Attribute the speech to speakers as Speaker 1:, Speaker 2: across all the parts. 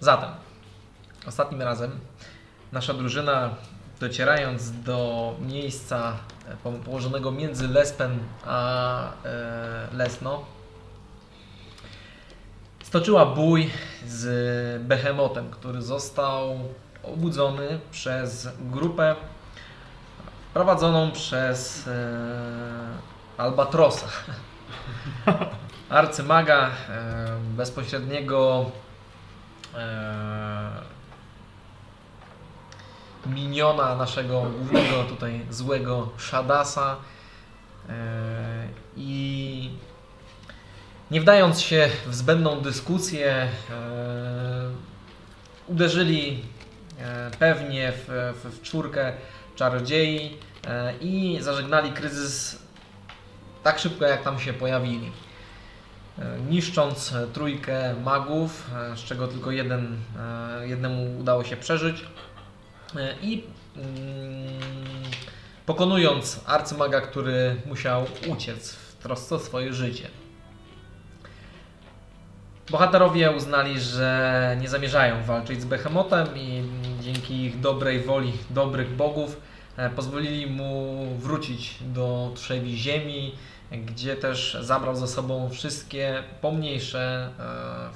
Speaker 1: Zatem, ostatnim razem nasza drużyna docierając do miejsca e, po- położonego między Lespen a e, Lesno stoczyła bój z Behemotem, który został obudzony przez grupę prowadzoną przez e, Albatrosa, arcymaga e, bezpośredniego e, miniona naszego głównego tutaj złego Shadasa. Yy, I nie wdając się w zbędną dyskusję, yy, uderzyli yy, pewnie w, w, w czwórkę czarodziei yy, i zażegnali kryzys tak szybko, jak tam się pojawili. Yy, Niszcząc e, trójkę magów, yy, z czego tylko jeden, yy, jednemu udało się przeżyć. E, I mm, pokonując arcymaga, który musiał uciec w trosce o swoje życie. Bohaterowie uznali, że nie zamierzają walczyć z Behemotem i dzięki ich dobrej woli, dobrych bogów, e, pozwolili mu wrócić do trzewi ziemi, gdzie też zabrał ze sobą wszystkie pomniejsze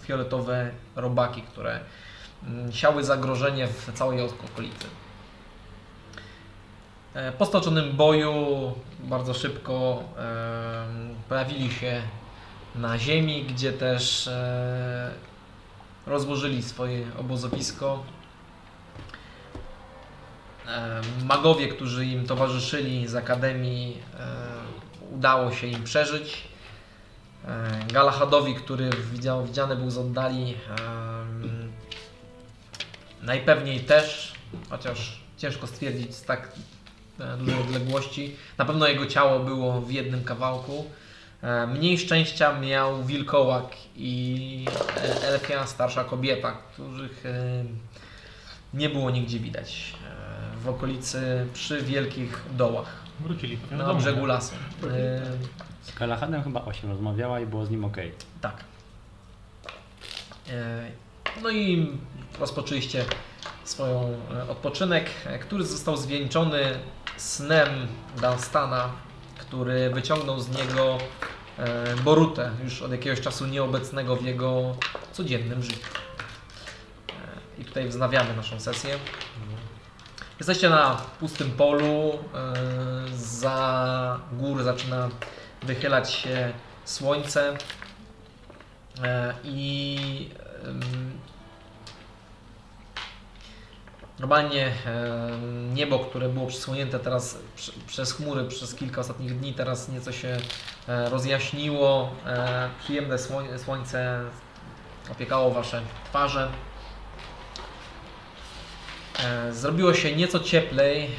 Speaker 1: e, fioletowe robaki, które mm, siały zagrożenie w całej okolicy. E, Po stoczonym boju bardzo szybko em, pojawili się na ziemi, gdzie też e, rozłożyli swoje obozowisko. E, Magowie, którzy im towarzyszyli z Akademii, e, udało się im przeżyć. E, Galahadowi, który widział, widziany był z oddali, em, Najpewniej też, chociaż ciężko stwierdzić z tak e, dużej odległości. Na pewno jego ciało było w jednym kawałku. E, Mniej szczęścia miał wilkołak i e, elfia starsza kobieta, których e, nie było nigdzie widać e, w okolicy przy wielkich dołach
Speaker 2: Wrócili.
Speaker 1: na brzegu lasu. No, E,
Speaker 3: Z Kalahadem chyba 8 rozmawiała i było z nim ok.
Speaker 1: Tak. E, No i rozpoczęliście swoją e, odpoczynek, e, który został zwieńczony snem Dunstana, który wyciągnął z niego e, Borutę, już od jakiegoś czasu nieobecnego w jego codziennym życiu. E, I tutaj wznawiamy naszą sesję. Jesteście na pustym polu, e, za gór zaczyna wychylać się słońce. E, I em, normalnie em, niebo, które było przysłonięte teraz prze- przez chmury przez kilka ostatnich dni, teraz nieco się e, rozjaśniło. E, Przyjemne słoń- słońce opiekało Wasze twarze. E, Zrobiło się nieco cieplej. E,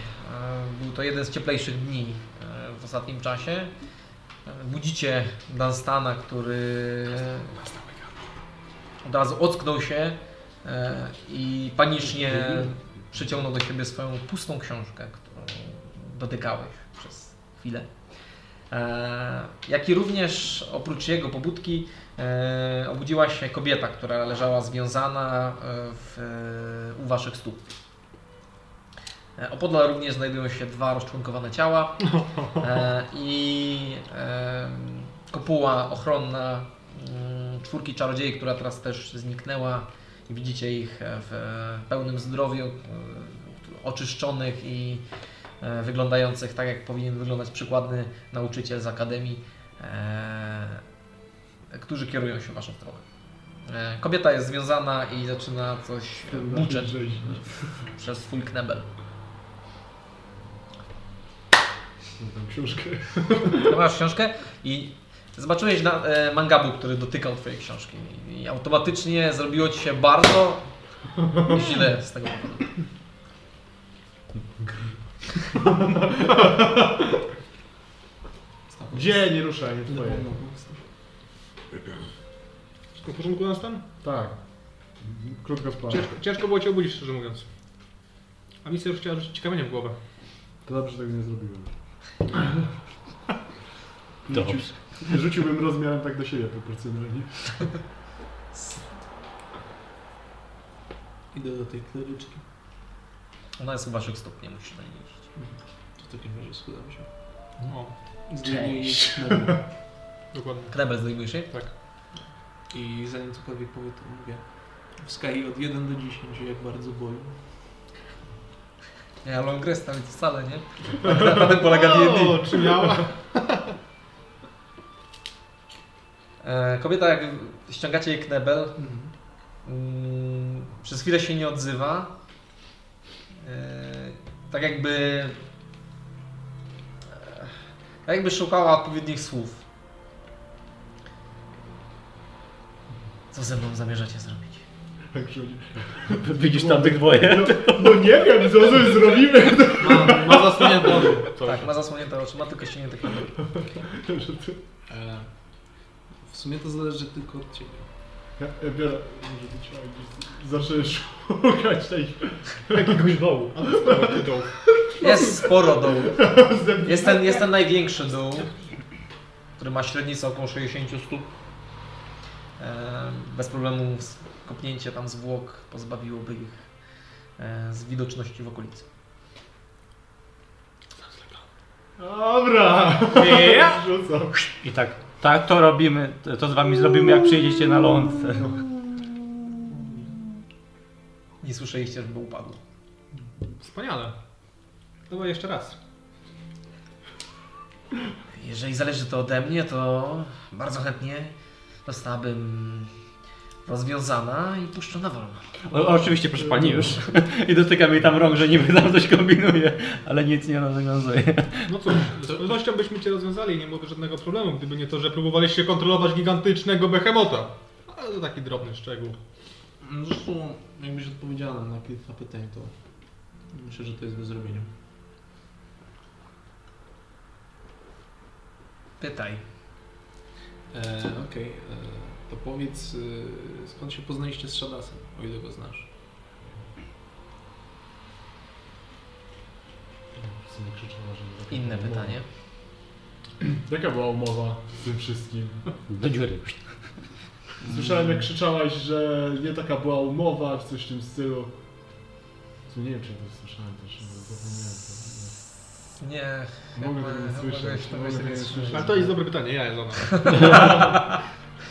Speaker 1: Był to jeden z cieplejszych dni e, w ostatnim czasie. E, Budzicie Dunstana, który od razu ocknął się e, i panicznie przyciągnął do siebie swoją pustą książkę, którą dotykałeś przez chwilę. E, Jak i również oprócz jego pobudki e, obudziła się kobieta, która leżała związana e, w, e, u waszych stóp. E, Opodal również znajdują się dwa rozczłonkowane ciała e, i e, kopuła ochronna mm, czwórki czarodziei, która teraz też zniknęła. I Widzicie ich e, w e, pełnym zdrowiu, e, oczyszczonych i e, wyglądających tak, jak powinien wyglądać przykładny nauczyciel z akademii, e, którzy kierują się w waszą stronę. E, Kobieta jest związana i zaczyna coś e, buczeć przez swój knebel.
Speaker 4: Mam książkę.
Speaker 1: No, Masz książkę i zobaczyłeś na, e, mangabu, który dotykał twojej książki i automatycznie zrobiło ci się bardzo źle z tego powodu.
Speaker 4: Gdzie nie ruszaj, twoje. Wszystko w porządku nas tam?
Speaker 5: Tak. Krótka sprawa.
Speaker 4: Ciężko, ciężko było cię obudzić, szczerze mówiąc. A mi sobie już chciała rzucić kamieniem w głowę.
Speaker 5: To dobrze że tego nie zrobiłem.
Speaker 3: Dobrze.
Speaker 5: Rzuciłbym rozmiarem tak do siebie proporcjonalnie.
Speaker 2: Idę do tej kleryczki.
Speaker 1: Ona jest u waszych stóp, nie musisz na niej jeździć.
Speaker 2: To w takim razie schudam się.
Speaker 4: O,
Speaker 2: Zdejmuję jej na dół.
Speaker 4: dokładnie.
Speaker 1: Knebel zdejmujesz jej?
Speaker 4: Tak.
Speaker 2: I zanim cokolwiek powie, to mówię. W skali od 1 do 10, jak bardzo boli.
Speaker 4: No,
Speaker 1: Ja long rest, ale wcale nie. No! Na- Na tym polega D&D.
Speaker 4: czy miała?
Speaker 1: E, Kobieta, jak ściągacie jej knebel,
Speaker 2: Mhm.
Speaker 1: Mm, przez chwilę się nie odzywa. E, tak jakby. e, Tak jakby szukała odpowiednich słów. Co ze mną zamierzacie zrobić?
Speaker 5: Tak przychodzi.
Speaker 3: Widzisz tam tych dwoje.
Speaker 5: No nie wiem, co my zrobimy.
Speaker 2: Ma, ma zasłonięte oczy.
Speaker 4: Coś.
Speaker 1: Tak, ma zasłonięte oczy, ma tylko ściągnięte knebel.
Speaker 2: E, W sumie to zależy tylko od ciebie.
Speaker 5: Ja, ja biorę, może to trzeba gdzieś zawsze szukać tej, jakiegoś dołu.
Speaker 4: Dołu.
Speaker 1: Jest sporo dołów.
Speaker 5: Zdebni-
Speaker 1: Jest ten, jest ten największy dół, który ma średnicę około 60 stóp. E, Bez problemu s- kopnięcie tam zwłok pozbawiłoby ich e, z widoczności w okolicy.
Speaker 5: Dobra.
Speaker 4: Nie.
Speaker 5: Rzucam.
Speaker 3: I tak, tak to robimy, to- to z wami zrobimy jak przyjedziecie na ląd.
Speaker 1: Nie słyszeliście, żeby upadł.
Speaker 4: Wspaniale. Dobra, jeszcze raz.
Speaker 1: Jeżeli zależy to ode mnie, to bardzo chętnie zostałabym rozwiązana i puszczona wolno.
Speaker 3: O, oczywiście, proszę pani, już. I dotykam jej tam rąk, że niby tam coś kombinuje, ale nic nie rozwiązuje.
Speaker 4: No cóż, z pewnością byśmy cię rozwiązali, nie byłoby żadnego problemu, gdyby nie to, że próbowaliście kontrolować gigantycznego behemota. Ale to taki drobny szczegół.
Speaker 2: No Zresztą, jakbyś odpowiedziała nam na kilka pytań, to myślę, że to jest do zrobienia.
Speaker 1: Pytaj.
Speaker 2: E, Okej, e, to powiedz, e, skąd się poznaliście z Shadasem, o ile go znasz?
Speaker 1: Inne pytanie.
Speaker 5: Jaka była umowa z tym wszystkim?
Speaker 3: Do dziury.
Speaker 5: Słyszałem jak krzyczałaś, że nie taka była umowa, czy coś w tym stylu. W sumie Nie wiem, czy ja to słyszałem też, bo zapomniałem. to.
Speaker 1: Nie,
Speaker 5: Mogę
Speaker 1: Chyba-
Speaker 5: tego nie
Speaker 1: chyba
Speaker 5: słyszeć.
Speaker 1: weź to, weź tego
Speaker 5: mogę tego
Speaker 1: nie
Speaker 5: nie
Speaker 1: słyszeć.
Speaker 4: Ale
Speaker 5: słyszeć.
Speaker 4: to jest dobre pytanie, ja Elona.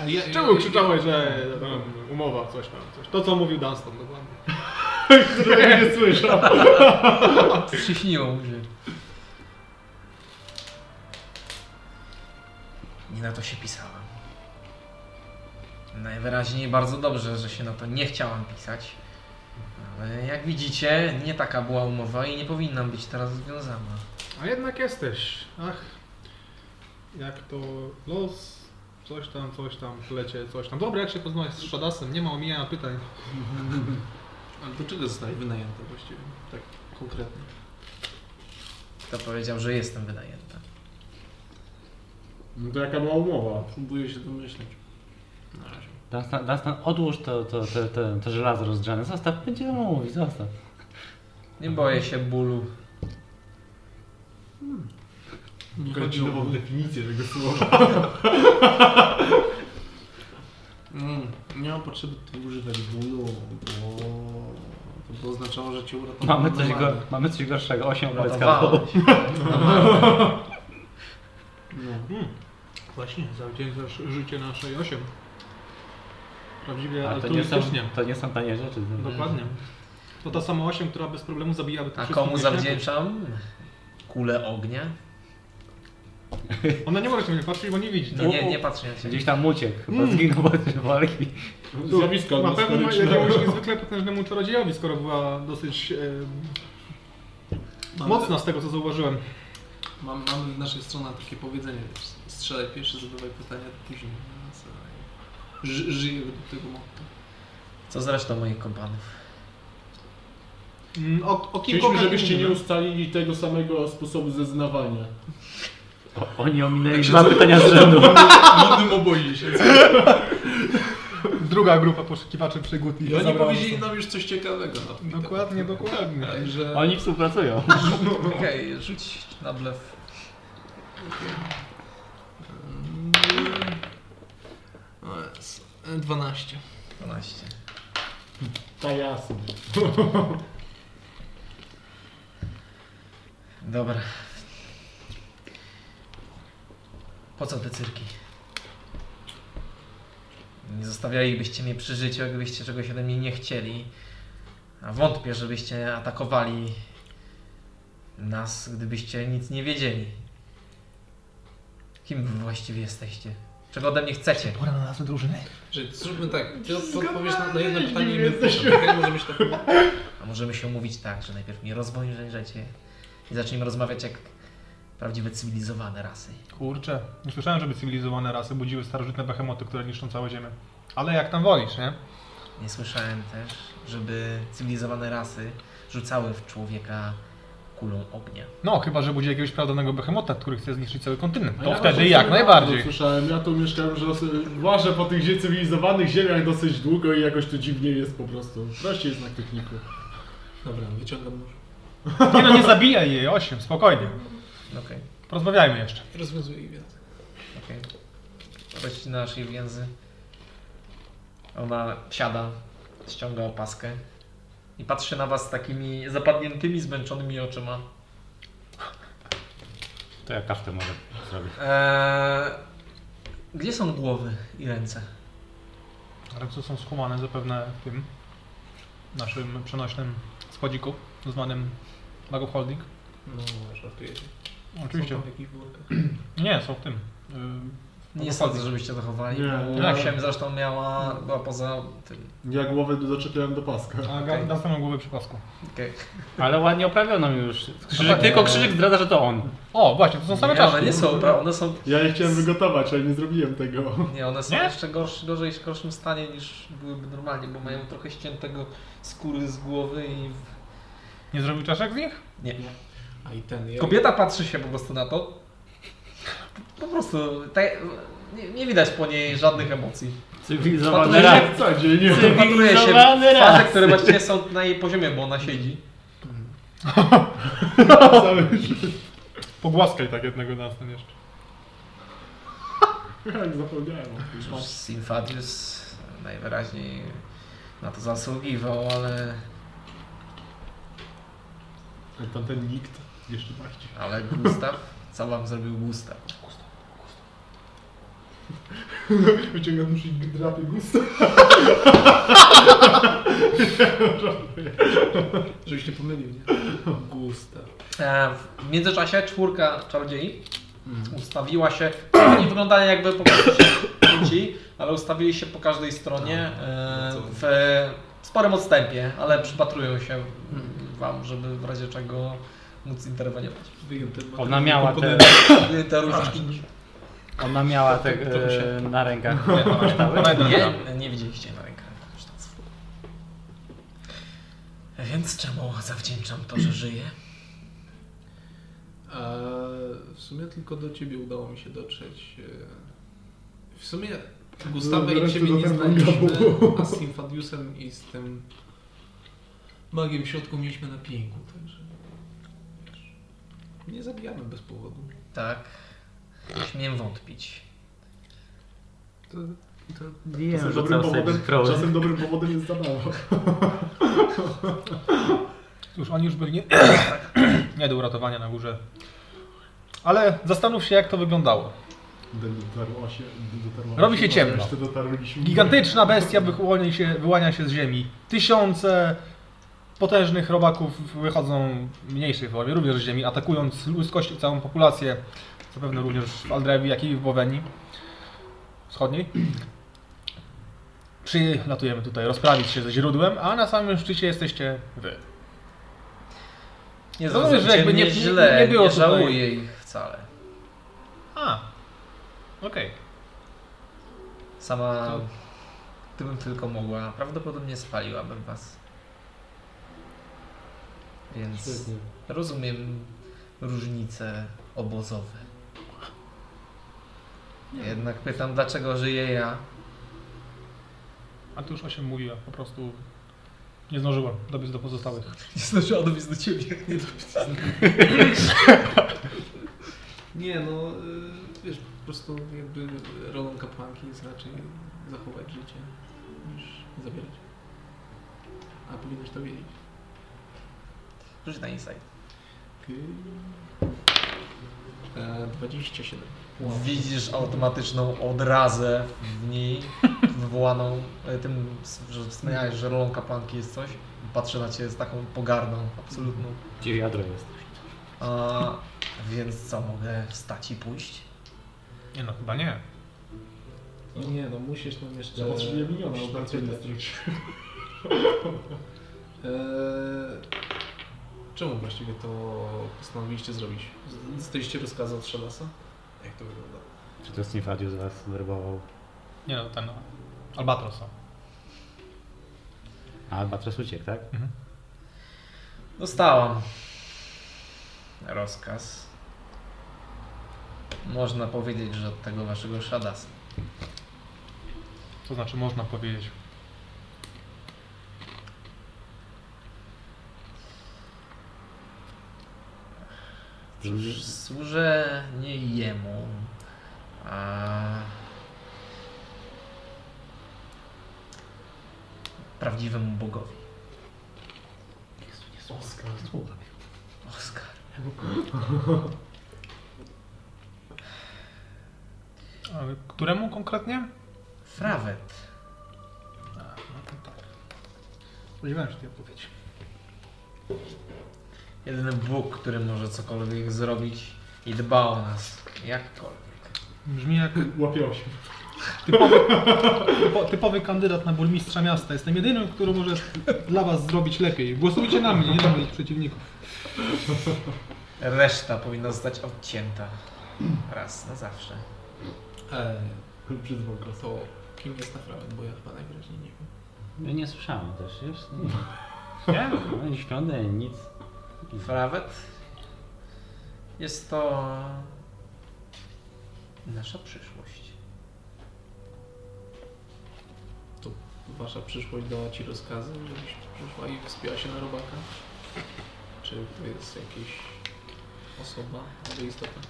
Speaker 2: A ja,
Speaker 4: Czemu krzyczałeś, że tam, umowa, coś tam, coś. To co mówił Dunstan, dokładnie.
Speaker 5: Tego nie słyszał.
Speaker 1: Przyśniło mu się. Nie na to się pisałam. Najwyraźniej bardzo dobrze, że się na to nie chciałam pisać. Ale jak widzicie, nie taka była umowa i nie powinnam być teraz związana.
Speaker 4: A jednak jesteś. Ach, jak to los, coś tam, coś tam, plecie, coś tam. Dobra, jak się poznałeś z Shadasem, nie ma omijania pytań.
Speaker 2: Ale do czego zostałeś wynajęta właściwie? Tak konkretnie.
Speaker 1: Kto powiedział, że jestem wynajęta?
Speaker 5: No to jaka była umowa?
Speaker 2: Próbuję się domyśleć. Na razie.
Speaker 3: Dunstan, Dunstan, odłóż to, to, to, to, to żelazo rozgrzane. Zostaw, będziemy mówić, zostaw.
Speaker 1: Nie boję się bólu.
Speaker 2: Nie chodzi o...
Speaker 5: Kończynową definicję tego słowa.
Speaker 2: Mm, nie mam potrzeby tu używać bólu, bo to by oznaczało, że cię uratowałem.
Speaker 3: Mamy coś, go,
Speaker 2: normalnie.
Speaker 3: mamy coś gorszego, osiem wobec
Speaker 1: Ratowałem się.
Speaker 2: No.
Speaker 4: Hmm. Właśnie, zawdzięczasz życie naszej 8. Prawdziwie
Speaker 3: A to nie, są,
Speaker 4: altruistycznie.
Speaker 3: to nie są tanie rzeczy.
Speaker 4: Dokładnie. To ta sama 8, która bez problemu zabijałaby tych
Speaker 1: A
Speaker 4: wszystkich
Speaker 1: komu
Speaker 4: wieśniaków.
Speaker 1: zawdzięczam? Kulę ognia?
Speaker 4: Ona nie może się mnie patrzeć, bo nie widzi.
Speaker 1: Nie, nie, nie patrzę na ciebie.
Speaker 3: Gdzieś tam uciekł, chyba zginął podczas walki.
Speaker 5: Zjawisko
Speaker 4: Na pewno ma
Speaker 5: atmosferyczne.
Speaker 4: jakiemuś niezwykle potężnemu czarodziejowi, skoro była dosyć e,
Speaker 2: Mamy-
Speaker 4: mocna z tego, co zauważyłem.
Speaker 2: Mam, mamy w naszych stronach takie powiedzenie, wiesz, strzelaj pierwszy, zadawaj pytania później. Więc, e, ży- Żyję według tego motto.
Speaker 1: Co z resztą moich kompanów?
Speaker 4: Mm, O, o kilku
Speaker 5: Chcieliśmy, żebyście nie
Speaker 4: mówimy.
Speaker 5: ustalili tego samego sposobu zeznawania.
Speaker 3: O, oni ominęli dwa pytania z rzędu.
Speaker 2: Młodym obozie się.
Speaker 4: Druga grupa poszukiwaczy przygód.
Speaker 2: I oni powiedzieli nam już coś ciekawego. na ten
Speaker 4: Dokładnie, dokładnie.
Speaker 2: temat. Także
Speaker 3: Oni współpracują.
Speaker 1: Okej, rzuć na blef.
Speaker 2: no, mm, o Jezu, e, 12.
Speaker 1: 12.
Speaker 5: Ta jasne.
Speaker 1: Dobra. Po co te cyrki? Nie zostawialibyście mnie przy życiu, jakbyście czegoś ode mnie nie chcieli. A wątpię, żebyście atakowali nas, gdybyście nic nie wiedzieli. Kim wy właściwie jesteście? Czego ode mnie chcecie?
Speaker 3: Pora na nazwę drużyny.
Speaker 2: Czyli zróbmy tak, ty
Speaker 5: Zgadamy,
Speaker 2: odpowiesz na, na jedno
Speaker 5: jeździ,
Speaker 2: pytanie i my
Speaker 5: jesteśmy.
Speaker 2: poczekajmy, żebyś tak...
Speaker 1: A możemy się umówić tak, że najpierw mnie rozwojrzecie i zaczniemy rozmawiać jak prawdziwe cywilizowane rasy.
Speaker 4: Kurczę, nie słyszałem, żeby cywilizowane rasy budziły starożytne behemoty, które niszczą całe ziemię. Ale jak tam wolisz, nie?
Speaker 1: Nie słyszałem też, żeby cywilizowane rasy rzucały w człowieka kulą ognia.
Speaker 4: No, chyba, że budzi jakiegoś prawdawnego behemota, który chce zniszczyć cały kontynent.
Speaker 5: A
Speaker 2: No
Speaker 4: To
Speaker 5: ja
Speaker 4: wtedy
Speaker 5: właśnie
Speaker 4: jak
Speaker 5: sobie
Speaker 4: najbardziej.
Speaker 5: bardzo No, Słyszałem, ja tu mieszkałem, że os- łażę po tych zie- cywilizowanych ziemiach dosyć długo i jakoś tu dziwnie jest po prostu. Prościej jest na techniku.
Speaker 2: Dobra, wyciągam nóż.
Speaker 4: Nie no, nie zabijaj jej, osiem, spokojnie.
Speaker 1: Okej,
Speaker 4: Porozmawiajmy jeszcze.
Speaker 2: I rozwiązuję jej więcej.
Speaker 1: okej. Chodź na naszej więzy. Ona siada, ściąga opaskę i patrzy na was takimi zapadniętymi, zmęczonymi oczyma.
Speaker 3: To ja kaftę może zrobię.
Speaker 1: Eee, gdzie są głowy i ręce?
Speaker 4: Ręce są schowane zapewne w tym naszym przenośnym składziku, zwanym Lago Holding.
Speaker 2: No, żartujecie.
Speaker 4: Oczywiście.
Speaker 2: Są tam jakieś worka.
Speaker 4: Nie, są w tym.
Speaker 1: Nie jest sądzę, żebyście zachowali.
Speaker 5: Nie, nie.
Speaker 1: Osiem zresztą miała, była poza tym.
Speaker 5: Ja głowę zaczepiałem do paska.
Speaker 4: Yy, a
Speaker 1: Okej.
Speaker 4: okay. dam samą głowę przy pasku.
Speaker 1: Okej.
Speaker 3: Ale ładnie oprawiono mi już.
Speaker 2: No
Speaker 3: Krzyżyk,
Speaker 2: tak.
Speaker 1: Eee.
Speaker 3: tylko krzyżyk zdradza, że to on.
Speaker 4: O, właśnie, to są same
Speaker 1: Nie, one
Speaker 4: czaszki.
Speaker 1: nie są, pra- one są
Speaker 5: Ja je chciałem wygotować, ale nie zrobiłem tego.
Speaker 1: Nie, one są
Speaker 4: Nie?
Speaker 1: jeszcze gorszy, gorzej, w gorszym stanie niż byłyby normalnie, bo mają trochę ściętego skóry z głowy i...
Speaker 4: Nie zrobił czaszek z nich?
Speaker 1: Nie.
Speaker 2: A i ten, ja...
Speaker 1: Kobieta patrzy się po prostu na to. Po prostu... Tak, nie, nie widać po niej żadnych emocji.
Speaker 3: Cywilizowane
Speaker 1: Patrz,
Speaker 3: raz.
Speaker 1: jak
Speaker 5: Co dzień.
Speaker 1: Patruje się w
Speaker 3: Cywilizowane
Speaker 1: twarze,
Speaker 3: rasy.
Speaker 1: które właściwie są na jej poziomie, bo ona siedzi.
Speaker 4: Pogłaskaj tak jednego na ten jeszcze.
Speaker 5: Jak Tak, zapomniałem o tym.
Speaker 1: Sinfadius najwyraźniej na to zasługiwał, ale...
Speaker 5: A Tamten nikt jeszcze bardziej.
Speaker 1: Ale Gustaw... Co wam zrobił Gustaw?
Speaker 5: Wyciągam już i drapie gusta.
Speaker 2: Żebyś nie pomylił, nie? Gusta.
Speaker 1: E, W międzyczasie czwórka czarodziei ustawiła się, oni wyglądali jakby po prostu się kłóci, ale ustawili się po każdej stronie e, w sporym odstępie, ale przypatrują się wam, żeby w razie czego móc interweniować.
Speaker 2: Wyjął ten
Speaker 3: Ona miała te,
Speaker 2: komponent.
Speaker 1: Te różniczki
Speaker 3: ona miała te
Speaker 2: To- to się-
Speaker 3: e, na rękach.
Speaker 1: nie, nie widzieliście na rękach. sztaców. E, Więc czemu zawdzięczam to, że żyję?
Speaker 2: A w sumie tylko do ciebie udało mi się dotrzeć. e, W sumie Gustawę
Speaker 5: No,
Speaker 2: i ciebie nie
Speaker 5: wreszcie dotarłem do
Speaker 2: znaliśmy,
Speaker 5: domu.
Speaker 2: a z Sinfadiusem i z tym magiem w środku mieliśmy na pieńku, także wiesz, nie zabijamy bez powodu.
Speaker 1: Tak, śmiem wątpić.
Speaker 2: To, to
Speaker 3: Nie
Speaker 5: Czasem
Speaker 3: wiem,
Speaker 5: dobrym,
Speaker 3: rzucał sobie
Speaker 5: powodem,
Speaker 3: scroll.
Speaker 5: czasem dobrym powodem jest zabawa.
Speaker 4: Cóż, oni już byli nie, nie do uratowania na górze. Ale zastanów się, jak to wyglądało.
Speaker 5: Dotarło się, dotarło
Speaker 4: Robi się
Speaker 5: no,
Speaker 4: ciemno.
Speaker 5: Jeszcze dotarliśmy.
Speaker 4: Gigantyczna bestia wyłania się, wyłania się z ziemi. Tysiące potężnych robaków wychodzą w mniejszej formie, również z ziemi, atakując ludzkość i całą populację. Zapewne również w Aldrewi, jak i w Bowenii Wschodniej. Przylatujemy tutaj rozprawić się ze źródłem, a na samym szczycie jesteście wy.
Speaker 1: Nie
Speaker 4: Rozumiem, No że
Speaker 1: zrozumcie
Speaker 4: jakby nie-
Speaker 1: mnie źle,
Speaker 4: nie było
Speaker 1: nie
Speaker 4: tutaj-
Speaker 1: żałuję ich wcale.
Speaker 4: A, okej.
Speaker 1: Sama,
Speaker 4: No.
Speaker 1: gdybym tylko mogła, prawdopodobnie spaliłabym was. Więc
Speaker 5: Świetnie.
Speaker 1: rozumiem różnice obozowe. Jednak pytam, dlaczego żyję ja?
Speaker 4: A tu już 8 mówiła, po prostu nie zdążyła dobiec do pozostałych.
Speaker 1: Nie zdążyła dowieść do ciebie.
Speaker 2: Nie no, y, wiesz, po prostu jakby rolą kapłanki jest raczej zachować życie niż zabierać. A powinieneś to wiedzieć.
Speaker 1: Rzuć na insight.
Speaker 2: E, 27.
Speaker 1: Widzisz automatyczną odrazę w niej, wywołaną e, tym, że wspomniałeś, że rolą kapłanki jest coś. Patrzy na ciebie z taką pogardą absolutną.
Speaker 6: Gdzie jadro jest?
Speaker 1: A, więc co, mogę wstać i pójść?
Speaker 4: Nie no, chyba nie.
Speaker 2: Nie no, musisz nam jeszcze...
Speaker 5: Ja potrzebuję miliona,
Speaker 2: musisz nam
Speaker 5: bo cię nie
Speaker 2: tyle.
Speaker 5: straciłem.
Speaker 2: Eee, Czemu właściwie to postanowiliście zrobić? Z- Dostaliście rozkaz od Szelasa? Jak to wygląda?
Speaker 6: Czy to Snifadio z was werbował?
Speaker 4: Nie no, ten no. Albatros. no.
Speaker 6: A, Albatros uciekł, tak?
Speaker 1: Dostałam rozkaz. Można powiedzieć, że od tego waszego szadasa.
Speaker 4: To znaczy można powiedzieć.
Speaker 1: Cóż, służę nie jemu, a prawdziwemu bogowi.
Speaker 6: Oskar, słuchaj.
Speaker 1: Oskar.
Speaker 4: Ale któremu konkretnie? no
Speaker 1: Frawet.
Speaker 4: tak. Spodziewałem się tej odpowiedzi.
Speaker 1: Jedyny Bóg, który może cokolwiek zrobić i dba o nas. Jakkolwiek.
Speaker 4: Brzmi jak
Speaker 5: Łapią się.
Speaker 4: typowy, typo, typowy kandydat na burmistrza miasta. Jestem jedynym, który może dla was zrobić lepiej. Głosujcie na mnie, nie na moich przeciwników.
Speaker 1: Reszta powinna zostać odcięta. Raz na zawsze.
Speaker 2: Eee,
Speaker 5: Przez wąkos.
Speaker 2: to kim jest naprawdę, bo ja chyba najwyraźniej nie wiem.
Speaker 6: Ja nie słyszałem też, wiesz? Nie, nie wiem, ani świąt, ani nic.
Speaker 1: Frawet jest to nasza przyszłość.
Speaker 2: Wasza przyszłość dała ci rozkazy, żebyś przyszła i wspięła się na robaka? Czy to jest jakaś osoba albo istota?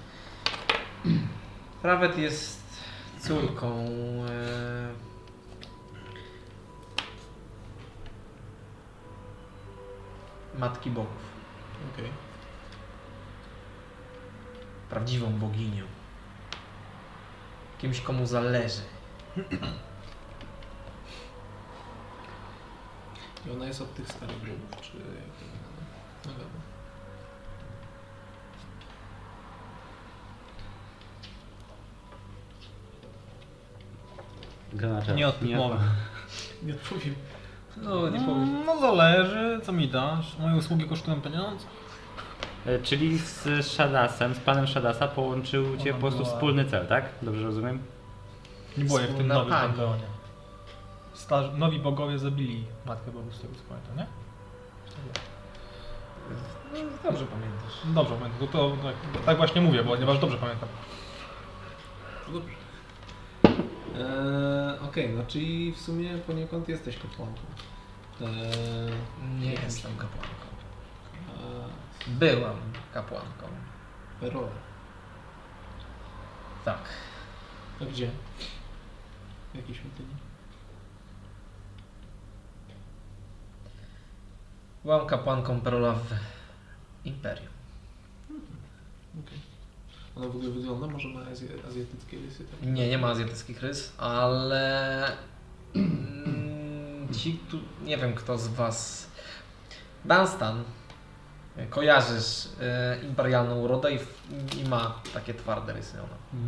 Speaker 1: Frawet jest córką e, matki bogów.
Speaker 2: Okej.
Speaker 1: prawdziwą boginią. Kimś, komu zależy.
Speaker 2: I ona jest od tych starych bogów, czy jak to wygląda? No dobra.
Speaker 6: Gra na czas.
Speaker 4: Nie odmowę.
Speaker 2: Nie odpowiem.
Speaker 1: No, nie powiem.
Speaker 4: No, no zależy, co mi dasz. Moje usługi kosztują pieniądze.
Speaker 6: E, Czyli z Shadasem, z panem Shadasa połączył cię
Speaker 4: Ona
Speaker 6: po prostu
Speaker 4: była-
Speaker 6: wspólny cel, tak? Dobrze rozumiem?
Speaker 4: Nie boję w tym
Speaker 1: Wspólna
Speaker 4: nowym
Speaker 1: pani.
Speaker 4: panteonie. Star- nowi bogowie zabili matkę bogów, z tego co pamiętam, nie?
Speaker 1: No, dobrze pamiętasz.
Speaker 4: No Dobrze, to, to tak, tak właśnie mówię, bo ponieważ dobrze pamiętam.
Speaker 2: No dobrze. Eee, Okej, no czyli w sumie poniekąd jesteś kapłanką. Eee,
Speaker 1: Nie jestem kapłanką.
Speaker 2: eee,
Speaker 1: Byłam kapłanką.
Speaker 2: Rola.
Speaker 1: Tak.
Speaker 2: A gdzie? W jakiej świątyni?
Speaker 1: Byłam kapłanką Perola w Imperium.
Speaker 2: Ona w ogóle wygląda, może ma azja- azjatyckie rysy. Tak?
Speaker 1: Nie, nie ma azjatyckich rys, ale mm, ci, tu, nie wiem kto z was, Dunstan, kojarzysz e, imperialną urodę i, w- i ma takie twarde rysy ona.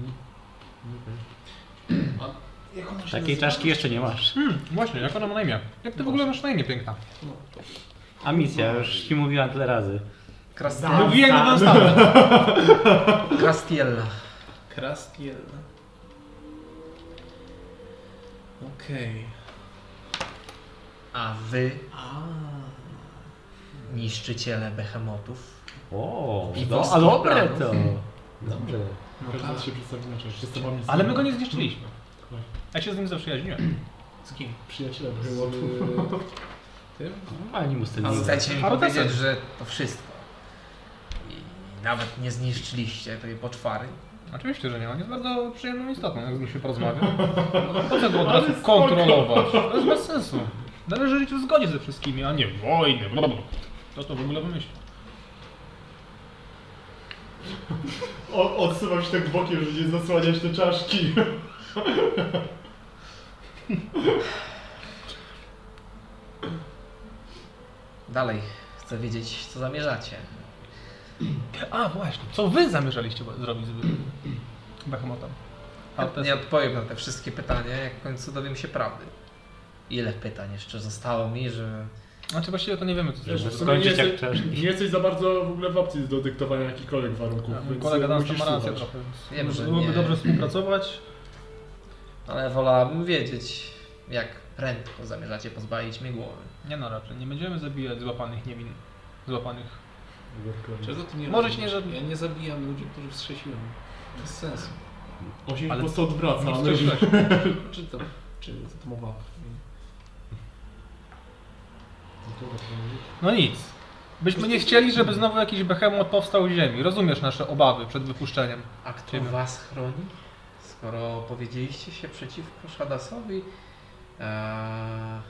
Speaker 4: Mhm.
Speaker 2: Jak ona się
Speaker 6: Takiej czaszki jeszcze nie masz.
Speaker 4: Hmm, właśnie, jak ona ma na imię? Jak ty w ogóle masz na imię piękna?
Speaker 2: No, to
Speaker 6: A misja, już ci mówiłam tyle razy.
Speaker 1: Krastiella.
Speaker 4: Mówiłem na ten stan.
Speaker 1: Krastiella.
Speaker 2: Krastielna. Okej.
Speaker 1: A wy,
Speaker 2: A.
Speaker 1: niszczyciele behemotów,
Speaker 6: O,
Speaker 1: Piwo
Speaker 6: do,
Speaker 1: z
Speaker 6: a dobre
Speaker 1: koplanów.
Speaker 6: to. Dobre.
Speaker 2: No
Speaker 5: Każdy z
Speaker 2: tak.
Speaker 5: nas się przedstawi inaczej. że Jestem wami
Speaker 4: Ale my go nie zniszczyliśmy. Ja się z nim zaprzyjaźniłem.
Speaker 2: Z kim?
Speaker 5: Przyjaciele,
Speaker 2: Z
Speaker 5: było mi...
Speaker 2: tym?
Speaker 6: No, ani mu z tym
Speaker 1: a
Speaker 6: nic.
Speaker 1: chcecie mi
Speaker 4: A rotacja.
Speaker 1: powiedzieć, że to wszystko. I nawet nie zniszczyliście tej poczwary.
Speaker 4: Oczywiście, że nie. On jest bardzo przyjemną istotą, jak z nim się porozmawia. Po co go od razu kontrolować? To jest bez sensu. Należy żyć w zgodzie ze wszystkimi, a nie wojny. blablabla. To to w ogóle wymyślił.
Speaker 5: O, odsuwam się tak bokiem, że nie zasłaniać te czaszki.
Speaker 1: Dalej, chcę wiedzieć, co zamierzacie.
Speaker 4: A właśnie, co wy zamierzaliście zrobić z Behemotem?
Speaker 1: Chętnie odpowiem na te wszystkie pytania, jak w końcu dowiem się prawdy. Ile pytań jeszcze zostało mi, że...
Speaker 4: Znaczy właściwie to nie wiemy co
Speaker 5: Wiesz,
Speaker 4: zrobić.
Speaker 5: w sumie
Speaker 6: Skończyć
Speaker 5: nie
Speaker 6: jak
Speaker 5: jesteś-
Speaker 6: czaszki.
Speaker 5: Nie jesteś za bardzo w ogóle w opcji do dyktowania jakichkolwiek warunków,
Speaker 4: Tak, Mój
Speaker 5: więc
Speaker 4: kolega Dan
Speaker 5: musisz
Speaker 4: ma rację
Speaker 5: słuchać.
Speaker 4: trochę. więc
Speaker 1: Wiem, że
Speaker 4: Byłoby
Speaker 1: nie.
Speaker 4: dobrze współpracować.
Speaker 1: Ale wolałabym wiedzieć, jak prędko zamierzacie pozbawić mnie głowy.
Speaker 4: Nie no, raczej nie będziemy zabijać złapanych niewin. Złapanych.
Speaker 2: Czego ty nie
Speaker 4: Może
Speaker 2: robisz?
Speaker 4: się nie żadne-
Speaker 2: Ja nie zabijam ludzi, którzy wstrzesiłem. Bez sensu.
Speaker 5: On się
Speaker 4: Ale-
Speaker 5: po prostu odwraca,
Speaker 4: Nic
Speaker 5: ale...
Speaker 4: coś tak.
Speaker 2: Czy to, czy to mowa?
Speaker 4: No nic. Byśmy nie chcieli, żeby znowu jakiś behemot powstał z ziemi. Rozumiesz nasze obawy przed wypuszczeniem.
Speaker 1: A kto
Speaker 4: Ciebie.
Speaker 1: was chroni? Skoro powiedzieliście się przeciwko Shadasowi, eee,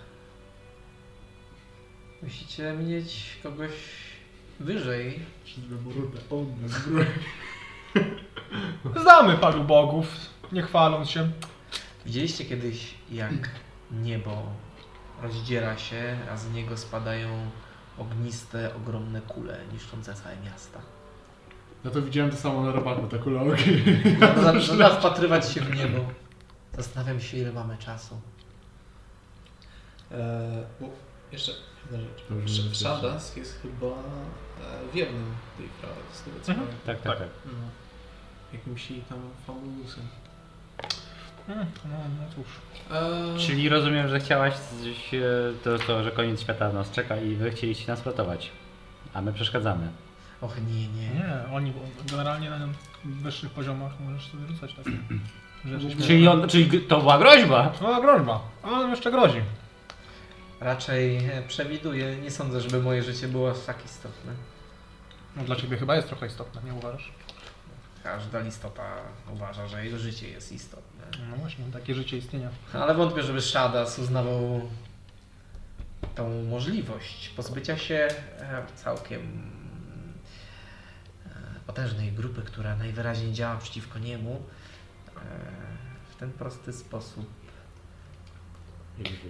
Speaker 1: musicie mieć kogoś wyżej.
Speaker 5: Czyżby mu rudę on zbroję.
Speaker 4: Znamy paru bogów, nie chwaląc się.
Speaker 1: Widzieliście kiedyś, jak niebo rozdziera się, a z niego spadają ogniste, ogromne kule niszczące całe miasta.
Speaker 5: Ja to widziałem to samo na robaku, te kulałki.
Speaker 1: Zaczyna wpatrywać się w niebo. Zastanawiam się, ile mamy czasu.
Speaker 2: Eee, bo jeszcze jedna
Speaker 5: Dobrze, że
Speaker 2: rzecz.
Speaker 5: jesteś.
Speaker 2: Szadas jest chyba e, wiernym tej prawy, z tego co
Speaker 4: Mhm.
Speaker 2: pamiętam.
Speaker 6: Tak, tak, tak.
Speaker 2: No. Jakimś jej tam fabulusem.
Speaker 4: Hmm, no, no cóż.
Speaker 2: Eee,
Speaker 6: Czyli rozumiem, że chciałaś coś, e, to, to, że koniec świata nas czeka i wy chcieliście nas ratować. A my przeszkadzamy.
Speaker 1: Och, nie, nie.
Speaker 4: Nie, oni generalnie na wyższych poziomach możesz sobie rzucać takie rzeczy.
Speaker 6: Czyli, on, czyli g- to była groźba!
Speaker 4: No groźba, ale nam jeszcze grozi.
Speaker 1: Raczej e, przewiduję. Nie sądzę, żeby moje życie było aż tak istotne.
Speaker 4: No, dla ciebie chyba jest trochę istotne, nie uważasz?
Speaker 1: Każda listota uważa, że jego życie jest istotne.
Speaker 4: No właśnie, takie życie istnienia.
Speaker 1: Ale wątpię, żeby Shadas uznawał tą możliwość pozbycia się e, całkiem e, potężnej grupy, która najwyraźniej działa przeciwko niemu e, w ten prosty sposób.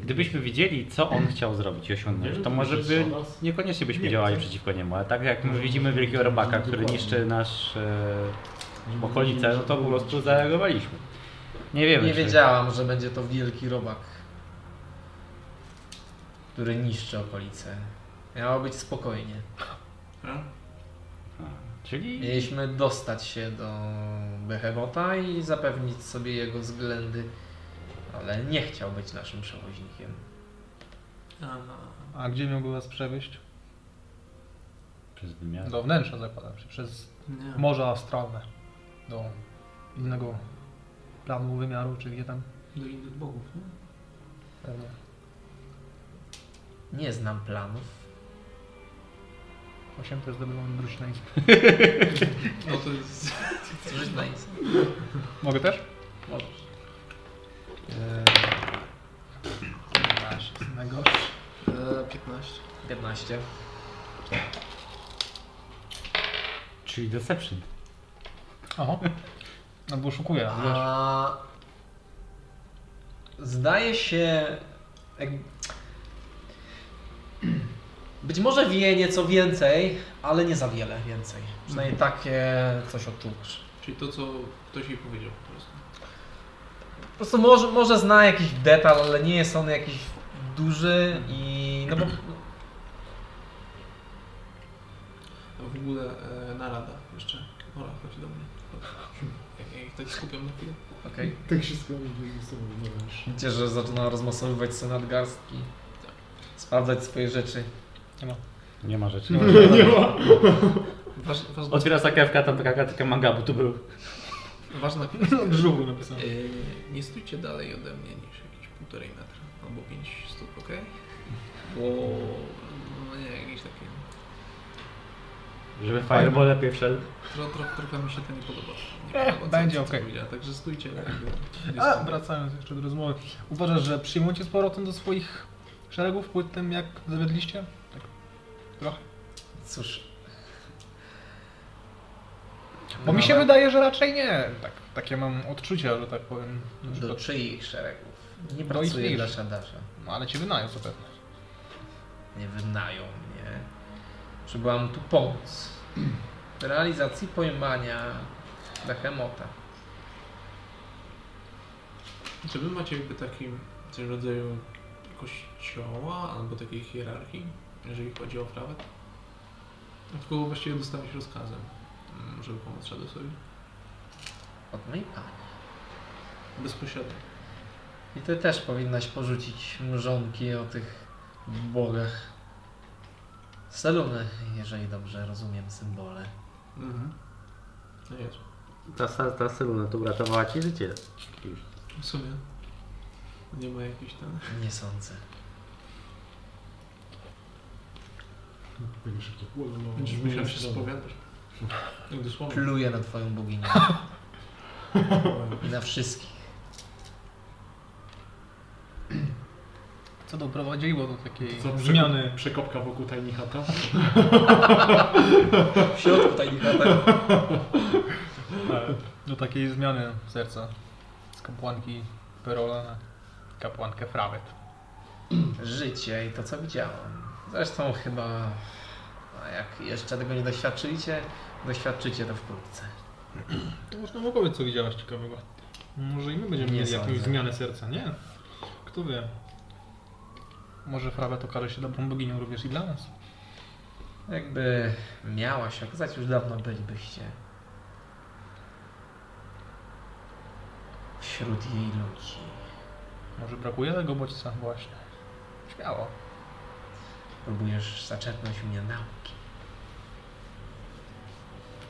Speaker 6: Gdybyśmy wiedzieli, co on chciał zrobić i osiągnąć, to może by niekoniecznie byśmy
Speaker 5: Nie,
Speaker 6: działali
Speaker 5: to-
Speaker 6: przeciwko niemu, ale tak jak my
Speaker 5: No,
Speaker 6: widzimy
Speaker 5: no,
Speaker 6: wielkiego robaka,
Speaker 5: dokładnie.
Speaker 6: który niszczy nasz e, okolice, no to po prostu zareagowaliśmy. Nie wiemy,
Speaker 1: Nie
Speaker 6: czy-
Speaker 1: wiedziałam, że będzie to wielki robak, który niszczy okolice. Miało być spokojnie.
Speaker 2: a?
Speaker 6: A, Czyli
Speaker 1: Mieliśmy dostać się do Behemota i zapewnić sobie jego względy, ale nie chciał być naszym przewoźnikiem.
Speaker 2: A, no.
Speaker 4: A gdzie miałby was przewieźć?
Speaker 6: przez wymiar.
Speaker 4: Do wnętrza zakładam się, przez
Speaker 2: nie.
Speaker 4: morze astralne. Do innego planu wymiaru, czy gdzie tam
Speaker 2: Do innych bogów, nie?
Speaker 4: pewnie.
Speaker 1: Nie znam planów.
Speaker 4: Osiem też zdobywam bruśnański.
Speaker 2: No to jest...
Speaker 1: Żyć na nic.
Speaker 4: Mogę też? Eee,
Speaker 1: Możesz.
Speaker 4: Nasz jest najgorszy.
Speaker 2: Eee, 15.
Speaker 1: 15.
Speaker 6: Czyli deception.
Speaker 4: Oho. No bo oszukuję. wiesz.
Speaker 1: A... Zdaje się. Jak... Być może wie nieco więcej, ale nie za wiele więcej. Przynajmniej takie coś odtłumaczy.
Speaker 2: Czyli to, co ktoś jej powiedział po prostu.
Speaker 1: Po prostu może, może zna jakiś detal, ale nie jest on jakiś duży i no bo
Speaker 2: A w ogóle e, narada jeszcze. Ola, chodź do mnie. Jak, jak tak skupiam na chwilę.
Speaker 1: okej.
Speaker 5: Tak się składa, że ze sobą rozmawiasz.
Speaker 1: Widzicie, że zaczyna rozmasowywać sobie nadgarstki, sprawdzać swoje rzeczy.
Speaker 6: Nie ma rzeczy.
Speaker 5: Nie ma.
Speaker 2: Waż, waż,
Speaker 6: Otwiera sakiewka, tam taka, taka manga, bo tu był.
Speaker 2: ważna kwestia.
Speaker 5: No,
Speaker 4: Brzuchu napisane.
Speaker 2: E, nie stójcie dalej ode mnie niż jakieś półtorej metra albo 5 stóp, ok? Bo no nie, jakieś takie.
Speaker 6: Żeby fireball lepiej wszedł.
Speaker 2: Tro, tro, trochę mi się to nie podoba. Nie
Speaker 4: Ech,
Speaker 2: podoba, co-
Speaker 4: Eh, będzie
Speaker 2: co
Speaker 4: okej. Eh.
Speaker 2: powiedziała, Także stójcie. jakby
Speaker 4: A,
Speaker 2: blisko.
Speaker 4: wracając jeszcze do rozmowy. Uważasz, że przyjmą cię z powrotem do swoich szeregów płytem, jak zawiedliście?
Speaker 1: Cóż.
Speaker 4: Bo mi się
Speaker 1: Nawet
Speaker 4: wydaje, że raczej nie. Tak, takie mam odczucia, że tak powiem. Na
Speaker 1: Do
Speaker 4: przykład,
Speaker 1: czyich szeregów? Nie
Speaker 4: Do
Speaker 1: pracuję
Speaker 4: ich
Speaker 1: dla
Speaker 4: mniejszych.
Speaker 1: Szadasza.
Speaker 4: no, ale cię wynają zapewne.
Speaker 1: Nie wynają mnie. Przybyłam tu pomóc. W realizacji pojmania behemota.
Speaker 2: Czy wy macie jakby taki coś w rodzaju kościoła albo takiej hierarchii, jeżeli chodzi o prawę? Od kogo właściwie dostałeś rozkazem, mm, żeby pomóc Shadosowi?
Speaker 1: Od mojej pani.
Speaker 2: Bezpośrednio.
Speaker 1: I ty też powinnaś porzucić mrzonki o tych bogach. Seluny, jeżeli dobrze rozumiem symbole.
Speaker 2: Mhm. No jest.
Speaker 6: Ta, ta, ta Seluna tu uratowała ci życie.
Speaker 2: W sumie nie ma jakichś tam...
Speaker 1: Nie sądzę.
Speaker 5: Będziesz to płoną. no,
Speaker 2: Będziesz
Speaker 5: no,
Speaker 2: musiał
Speaker 5: no,
Speaker 2: się
Speaker 5: no.
Speaker 2: spowiadać. Tak dosłownie.
Speaker 1: Pluję na twoją boginię. I na wszystkich.
Speaker 4: Co doprowadziło do takiej
Speaker 5: Co, przekop-
Speaker 4: zmiany?
Speaker 5: Przekopka wokół tak? Tajnichata?
Speaker 1: W środku tak tajnika
Speaker 4: Tak. Do takiej zmiany serca. Z kapłanki Perola na kapłankę Frawet.
Speaker 1: życie i to, co widziałem. Zresztą chyba, a jak jeszcze tego nie doświadczyliście, doświadczycie to wkrótce.
Speaker 4: To Można mu powiedz, co widziałaś ciekawego. Może i my będziemy
Speaker 1: Nie
Speaker 4: mieli jakąś
Speaker 1: sądzę.
Speaker 4: zmianę serca, nie? Kto wie? Może Frawet okaże się dobrą boginią również i dla nas.
Speaker 1: Jakby miała się okazać, już dawno bylibyście wśród jej ludzi.
Speaker 4: Może brakuje tego bodźca właśnie. Śmiało.
Speaker 1: Próbujesz zaczerpnąć mnie nauki.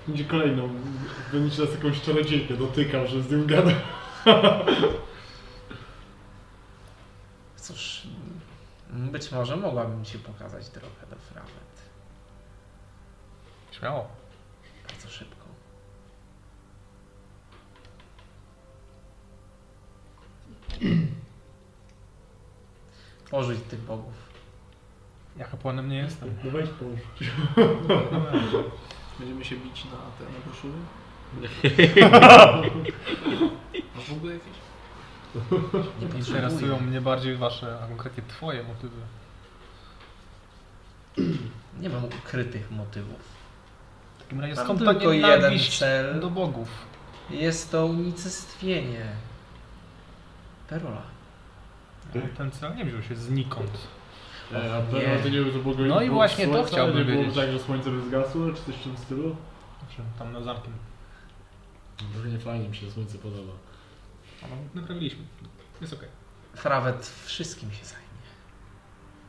Speaker 5: Będzie kolejną. Będzie teraz jakąś czarodziejkę dotykał, że z nią gada.
Speaker 1: Cóż, m, być może mogłabym ci pokazać drogę do Frawet.
Speaker 4: Śmiało.
Speaker 1: Bardzo szybko. Pożyć tych bogów.
Speaker 4: Ja kapłanem nie jestem.
Speaker 5: No weź połóż.
Speaker 2: Będziemy się bić na te na koszuly? Masz w ogóle jakieś?
Speaker 1: Nie
Speaker 4: Interesują
Speaker 1: potrzebuję.
Speaker 4: mnie bardziej wasze, a konkretnie twoje motywy.
Speaker 1: Nie mam ukrytych motywów.
Speaker 4: W takim razie
Speaker 1: Mam
Speaker 4: skąd
Speaker 1: tylko
Speaker 4: takie
Speaker 1: jeden
Speaker 4: nienawiść
Speaker 1: cel.
Speaker 4: do bogów?
Speaker 1: Jest to unicestwienie. Perola.
Speaker 4: Ten cel nie wziął się znikąd.
Speaker 5: E, a
Speaker 1: nie.
Speaker 5: to nie wiem, to było go-
Speaker 4: No i
Speaker 5: było
Speaker 4: właśnie to
Speaker 5: słońca,
Speaker 4: chciałbym
Speaker 5: nie było
Speaker 4: wiedzieć.
Speaker 5: tak, że słońce by zgasło, czy coś w tym stylu?
Speaker 4: Znaczy, tam nad zamkiem.
Speaker 5: Różnie No fajnie mi się słońce podoba.
Speaker 4: A no, naprawiliśmy. Jest okej.
Speaker 1: Frawet wszystkim się zajmie.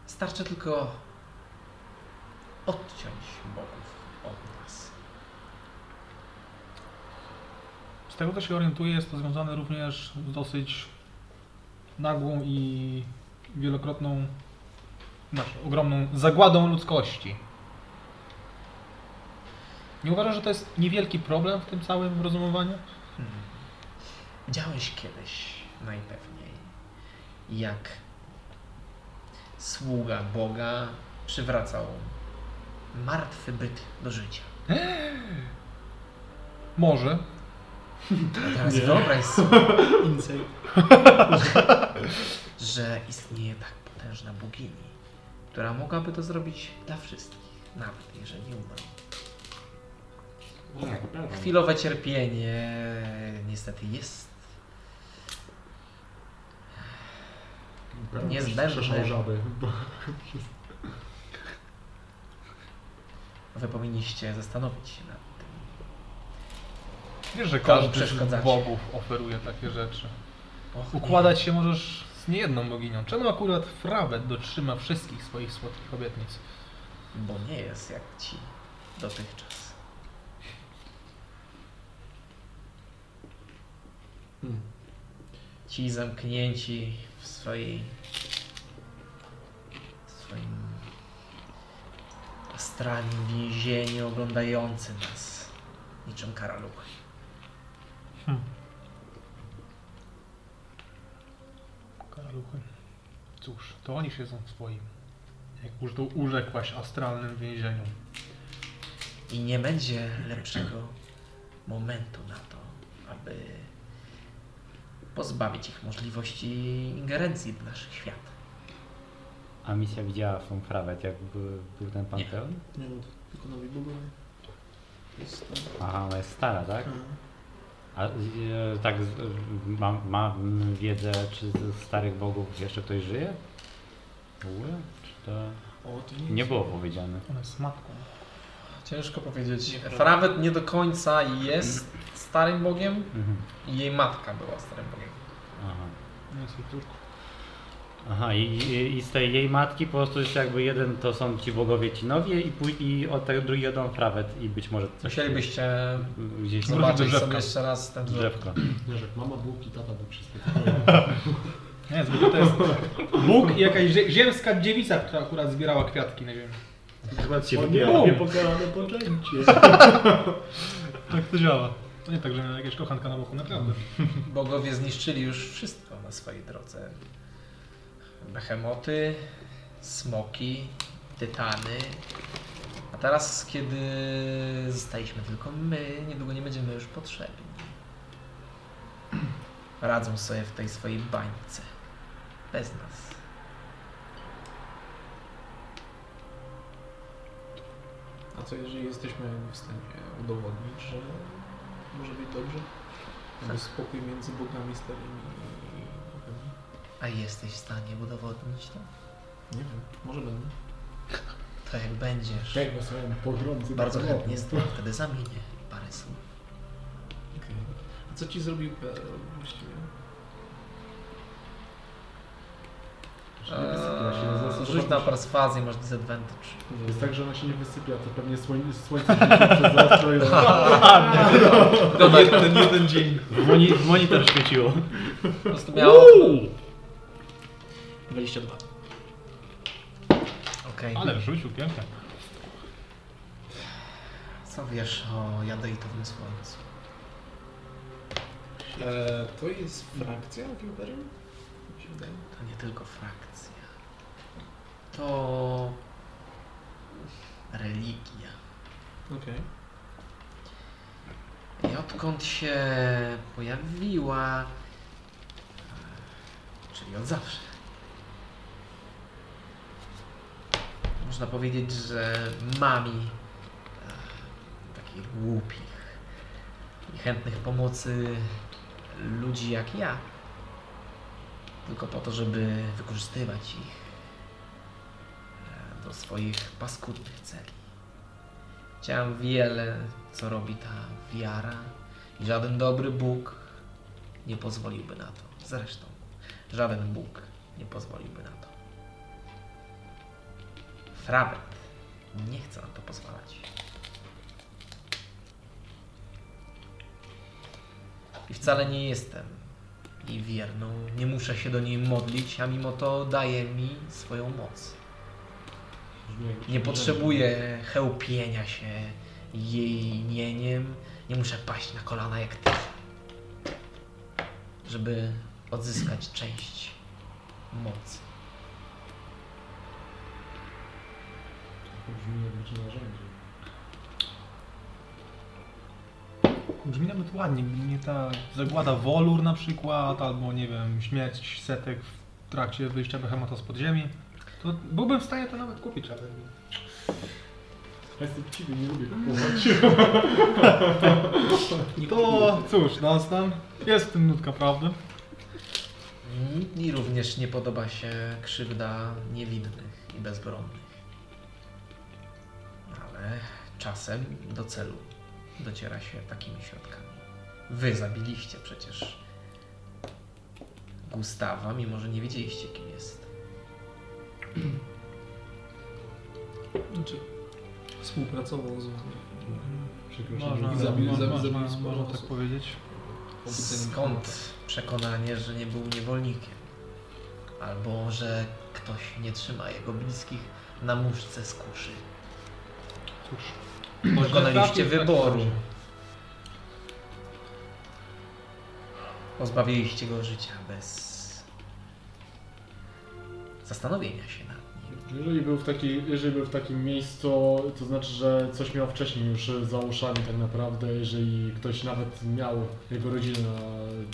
Speaker 1: Starczy tylko odciąć bogów od nas.
Speaker 4: Z tego co się orientuję, jest to związane również z dosyć nagłą i wielokrotną, znaczy ogromną zagładą ludzkości. Nie uważasz, że to jest niewielki problem w tym całym rozumowaniu?
Speaker 1: Hmm. Widziałeś kiedyś najpewniej, jak sługa Boga przywracał martwy byt do życia.
Speaker 4: Może.
Speaker 1: A teraz
Speaker 5: Nie.
Speaker 1: wyobraź sobie,
Speaker 2: Insight.
Speaker 1: że istnieje tak potężna bogini, która mogłaby to zrobić dla wszystkich, nawet jeżeli umarł. Chwilowe cierpienie niestety jest niezbędne.
Speaker 5: Przeszą żaby.
Speaker 1: Wy powinniście zastanowić się nad tym.
Speaker 4: Wiesz, że
Speaker 1: Komu
Speaker 4: każdy z
Speaker 1: przeszkadzacie? Mhm.
Speaker 4: bogów oferuje takie rzeczy.
Speaker 1: Och,
Speaker 4: Układać się możesz z niejedną boginią. Czemu akurat Frawet dotrzyma wszystkich swoich słodkich obietnic?
Speaker 1: nie, Bo nie jest jak ci dotychczas.
Speaker 2: Hmm.
Speaker 1: Ci zamknięci w swojej... w swoim... astralnym więzieniu oglądający nas niczym karaluchy.
Speaker 4: Karaluchy. Cóż, to oni siedzą w swoim. Jak już to urzekłaś astralnym więzieniu.
Speaker 1: I nie będzie lepszego momentu na to, aby pozbawić ich możliwości ingerencji w nasz świat.
Speaker 6: A misja widziała von Frawet, jak był, był ten panteon?
Speaker 2: Nie no, tylko nowi bogowie. To jest tak.
Speaker 6: Aha, ona jest stara, tak?
Speaker 2: Mhm.
Speaker 6: A e, tak, z- e, ma, ma mm, wiedzę, czy ze starych bogów jeszcze ktoś żyje? W ogóle? Czy to...
Speaker 2: O, to nie,
Speaker 6: Nie
Speaker 2: jest-
Speaker 6: było powiedziane.
Speaker 4: Ona jest matką.
Speaker 1: Ciężko powiedzieć.
Speaker 2: Nieprawda.
Speaker 1: Frawet nie do końca jest starym bogiem
Speaker 6: Mhm.
Speaker 1: i jej matka była starym bogiem.
Speaker 6: Aha.
Speaker 4: Nie jest jej córką.
Speaker 6: Aha, i, i, i z tej jej matki po prostu jest jakby jeden to są ci bogowie ci nowi i, pój- i od tego drugi odą frawet i być może coś
Speaker 1: Musielibyście
Speaker 4: Wrócić
Speaker 6: gdzieś
Speaker 4: do
Speaker 1: zobaczyć sobie
Speaker 4: drzewka.
Speaker 1: jeszcze raz ten drzew.
Speaker 6: drzewko.
Speaker 5: Nie, że mama bułki, tata był wszystko.
Speaker 4: Nie, zwykle to jest Bóg i jakaś zie- ziemska dziewica, która akurat zbierała kwiatki na ziemi.
Speaker 5: O nie,
Speaker 6: Bum!
Speaker 5: niepokalane poczęcie.
Speaker 4: Tak to działa. To nie tak, że miała jakieś kochanka na boku, naprawdę.
Speaker 1: Bogowie zniszczyli już wszystko na swojej drodze. Behemoty, smoki, tytany. A teraz, kiedy zostaliśmy tylko my, niedługo nie będziemy już potrzebni. Radzą sobie w tej swojej bańce. Bez nas.
Speaker 2: A co jeżeli jesteśmy w stanie udowodnić, że może być dobrze? Jakby spokój między bogami starymi i nowymi.
Speaker 1: A jesteś w stanie udowodnić to?
Speaker 2: Nie wiem, może będę.
Speaker 1: To jak będziesz,
Speaker 5: Tego Tak, są pogromcy.
Speaker 1: Tak, bardzo
Speaker 5: na
Speaker 1: chętnie z tym wtedy zamienię parę słów.
Speaker 2: Okej. A co ci zrobił PRL właściwie?
Speaker 5: Że nie
Speaker 4: Eee,
Speaker 5: wysypia się, zaraz
Speaker 1: Rzuć na
Speaker 5: zobaczysz.
Speaker 1: perswazję, masz disadvantage.
Speaker 5: Jest tak, że ona się nie wysypia, to pewnie słoń, słońce świeci przez zastrojowe.
Speaker 1: Dodaj,
Speaker 4: Ten jeden dzień.
Speaker 3: W, moni w monitor świeciło.
Speaker 1: po prostu miało...
Speaker 2: 22.
Speaker 1: Okej,
Speaker 4: Ale rzucił pięknie.
Speaker 1: co wiesz o jadeitowym słońcu?
Speaker 2: E, to jest frakcja w Imperium? Mi się wydaje.
Speaker 1: To nie tylko frakcja. To... religia.
Speaker 2: Okej.
Speaker 1: I odkąd się pojawiła, czyli od zawsze, można powiedzieć, że mami e, takich głupich i chętnych pomocy ludzi jak ja, tylko po to, żeby wykorzystywać ich e, do swoich paskudnych celi. Chciałem wiele, co robi ta wiara i żaden dobry Bóg nie pozwoliłby na to. Zresztą, żaden Bóg nie pozwoliłby na to. Frabet nie chce na to pozwalać. I wcale nie jestem jej wierną. Nie muszę się do niej modlić, a mimo to daje mi swoją moc. Nie potrzebuję chełpienia się jej mieniem. Nie muszę paść na kolana jak ty, żeby odzyskać część mocy.
Speaker 5: Brzmi jak być narzędzie.
Speaker 4: Brzmi nawet ładnie, gdyby nie ta zagłada wolur na przykład, albo nie wiem, śmierć setek w trakcie wyjścia behemota z podziemi. To byłbym w stanie to nawet kupić, ale...
Speaker 5: Ja jestem chciwy, nie lubię tak kupować.
Speaker 4: To cóż, nas tam jest w tym nutka prawdy.
Speaker 1: Mi również nie podoba się krzywda niewinnych i bezbronnych. Ale czasem do celu dociera się takimi środkami. Wy zabiliście przecież Gustawa, mimo że nie wiedzieliście, kim jest.
Speaker 2: Znaczy, współpracował z wami.
Speaker 5: Przepraszam.
Speaker 2: I zabił-
Speaker 4: można,
Speaker 2: zabił- zabił
Speaker 4: można,
Speaker 2: sporo
Speaker 4: można tak
Speaker 2: osób.
Speaker 4: powiedzieć.
Speaker 1: Skąd przekonanie, że nie był niewolnikiem? Albo że ktoś nie trzyma jego bliskich na muszce z kuszy.
Speaker 4: Cóż.
Speaker 1: Dokonaliście
Speaker 4: Trafił w
Speaker 5: tak
Speaker 4: takim
Speaker 1: wyboru.
Speaker 4: razie.
Speaker 1: Pozbawiliście go życia bez zastanowienia się nad nim.
Speaker 5: Jeżeli był, w takiej, jeżeli był w takim miejscu, to znaczy, że coś miał wcześniej już za uszami tak naprawdę. Jeżeli ktoś nawet miał jego rodzinę na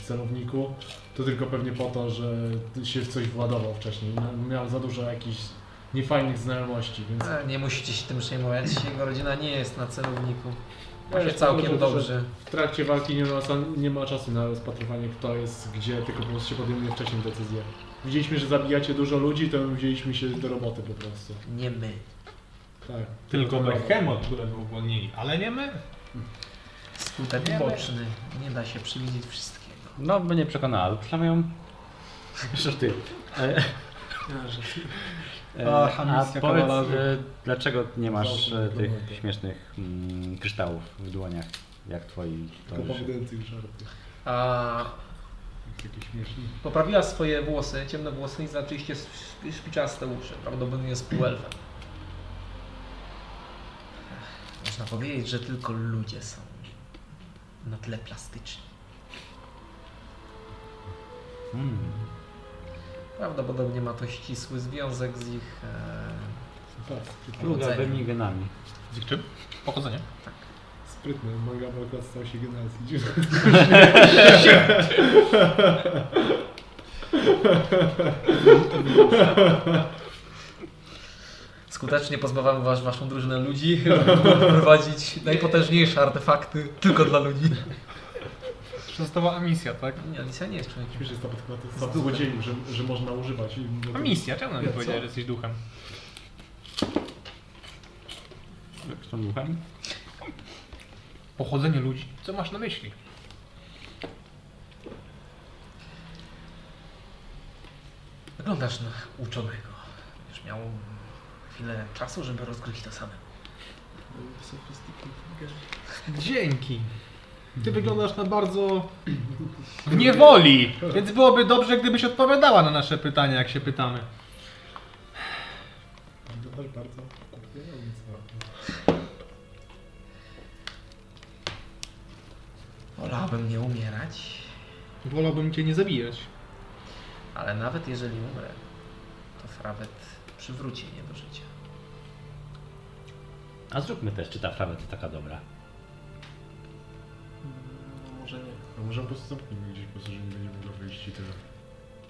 Speaker 5: celowniku, to tylko pewnie po to, że się w coś władował wcześniej. Miał za dużo jakichś niefajnych znajomości, więc...
Speaker 1: A, No, nie musicie się tym przejmować, jego rodzina nie jest na celowniku. Ma
Speaker 5: Ja
Speaker 1: się
Speaker 5: już
Speaker 1: całkiem
Speaker 5: powiem, że
Speaker 1: dobrze.
Speaker 5: W trakcie walki nie ma, sam- nie ma czasu na rozpatrywanie kto jest gdzie, tylko po prostu się podejmuje wcześniej decyzję. Widzieliśmy, że zabijacie dużo ludzi, to my wzięliśmy się do roboty po prostu.
Speaker 1: Nie my.
Speaker 5: Tak.
Speaker 4: Tylko
Speaker 5: Dobra.
Speaker 4: Behemoth, którego uwolnili, ale nie my.
Speaker 1: Skutek
Speaker 4: Nie my.
Speaker 1: boczny. Nie da się przewidzieć wszystkiego.
Speaker 6: No, by nie przekonała, ale przynajmniej ją... Żartuję. E, e,
Speaker 4: Ach,
Speaker 6: a
Speaker 4: misja
Speaker 6: powiedz,
Speaker 4: kawalarzy.
Speaker 6: e, dlaczego nie masz
Speaker 5: Zawsze
Speaker 6: e,
Speaker 5: dyplomaty.
Speaker 6: tych śmiesznych mm, kryształów w dłoniach, jak twoi
Speaker 5: Tylko
Speaker 6: towarzysze?
Speaker 5: powodujących żartów.
Speaker 1: A
Speaker 5: Jakieś śmieszne.
Speaker 1: poprawiła swoje włosy, ciemne włosy i zaczęliście sp- szpiczaste uszy. Prawdopodobnie jest półelfem. Ech, Można powiedzieć, że tylko ludzie są na tle plastyczni.
Speaker 6: Mm.
Speaker 1: Prawdopodobnie ma to ścisły związek z ich... E,
Speaker 5: Tak,
Speaker 6: Plugawymi genami.
Speaker 4: Z czym? Pochodzenie.
Speaker 5: sprytny. Manga walka stał się generacji.
Speaker 1: skutecznie pozbawiamy was, waszą drużynę ludzi, żeby prowadzić najpotężniejsze artefakty tylko dla ludzi.
Speaker 4: Przestała emisja, tak?
Speaker 1: Nie, Alicja nie jest człowiekiem.
Speaker 5: Śmiesznie jest ta podkłada złodzieju, że, że można używać. i-
Speaker 4: Emisja, czemu nam nie
Speaker 5: Co?
Speaker 4: powiedziałeś, że jesteś duchem?
Speaker 6: Jak z tą duchem?
Speaker 4: Pochodzenie ludzi. Co masz na myśli?
Speaker 1: Wyglądasz na uczonego. Już miał chwilę czasu, żeby rozgryźć to samemu.
Speaker 4: Dzięki.
Speaker 5: Ty wyglądasz na bardzo...
Speaker 4: Hmm. W niewoli! Więc byłoby dobrze, gdybyś odpowiadała na nasze pytania, jak się pytamy.
Speaker 5: Wyglądasz No, bardzo... no,
Speaker 1: Wolałabym nie umierać,
Speaker 4: Wolałbym cię nie zabijać.
Speaker 1: ale nawet jeżeli umrę, to Frawet przywróci mnie do życia.
Speaker 6: A zróbmy też, czy ta frawa to taka dobra.
Speaker 2: Może nie.
Speaker 5: A może No, po prostu zamknijmy gdzieś, po prostu, że nie będzie mogła wyjść i tyle.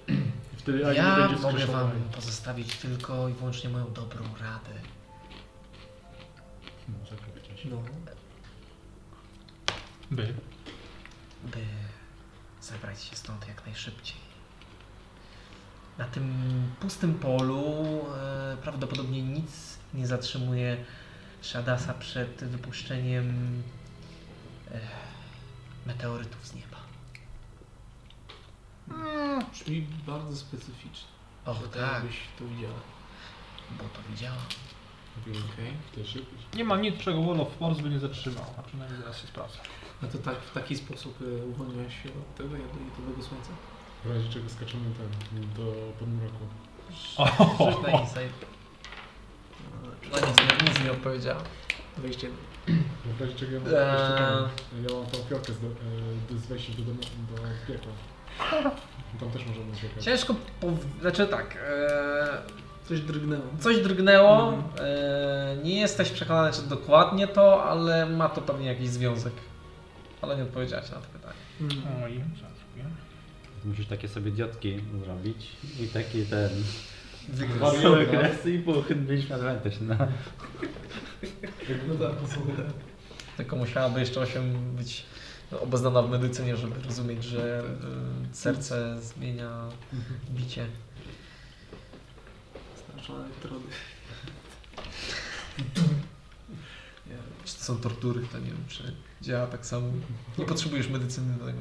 Speaker 5: I wtedy ani nie
Speaker 1: ja
Speaker 5: będzie
Speaker 1: mogę
Speaker 5: skrzeszona.
Speaker 1: wam pozostawić tylko i wyłącznie moją dobrą radę.
Speaker 5: Może powiedzieć.
Speaker 2: No.
Speaker 4: By.
Speaker 1: by zabrać się stąd jak najszybciej. Na tym pustym polu e, prawdopodobnie nic nie zatrzymuje Shadasa przed wypuszczeniem e, meteorytów z nieba.
Speaker 2: Brzmi bardzo specyficznie.
Speaker 1: O
Speaker 2: Że
Speaker 1: tak,
Speaker 2: Jakbyś to widziała.
Speaker 1: bo to widziałam.
Speaker 2: Okej.
Speaker 5: Ty szybko.
Speaker 4: Nie mam nic, czego Wall of Force by nie zatrzymał. A przynajmniej zaraz się sprawdza.
Speaker 2: A to tak, w taki sposób y, uwolniłaś się od tego jadowitego słońca?
Speaker 5: W razie czego skaczemy ten, do podmroku.
Speaker 1: Rzuć na insight. No nic, nie- nic nie odpowiedziałam.
Speaker 2: 21.
Speaker 5: W razie czego ja mam,
Speaker 1: Eee.
Speaker 5: jeszcze ten, ja mam tą fiorkę z, do, e, z wejściem do, domu, do piekła. Tam też możemy uciekać.
Speaker 1: Ciężko, pow- znaczy tak, e,
Speaker 2: Coś drgnęło.
Speaker 1: Coś drgnęło.
Speaker 2: Mhm.
Speaker 1: E, nie jesteś przekonany, czy dokładnie to, ale ma to pewnie jakiś związek. Ale nie odpowiedziałaś na to pytanie.
Speaker 2: Mm.
Speaker 4: Oj,
Speaker 6: Musisz takie sobie diotki zrobić i taki ten...
Speaker 1: Wygryzł.
Speaker 6: Cały kres i pół, mieliśmy advantage na... no.
Speaker 1: Tylko musiałaby jeszcze 8 być no, obeznana w medycynie, żeby rozumieć, że e, serce zmienia bicie.
Speaker 2: Starczone elektrody. Nie,
Speaker 1: Czy to są tortury, to nie wiem, czy działa tak samo. Nie potrzebujesz medycyny do tego.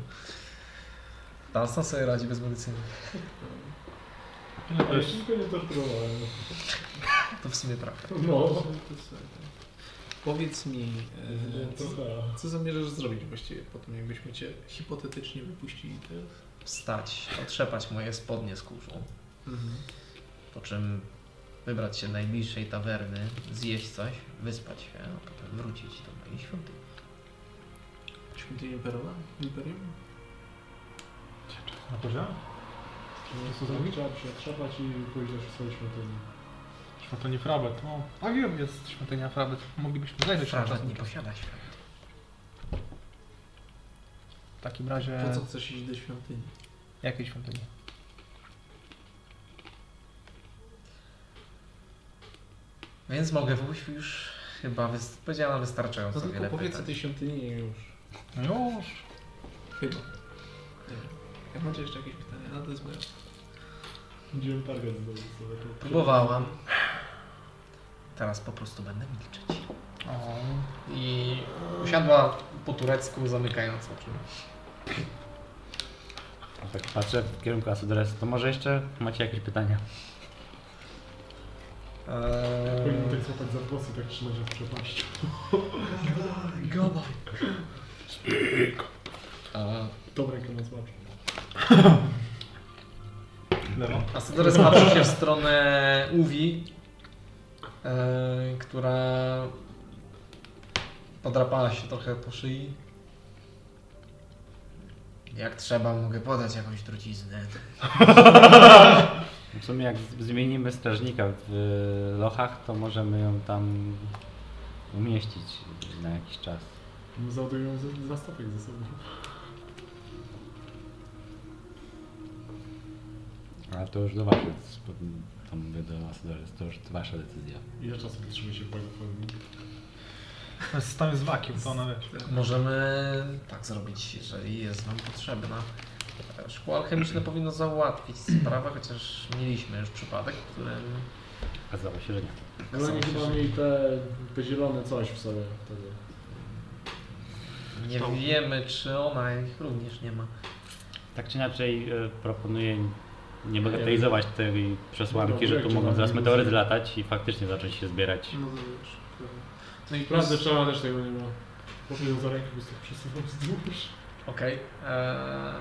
Speaker 1: Dansa sobie radzi bez medycyny.
Speaker 5: Ja już nikogo nie torturowałem.
Speaker 1: To w sumie prawda.
Speaker 5: No.
Speaker 2: to jest tak. Powiedz mi, e,
Speaker 5: To
Speaker 2: co,
Speaker 5: da.
Speaker 2: co zamierzasz zrobić właściwie po tym, jakbyśmy cię hipotetycznie wypuścili teraz?
Speaker 1: Wstać, otrzepać moje spodnie z kurzą.
Speaker 2: Mhm.
Speaker 1: Po czym wybrać się do najbliższej tawerny, zjeść coś, wyspać się, a potem wrócić do mojej świątyni.
Speaker 2: Świątyni Imperium? Imperium?
Speaker 4: Na poziomie?
Speaker 5: Czy nie trzeba się otrzepać i pójść do swojej świątyni.
Speaker 4: Świątyni Frabet. No, a wiem, jest świątynia Frabet. Moglibyśmy znaleźć na
Speaker 1: Frabet
Speaker 4: czas.
Speaker 1: nie posiada świat.
Speaker 4: W takim razie...
Speaker 2: Po co chcesz iść do świątyni?
Speaker 4: Jakiej świątyni?
Speaker 1: Więc mogę pójść już chyba wys- powiedziałam wystarczająco
Speaker 2: No tylko
Speaker 1: wiele
Speaker 2: powiedz o
Speaker 1: pytań.
Speaker 2: tej świątyni już.
Speaker 4: No już.
Speaker 2: Chyba. Nie wiem. Jak macie jeszcze jakieś pytania? No to jest moja.
Speaker 5: Gdzie target zdobył sobie?
Speaker 1: Próbowałam. Teraz po prostu będę milczeć.
Speaker 4: O,
Speaker 1: I usiadła po turecku, zamykając oczy.
Speaker 6: A tak patrzę w kierunku Asudres. To może jeszcze macie jakieś pytania?
Speaker 1: Eee,
Speaker 5: Powinien tak złapać za włosy, tak trzymać w przepaści.
Speaker 1: Gadaj.
Speaker 5: Tą rękę ma złapać.
Speaker 4: lewo.
Speaker 1: A Sodores patrzy się w stronę Uwi, e, która podrapała się trochę po szyi. Jak trzeba, mogę podać jakąś truciznę.
Speaker 6: W sumie jak z- zmienimy strażnika w y, lochach, to możemy ją tam umieścić na jakiś czas.
Speaker 5: No, Załadują z- z nastawek ze sobą.
Speaker 6: Ale to już do waszej, to mówię do Asudres, to już wasza decyzja.
Speaker 5: Ile czasu trzymaj się w pajdofonie?
Speaker 4: To jest, tam jest wakium, to ona wiesz.
Speaker 1: Możemy tak zrobić, jeżeli jest nam potrzebna. E, Szkło alchemiczne powinno załatwić sprawę, chociaż mieliśmy już przypadek, w którym
Speaker 6: Okazało się, że nie.
Speaker 5: Ale oni chyba mieli te, te zielone coś w sobie wtedy.
Speaker 1: nie wiemy, czy ona ich również nie ma.
Speaker 6: Tak czy inaczej e, proponuję nie no, bagatelizować tej przesłanki, że tu mogą zaraz meteoryty latać i faktycznie zacząć się zbierać.
Speaker 2: No to wiesz. kurwa. No i
Speaker 5: Prawdę
Speaker 2: plus,
Speaker 5: trzeba też tego nie ma. Powinien za rękę po prostu przesuwał wzdłuż.
Speaker 1: Okej. eee,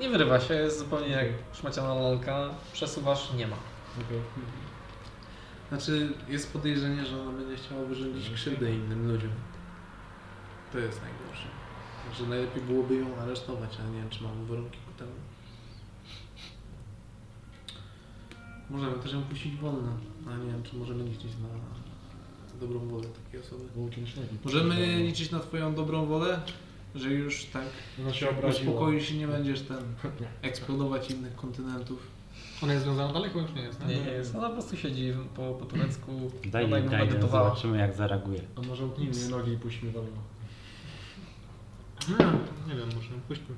Speaker 1: Nie wyrywa się, jest zupełnie jak szmaciana lalka. Przesuwasz, nie ma.
Speaker 5: Okej.
Speaker 2: znaczy jest podejrzenie, że ona będzie chciała wyrządzić krzywdę innym ludziom. To jest najgorsze. Także najlepiej byłoby ją aresztować, ale nie wiem, czy mamy warunki ku temu. Możemy też ją puścić wolno, ale nie wiem, czy możemy liczyć na dobrą wolę takiej osoby.
Speaker 5: Włókien śniegi.
Speaker 2: Możemy liczyć na twoją dobrą wolę, że już tak
Speaker 5: Ona się obraziła.
Speaker 2: uspokoisz i nie będziesz ten eksplodować innych kontynentów.
Speaker 4: Ona jest związana daleko już nie jest,
Speaker 1: Nie, nie jest. Ona po prostu siedzi po, po turecku.
Speaker 6: Daj
Speaker 1: Ona
Speaker 6: jej,
Speaker 1: jakby
Speaker 6: daj jej,
Speaker 1: medytowała.
Speaker 6: zobaczymy jak zareaguje.
Speaker 5: A może utnij mnie nogi i puść mnie wolno.
Speaker 4: Nie wiem, może puśćmy.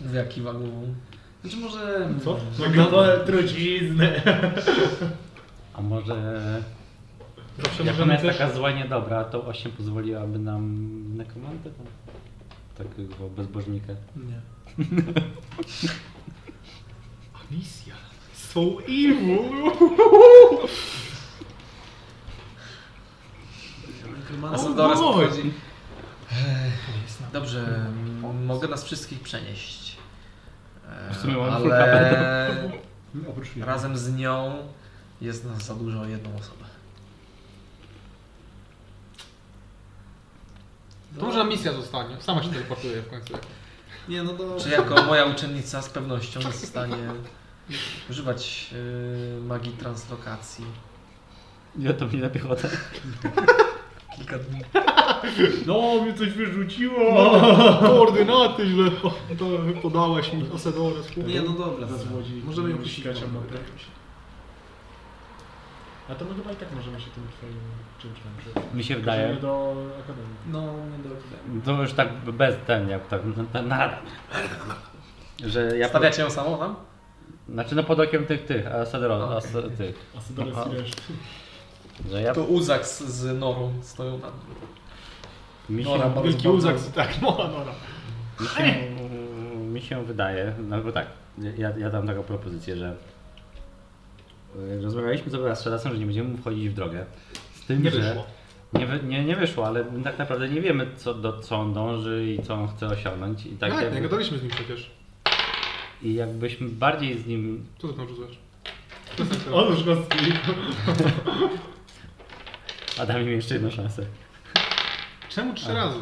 Speaker 1: Dwie kiwa głową.
Speaker 2: Znaczy może...
Speaker 5: Co? no,
Speaker 2: Zagadałem
Speaker 5: truciznę.
Speaker 6: A może
Speaker 4: Zawsze
Speaker 6: jak
Speaker 4: możemy
Speaker 6: ona jest
Speaker 4: też...
Speaker 6: taka zła niedobra, to 8 pozwoliłaby nam nekromantę tam? Tak, Takiego bezbożnika.
Speaker 2: Nie.
Speaker 5: Misja. So evil.
Speaker 1: A
Speaker 2: Nekromancja-
Speaker 1: Sandoras
Speaker 5: mój!
Speaker 1: podchodzi. Eee, Dobrze, m- mogę nas wszystkich przenieść. Eee,
Speaker 6: W sumie mam full
Speaker 1: ale
Speaker 5: Oprócz mnie.
Speaker 1: razem z nią jest nas za dużo o jedną osobę.
Speaker 4: To może misja zostanie. Sama się teleportuje w końcu.
Speaker 2: Nie, no to...
Speaker 1: Czy jako moja uczennica z pewnością jest w stanie używać eee, magii translokacji.
Speaker 6: Ja to mnie na piechotę.
Speaker 1: Kilka dni
Speaker 5: No, mnie coś wyrzuciło. No, koordynaty źle to podałeś mi. Osadores.
Speaker 2: Nie, no dobra.
Speaker 5: Za
Speaker 2: dobra.
Speaker 5: złodziej.
Speaker 2: Możemy ją
Speaker 5: Nie
Speaker 2: puścić.
Speaker 5: uciekać, a
Speaker 2: wolno,
Speaker 5: ma
Speaker 2: wydaje mi się.
Speaker 5: A to my chyba i tak możemy się tym twoim czymś tam przyjrzeć.
Speaker 6: Mi się wydaje.
Speaker 5: Możemy do akademii.
Speaker 2: No, nie dobra.
Speaker 6: To już tak bez ten, jak tak na- na- nada. Że ja
Speaker 1: Stawiacie ją samą tam?
Speaker 6: Znaczy no pod okiem tych tych, Asadro,
Speaker 1: Okej.
Speaker 6: as, tych.
Speaker 5: Asadores
Speaker 6: Aha.
Speaker 5: i reszty.
Speaker 6: Że ja
Speaker 1: To Uzak z, z Norą stoją tam.
Speaker 6: mi się,
Speaker 1: Nora, bardzo,
Speaker 5: Wielki
Speaker 1: bardzo,
Speaker 5: uzak, tak, moja nora.
Speaker 6: mi się, mi się wydaje, no bo tak, ja, ja dam taką propozycję, że y, rozmawialiśmy sobie raz z Shadasem, że nie będziemy mu wchodzić w drogę. Z tym,
Speaker 4: Nie
Speaker 6: że
Speaker 4: wyszło.
Speaker 6: Nie, wy, nie, nie wyszło, ale my tak naprawdę nie wiemy co, do co on dąży i co on chce osiągnąć. I, tak
Speaker 4: Tak, nie
Speaker 6: jakby,
Speaker 4: gadaliśmy z nim przecież.
Speaker 6: I jakbyśmy bardziej z nim
Speaker 4: Co ty tam rzucasz?
Speaker 5: On już nas
Speaker 6: A dam im jeszcze jedną szansę.
Speaker 4: Czemu trzy razy?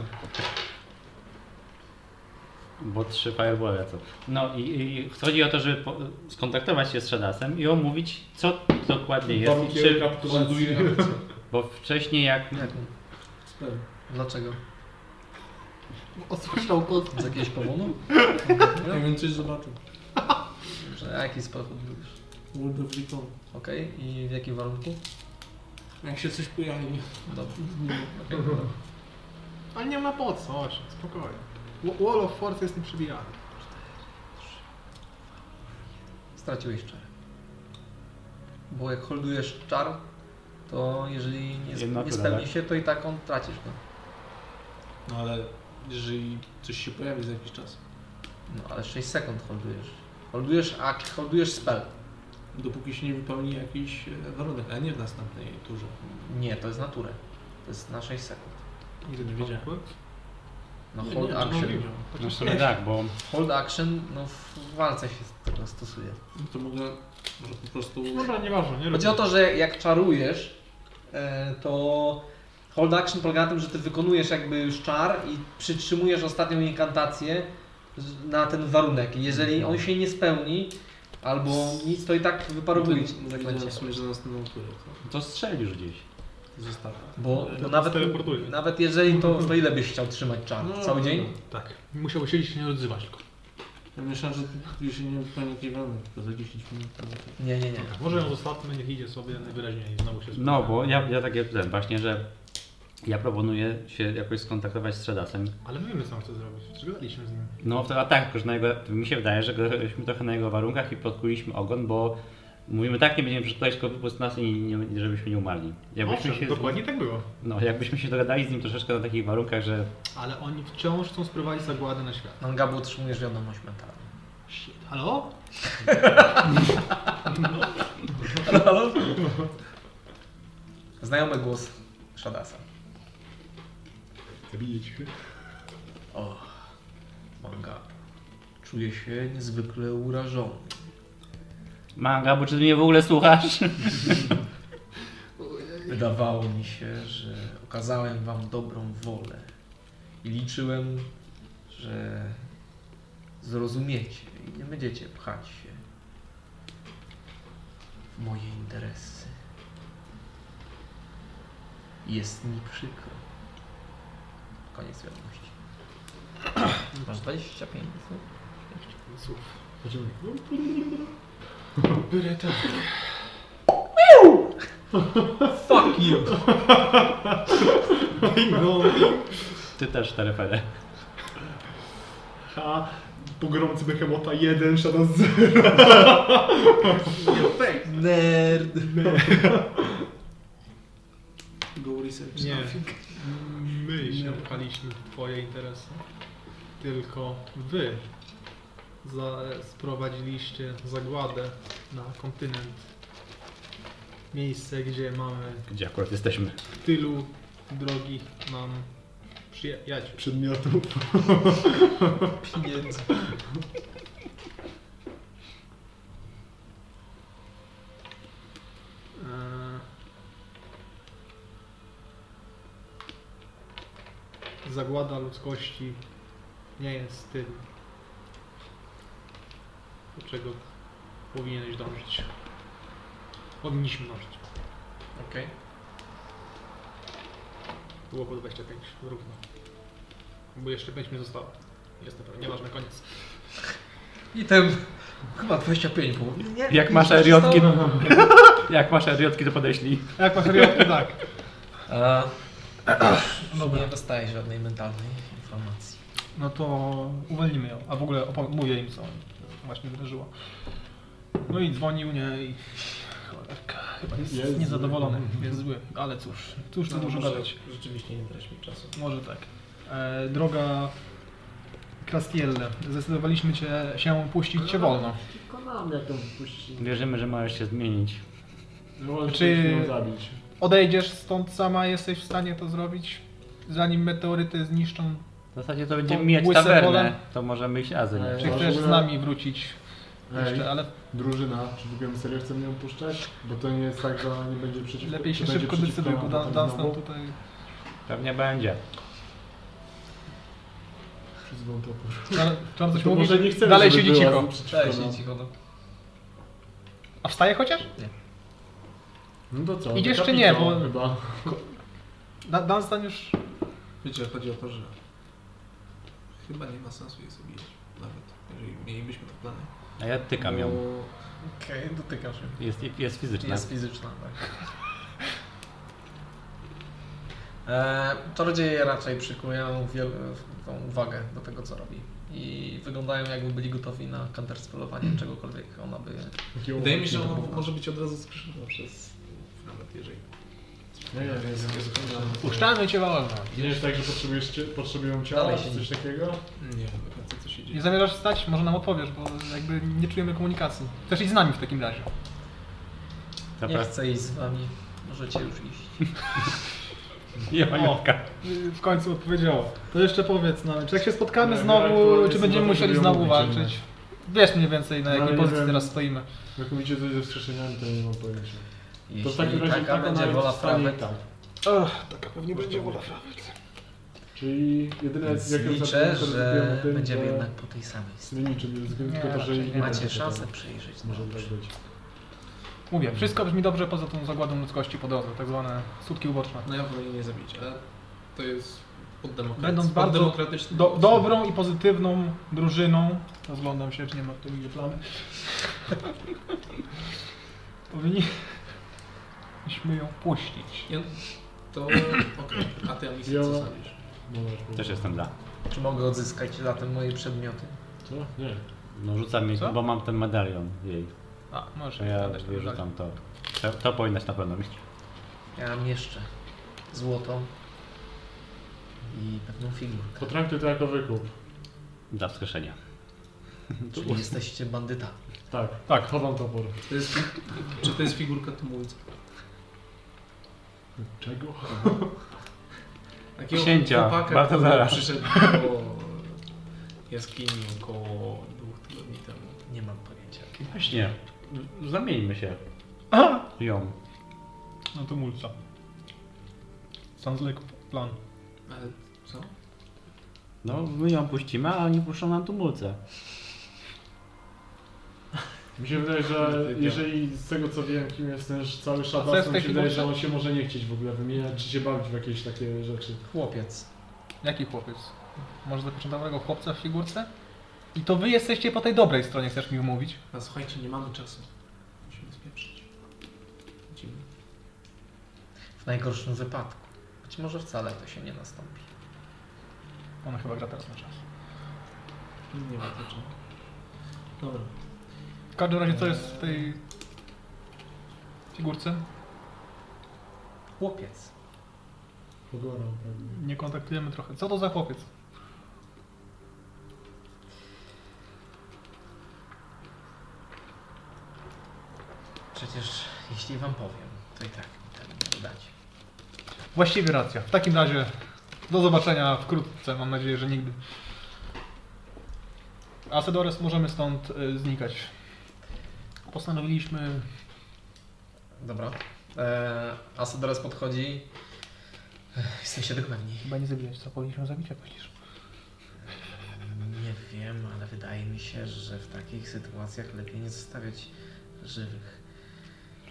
Speaker 6: Bo trzy fireballe lecą. No i, i chodzi o to, żeby po, skontaktować się z Shadasem i omówić, co dokładnie jest. I
Speaker 5: Warunki
Speaker 6: czy,
Speaker 5: rekapitulacji.
Speaker 6: bo wcześniej jak...
Speaker 1: Jak?
Speaker 2: Sprawdź.
Speaker 1: Dlaczego?
Speaker 6: Osłyszał kot.
Speaker 1: Z jakiegoś powodu?
Speaker 2: Ja bym coś zobaczył.
Speaker 1: Że a jaki sposób lubisz?
Speaker 2: World of Recon.
Speaker 1: Okej, i w jakim warunku?
Speaker 2: Jak się coś pojawi.
Speaker 1: Dobrze.
Speaker 2: Okay, Ale nie ma po co, osiem, spokojnie. Wa- Wall of Force jest nieprzebijany.
Speaker 1: Straciłeś czar. Bo jak holdujesz czar, to jeżeli nie,
Speaker 6: Jedna
Speaker 1: nie
Speaker 6: tura,
Speaker 1: spełni
Speaker 6: tak?
Speaker 1: się, to i tak on tracisz go.
Speaker 2: No ale jeżeli coś się pojawi za jakiś czas,
Speaker 1: No ale 6 sekund holdujesz. Holdujesz akt, holdujesz spell.
Speaker 2: dopóki się nie wypełni jakiś e, warunek, a nie w następnej turze.
Speaker 1: Nie, to jest naturę. To jest na 6 sekund.
Speaker 2: Nigdy nie wiedziałem.
Speaker 1: No
Speaker 2: Nie,
Speaker 1: hold
Speaker 2: nie,
Speaker 1: action.
Speaker 2: nie wiedziałem.
Speaker 6: No w sumie tak, bo
Speaker 1: Hold action, no w walce się tego stosuje.
Speaker 2: No to mogę może po prostu...
Speaker 4: No,
Speaker 5: Dobra, nieważne, nie
Speaker 1: Chodzi o to, że jak czarujesz, e, to hold action polega na tym, że ty wykonujesz jakby już czar i przytrzymujesz ostatnią inkantację z- na ten warunek. Jeżeli on się nie spełni, albo nic, to i tak wyparowuje ci
Speaker 2: No
Speaker 1: to
Speaker 2: to
Speaker 1: zaklęcie.
Speaker 2: widziałem w sumie, że na następną turę to
Speaker 6: to strzelisz gdzieś.
Speaker 2: zostawię.
Speaker 1: Bo,
Speaker 5: To
Speaker 1: bo
Speaker 5: to
Speaker 1: nawet,
Speaker 5: teleportuje.
Speaker 1: nawet jeżeli to, to ile byś chciał trzymać czar?
Speaker 2: No,
Speaker 1: Cały
Speaker 2: no,
Speaker 1: dzień?
Speaker 4: Tak. Musiał siedzieć i się nie odzywać tylko.
Speaker 2: Ja myślałem, że tu się nie wypełni jakiś warunek, tylko za 10 minut. to będzie.
Speaker 1: Nie, nie, nie.
Speaker 4: Może ją zostawmy, niech idzie sobie najwyraźniej znowu się spotka.
Speaker 6: No bo ja, ja tak jak ten właśnie, że ja proponuję się jakoś skontaktować z Shadasem.
Speaker 4: Ale my wiemy co on chce zrobić, przegadaliśmy z nim.
Speaker 6: No to a tak, tylko że na jego, mi się wydaje, że graliśmy trochę na jego warunkach i podkuliśmy ogon, bo mówimy tak, nie będziemy przeczytać, tylko wypust nas i nie, nie, żebyśmy nie umarli. Jakbyśmy
Speaker 4: Owszem,
Speaker 6: się,
Speaker 4: dokładnie tak było.
Speaker 6: no, jakbyśmy się dogadali z nim troszeczkę na takich warunkach, że
Speaker 4: Ale oni wciąż chcą sprowadzić zagładę na świat.
Speaker 1: Mangabu otrzymujesz wiadomość mentalną.
Speaker 4: Shit. Halo?
Speaker 1: Znajomy głos Shadasa.
Speaker 5: Zabiję cię.
Speaker 1: O, manga. Czuję się niezwykle urażony.
Speaker 6: manga, bo czy ty mnie w ogóle słuchasz?
Speaker 1: Wydawało mi się, że okazałem wam dobrą wolę i liczyłem, że zrozumiecie i nie będziecie pchać się w moje interesy. Jest mi przykro. Koniec wiadomości. Masz 25 słów?
Speaker 5: Chodzimy.
Speaker 1: Fuck you!
Speaker 6: Ty też, Terefere.
Speaker 5: Ha, pogromcy Behemota 1, Shadow 0.
Speaker 1: Nerd!
Speaker 2: Go research.
Speaker 4: Nie. My się pchaliśmy w twoje interesy. Tylko wy za- sprowadziliście zagładę na kontynent. Miejsce, gdzie mamy
Speaker 6: Gdzie akurat jesteśmy?
Speaker 4: tylu drogich nam przyjaciół.
Speaker 5: Przedmiotów.
Speaker 1: Pieniędzy.
Speaker 4: Eee. Zagłada ludzkości nie jest tym, do czego powinieneś dążyć. Powinniśmy dążyć.
Speaker 1: Okej.
Speaker 4: Było po 25 równo. Bo jeszcze 5 mi zostało. Jestem pewien, nieważne, koniec.
Speaker 1: I ten chyba 25 było. Nie,
Speaker 6: Jak masz eriotki, jak masz eriotki, to podeślij.
Speaker 4: Jak masz seriotkę, tak.
Speaker 1: A, E, no nie dostaję żadnej mentalnej informacji.
Speaker 4: No to uwolnimy ją. A w ogóle opo- mówię im, co właśnie wydarzyło. No i dzwonił, nie i... Cholerka, chyba jest,
Speaker 5: Jest zły.
Speaker 4: niezadowolony, jest zły, ale cóż, cóż tu
Speaker 2: No,
Speaker 4: dużo
Speaker 2: może
Speaker 4: gadać.
Speaker 2: Rzeczywiście nie brać mi czasu.
Speaker 4: Może tak. E, droga Krastielle, zdecydowaliśmy cię, się puścić cię wolno.
Speaker 5: Konam jak to wypuścić.
Speaker 6: Wierzymy, że możesz się zmienić.
Speaker 5: Czy...
Speaker 4: Czy-
Speaker 5: ją zabić.
Speaker 4: Odejdziesz stąd sama, jesteś w stanie to zrobić? Zanim meteoryty zniszczą?
Speaker 6: W zasadzie to będziemy
Speaker 4: To
Speaker 6: mieć
Speaker 4: łyse
Speaker 6: tabernę,
Speaker 4: pole.
Speaker 6: to możemy iść razem.
Speaker 5: Ale-
Speaker 4: Czy
Speaker 5: No,
Speaker 4: chcesz
Speaker 5: żeby-
Speaker 4: z nami wrócić
Speaker 5: Ej,
Speaker 4: jeszcze, ale
Speaker 5: drużyna, czy w ogóle serio chcemy ją puszczać? Bo to nie jest tak, że ona nie będzie przeciwko...
Speaker 4: lepiej się
Speaker 5: będzie
Speaker 4: szybko
Speaker 5: przeciwko
Speaker 4: decyduj, bo
Speaker 5: nam
Speaker 4: da,
Speaker 5: potem
Speaker 1: E.
Speaker 4: Dunstan
Speaker 5: znowu.
Speaker 4: tutaj...
Speaker 6: Pewnie będzie.
Speaker 5: Przyzwał topór.
Speaker 4: Ale Czarno coś
Speaker 5: To
Speaker 4: mówi,
Speaker 5: może nie chcemy,
Speaker 4: dalej
Speaker 5: żeby
Speaker 4: siedzi
Speaker 5: była
Speaker 4: cicho.
Speaker 5: przeciwko
Speaker 1: Cześć,
Speaker 5: nam.
Speaker 1: idź cicho. No.
Speaker 4: A wstaje chociaż?
Speaker 5: No to co?
Speaker 4: Idziesz
Speaker 5: do
Speaker 4: czy nie,
Speaker 5: kapitału
Speaker 4: bo-
Speaker 5: Chyba.
Speaker 4: Da, Dan stan już...
Speaker 2: Wiecie, chodzi o to, że chyba nie ma sensu je zabijać. Nawet jeżeli mielibyśmy te plany.
Speaker 6: A ja tykam ją.
Speaker 2: Bo
Speaker 1: Okej, dotykasz się.
Speaker 6: Jest, jest fizyczna.
Speaker 1: Jest fizyczna, tak. E, Czarodzieje raczej przykuwają wiel- tą uwagę do tego, co robi. I wyglądają, jakby byli gotowi na counterspellowanie czegokolwiek ona by.
Speaker 5: Takie
Speaker 2: Wydaje mi się, że
Speaker 5: uwagi
Speaker 2: ona
Speaker 5: do Boga.
Speaker 2: może być od razu skrzydła przez... Nawet jeżeli...
Speaker 5: Nie, nie, nie,
Speaker 2: Jest-
Speaker 5: nie.
Speaker 2: jest-
Speaker 4: Puszczamy no cię wolno.
Speaker 5: Nie jest tak, że potrzebujesz, cie- potrzebują ciała
Speaker 1: Dalej
Speaker 5: czy
Speaker 1: się
Speaker 5: coś takiego?
Speaker 2: Nie wiem do końca co się
Speaker 4: Nie
Speaker 2: dzieje.
Speaker 4: zamierzasz wstać? Może nam odpowiesz, bo jakby nie czujemy komunikacji. Chcesz iść z nami w takim razie.
Speaker 1: Nie
Speaker 6: Zapra-
Speaker 1: chcę iść z wami. Możecie już iść.
Speaker 6: Nie ma Jurka.
Speaker 4: Y, W końcu odpowiedziała. To jeszcze powiedz nam, czy jak się spotkamy
Speaker 5: Nie,
Speaker 4: znowu,
Speaker 5: ewentualnie
Speaker 4: czy będziemy
Speaker 5: zobaczę,
Speaker 4: musieli
Speaker 5: czy ją
Speaker 4: znowu
Speaker 5: mówicie,
Speaker 4: walczyć? Wiesz mniej więcej na
Speaker 5: No,
Speaker 4: jakiej
Speaker 5: ale nie
Speaker 4: pozycji
Speaker 5: wiem.
Speaker 4: teraz stoimy.
Speaker 5: Jak mówicie coś ze wskrzeszeniami, to nie mam pojęcia.
Speaker 1: Jeśli
Speaker 5: To w takim razie tak,
Speaker 1: taka będzie
Speaker 5: nawet
Speaker 1: wola
Speaker 5: stanie i
Speaker 1: prawek,
Speaker 5: tak.
Speaker 4: taka
Speaker 5: Nie będzie wola Czyli jedyne
Speaker 1: więc
Speaker 5: jak ją
Speaker 1: liczę,
Speaker 5: zapomnę, to
Speaker 1: że
Speaker 5: rozmawiamy o tym,
Speaker 1: będziemy
Speaker 5: że
Speaker 1: jednak po tej samej
Speaker 5: Z
Speaker 1: stronie.
Speaker 5: tym niczym nie ryzykujemy,
Speaker 4: Nie,
Speaker 5: tylko to, że
Speaker 4: raczej
Speaker 5: jej
Speaker 4: nie.
Speaker 5: nie
Speaker 1: Macie
Speaker 5: będzie
Speaker 1: szansę no.
Speaker 5: potem.
Speaker 1: przyjrzeć.
Speaker 5: Może
Speaker 1: nam.
Speaker 5: tak być.
Speaker 4: Mówię, wszystko brzmi dobrze poza tą zagładą ludzkości po drodze, tak zwane sutki uboczne.
Speaker 2: No ja wolę jej nie zabić, ale to jest pod demokracją.
Speaker 4: Będąc bardzo
Speaker 2: demokratycznym.
Speaker 4: Do, dobrą i pozytywną drużyną, rozglądam się, czy nie ma w tym idzie plamy, powinniśmy ją puścić.
Speaker 2: Ja- To okej, a ty Amisy,
Speaker 5: Ja-
Speaker 2: co sądzisz?
Speaker 5: No, Może- tak
Speaker 6: Też jestem dla.
Speaker 1: Czy mogę odzyskać latem moje przedmioty?
Speaker 5: Co? Nie.
Speaker 6: No rzucam jej,
Speaker 4: Co?
Speaker 6: bo mam ten medalion jej.
Speaker 4: A, możesz
Speaker 6: To ja
Speaker 4: wkładać, tak.
Speaker 6: wyrzucam to. To, to powinnaś na pewno mieć.
Speaker 1: Ja mam jeszcze złoto i pewną figurkę.
Speaker 5: Potraktuj to jako wykup.
Speaker 6: Dla wskrzeszenia.
Speaker 1: Czyli jesteście bandyta.
Speaker 5: Tak. Tak. Chowam topór.
Speaker 2: To jest, czy to jest figurka tumulca?
Speaker 5: Czego?
Speaker 2: Takiego
Speaker 6: Księcia
Speaker 2: chłopaka, który
Speaker 6: Baltazara.
Speaker 2: przyszedł do jaskini około dwóch tygodni temu.
Speaker 1: Nie mam pojęcia.
Speaker 6: Właśnie. Z- Zamieńmy się. Ją.
Speaker 4: No to mulca. Sounds like plan.
Speaker 2: Ale co?
Speaker 6: No my ją puścimy, a oni puszczą nam tumulce.
Speaker 5: Mi się wydaje, że
Speaker 2: Zbyt, ja.
Speaker 5: jeżeli z tego co wiem, kim jest też cały
Speaker 4: A co
Speaker 5: szabas,
Speaker 4: jest
Speaker 5: to mi się
Speaker 4: taki
Speaker 5: wydaje,
Speaker 4: duży?
Speaker 5: że on się może nie chcieć w ogóle wymieniać, czy się bawić w jakieś takie rzeczy.
Speaker 1: Chłopiec.
Speaker 4: Jaki chłopiec? Może zapoczątkowego chłopca w figurce? I to wy jesteście po tej dobrej stronie, chcesz mi umówić?
Speaker 2: A słuchajcie, nie mamy czasu. Musimy spieprzyć. Dziwne.
Speaker 1: W najgorszym wypadku. Być może wcale to się nie nastąpi.
Speaker 4: Ona chyba gra teraz na czas.
Speaker 2: Nie wiem dlaczego. Dobra.
Speaker 4: W każdym razie, co jest w tej figurce?
Speaker 1: Chłopiec.
Speaker 5: Pogorą pewnie.
Speaker 4: Nie kontaktujemy trochę. Co to za chłopiec?
Speaker 1: Przecież jeśli wam powiem, to i tak mi tego nie udacie.
Speaker 4: Właściwie racja. W takim razie do zobaczenia wkrótce. Mam nadzieję, że nigdy. A Sedores możemy stąd y, znikać. Postanowiliśmy.
Speaker 1: Dobra. Eee, Asadores podchodzi. E, Ech, Jesteście tego pewni.
Speaker 4: Chyba nie zabijać, co powinniśmy zabić, jak myślisz?
Speaker 1: Nie wiem, ale wydaje mi się, że w takich sytuacjach lepiej nie zostawiać żywych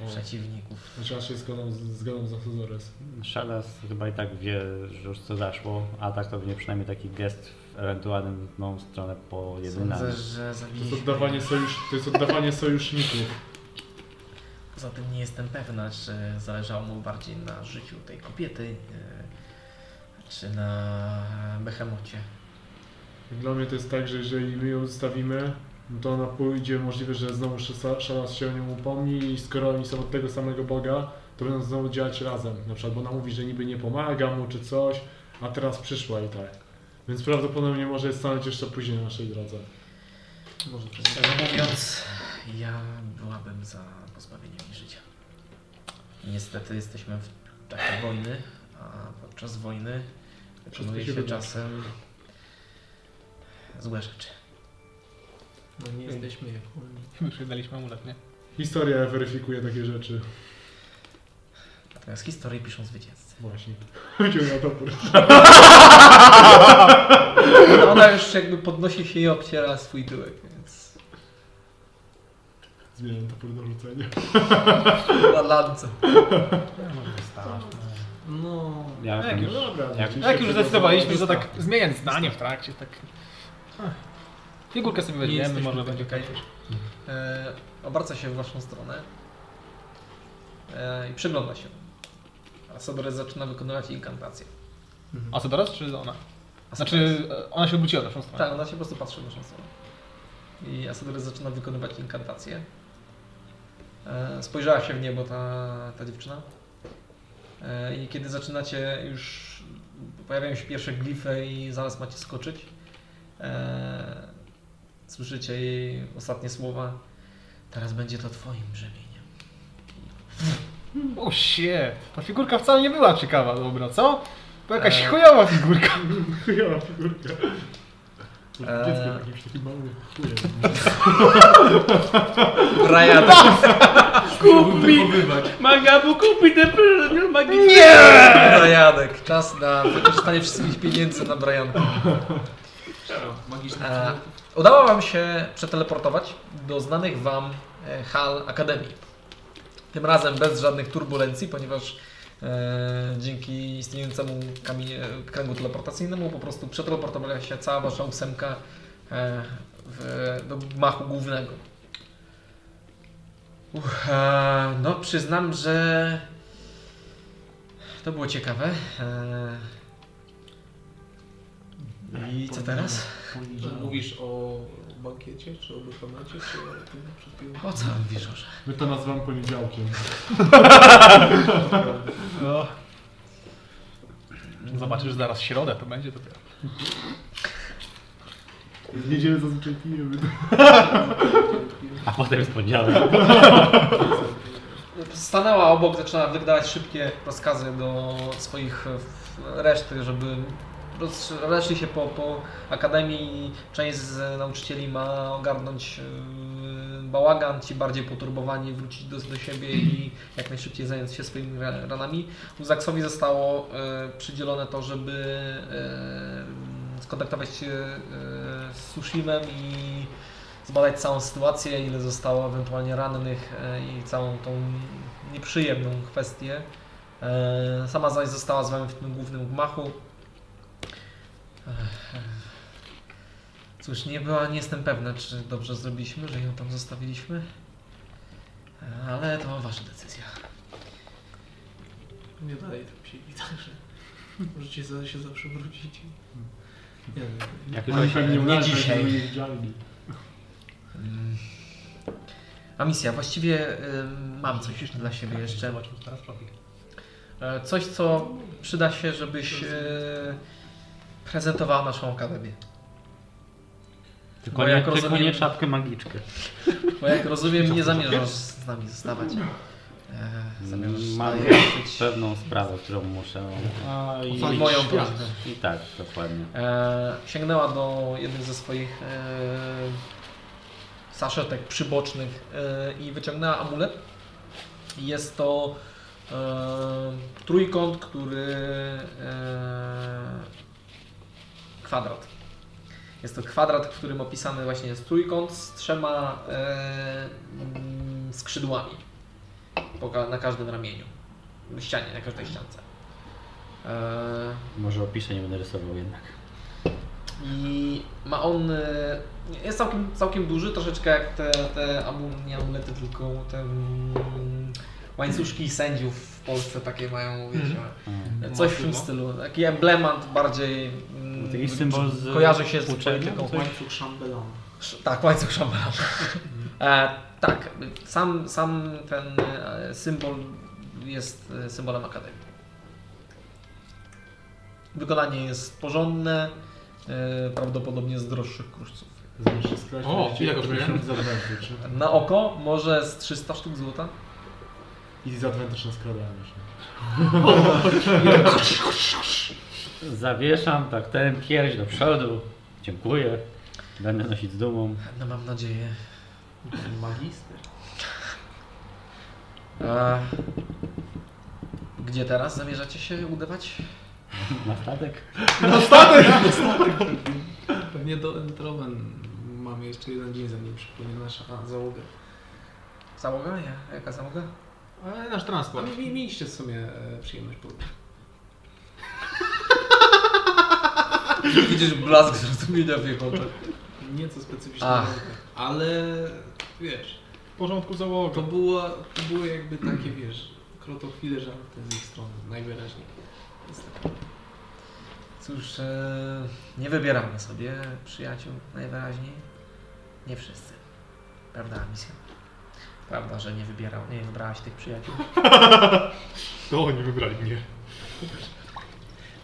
Speaker 1: przeciwników.
Speaker 5: Znaczy aż się zgadzam, zgadzam z Asuzores.
Speaker 6: Szalas chyba i tak wie, że już co zaszło, a tak to będzie przynajmniej taki gest w ewentualną stronę po
Speaker 1: Sądzę,
Speaker 6: jedynami.
Speaker 1: że
Speaker 5: To jest
Speaker 1: zabiliśmy.
Speaker 5: oddawanie, sojusz, to jest oddawanie sojuszników.
Speaker 1: Poza tym nie jestem pewna, czy zależało mu bardziej na życiu tej kobiety, e, czy na behemocie.
Speaker 5: Dla mnie to jest tak, że jeżeli my ją zostawimy, no to ona pójdzie, możliwe, że znowu Sza- Szalas się o nią upomni i skoro oni są od tego samego Boga, to będą znowu działać razem. Na przykład, bo ona mówi, że niby nie pomaga mu czy coś, a teraz przyszła i tak. Więc prawdopodobnie może stanąć jeszcze później na naszej drodze.
Speaker 2: Może to
Speaker 1: Szczerze mówiąc, ja byłabym za pozbawieniem jej życia. Niestety jesteśmy w czasie wojny, a podczas wojny wykonuje
Speaker 5: się
Speaker 1: się
Speaker 5: wyda.
Speaker 1: czasem złe rzeczy.
Speaker 2: No nie jesteśmy jak oni.
Speaker 4: My przydaliśmy amulet, nie?
Speaker 5: Historia weryfikuje takie rzeczy.
Speaker 1: Natomiast historię piszą zwycięzcy.
Speaker 5: Właśnie. Wyciągnął topór.
Speaker 1: No ona już jakby podnosi się i obciera swój tyłek, więc
Speaker 5: Zmieniam topór do rzucenia.
Speaker 1: na lance.
Speaker 2: No,
Speaker 6: Ja
Speaker 4: Jak
Speaker 6: tam
Speaker 4: już?
Speaker 5: Dobra.
Speaker 6: Jak-
Speaker 5: widzicie,
Speaker 4: No Jak już
Speaker 5: się
Speaker 4: zdecydowaliśmy, że
Speaker 5: to-
Speaker 4: tak zmieniać zdanie w trakcie, tak... Ach. Figurkę sobie weźmiemy,
Speaker 1: jesteśmy
Speaker 4: może
Speaker 1: tak
Speaker 4: będzie okej.
Speaker 1: okej. E, obraca się w waszą stronę e, i przygląda się. A Sadores zaczyna wykonywać inkantację.
Speaker 4: A co teraz, czy ona?
Speaker 1: A
Speaker 4: Znaczy, e, ona się obróciła w naszą stronę.
Speaker 1: Tak, ona się po prostu patrzy w naszą stronę. I Asadores zaczyna wykonywać inkantację. E, spojrzała się w niebo ta, ta dziewczyna. E, I kiedy zaczynacie już, pojawiają się pierwsze glify i zaraz macie skoczyć. E, słyszycie jej ostatnie słowa. Teraz będzie to twoim brzemieniem.
Speaker 4: O shit, ta figurka wcale nie była ciekawa, dobra, co? To jakaś
Speaker 1: Eee.
Speaker 4: chujowa figurka.
Speaker 5: Chujowa figurka.
Speaker 1: Eee.
Speaker 5: Dziecko jakimś takim małym chujem.
Speaker 1: Raja
Speaker 2: kup mi!
Speaker 3: Mangabu, kupi ten przedmiot magiczny!
Speaker 1: Brajanek, czas na wykorzystanie wszystkich pieniędzy na Brajanka.
Speaker 2: Magiczne.
Speaker 1: E, udało Wam się przeteleportować do znanych Wam e, hal Akademii. Tym razem bez żadnych turbulencji, ponieważ e, dzięki istniejącemu kamie, kręgu teleportacyjnemu po prostu przeteleportowała się cała Wasza ósemka e, w, do machu głównego. Uch, e, no przyznam, że to było ciekawe. E, I co teraz?
Speaker 2: Mówisz o bankiecie, czy o dokonacie, czy o tym przed chwilą?
Speaker 1: O co mówisz, Orze?
Speaker 5: My to nazywamy poniedziałkiem.
Speaker 4: No. Zobaczysz zaraz środę, to będzie dopiero.
Speaker 5: W niedzielę zazwyczaj pijemy.
Speaker 6: A potem jest poniedziałek.
Speaker 1: Stanęła obok, zaczęła wydawać szybkie rozkazy do swoich e, w- reszty, żeby roz- rozeszli się po, po akademii i część z nauczycieli ma ogarnąć e, bałagan, ci bardziej poturbowani wrócić do, do siebie i jak najszybciej zająć się swoimi ra- ranami. Uzaksowi zostało e, przydzielone to, żeby e, skontaktować się e, z Sushimem i zbadać całą sytuację, ile zostało ewentualnie rannych e, i całą tą nieprzyjemną kwestię. E, Sama zaś została z wami w tym głównym gmachu. Ech. Cóż, nie była, nie jestem pewna, czy dobrze zrobiliśmy, że ją tam zostawiliśmy. E, Ale to wasza decyzja.
Speaker 2: Nie dalej tam siedzi, także możecie za- się zawsze wrócić. Nie wiem.
Speaker 6: Jak już
Speaker 5: Oni pewnie u
Speaker 6: właśnie...
Speaker 5: nas
Speaker 1: dzisiaj.
Speaker 5: będą jeździali.
Speaker 1: Mm. A misja, właściwie ym, mam coś jeszcze dla siebie jeszcze. E, Coś, co przyda się, żebyś e, prezentowała naszą akademię.
Speaker 6: Tylko,
Speaker 1: Bo
Speaker 6: nie,
Speaker 1: jak
Speaker 6: tylko
Speaker 1: rozumiem-
Speaker 6: nie czapkę magiczkę.
Speaker 1: Bo jak rozumiem, nie zamierzasz z nami zostawać. E, Zamierzasz
Speaker 6: Mm, Mam
Speaker 1: dalej walczyć
Speaker 6: pewną sprawę, którą muszę... A,
Speaker 1: pod
Speaker 6: i,
Speaker 1: moją prośbę.
Speaker 6: I tak, dokładnie.
Speaker 1: E, sięgnęła do jednych ze swoich e, saszetek przybocznych e, i wyciągnęła amulet. Jest to e, trójkąt, który e, kwadrat. Jest to kwadrat, w którym opisany właśnie jest trójkąt z trzema e, mm, skrzydłami po ka- na każdym ramieniu, na ścianie, na każdej ściance. E,
Speaker 6: Może opiszę, nie będę rysował jednak.
Speaker 1: i ma on. e, Jest całkiem, całkiem duży, troszeczkę jak te, te amu- nie amulety, tylko te mm, łańcuszki sędziów w Polsce takie mają, wiecie. Coś w tym stylu. Taki emblemat bardziej. mm,
Speaker 6: Taki symbol z
Speaker 1: Kojarzy się z
Speaker 6: włóczenia?
Speaker 1: polityką.
Speaker 6: Coś?
Speaker 2: Łańcuch szambelon.
Speaker 1: Sz- Tak, łańcuch szambala. E, tak, sam, sam ten e, symbol jest e, symbolem Akademii. Wykonanie jest porządne, e, prawdopodobnie z droższych kruszców.
Speaker 5: Zamiast się skrać,
Speaker 2: O,
Speaker 5: będziecie
Speaker 2: ile kosztuje?
Speaker 5: robić zadvantage.
Speaker 1: Na oko może z 300 sztuk złota.
Speaker 5: I zadvantage na skradanie się.
Speaker 6: Zawieszam tak ten pierś do przodu. Dziękuję. Będę nosić z dumą.
Speaker 1: No mam nadzieję.
Speaker 2: Magister.
Speaker 1: E, Gdzie teraz zamierzacie się udawać?
Speaker 6: Na statek?
Speaker 2: Pewnie do Entrowen mamy jeszcze jeden dzień, zanim przypłynie nasza załoga.
Speaker 1: Załoga? Ja- Jaka załoga?
Speaker 4: Ale nasz transport.
Speaker 2: Ale mi- mieliście w sumie e, przyjemność podróży.
Speaker 1: Widzisz blask zrozumienia w jego oczach.
Speaker 2: Nieco specyficznego,
Speaker 1: Ach.
Speaker 2: ale wiesz,
Speaker 4: W porządku
Speaker 2: to
Speaker 4: załoga.
Speaker 2: było, to było jakby takie, wiesz, krotochwile żarty z ich strony, najwyraźniej. Więc tak,
Speaker 1: Cóż, e, nie wybieramy sobie przyjaciół najwyraźniej. Nie wszyscy. Prawda, misja? Prawda, że nie wybierał, nie wybrałaś tych przyjaciół.
Speaker 5: To oni wybrali mnie.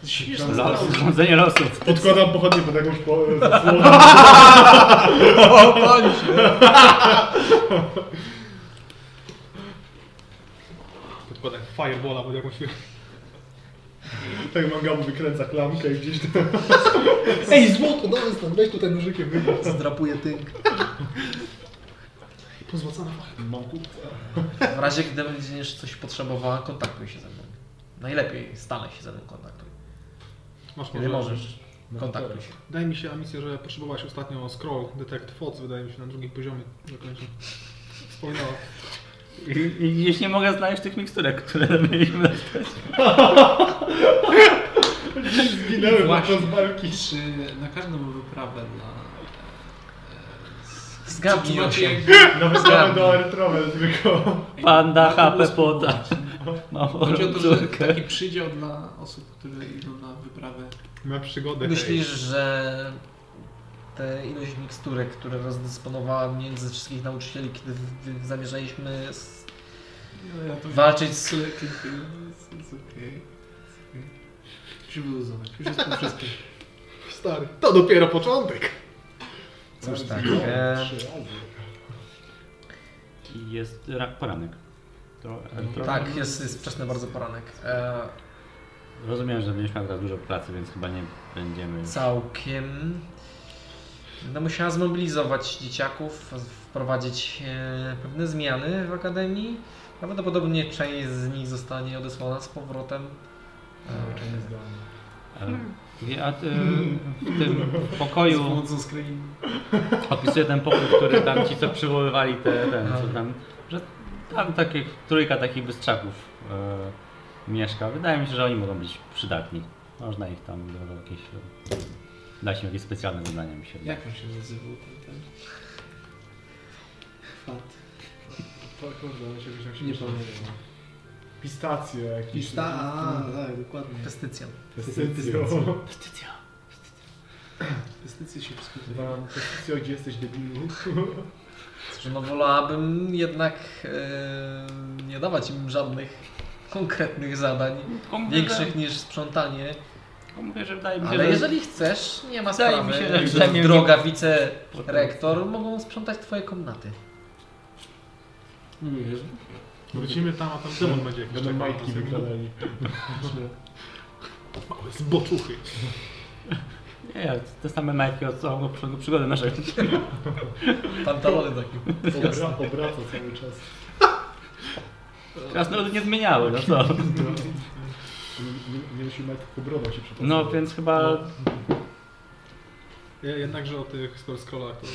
Speaker 2: Śmieszne
Speaker 6: Los,
Speaker 2: sprawy.
Speaker 6: rządzenie losów.
Speaker 5: Podkładam pochodnie pod jakąś po, zasłonę.
Speaker 4: Podkładam firebola pod jakąś...
Speaker 5: Tak mangabu wykręca klamkę i gdzieś tam... Ej, złoto, no jest tam, weź tutaj nożykiem wygląd.
Speaker 1: Zdrapuje tynk.
Speaker 5: Pozłacana Mam kupca.
Speaker 1: W razie, gdy będziesz coś potrzebowała, kontaktuj się ze mną. Najlepiej stale się ze mną kontaktuj.
Speaker 4: Masz
Speaker 1: Jeżeli możesz, kontaktuj się.
Speaker 4: Daj mi się misję, że potrzebowałeś ostatnio scroll Detect Thoughts, wydaje mi się, na drugim poziomie zakończył. Wspomniała.
Speaker 6: I, I gdzieś nie mogę znaleźć tych miksturek, które mieliśmy.
Speaker 5: Zginęły
Speaker 2: Właśnie.
Speaker 5: podczas walki.
Speaker 2: Czy na każdą wyprawę dla... e, z- czy
Speaker 1: Zgadnij
Speaker 2: macie
Speaker 1: osiem.
Speaker 2: jakby-
Speaker 5: Nawet
Speaker 1: Zgadnij.
Speaker 5: nawet do Erytrowy tylko.
Speaker 6: Panda,
Speaker 2: Jak to
Speaker 6: HP,
Speaker 2: było
Speaker 6: poda. No, Małą
Speaker 2: Chodzi o to, że
Speaker 6: córkę.
Speaker 2: taki przydział dla osób, które idą na wyprawę.
Speaker 4: Na przygodę.
Speaker 1: Myślisz, że te ilość miksturek, które rozdysponowałam między wszystkich nauczycieli, kiedy w- w- zamierzaliśmy z...
Speaker 2: No, ja to
Speaker 1: walczyć z
Speaker 2: Sklepy, to jest- jest okej. Już wyluzować, już jest po wszystkim.
Speaker 5: Stary, to dopiero początek.
Speaker 1: Cóż
Speaker 5: Raz,
Speaker 1: tak,
Speaker 5: dwa,
Speaker 1: e,
Speaker 5: trzy razy.
Speaker 6: I jest ra- poranek. To, to,
Speaker 1: Tak, jest, jest wczesny bardzo poranek. E,
Speaker 6: Rozumiem, że będziesz miał teraz dużo pracy, więc chyba nie będziemy.
Speaker 1: całkiem. No musiała zmobilizować dzieciaków, wprowadzić e, pewne zmiany w akademii. Prawdopodobnie część z nich zostanie odesłana z powrotem. e,
Speaker 5: Kurczę, nie zdałem.
Speaker 6: e,
Speaker 2: Hmm.
Speaker 6: A, a ty, w tym pokoju.
Speaker 2: Z pomocą screen.
Speaker 6: Opisuję ten pokój, który tam ci co przywoływali te, ten, co tam, że tam takie, trójka takich bystrzaków e, mieszka. Wydaje mi się, że oni mogą być przydatni. Można ich tam do, do jakieś, e, dać im jakieś specjalne zadania mi się wydaje.
Speaker 2: Jak on się nazywał ten ten? Fat.
Speaker 5: To kurde, ale się jakoś
Speaker 2: Nie
Speaker 5: nie
Speaker 2: pamiętam.
Speaker 5: pamiętam. Pistacje jakieś.
Speaker 2: Pista, a, tak, dokładnie.
Speaker 1: Pestycją.
Speaker 5: Pestycjo.
Speaker 6: Pestycja.
Speaker 2: Pestycje się wszystko
Speaker 5: Wam pestycjo, gdzie jesteś debilu?
Speaker 1: Cóż, no wolałabym jednak e, nie dawać im żadnych konkretnych zadań,
Speaker 6: No,
Speaker 1: większych niż sprzątanie.
Speaker 6: Mówię, że wydaje mi się,
Speaker 1: Ale
Speaker 6: że
Speaker 1: jeżeli chcesz, nie ma
Speaker 6: Wydaje
Speaker 1: sprawy.
Speaker 6: mi się, że
Speaker 1: Jakby
Speaker 6: przynajmniej-
Speaker 1: droga wicerektor mogą sprzątać twoje komnaty.
Speaker 2: Mówisz?
Speaker 4: Wrócimy tam, a tam Szymon będzie jakiś
Speaker 5: Będą
Speaker 4: taki
Speaker 5: majtki
Speaker 4: pasek.
Speaker 5: wykradali.
Speaker 4: Małe zboczuchy.
Speaker 6: nie, te same majtki od całego przygody- przygody naszej.
Speaker 1: Pantalony takie.
Speaker 5: Obra, obraca cały czas.
Speaker 6: Krasnoludy nie zmieniały, no co.
Speaker 5: Nie- Nie, nie musi majtek obroda się przypomnieć.
Speaker 6: No więc chyba
Speaker 4: Ja jednakże o tych scroll- scrollach to...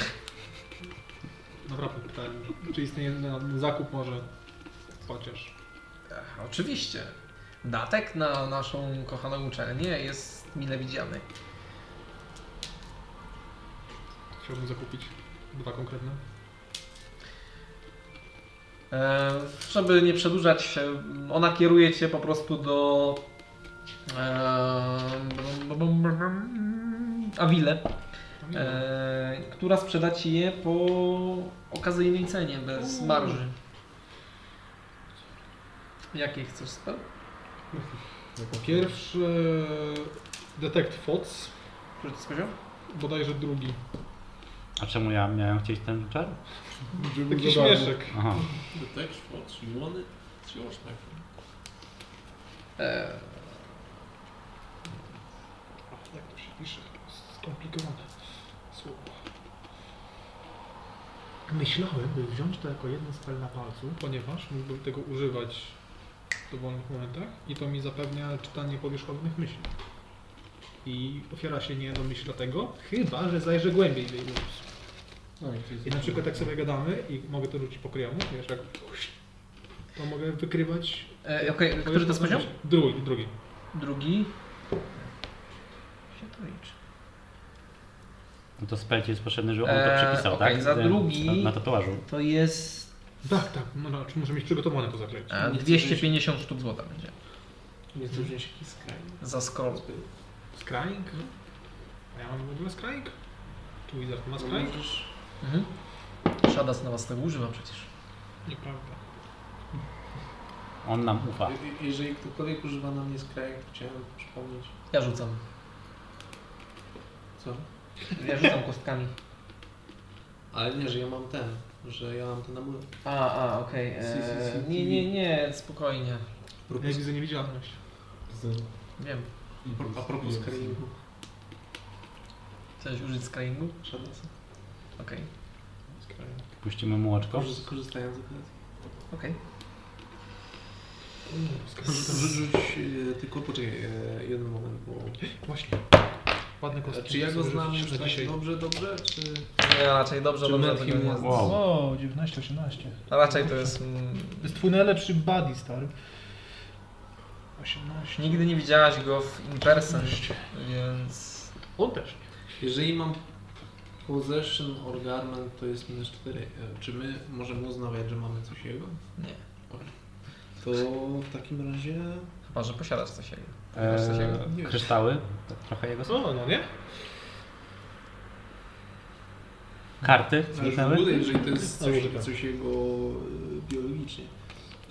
Speaker 4: Naprawdę pytałem, czy istnieje na na zakup może chociaż.
Speaker 1: Ach, Oczywiście. Datek na naszą kochaną uczelnię jest mile widziany.
Speaker 4: Chciałbym zakupić dwa konkretne.
Speaker 1: E, żeby nie przedłużać, e, ona kieruje cię po prostu do. E, brum, brum, brum, Avile,
Speaker 4: Tam nie ma.
Speaker 1: e, która sprzeda ci je po okazyjnej cenie, bez marży. Jakie chcesz spell?
Speaker 4: Po pierwsze... Detect Thoughts,
Speaker 1: Który to jest poziom?
Speaker 4: bodajże drugi.
Speaker 6: A czemu ja miałem chcieć ten czar?
Speaker 5: Żeby
Speaker 4: Taki
Speaker 5: za darmo.
Speaker 4: śmieszek.
Speaker 6: Aha.
Speaker 2: Detect what you want it, it's yours, my friend.
Speaker 1: E,
Speaker 4: Jak to się pisze? Skomplikowane słowo. Myślałem, by wziąć to jako jeden spel na palcu, ponieważ mógłbym tego używać dowolnych momentach i to mi zapewnia czytanie powierzchownych myśli. I ofiara się nie domyśla tego, chyba że zajrzę głębiej w jej umysł.
Speaker 5: No i to jest-
Speaker 4: I na przykład jak sobie gadamy i mogę to rzucić po kryjomu, wiesz, jak to mogę wykrywać...
Speaker 1: E, Okej, który to jest poziom?
Speaker 4: Drugi, drugi.
Speaker 1: Drugi. Się to liczy.
Speaker 6: No to spelcie jest potrzebny, żeby on
Speaker 1: Eee,
Speaker 6: to przepisał,
Speaker 1: okej,
Speaker 6: tak?
Speaker 1: za
Speaker 6: Ten-
Speaker 1: drugi-
Speaker 6: Na, na tatuażu.
Speaker 1: To jest
Speaker 4: Tak, tak, no, no czy muszę mieć przygotowane to zaklęcie.
Speaker 1: e, 250 sztuk złota będzie.
Speaker 2: Nie chcę wziąć jakiś skrajny.
Speaker 1: Za scroll.
Speaker 4: Skrajnik? A ja mam w ogóle skrajnik? Czy Wizard ma skrajnik?
Speaker 1: Mhm. Shadas na was tego używa przecież.
Speaker 4: Nieprawda.
Speaker 6: On nam ufa.
Speaker 2: Je- Jeżeli ktokolwiek używa na mnie skrajek, to chciałem przypomnieć.
Speaker 1: Ja rzucam.
Speaker 2: Co?
Speaker 1: Ja rzucam kostkami.
Speaker 2: Ale nie, że ja mam ten, że ja mam ten amulet.
Speaker 1: A, a, okej.
Speaker 2: Si, si, si,
Speaker 1: e,
Speaker 2: si.
Speaker 1: Nie, nie, nie, spokojnie.
Speaker 4: Ja widzę niewidzialność.
Speaker 1: Wiem.
Speaker 2: A propos skrajingu,
Speaker 1: Chcesz użyć scryingu?
Speaker 2: szadasa.
Speaker 1: Okej,
Speaker 6: Puścimy mu oczko.
Speaker 2: Korzyst- Korzystając z okazji.
Speaker 1: okej.
Speaker 2: Rzuć, rzuć e, tylko poczekaj, e, jeden moment, bo...
Speaker 4: Właśnie. Ładne
Speaker 2: A
Speaker 4: kostki.
Speaker 2: Czy ja go
Speaker 4: Sobie
Speaker 2: znam
Speaker 4: rzucić
Speaker 2: już
Speaker 4: na
Speaker 2: tak
Speaker 4: dzisiaj.
Speaker 2: dobrze, dobrze, czy...
Speaker 1: Nie, No raczej dobrze,
Speaker 2: Czy
Speaker 1: dobrze.
Speaker 2: Melchior
Speaker 1: tego nie-
Speaker 2: nie zna?
Speaker 6: Wow.
Speaker 4: O, 19, 18.
Speaker 1: A Raczej to jest... mm,
Speaker 4: To jest twój najlepszy buddy, stary. 18.
Speaker 1: Nigdy nie widziałaś go w in person, więc...
Speaker 4: On też.
Speaker 2: Jeżeli mam possession or garment, to jest minus 4. E, Czy my możemy uznawać, że mamy coś jego?
Speaker 1: Nie.
Speaker 2: To w takim razie...
Speaker 1: Chyba, że posiadasz coś jego.
Speaker 6: Eee,
Speaker 1: Masz coś jego?
Speaker 2: Nie.
Speaker 6: kryształy. To Trochę jego są.
Speaker 4: O, no nie?
Speaker 6: Karty
Speaker 2: Ale już w
Speaker 6: zniknęły.
Speaker 2: ogóle, Tak, no, jeżeli to jest
Speaker 4: Ale
Speaker 2: coś,
Speaker 4: może tak.
Speaker 2: coś jego e, biologicznie.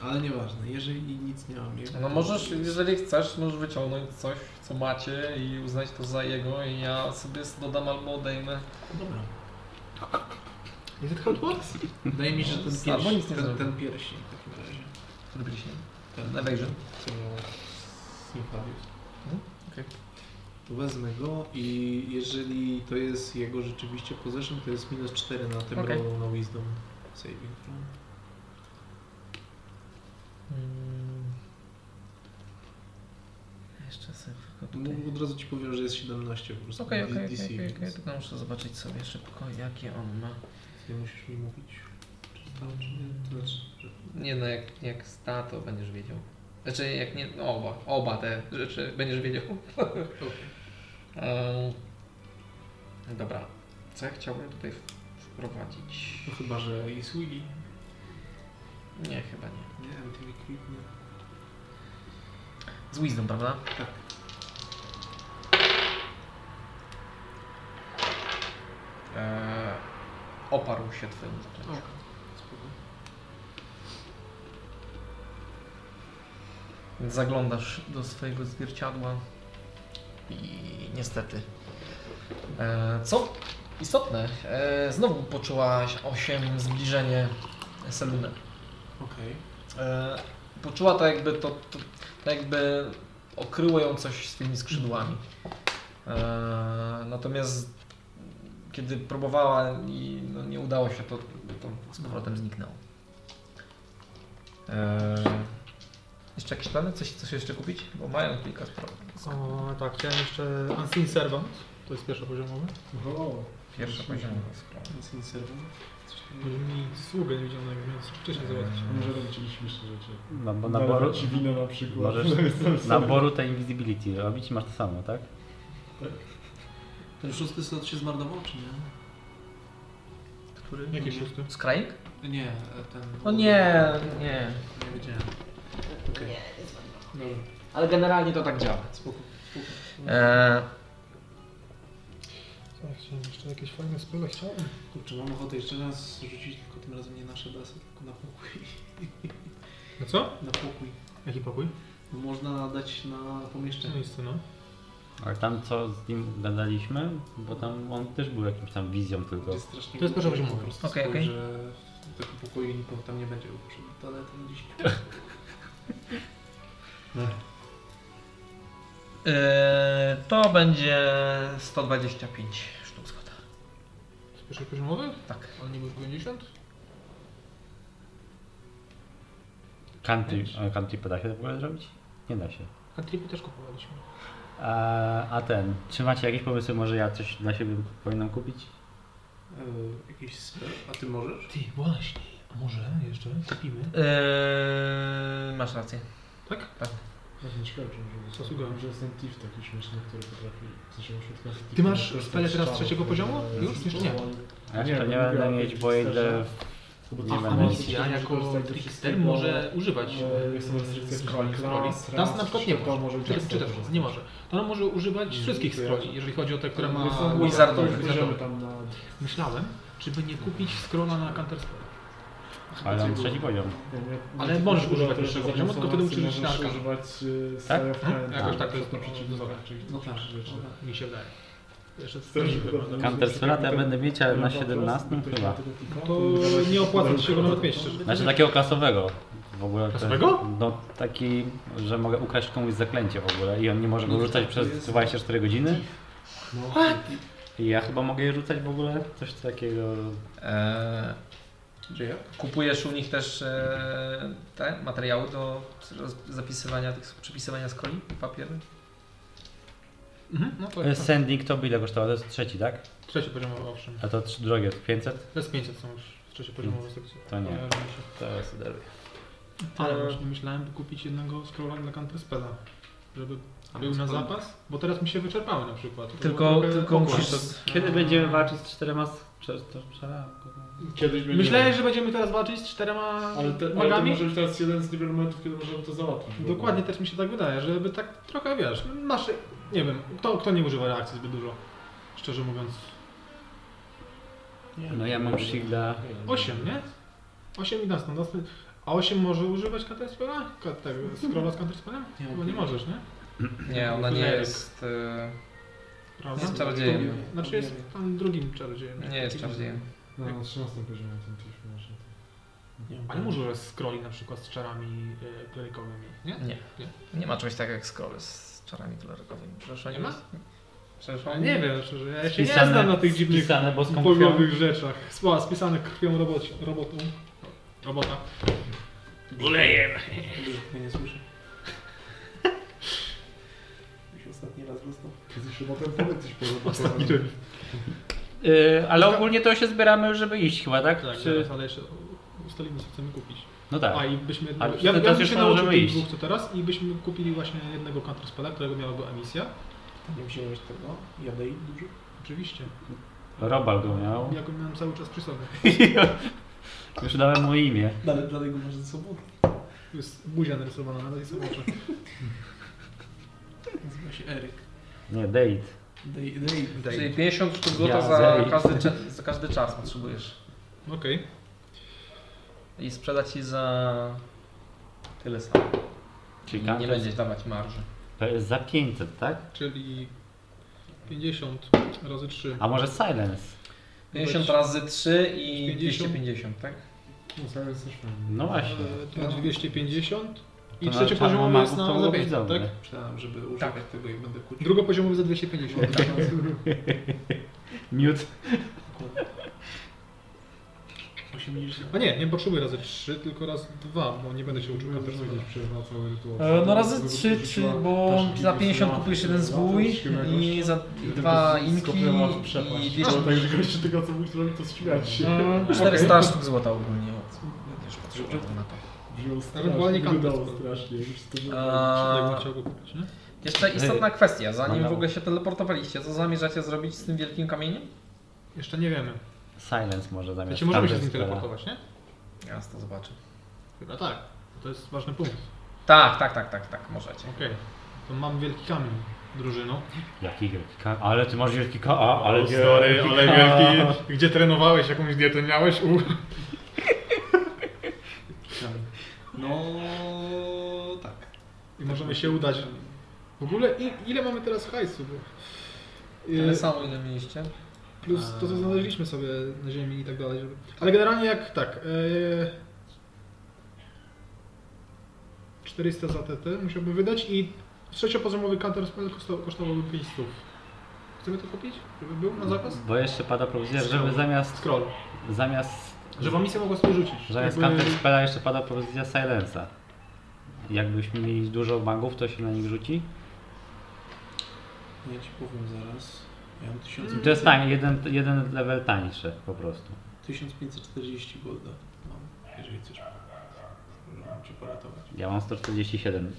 Speaker 2: Ale nieważne, jeżeli nic nie mam jego...
Speaker 1: No możesz,
Speaker 2: to-
Speaker 1: jeżeli chcesz, możesz wyciągnąć coś, co macie i uznać to za jego i ja sobie dodam albo odejmę.
Speaker 2: Dobra.
Speaker 4: Is it hot works?
Speaker 2: Wydaje mi się, że ten
Speaker 1: Albo nic nie
Speaker 2: pierścień, ten,
Speaker 1: zrobił.
Speaker 2: ten pierścień w takim razie.
Speaker 1: Który byliście?
Speaker 2: Ten
Speaker 1: Evasion.
Speaker 2: co miał Sinfarius.
Speaker 1: Mhm, okej.
Speaker 2: To wezmę go i jeżeli to jest jego rzeczywiście possession, to jest minus 4 na tym
Speaker 1: Okej.
Speaker 2: rollu na wisdom saving throw.
Speaker 1: Mm. Jeszcze sobie tylko tutaj...
Speaker 2: Bo No, Od razu ci powiem, że jest 17 po prostu
Speaker 1: Okej,
Speaker 2: na
Speaker 1: okej,
Speaker 2: DC,
Speaker 1: okej, okej,
Speaker 2: więc
Speaker 1: tylko muszę zobaczyć sobie szybko, jakie on ma.
Speaker 2: nie musisz mi mówić. Czy stał, czy nie. To znaczy, że-
Speaker 1: Nie no, jak, jak sta, to będziesz wiedział. Znaczy, jak nie, no oba, oba te rzeczy będziesz wiedział. Em, Dobra, co ja chciałbym tutaj wprowadzić?
Speaker 2: No chyba, że jest Willy,
Speaker 1: Nie, chyba nie.
Speaker 2: nie? MTV Creep, nie?
Speaker 1: Z Wisdom, prawda?
Speaker 2: Tak.
Speaker 1: Eee, oparł się twoim zaklęciu.
Speaker 2: Okej, spoko.
Speaker 1: Więc Zaglądasz do swojego zwierciadła i niestety. E, co istotne, e, znowu poczułaś 8 zbliżenie Seluny.
Speaker 2: Okej.
Speaker 1: E, poczuła to jakby to, to, to jakby okryło ją coś swoimi skrzydłami. E, natomiast kiedy próbowała i no, nie udało się, to, to z powrotem zniknęło. E, jeszcze jakieś plany? Coś, coś jeszcze kupić? Bo mają kilka spraw.
Speaker 4: O, tak, chciałem jeszcze Unseen Servant. To jest pierwszopoziomowy.
Speaker 5: O,
Speaker 1: Pierwsza poziom spraw.
Speaker 2: Więc nic serwem. Coś takiego.
Speaker 4: Może mi sługę niewidzialnego, więc wcześniej załatwić.
Speaker 5: może robić jakieś śmieszne rzeczy.
Speaker 6: No bo naboru,
Speaker 5: Nalewać ci winę na przykład. No
Speaker 6: Możesz-
Speaker 5: Zamiast-
Speaker 6: naboru tej invisibility robić i masz to samo, tak?
Speaker 2: Ten szósty slot się zmarnował, czy nie?
Speaker 1: Który?
Speaker 4: Jaki szósty?
Speaker 1: Skrajnik?
Speaker 2: Nie, e, ten.
Speaker 1: No nie, nie.
Speaker 2: Nie wiedziałem. Okej. Dobra,
Speaker 1: Ale generalnie to tak działa.
Speaker 2: spoko. spoko.
Speaker 1: E,
Speaker 4: Co ja chciałem jeszcze jakieś fajne spele chciałem.
Speaker 2: Kurczę, mam ochotę jeszcze raz rzucić, tylko tym razem nie nasze dasy, tylko na pokój.
Speaker 4: No co?
Speaker 2: Na pokój.
Speaker 4: Jaki pokój?
Speaker 2: Można dać na
Speaker 4: Co
Speaker 2: pomieszczenie.
Speaker 4: miejsce, no?
Speaker 6: Ale tam co z nim gadaliśmy, bo tam on też był jakimś tam wizją tylko.
Speaker 2: To jest strasznie
Speaker 4: To jest
Speaker 2: głupie,
Speaker 4: proszę
Speaker 2: po
Speaker 4: mówić.
Speaker 2: prostu
Speaker 1: Okej,
Speaker 2: spójrz,
Speaker 1: okej.
Speaker 2: że w takim pokoju nikogo tam nie będzie, bo przed toaletą gdzieś.
Speaker 4: Tak.
Speaker 1: Yy, to będzie 125 sztuk Tak. złota.
Speaker 4: Z pierwszopoziomowy?
Speaker 1: Tak.
Speaker 4: Ale nie był 50?
Speaker 6: Country, a country da e, się w ogóle zrobić? Nie da się.
Speaker 4: Katripy też kupowaliśmy.
Speaker 6: A, a ten, czy macie jakieś pomysły, może ja coś dla siebie powinnam kupić?
Speaker 2: E, jakiś spell? A ty możesz?
Speaker 4: Ty, właśnie. A może jeszcze kupimy?
Speaker 1: Eee, masz rację.
Speaker 4: Tak?
Speaker 5: Właśnie świadczą, że
Speaker 4: Co słucham?
Speaker 5: że jest ten tif taki śmieszny, który potrafi w sensie oświetlać tif.
Speaker 4: Ty masz
Speaker 5: To jest
Speaker 4: spele
Speaker 5: ten
Speaker 4: teraz
Speaker 5: czar,
Speaker 4: trzeciego
Speaker 5: który-
Speaker 4: poziomu? Już? Jeszcze nie. no,
Speaker 6: A ja
Speaker 5: tak, Nie,
Speaker 6: nie, to
Speaker 5: bo
Speaker 6: nie
Speaker 5: mówię,
Speaker 6: będę
Speaker 5: ale
Speaker 6: mieć,
Speaker 5: to
Speaker 6: bo
Speaker 5: jest
Speaker 6: ile...
Speaker 5: też- No bo
Speaker 6: Nie
Speaker 5: tif
Speaker 6: wiem.
Speaker 5: ma
Speaker 4: Amicia
Speaker 5: restrykcję, że
Speaker 4: jako
Speaker 5: korzystaj do
Speaker 4: trickster
Speaker 5: wszystkiego,
Speaker 4: może używać
Speaker 5: e, Jest to
Speaker 4: e,
Speaker 5: restrykcja
Speaker 4: scrolli.
Speaker 5: klas,
Speaker 4: scrolli. Nas na
Speaker 5: raz,
Speaker 4: przykład nie
Speaker 5: sztuka
Speaker 4: może.
Speaker 5: może
Speaker 4: Czy,
Speaker 5: użyć
Speaker 4: czy też
Speaker 5: tego.
Speaker 4: nie może. To ona może używać
Speaker 5: Nie,
Speaker 4: wszystkich
Speaker 5: nie
Speaker 4: scrolli, jeżeli chodzi o te, które ma
Speaker 5: Są-
Speaker 1: Wizardowe.
Speaker 5: są poziomy
Speaker 4: Wizardowe. tak.
Speaker 5: tam na...
Speaker 4: Myślałem, czy by nie kupić scrolla na Counterspell.
Speaker 6: Ale mam trzeci poziom.
Speaker 5: Nie, nie,
Speaker 4: Ale
Speaker 5: nie,
Speaker 4: możesz
Speaker 5: nie,
Speaker 4: używać
Speaker 5: nie,
Speaker 4: pierwszego
Speaker 5: nie,
Speaker 4: poziomu,
Speaker 5: nie,
Speaker 4: tylko wtedy
Speaker 5: możesz
Speaker 4: musisz użyć arkana.
Speaker 5: używać e,
Speaker 6: Tak?
Speaker 5: Style of Hand.
Speaker 4: Jakoś tak,
Speaker 5: na przeciwnika, czyli
Speaker 4: No
Speaker 5: na
Speaker 4: tak,
Speaker 5: rzeczy.
Speaker 4: no, mi się wydaje. Jeszcze
Speaker 5: Chcesz,
Speaker 4: strasznie
Speaker 5: żeby-
Speaker 4: wygląda.
Speaker 6: Counter Strike'a to ja będę mieć ale Tak, na 17 chyba.
Speaker 4: To nie opłaca ci się go nawet mieć szczerze.
Speaker 5: Tak.
Speaker 6: Znaczy takiego klasowego. W ogóle to-
Speaker 4: Klasowego?
Speaker 6: No taki, że mogę ukraść komuś zaklęcie w ogóle i on
Speaker 4: No,
Speaker 6: nie może go
Speaker 4: tak
Speaker 6: rzucać przez 24 godziny. Tak. I ja chyba mogę je rzucać w ogóle coś takiego.
Speaker 1: Eee,
Speaker 2: Gdzie ja?
Speaker 1: kupujesz u nich też eee, te materiały do roz- zapisywania, tych, przypisywania skoli i papiery?
Speaker 4: Mhm, no to
Speaker 6: E, Sending to by ile kosztowało? To jest trzeci, tak?
Speaker 4: trzeci poziomowy, owszem.
Speaker 6: A to trzy drogie, to 500?
Speaker 4: To jest 500 są już trzeci poziomowy sekcji.
Speaker 6: To nie.
Speaker 4: Ja robię się.
Speaker 6: To jest drogie.
Speaker 5: E,
Speaker 4: Ale właśnie myślałem by kupić jednego scrolla dla Counterspella. Żeby był na zapas, bo teraz mi się wyczerpały na przykład. To było
Speaker 1: Tylko,
Speaker 4: trochę
Speaker 1: tylko
Speaker 4: okład.
Speaker 1: musisz...
Speaker 6: Kiedy będziemy walczyć z czterema... z- Czy, to,
Speaker 5: Kiedyś będzie...
Speaker 4: Myślałem, że będziemy teraz walczyć z czterema
Speaker 5: Ale, te, ale to
Speaker 4: magami.
Speaker 5: może być teraz jeden z niewielu momentów, kiedy możemy to załatwić.
Speaker 4: Dokładnie też mi się tak wydaje, żeby tak trochę wiesz, nasze, nie wiem, kto, kto nie używa reakcji zbyt dużo, szczerze mówiąc.
Speaker 6: No ja mam Shielda.
Speaker 4: 8, nie? 8 i następny. następny. A 8 może używać Counterspella? Ka- Tego, scrolla z Counterspellem?
Speaker 2: Nie,
Speaker 4: Bo nie
Speaker 2: nie.
Speaker 4: możesz, nie?
Speaker 1: Nie, ona nie
Speaker 2: Cholera.
Speaker 1: jest... Eee,
Speaker 4: Prawda?
Speaker 1: Jest czarodziejem.
Speaker 4: To- Znaczy jest tam drugim czarodziejem.
Speaker 1: nie jest czarodziejem.
Speaker 5: No, na 13 poziomie ten tif może.
Speaker 2: Nie
Speaker 4: Ale może używać scrolli na przykład z czarami y, klerykowymi, nie?
Speaker 1: Nie. Nie ma czegoś takiego jak skole z czarami kolorowymi. Proszę,
Speaker 4: Nie ma?
Speaker 1: Przecież
Speaker 4: Ja
Speaker 1: on
Speaker 4: nie wiem, szczerze, ja się nie znam na tych dziwnych
Speaker 6: Spisane boską krwią.
Speaker 4: pojmowych rzeczach. Sła, spisane krwią roboci, robotą. Robota. Ulejem.
Speaker 2: Mnie nie słyszy. Mi się ostatni raz dostał.
Speaker 5: Kiedyś chyba ten powiedz coś poza
Speaker 4: Ostatni ryb.
Speaker 6: Yy, ale ogólnie to się zbieramy, już, żeby iść chyba, tak?
Speaker 4: Tak,
Speaker 6: Czy...
Speaker 4: teraz, ale jeszcze ustalimy co chcemy kupić.
Speaker 6: No
Speaker 4: A
Speaker 6: tak.
Speaker 4: i byśmy.
Speaker 6: Ale
Speaker 4: ja-
Speaker 6: przecież
Speaker 4: ja
Speaker 6: teraz
Speaker 4: bym
Speaker 6: już
Speaker 4: się
Speaker 6: możemy
Speaker 4: nauczył tych
Speaker 6: iść.
Speaker 4: dwóch co teraz i byśmy kupili właśnie jednego counterspella, którego miałaby emisja.
Speaker 2: Nie wziąłeś tego? Jadej dużo?
Speaker 4: Oczywiście.
Speaker 6: Robal go miał.
Speaker 4: Ja go miałem cały czas przy sobie.
Speaker 6: Już dałem mu imię.
Speaker 2: Dalej, dalej go masz ze sobą?
Speaker 4: Tu jest buzia narysowana na tej sobie oczy.
Speaker 2: Nazywa się Eryk.
Speaker 6: Nie, date.
Speaker 2: Dej, dej.
Speaker 1: Czyli 50 sztuk złota
Speaker 6: Ja
Speaker 1: za,
Speaker 6: zej.
Speaker 1: każdy, cze- za każdy czas potrzebujesz.
Speaker 4: Okej.
Speaker 1: I sprzedać ci za tyle samo.
Speaker 6: Czyli
Speaker 1: Nie
Speaker 6: counter
Speaker 1: będziesz dawać marży.
Speaker 6: sp- za 500, tak?
Speaker 4: Czyli 50 razy 3.
Speaker 6: A może silence?
Speaker 1: 50 razy 3 i
Speaker 4: 50?
Speaker 1: 250, tak?
Speaker 5: No, sam jest też fajny.
Speaker 6: No właśnie.
Speaker 4: To jest 250. Eee, I
Speaker 6: To na
Speaker 4: trzeci
Speaker 6: czarną
Speaker 4: poziom jest
Speaker 6: magów to
Speaker 4: na za
Speaker 6: było
Speaker 4: 500,
Speaker 6: widzone.
Speaker 4: tak?
Speaker 2: Myślałem, żeby używać
Speaker 1: Tak.
Speaker 2: tego i będę kłócił.
Speaker 4: Drugo poziomowy za 250. Tak.
Speaker 6: Miód.
Speaker 2: 80.
Speaker 4: A nie, nie potrzebuję razy 3, tylko raz 2, bo nie będę się uczył
Speaker 5: Czułem też
Speaker 4: counterspella.
Speaker 5: jakieś przerwa cały rytuał.
Speaker 1: E, No razy 3, czy, bo
Speaker 5: Też
Speaker 1: za
Speaker 5: mi
Speaker 1: 50
Speaker 5: wysyła-
Speaker 1: kupujesz jeden zbój i za
Speaker 5: Gdybym
Speaker 1: dwa
Speaker 5: to
Speaker 1: inki
Speaker 5: skopnęła w przepaść.
Speaker 1: i
Speaker 5: No,
Speaker 1: 200,
Speaker 5: tak, że gościu tego co mógł zrobić, to śmiać się.
Speaker 1: mm, 400 sztuk złota ogólnie. Będziesz potrzebował na to.
Speaker 5: Wziął
Speaker 4: Ewentualnie
Speaker 5: strasznie,
Speaker 4: kantor.
Speaker 5: wydało strasznie. Już to było...
Speaker 1: A,
Speaker 4: Jakbym tak chciał go kupić, nie?
Speaker 1: jeszcze istotna kwestia, zanim
Speaker 7: No
Speaker 6: Dobra.
Speaker 1: w ogóle się teleportowaliście, co zamierzacie zrobić z tym wielkim kamieniem?
Speaker 4: Jeszcze nie wiemy.
Speaker 6: Silence może zamiast
Speaker 4: Znaczy możemy się z nim
Speaker 6: counter spella.
Speaker 4: teleportować, nie?
Speaker 1: Jasno, to zobaczę.
Speaker 4: Chyba tak. To jest ważny punkt.
Speaker 1: Tak, tak, tak, tak, tak, możecie.
Speaker 4: Okej. To mam wielki kamień, drużyno.
Speaker 6: Jaki wielki ka... Ale ty masz wielki ka... A, ale wielki
Speaker 4: ale wielki. Gdzie trenowałeś? Jakąś dietę miałeś? U.
Speaker 2: No tak.
Speaker 4: I możemy się udać. W ogóle i, ile mamy teraz hajsu? Bo,
Speaker 1: Tyle
Speaker 4: Yy,
Speaker 1: samo ile mieliście?
Speaker 4: plus to, co znaleźliśmy sobie na ziemi i tak dalej. Żeby... Ale generalnie jak tak. Yy... 400 za TT musiałbym wydać i trzeciopoziomowy counter spell kosztował- kosztowałby 500. Chcemy to kupić? Żeby był na zapas?
Speaker 6: Bo jeszcze pada prowizja, żeby
Speaker 4: Scroll.
Speaker 6: zamiast...
Speaker 4: Scroll.
Speaker 6: Zamiast...
Speaker 4: Żeby misja mogła sobie rzucić.
Speaker 6: Zamiast
Speaker 4: Jakby-
Speaker 6: counter spella jeszcze pada prowizja silence'a. Jakbyśmy mieli dużo magów, to się na nich rzuci.
Speaker 2: Ja ci powiem zaraz. Ja mam
Speaker 6: To jest tań, jeden, jeden level tańszy po prostu.
Speaker 2: 1540 golda. Mam, jeżeli chcesz. Mam cię poratować.
Speaker 6: Ja mam 147.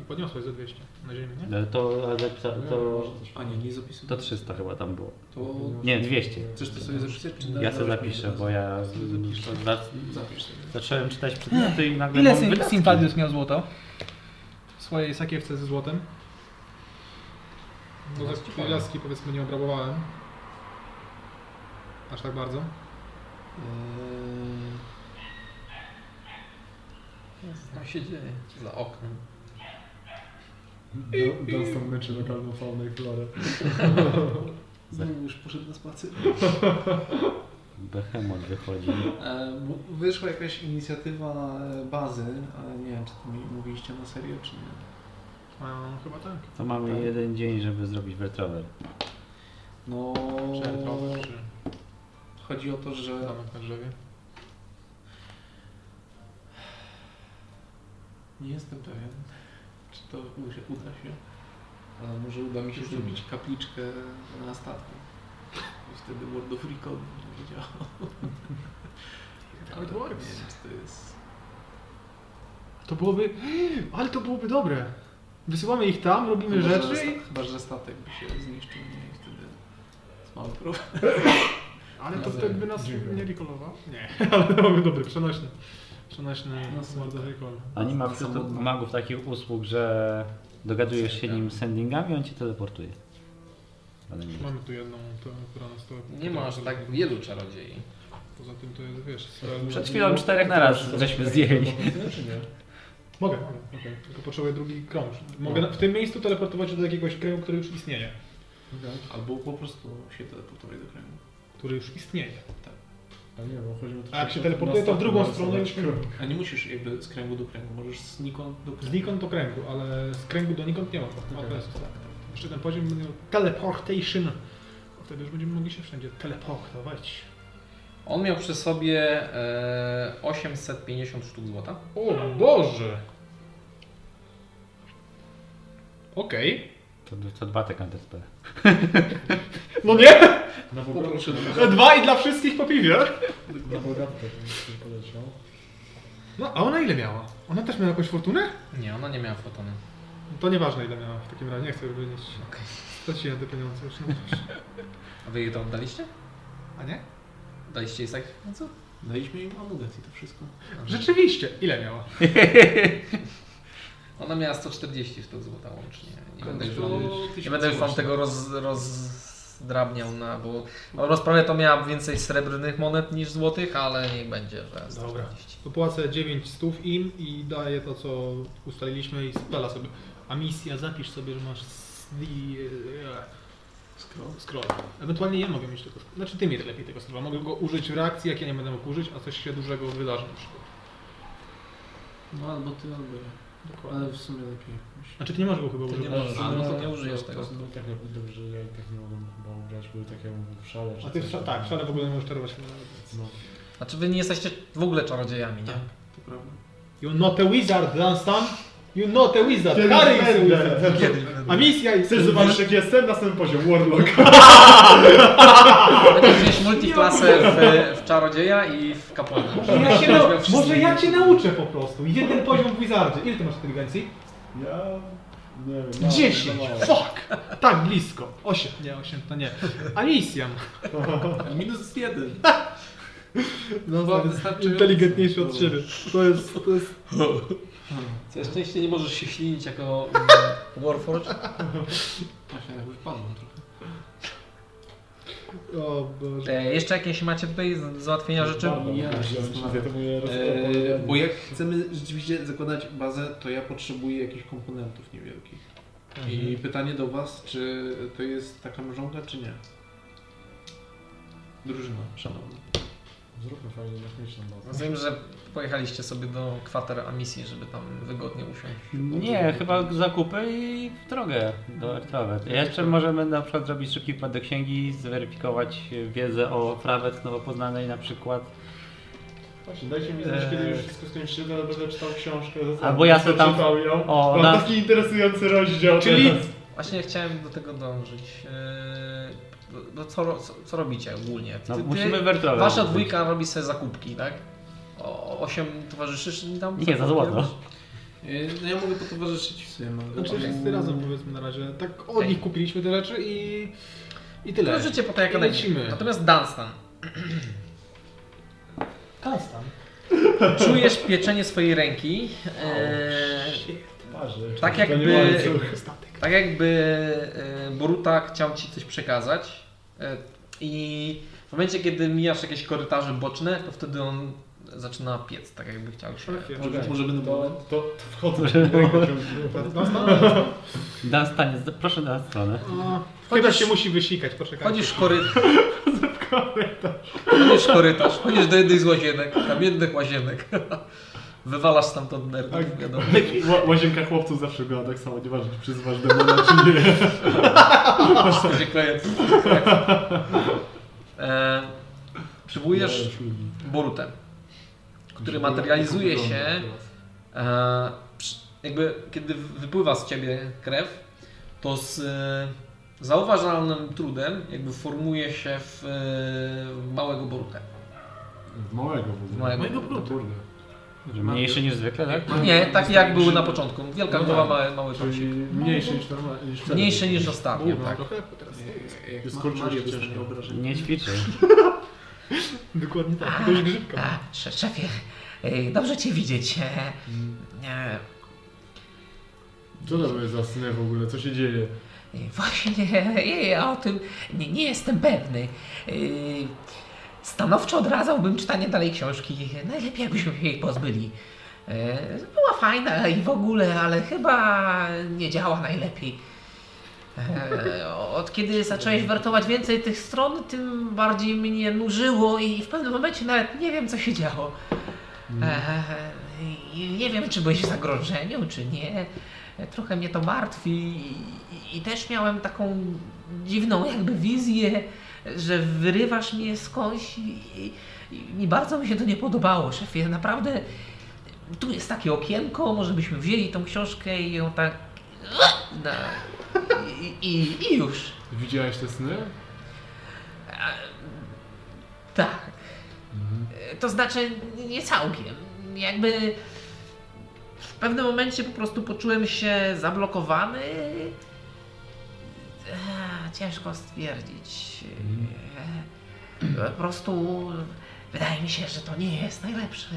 Speaker 4: I podniosłeś ze 200 na ziemię, nie?
Speaker 6: Ale No To, ale zapisa- to,
Speaker 2: A nie, nie zapisuję.
Speaker 6: to 300 chyba tam było.
Speaker 2: To
Speaker 6: Nie, 200.
Speaker 2: chcesz No, to sobie zapisać? Czy
Speaker 6: Ja sobie zapiszę, bo ja z- za-
Speaker 2: Zapisz sobie.
Speaker 6: zacząłem czytać przedmioty i nagle
Speaker 7: Ile
Speaker 6: mam
Speaker 7: Sin-
Speaker 6: wydatki.
Speaker 7: Sinfadius miał złoto?
Speaker 4: W swojej sakiewce ze złotem. Bo laski, laski powiedzmy nie obrabowałem. Aż tak bardzo.
Speaker 1: Co tam się dzieje za oknem?
Speaker 5: Da- Dunstan męczy lokalną faunę i florę.
Speaker 2: Znowu już poszedł na spacer.
Speaker 6: Behemoth wychodzi.
Speaker 2: E, bo Wyszła jakaś inicjatywa e, bazy, ale nie wiem, czy to mi mówiliście na serio, czy nie.
Speaker 4: A, chyba tak.
Speaker 6: To mamy jeden dzień, żeby zrobić Retrover.
Speaker 2: No,
Speaker 4: Czy elektrowy, czy
Speaker 2: chodzi o to, że
Speaker 4: zamek na drzewie.
Speaker 2: nie jestem pewien, czy to mu się uda się, ale może uda mi się zrobić kapliczkę na statku. I wtedy World of Recall będzie wiedział. Ale nie wiem, czy to jest...
Speaker 4: To byłoby... Ale to byłoby dobre! Wysyłamy ich tam, robimy
Speaker 2: Chyba, że
Speaker 4: rzeczy, i...
Speaker 2: sta- Chyba, że statek by się zniszczył, nie? I wtedy jest mały problem.
Speaker 4: ale to
Speaker 5: Razem.
Speaker 4: wtedy by nas
Speaker 5: Dziękuję.
Speaker 4: nie recallował. Nie, ale to byłby dobry, przenośny. Przenośny
Speaker 2: No,
Speaker 4: Sword of Recall.
Speaker 6: A nie ma wśród magów takich usług, że dogadujesz się nim z sendingami, on cię teleportuje. Ale nie.
Speaker 4: Mamy tu jedną, to, która nas to...
Speaker 1: Nie ma aż tak wielu czarodziei.
Speaker 4: Poza tym to jest, wiesz...
Speaker 6: Przed chwilą czterech na raz żeśmy zdjęli.
Speaker 5: Czy nie?
Speaker 4: Mogę, mogę. Tylko potrzebuję drugi krąż. Mogę na- w tym miejscu teleportować się do jakiegoś kręgu, który już istnieje.
Speaker 2: Albo po prostu się teleportować do kręgu.
Speaker 4: Który już istnieje.
Speaker 5: A nie, bo chodzi o to,
Speaker 4: A jak
Speaker 5: że
Speaker 4: się
Speaker 5: na
Speaker 4: teleportuje, to w
Speaker 5: statku
Speaker 4: drugą
Speaker 5: można
Speaker 4: stronę
Speaker 5: zobaczyć
Speaker 4: już
Speaker 5: krok.
Speaker 2: A nie musisz jakby z kręgu do kręgu, możesz znikąd do kręgu.
Speaker 4: Znikąd do kręgu, ale z kręgu donikąd nie ma. Ma bez- Jeszcze ten poziom będzie miał teleportation. Wtedy już będziemy mogli się wszędzie teleportować.
Speaker 1: On miał przy sobie e, 850 sztuk złota.
Speaker 4: O Boże! Okej.
Speaker 6: To, to dwa te KDSP.
Speaker 4: No nie!
Speaker 5: Na Wogadkę,
Speaker 4: Dwa i dla wszystkich po piwie.
Speaker 5: na Wogadkę poleciał.
Speaker 4: No, a ona ile miała? Ona też miała jakąś fortunę?
Speaker 1: Nie, ona nie miała fotony.
Speaker 4: No To nieważne ile miała w takim razie, nie chcę już wiedzieć. Straciłem te pieniądze już. No, proszę.
Speaker 1: A wy jej to oddaliście?
Speaker 4: a nie?
Speaker 1: Daliście jej tak? No co?
Speaker 2: Daliśmy im amulet i to wszystko.
Speaker 4: Rzeczywiście, ile miała?
Speaker 1: Ona miała 140 sztuk złota łącznie. Nie tak, będę już
Speaker 2: To
Speaker 1: wam,
Speaker 2: tysiąc
Speaker 1: nie będę już wam
Speaker 2: złotych.
Speaker 1: tego roz, rozdrabniał na, bo bo rozprawę to miała więcej srebrnych monet niż złotych, ale niech będzie, że 140.
Speaker 4: Dobra. To płacę 9 stów im i daję to, co ustaliliśmy i spala sobie. A misja, zapisz sobie, że masz s- i, e, scroll. scroll. Ewentualnie ja mogę mieć tego scrolla. Znaczy ty mi lepiej tego scrolla. Mogę go użyć w reakcji, jak ja nie będę mógł użyć, a coś się dużego wydarzy na przykład.
Speaker 2: No albo ty, albo ja. Ale w sumie lepiej.
Speaker 4: Znaczy ty nie możesz go chyba
Speaker 1: Ty nie
Speaker 4: używać.
Speaker 1: możesz,
Speaker 5: A,
Speaker 1: no to
Speaker 5: no,
Speaker 1: nie użyjesz
Speaker 5: to
Speaker 1: tego.
Speaker 5: To było tak naprawdę, że ja tak nie mogłem chyba ubrać, były takie w szale. czy
Speaker 4: A ty w
Speaker 5: coś
Speaker 4: sza-
Speaker 5: tam.
Speaker 4: tak, szale w ogóle nie możesz czarować.
Speaker 5: No.
Speaker 1: Znaczy wy nie jesteście w ogóle czarodziejami, nie?
Speaker 2: To prawda.
Speaker 4: You not a wizard, Dunstan. You not a wizard. Harry is a wizard.
Speaker 5: Kiedy
Speaker 4: A misja jest...
Speaker 5: Chcesz zobaczyć jak jestem? Następny poziom, Warlock.
Speaker 4: Tak.
Speaker 1: Będziesz mieć multiklasę w, w czarodzieja i w kapłana.
Speaker 4: Może ja, się
Speaker 1: Będziesz miał
Speaker 4: nau-
Speaker 1: wszystkich.
Speaker 4: może ja cię nauczę po prostu. Jeden poziom w Wizardzie. Ile ty masz inteligencji?
Speaker 5: Ja... Nie wiem. no, mało,
Speaker 4: 10.
Speaker 5: mało.
Speaker 4: Fuck! Tak blisko. 8. No, Nie, 8 to nie. Anisjam.
Speaker 2: Minus jeden.
Speaker 4: No,
Speaker 2: Była wystarczająca.
Speaker 4: inteligentniejszy od ciebie. To jest, to jest...
Speaker 1: Całe szczęście nie możesz się ślinić jako Warforge.
Speaker 2: Właśnie Tak, jakby wpadłem trochę.
Speaker 4: O Boże.
Speaker 1: E, jeszcze jakieś macie tutaj z- załatwienia rzeczy?
Speaker 2: Ja się zastanawiam.
Speaker 5: Eee,
Speaker 2: Eee, bo jak chcemy rzeczywiście zakładać bazę, to ja potrzebuję jakichś komponentów niewielkich.
Speaker 1: Mhm.
Speaker 2: I pytanie do Was, czy to jest taka mrzonka, czy nie? Drużyna, szanowna.
Speaker 5: Zróbmy fajnie no. techniczną bazę.
Speaker 1: Rozumiem, że pojechaliście sobie do kwater emisji, żeby tam wygodnie usiąść.
Speaker 6: Nie, chyba zakupy i w drogę do Artrawet. Jeszcze możemy na przykład zrobić szybki wkład do księgi, zweryfikować wiedzę o Trawet nowo poznanej na przykład.
Speaker 5: Właśnie, dajcie mi znać,
Speaker 6: Eee.
Speaker 5: kiedy już wszystko skończycie, to ja będę czytał książkę. to sam
Speaker 6: Albo ja sobie tam-
Speaker 5: przeczytał Ją.
Speaker 6: o,
Speaker 5: Mam
Speaker 6: na-
Speaker 5: taki interesujący rozdział
Speaker 4: Czyli-
Speaker 5: teraz.
Speaker 8: Właśnie chciałem do tego dążyć.
Speaker 1: E,
Speaker 8: Yy, bo co, ro- co, co robicie ogólnie?
Speaker 6: No,
Speaker 8: Ty- ty-
Speaker 6: musimy wertrolę.
Speaker 8: Wasza dwójka robi sobie zakupki, tak? O, osiem towarzyszysz mi tam?
Speaker 6: Nie, za
Speaker 8: zakupy
Speaker 6: złoto.
Speaker 8: robisz?
Speaker 2: Yy, No ja mogę potowarzyszyć w sumie. Mam
Speaker 4: Znaczy wszyscy razem powiedzmy na razie. Tak od nich kupiliśmy te rzeczy i, i tyle.
Speaker 8: Kojarzycie potem jak
Speaker 4: I
Speaker 8: one-
Speaker 4: lecimy.
Speaker 8: Natomiast Dunstan,
Speaker 4: Kastan.
Speaker 8: czujesz pieczenie swojej ręki. e,
Speaker 5: Marzy.
Speaker 8: Tak
Speaker 5: To nie
Speaker 8: jakby-
Speaker 5: łańcuch.
Speaker 8: Tak jakby e, Boruta chciał ci coś przekazać e, i w momencie, kiedy mijasz jakieś korytarze boczne, to wtedy on zaczyna piec, tak jakby chciał się...
Speaker 2: Może, może będę
Speaker 5: To,
Speaker 2: mógł.
Speaker 5: to, to wchodzę. Ciągle.
Speaker 6: Dan stanie, proszę na stronę.
Speaker 4: Chyba się musi wysikać, poczekajcie.
Speaker 8: Chodzisz w korytarz. Chodzisz w korytarz, chodzisz do jednej z łazienek, kamiennych łazienek. Wywalasz stamtąd nerdów,
Speaker 5: Tak.
Speaker 8: wiadomo.
Speaker 5: Ła- Łazienka chłopców zawsze wygląda tak samo, nieważne czy przyzywasz demona czy nie.
Speaker 8: Będzie klient. E, przywołujesz Borutę, który materializuje się E, przy- jakby kiedy wypływa z ciebie krew, to z e, zauważalnym trudem jakby formuje się w e, małego borutę.
Speaker 5: Małego w ogóle.
Speaker 8: Małego.
Speaker 2: Mojego brudu.
Speaker 5: Kurde.
Speaker 6: Mniejszy niż zwykle, tak?
Speaker 8: Nie, taki jak był na początku.
Speaker 5: No
Speaker 8: Wielka głowa,
Speaker 5: tak.
Speaker 8: mały, mały
Speaker 5: Czyli
Speaker 8: torcik.
Speaker 5: mniejszy niż normalnie. niż wtedy.
Speaker 8: Mniejszy niż ostatnio,
Speaker 5: Gówno.
Speaker 8: tak.
Speaker 4: no, Trochę teraz.
Speaker 2: Jak
Speaker 5: Jest
Speaker 2: ma-
Speaker 5: kurczę,
Speaker 2: Mario
Speaker 5: jest
Speaker 2: ciężkie
Speaker 5: ciężko.
Speaker 2: obrażenie.
Speaker 6: Nie ćwiczy.
Speaker 4: Dokładnie tak. To już grzybka.
Speaker 8: A, sze- szefie, ej, dobrze cię widzieć. E, e,
Speaker 5: Co to były za sny w ogóle? Co się dzieje?
Speaker 8: Właśnie, ja o tym nie, nie jestem pewny. Yy, Stanowczo odradzałbym czytanie dalej książki. Najlepiej jakbyśmy się jej pozbyli. Yy, Była fajna i w ogóle, ale chyba nie działa najlepiej. Yy, Od kiedy zacząłeś wertować więcej tych stron, tym bardziej mnie nużyło i w pewnym momencie nawet nie wiem, co się działo. E, Eee, Nie wiem, czy byłeś w zagrożeniu, czy nie. Trochę mnie to martwi i, i też miałem taką dziwną jakby wizję, że wyrywasz mnie skądś i, i, i bardzo mi się to nie podobało, szefie. Naprawdę tu jest takie okienko, może byśmy wzięli tą książkę i ją tak... Na, i, i, I już.
Speaker 5: Widziałeś te sny?
Speaker 8: Tak. E, To znaczy nie całkiem. Jakby w pewnym momencie po prostu poczułem się zablokowany. E, Ciężko stwierdzić. E, Po prostu wydaje mi się, że to nie jest najlepszy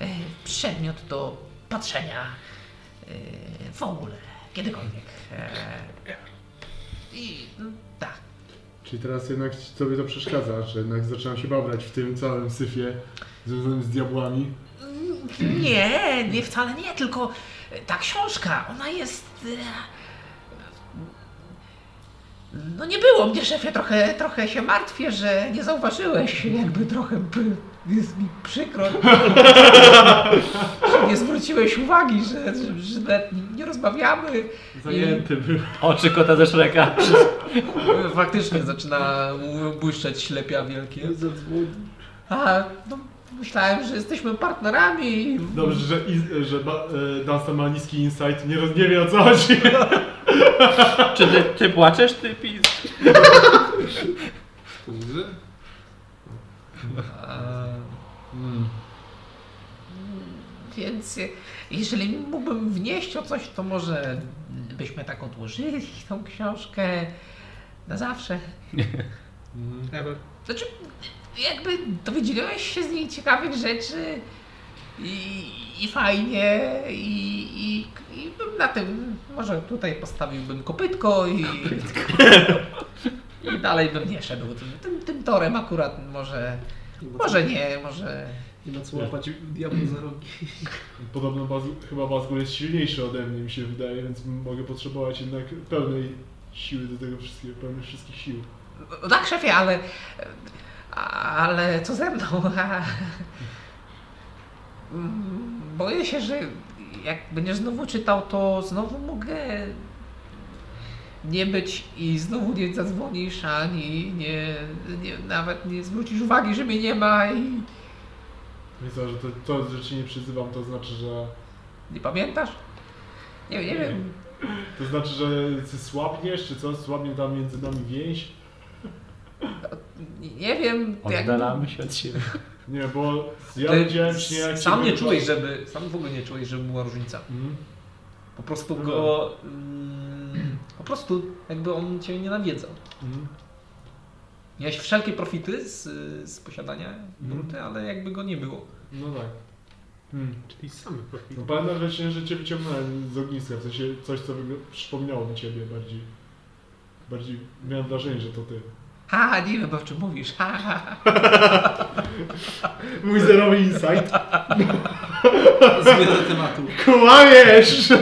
Speaker 8: e, przedmiot do patrzenia e, w ogóle, kiedykolwiek. E, I no, tak.
Speaker 5: Czyli teraz jednak ci- tobie to przeszkadza, że jednak zaczynam się babrać w tym całym syfie związanym z diabłami.
Speaker 8: Nie, nie, wcale nie, tylko e, ta książka, ona jest... e, No nie było mnie, szefie, trochę, trochę się martwię, że nie zauważyłeś, jakby trochę p- jest mi przykro, że nie zwróciłeś uwagi, że, że, że nawet nie rozmawiamy.
Speaker 5: Zajęty był.
Speaker 6: Oczy kota ze szreka.
Speaker 8: Faktycznie zaczyna mu błyszczeć ślepia wielkie. A, no, myślałem, że jesteśmy partnerami i
Speaker 5: Dobrze, że, iz- że ba- e, Dunstan ma niski insight, nie, roz- nie wie o co chodzi.
Speaker 6: Czy ty, ty płaczesz, ty pis?
Speaker 2: Łzy?
Speaker 8: Więc e, jeżeli mógłbym wnieść o coś, to może byśmy tak odłożyli tą książkę na zawsze.
Speaker 4: Ever.
Speaker 8: Znaczy, jakby dowiedziałeś się z niej ciekawych rzeczy i, i fajnie, i, i, i bym na tym, może tutaj postawiłbym kopytko i, i dalej bym nie szedł tym, tym, tym torem akurat, może, może nie, może...
Speaker 2: Nie ma co łapać diabła za rogi.
Speaker 5: Podobno Baz- chyba Bazgul jest silniejszy ode mnie, mi się wydaje, więc mogę potrzebować jednak pełnej siły do tego wszystkiego, pełnych wszystkich sił.
Speaker 8: No tak, szefie, ale. Ale co ze mną? Mm, Boję się, że jak będziesz znowu czytał, to znowu mogę nie być i znowu nie zadzwonisz, ani nie, nie, nawet nie zwrócisz uwagi, że mnie nie ma i
Speaker 5: Więc to, że to, to, że cię nie przyzywam, to znaczy, że
Speaker 8: Nie pamiętasz? Nie, nie wiem.
Speaker 5: to znaczy, że ty słabniesz, czy co? Słabnie tam między nami więź?
Speaker 8: Nie wiem. jak-
Speaker 6: Oddalamy się od siebie.
Speaker 5: Nie, bo ja
Speaker 8: Ty
Speaker 5: widziałem czy nie jak cię
Speaker 8: sam nie
Speaker 5: wyrywa-
Speaker 8: czułeś, żeby. Sam w ogóle nie czułeś, żeby była różnica.
Speaker 5: Mhm.
Speaker 8: Po prostu
Speaker 5: No
Speaker 8: go. mm, Po prostu jakby on cię nie nawiedzał.
Speaker 5: Mhm.
Speaker 8: Miałeś wszelkie profity z, z posiadania
Speaker 5: Mhm.
Speaker 8: druty, ale jakby go nie było.
Speaker 5: No tak. Hmm.
Speaker 4: Czyli same profil.
Speaker 5: No pamiętam, że, się, że cię wyciągnąłem z ogniska, w sensie coś, co wygl- przypomniało mi ciebie bardziej. Bardziej miałem wrażenie, że to ty.
Speaker 8: Ha, nie wiem o czym mówisz. Ha, ha, ha.
Speaker 5: Mój zerowy insight.
Speaker 2: Zmiana tematu.
Speaker 5: Kłamiesz!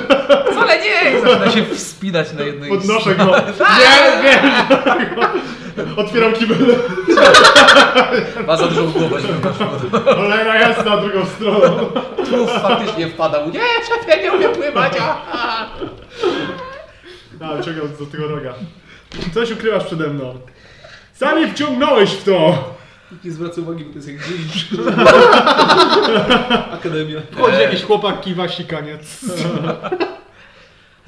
Speaker 8: Wcale nie! Zaczyna się wspinać na jednej
Speaker 5: Podnoszę go. Nie, wiesz! Otwieram kibel.
Speaker 8: Ma za dużą głowę, żeby weszło.
Speaker 5: Cholera jasna drugą stroną.
Speaker 8: Tu faktycznie wpadał. Nie, szefie, nie umiem pływać. A, a.
Speaker 5: Dalej, czekam do tego roga. Coś ukrywasz przede mną. Sami wciągnąłeś w to!
Speaker 2: Nikt nie zwraca uwagi, bo to jest jak dziedzic. Akademia.
Speaker 4: Chodzi jakiś chłopak, kiwa, sikaniec.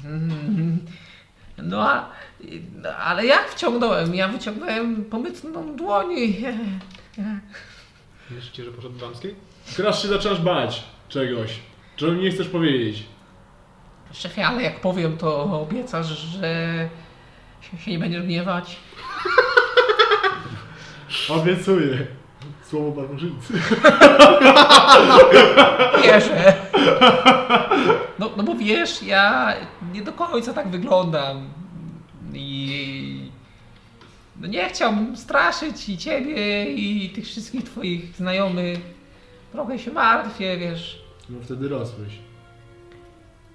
Speaker 8: Mm, No a, no, ale jak wciągnąłem? Ja wyciągnąłem pomytną dłoni.
Speaker 4: Myślicie, że poszedł do damskiej?
Speaker 5: Teraz się zaczynasz bać czegoś, czego mi nie chcesz powiedzieć.
Speaker 8: Szefie, ale jak powiem, to obiecasz, że się- się nie będziesz gniewać.
Speaker 5: Obiecuję. Słowo barbarzyńcy.
Speaker 8: Wierzę. No, no bo wiesz, ja nie do końca tak wyglądam. I no nie chciałbym straszyć i ciebie, i tych wszystkich twoich znajomych. Trochę się martwię, wiesz.
Speaker 5: No wtedy rosłeś.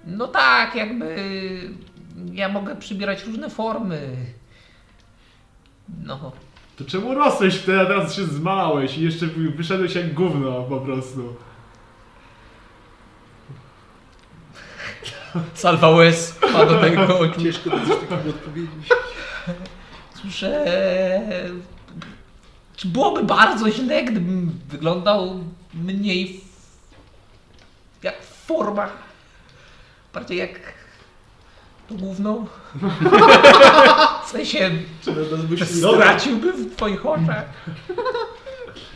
Speaker 8: No tak, jakby ja mogę przybierać różne formy. No,
Speaker 5: To czemu rosłeś wtedy, a teraz się zmalałeś i jeszcze wyszedłeś jak gówno po prostu.
Speaker 8: salwa łez ma do tego oczu.
Speaker 2: Ciężko na coś takiego odpowiedzieć.
Speaker 8: Słyszę, czy byłoby bardzo źle, gdybym wyglądał mniej w, jak forma, bardziej jak to gówno. W sensie
Speaker 2: Czy na nas byś
Speaker 8: straciłbym w twoich oczach.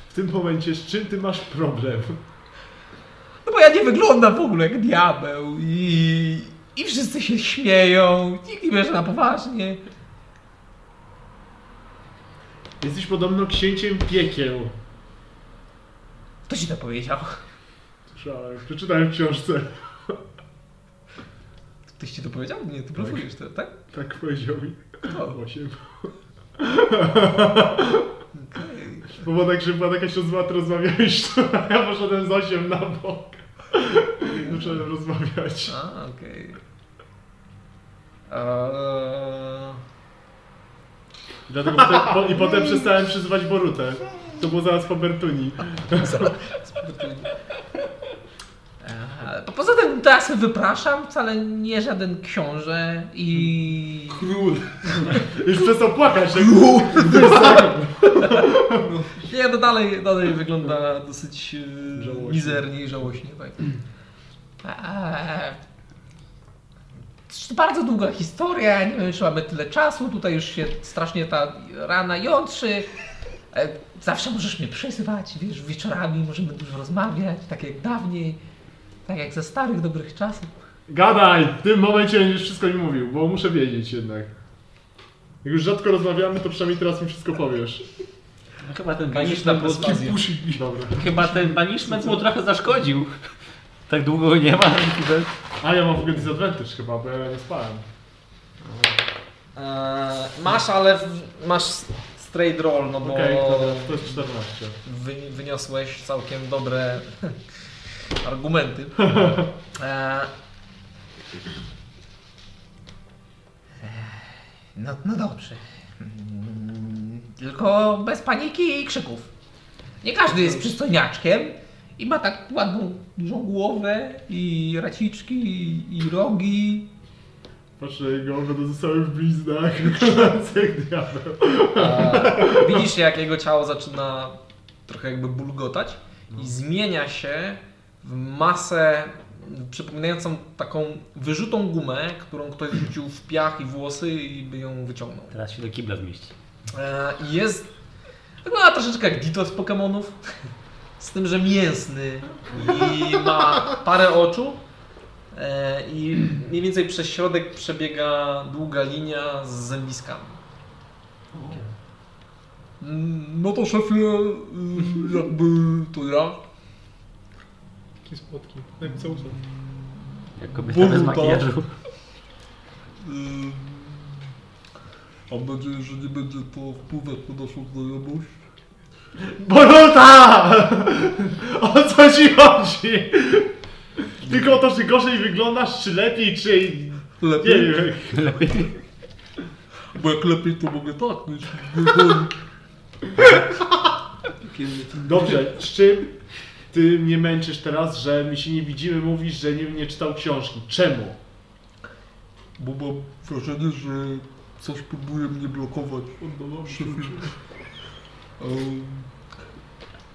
Speaker 5: W tym momencie z czym ty masz problem?
Speaker 8: No bo ja nie wyglądam w ogóle jak diabeł i, i wszyscy się śmieją, nikt nie bierze na poważnie.
Speaker 5: Jesteś podobno księciem piekieł.
Speaker 8: Kto ci to powiedział?
Speaker 5: Słyszałem, przeczytałem w książce.
Speaker 8: Ktoś ci to powiedział? Nie, ty blokujesz to, tak?
Speaker 5: Tak powiedział mi.
Speaker 8: Kto?
Speaker 5: Osiem. Bo była tak, że była jakaś rozmowa, ty rozmawiałeś, to ja poszedłem z osiem na bok. Zacząłem rozmawiać.
Speaker 8: A, okej. Eee,
Speaker 5: Dlatego potem, po, I potem przestałem przyzywać Borutę. To było zaraz po Bertuni.
Speaker 8: aha. Po- Poza tym to ja sobie wypraszam, wcale nie żaden książę i...
Speaker 2: Król.
Speaker 5: Już przestał płakać. Tak?
Speaker 8: Nie, no dalej, dalej wygląda dosyć yy,
Speaker 5: Żałośnie.
Speaker 8: mizernie i żałośnie. Tak. Eee, to bardzo długa historia, nie wiem czy mamy tyle czasu, tutaj już się strasznie ta rana jątrzy. E, Zawsze możesz mnie przyzywać, wiesz, wieczorami możemy dużo rozmawiać, tak jak dawniej, tak jak ze starych, dobrych czasów.
Speaker 5: Gadaj! W tym momencie będziesz wszystko mi mówił, bo muszę wiedzieć jednak. Jak już rzadko rozmawiamy, to przynajmniej teraz mi wszystko powiesz.
Speaker 6: No Chyba ten
Speaker 8: Ganiczna
Speaker 6: banishment, był,
Speaker 8: perswazja.
Speaker 5: Dobra.
Speaker 6: chyba ten banishment mu trochę zaszkodził. Tak długo go nie ma. że-
Speaker 5: A ja mam w ogóle disadvantage chyba, bo ja nie spałem.
Speaker 8: Eee, masz, ale masz straight roll, no bo
Speaker 5: Okej, dobra, to jest 14.
Speaker 8: wy, wyniosłeś całkiem dobre argumenty. E, no, no dobrze. Mm, Tylko bez paniki i krzyków. Nie każdy jest przystojniaczkiem i ma tak ładną, dużą głowę i raciczki i, i rogi.
Speaker 5: Patrzę, jego oczy zostały w bliznach. jak diabeł.
Speaker 8: Widzisz, jak jego ciało zaczyna trochę jakby bulgotać
Speaker 1: i zmienia się w masę przypominającą taką wyrzutą gumę, którą ktoś rzucił w piach i włosy i by ją wyciągnął.
Speaker 6: Teraz się do kibla zmieści.
Speaker 1: E, I jest. Wygląda troszeczkę jak Ditto z Pokémonów. Z tym, że mięsny i ma parę oczu. E, I mniej więcej przez środek przebiega długa linia z zębiskami. Mm, No to szefie, y, jakby to ja. e,
Speaker 9: Taki słodki.
Speaker 4: No
Speaker 9: Jak co usłyszał.
Speaker 6: Jak kobieta bez
Speaker 9: tak.
Speaker 1: Boruto.
Speaker 6: makijażu.
Speaker 1: Y, Mam nadzieję, że nie będzie to wpływać na naszą znajomość.
Speaker 5: Boruta! O co ci chodzi? Tylko o to, czy gorzej wyglądasz, czy lepiej, czy...
Speaker 1: Lepiej.
Speaker 5: Nie wiem.
Speaker 1: Bo jak lepiej to mogę tak mieć.
Speaker 5: Dobrze, z czym ty mnie męczysz teraz, że my się nie widzimy, mówisz, że nie, nie czytał książki. Czemu?
Speaker 1: Bo mam wrażenie, że coś próbuje mnie blokować. Em,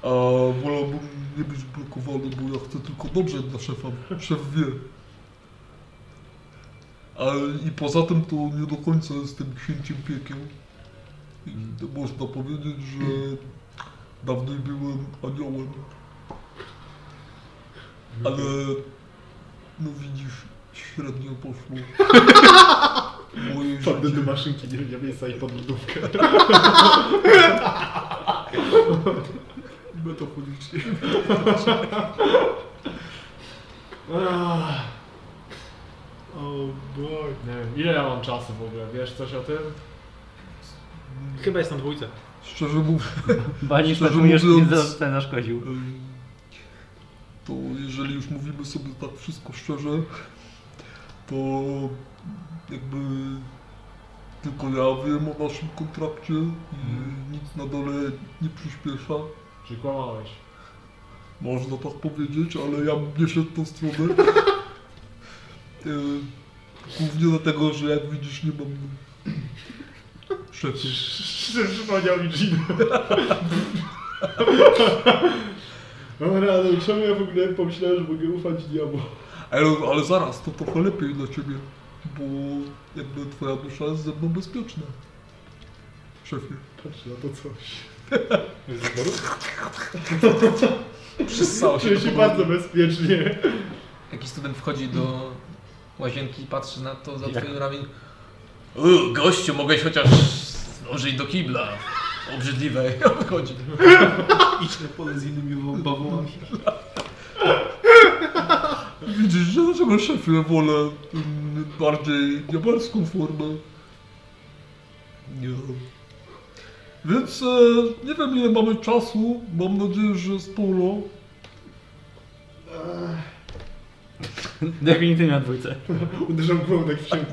Speaker 1: A wolałbym nie być blokowany, bo ja chcę tylko dobrze dla szefa. Szef wie. A, I poza tym to nie do końca jestem księciem piekieł. I to można powiedzieć, że dawniej byłem aniołem. Ale no widzisz, średnio poszło. Moje
Speaker 5: Wpadnę do
Speaker 1: życie.
Speaker 5: maszynki, nie wiem, miejsca i pod lodówkę.
Speaker 2: Metafonicznie.
Speaker 5: Ah,
Speaker 9: O boj.
Speaker 5: Nie wiem, ile ja mam czasu w ogóle, wiesz coś o tym?
Speaker 9: Chyba jest na dwójce.
Speaker 1: Szczerze mówiąc,
Speaker 6: Banisz
Speaker 1: Szczerze
Speaker 6: na mnie nie
Speaker 1: mówiąc-
Speaker 6: zostanę naszkodził.
Speaker 1: Ym, To jeżeli już mówimy sobie tak wszystko szczerze, to jakby tylko ja wiem o naszym kontrakcie i nic na dole nie przyspiesza.
Speaker 5: Czy kłamałeś?
Speaker 1: Można tak powiedzieć, ale ja nie szedł tą stronę. Ym, Głównie dlatego, że jak widzisz nie mam szefie.
Speaker 5: Przypomniał mi Gino. Mam radę, czemu ja w ogóle pomyślałem, że mogę ufać diabłu?
Speaker 1: Ale, ale zaraz, to trochę lepiej dla ciebie, bo jakby twoja dusza jest ze mną bezpieczna. Szefie.
Speaker 5: Patrz na No to coś.
Speaker 1: Przyssało
Speaker 5: Czuję się bardzo bezpiecznie.
Speaker 1: Jakiś student wchodzi do łazienki i patrzy na to za
Speaker 6: Jak?
Speaker 1: twoim ramieniem. U, gościu, mogłeś chociaż użyć do kibla. Obrzydliwe. I odchodzi.
Speaker 2: Idź na pole z innymi bawołami.
Speaker 1: Widzisz, że dlaczego szefie wolę mm, bardziej diabelską formę? Nie. Więc e, nie wiem ile mamy czasu. Mam nadzieję, że sporo.
Speaker 6: Definitywnie na dwójce.
Speaker 5: Uderzam głową tak w ścianę.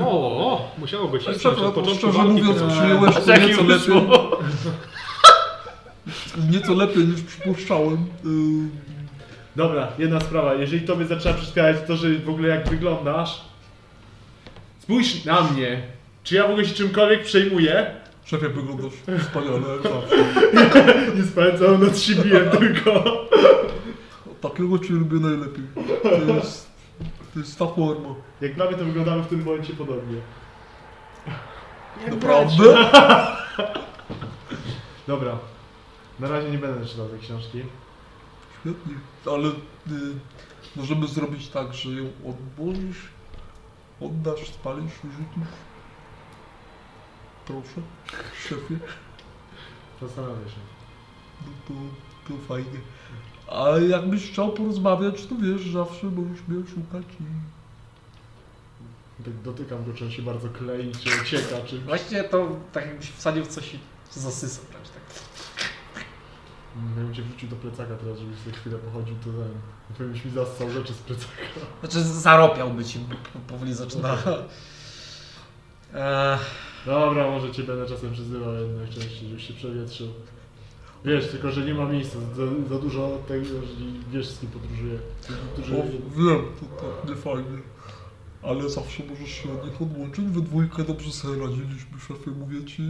Speaker 9: O, o musiało być.
Speaker 1: Przepraszam,
Speaker 9: Od początku
Speaker 1: szczerze
Speaker 9: walki
Speaker 1: mówiąc,
Speaker 9: to-
Speaker 1: przyjąłeś to
Speaker 6: Jaki
Speaker 1: nieco lepiej.
Speaker 6: wyszło?
Speaker 1: Nieco lepiej niż przypuszczałem. Y, Ym,
Speaker 5: Dobra, jedna sprawa. Jeżeli tobie zaczyna przeszkadzać to, że w ogóle jak wyglądasz, spójrz na mnie. Czy ja w ogóle się czymkolwiek przejmuję?
Speaker 1: Szefie, wyglądasz wspaniale, jak zawsze.
Speaker 5: Nie spędzam, nad siebie tylko.
Speaker 1: Takiego cię lubię najlepiej. To jest, to jest ta forma.
Speaker 5: Jak dla mnie to wyglądamy w tym momencie podobnie.
Speaker 1: Naprawdę?
Speaker 5: Dobra. Na razie nie będę czytał tej książki.
Speaker 1: Świetnie. Ale y, możemy zrobić tak, że ją odłożysz, oddasz, spalisz, rzucisz. Proszę, szefie.
Speaker 5: Zastanawiam się.
Speaker 1: No to, to fajnie. A jakbyś chciał porozmawiać, to wiesz, zawsze możesz mnie szukać i
Speaker 5: Tak dotykam go, czy on się bardzo klei, czy ucieka, czy...
Speaker 1: Właśnie to tak jakbyś wsadził w coś i zasysał prawie tak.
Speaker 5: Ja bym Mm, cię wrzucił do plecaka teraz, żebyś sobie chwilę pochodził, to ten... Pewnie byś mi zassał rzeczy z plecaka.
Speaker 1: Znaczy zaropiałby ci, bo po- powoli zaczyna. Eee,
Speaker 5: Dobra, może cię będę czasem przyzywał jednak częściej, żebyś się przewietrzył. Wiesz, tylko że nie ma miejsca, za, za dużo tego, jeżeli wiesz z kim podróżuję. Którzy...
Speaker 1: bo wiem, to tak nie fajnie. Ale zawsze możesz się od nich odłączyć. We dwójkę dobrze sobie radziliśmy, szefie, mówię ci.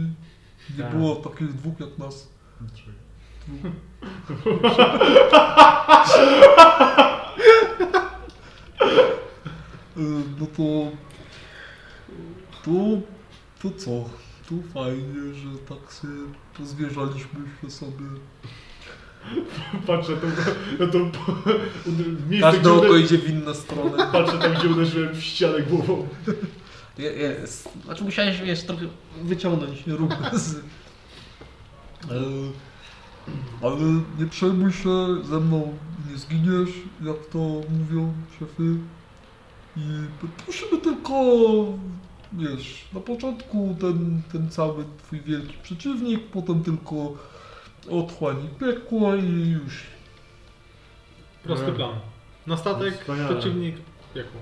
Speaker 1: Nie
Speaker 6: Tak.
Speaker 1: było takich dwóch jak nas. Y,
Speaker 9: No to... Tu... Tu co? Tu fajnie, że tak sobie pozwierzaliśmy się sobie.
Speaker 5: Patrzę tą, na tą po- ud- miejsce,
Speaker 9: Każde
Speaker 5: gdzie
Speaker 9: oko
Speaker 5: uder...
Speaker 9: idzie w inną stronę.
Speaker 5: Patrzę tam, gdzie uderzyłem w ścianę głową.
Speaker 9: Je- Jest. Znaczy musiałeś, wiesz, trochę wyciągnąć ruch z... E, Ale nie przejmuj się, ze mną nie zginiesz, jak to mówią szefy. I prosimy tylko, wiesz, na początku ten, ten cały twój wielki przeciwnik, potem tylko otchłań i piekło i już.
Speaker 4: Prosty plan. Na statek,
Speaker 5: Wspaniale.
Speaker 4: przeciwnik, piekło.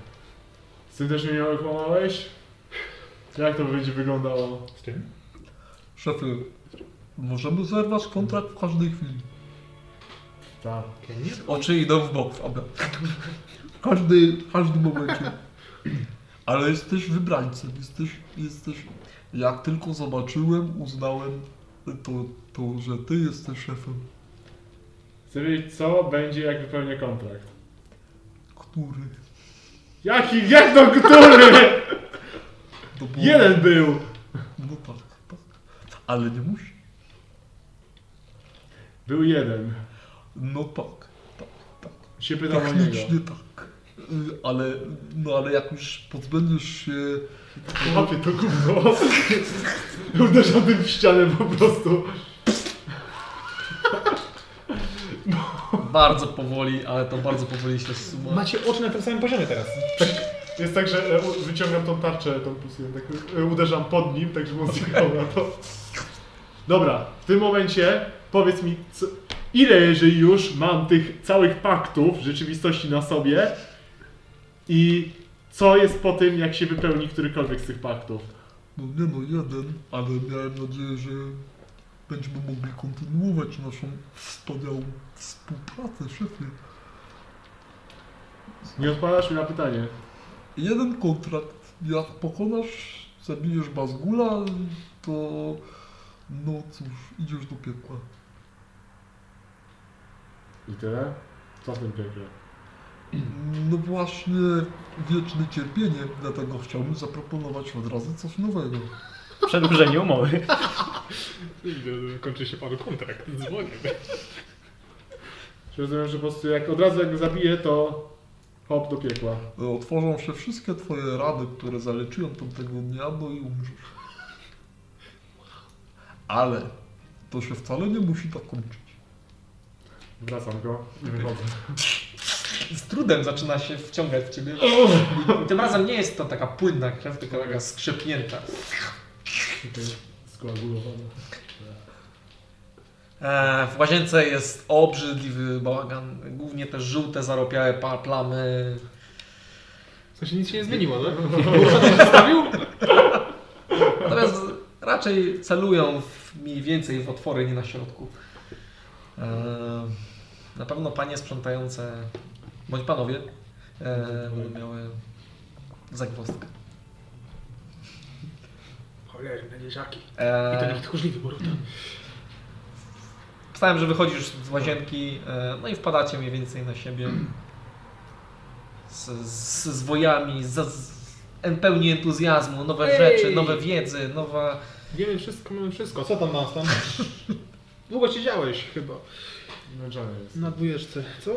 Speaker 5: Ty też mnie miałeś kłamałeś? Jak to będzie wyglądało?
Speaker 4: Z tym?
Speaker 9: Szefy, możemy zerwać kontrakt w każdej chwili.
Speaker 5: Tak.
Speaker 9: Oczy idą w bok, Fabio. Każdy, w każdym momencie. Ale jesteś wybrańcem, jesteś, jesteś... Jak tylko zobaczyłem, uznałem to, to, że ty jesteś szefem.
Speaker 5: Chcę wiedzieć, co będzie, jak wypełnię kontrakt.
Speaker 9: Który?
Speaker 5: Jaki? Jak to który?
Speaker 9: To było-
Speaker 5: Jeden był!
Speaker 9: No tak, tak. Ale nie musi.
Speaker 5: Był jeden.
Speaker 9: No tak, tak, tak.
Speaker 5: Się pytam o niego.
Speaker 9: Technicznie tak. Y, Ale, no ale jak już pozbędziesz się...
Speaker 5: Łapie to gówno. Uderzam tym w ścianę po prostu.
Speaker 9: Bardzo powoli, ale to bardzo powoli się suma.
Speaker 4: Macie oczy na tym samym poziomie teraz.
Speaker 5: Jest tak, że e, u- wyciągam tą tarczę, tą plus jeden, tak e, uderzam pod nim, tak żeby on zjechał na to. Dobra, w tym momencie powiedz mi, co, ile jeżeli już mam tych całych paktów rzeczywistości na sobie i co jest po tym, jak się wypełni którykolwiek z tych paktów?
Speaker 9: No nie no, jeden, ale miałem nadzieję, że będziemy mogli kontynuować naszą wspaniałą współpracę, szefie.
Speaker 5: Nie odpowiadasz mi na pytanie.
Speaker 9: Jeden kontrakt, jak pokonasz, zabijesz Bazgula, to no cóż, idziesz do piekła.
Speaker 5: I tyle? Co w tym piekle?
Speaker 9: No właśnie, wieczne cierpienie, dlatego chciałbym zaproponować od razu coś nowego.
Speaker 10: Przedłużenie umowy.
Speaker 4: Kończy się panu kontrakt, dzwonię.
Speaker 5: Czyli Rozumiem, że po prostu jak od razu jak go zabiję, to hop do piekła.
Speaker 9: Otworzą się wszystkie twoje rany, które zaleczyłem tamtego dnia, no i umrzesz. Ale to się wcale nie musi tak kończyć.
Speaker 5: Wracam go i wychodzę.
Speaker 9: Z trudem zaczyna się wciągać w ciebie. I tym razem nie jest to taka płynna krew, tylko taka skrzepięta.
Speaker 5: Skoagulowane.
Speaker 9: E, W łazience jest obrzydliwy bałagan, głównie te żółte, zaropiałe pa- plamy.
Speaker 4: W sensie nic się nie zmieniło, tak? Zostawił?
Speaker 9: Natomiast raczej celują w, mniej więcej w otwory, nie na środku. E, Na pewno panie sprzątające, bądź panowie, e, będą miały zagwozdkę.
Speaker 4: Cholerne dzieciaki. I ten
Speaker 9: E,
Speaker 4: taki tchórzliwy boruta.
Speaker 9: Wstałem, że wychodzisz z łazienki, e, no i wpadacie mniej więcej na siebie. Z, z, z wojami, z, z em- pełni entuzjazmu, nowe
Speaker 4: Ej!
Speaker 9: rzeczy, nowe wiedzy, nowa...
Speaker 4: Wiemy wszystko, mamy wszystko. Co tam nas tam? Długo siedziałeś chyba.
Speaker 5: Zmęczony jest.
Speaker 4: Na dwójeczce, co?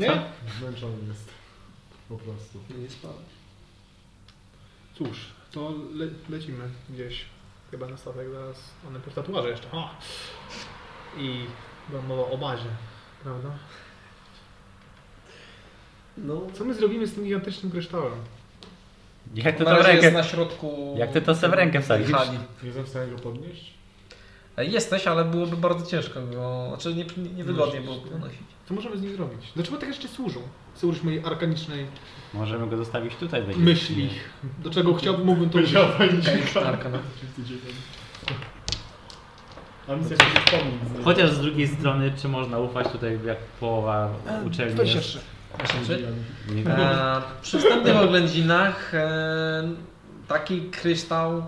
Speaker 4: Nie?
Speaker 5: Zmęczony jest. Po prostu.
Speaker 4: Nie spałem. Cóż, to le lecimy gdzieś. Chyba na statek zaraz. One po tatuaże jeszcze. O! I była mowa o bazie, prawda?
Speaker 9: No,
Speaker 4: Co my zrobimy z tym gigantycznym kryształem?
Speaker 6: Jak ty
Speaker 9: na
Speaker 6: to w
Speaker 9: razie jest
Speaker 6: rękę?
Speaker 9: na środku...
Speaker 6: Jak ty to sobie w rękę wsadzisz?
Speaker 9: hali.
Speaker 5: Nie jestem w stanie go podnieść?
Speaker 9: E, Jesteś, ale byłoby bardzo ciężko go... Znaczy nie, nie, niewygodnie
Speaker 4: Nosić,
Speaker 9: byłoby go
Speaker 4: tak?
Speaker 9: nosić.
Speaker 4: Co możemy z nim zrobić? Dlaczego tak jeszcze służą? Co użyć mojej arkanicznej
Speaker 5: Tak
Speaker 6: Możemy go zostawić tutaj. będzie.
Speaker 4: myśli? Do czego chciałbym, mógłbym to użyć?
Speaker 5: Powiedziała pani dzika.
Speaker 9: Tarka, no.
Speaker 5: A mi się jakiś pomnik z
Speaker 6: Chociaż z drugiej strony, czy można ufać tutaj, jak połowa
Speaker 9: E,
Speaker 6: uczelni
Speaker 4: Ktoś
Speaker 6: jest...
Speaker 4: jeszcze.
Speaker 9: Czy-
Speaker 6: Nie
Speaker 1: Eee,
Speaker 6: wiem.
Speaker 9: E, przy wstępnych oględzinach e, taki
Speaker 1: eee,
Speaker 9: kryształ, e,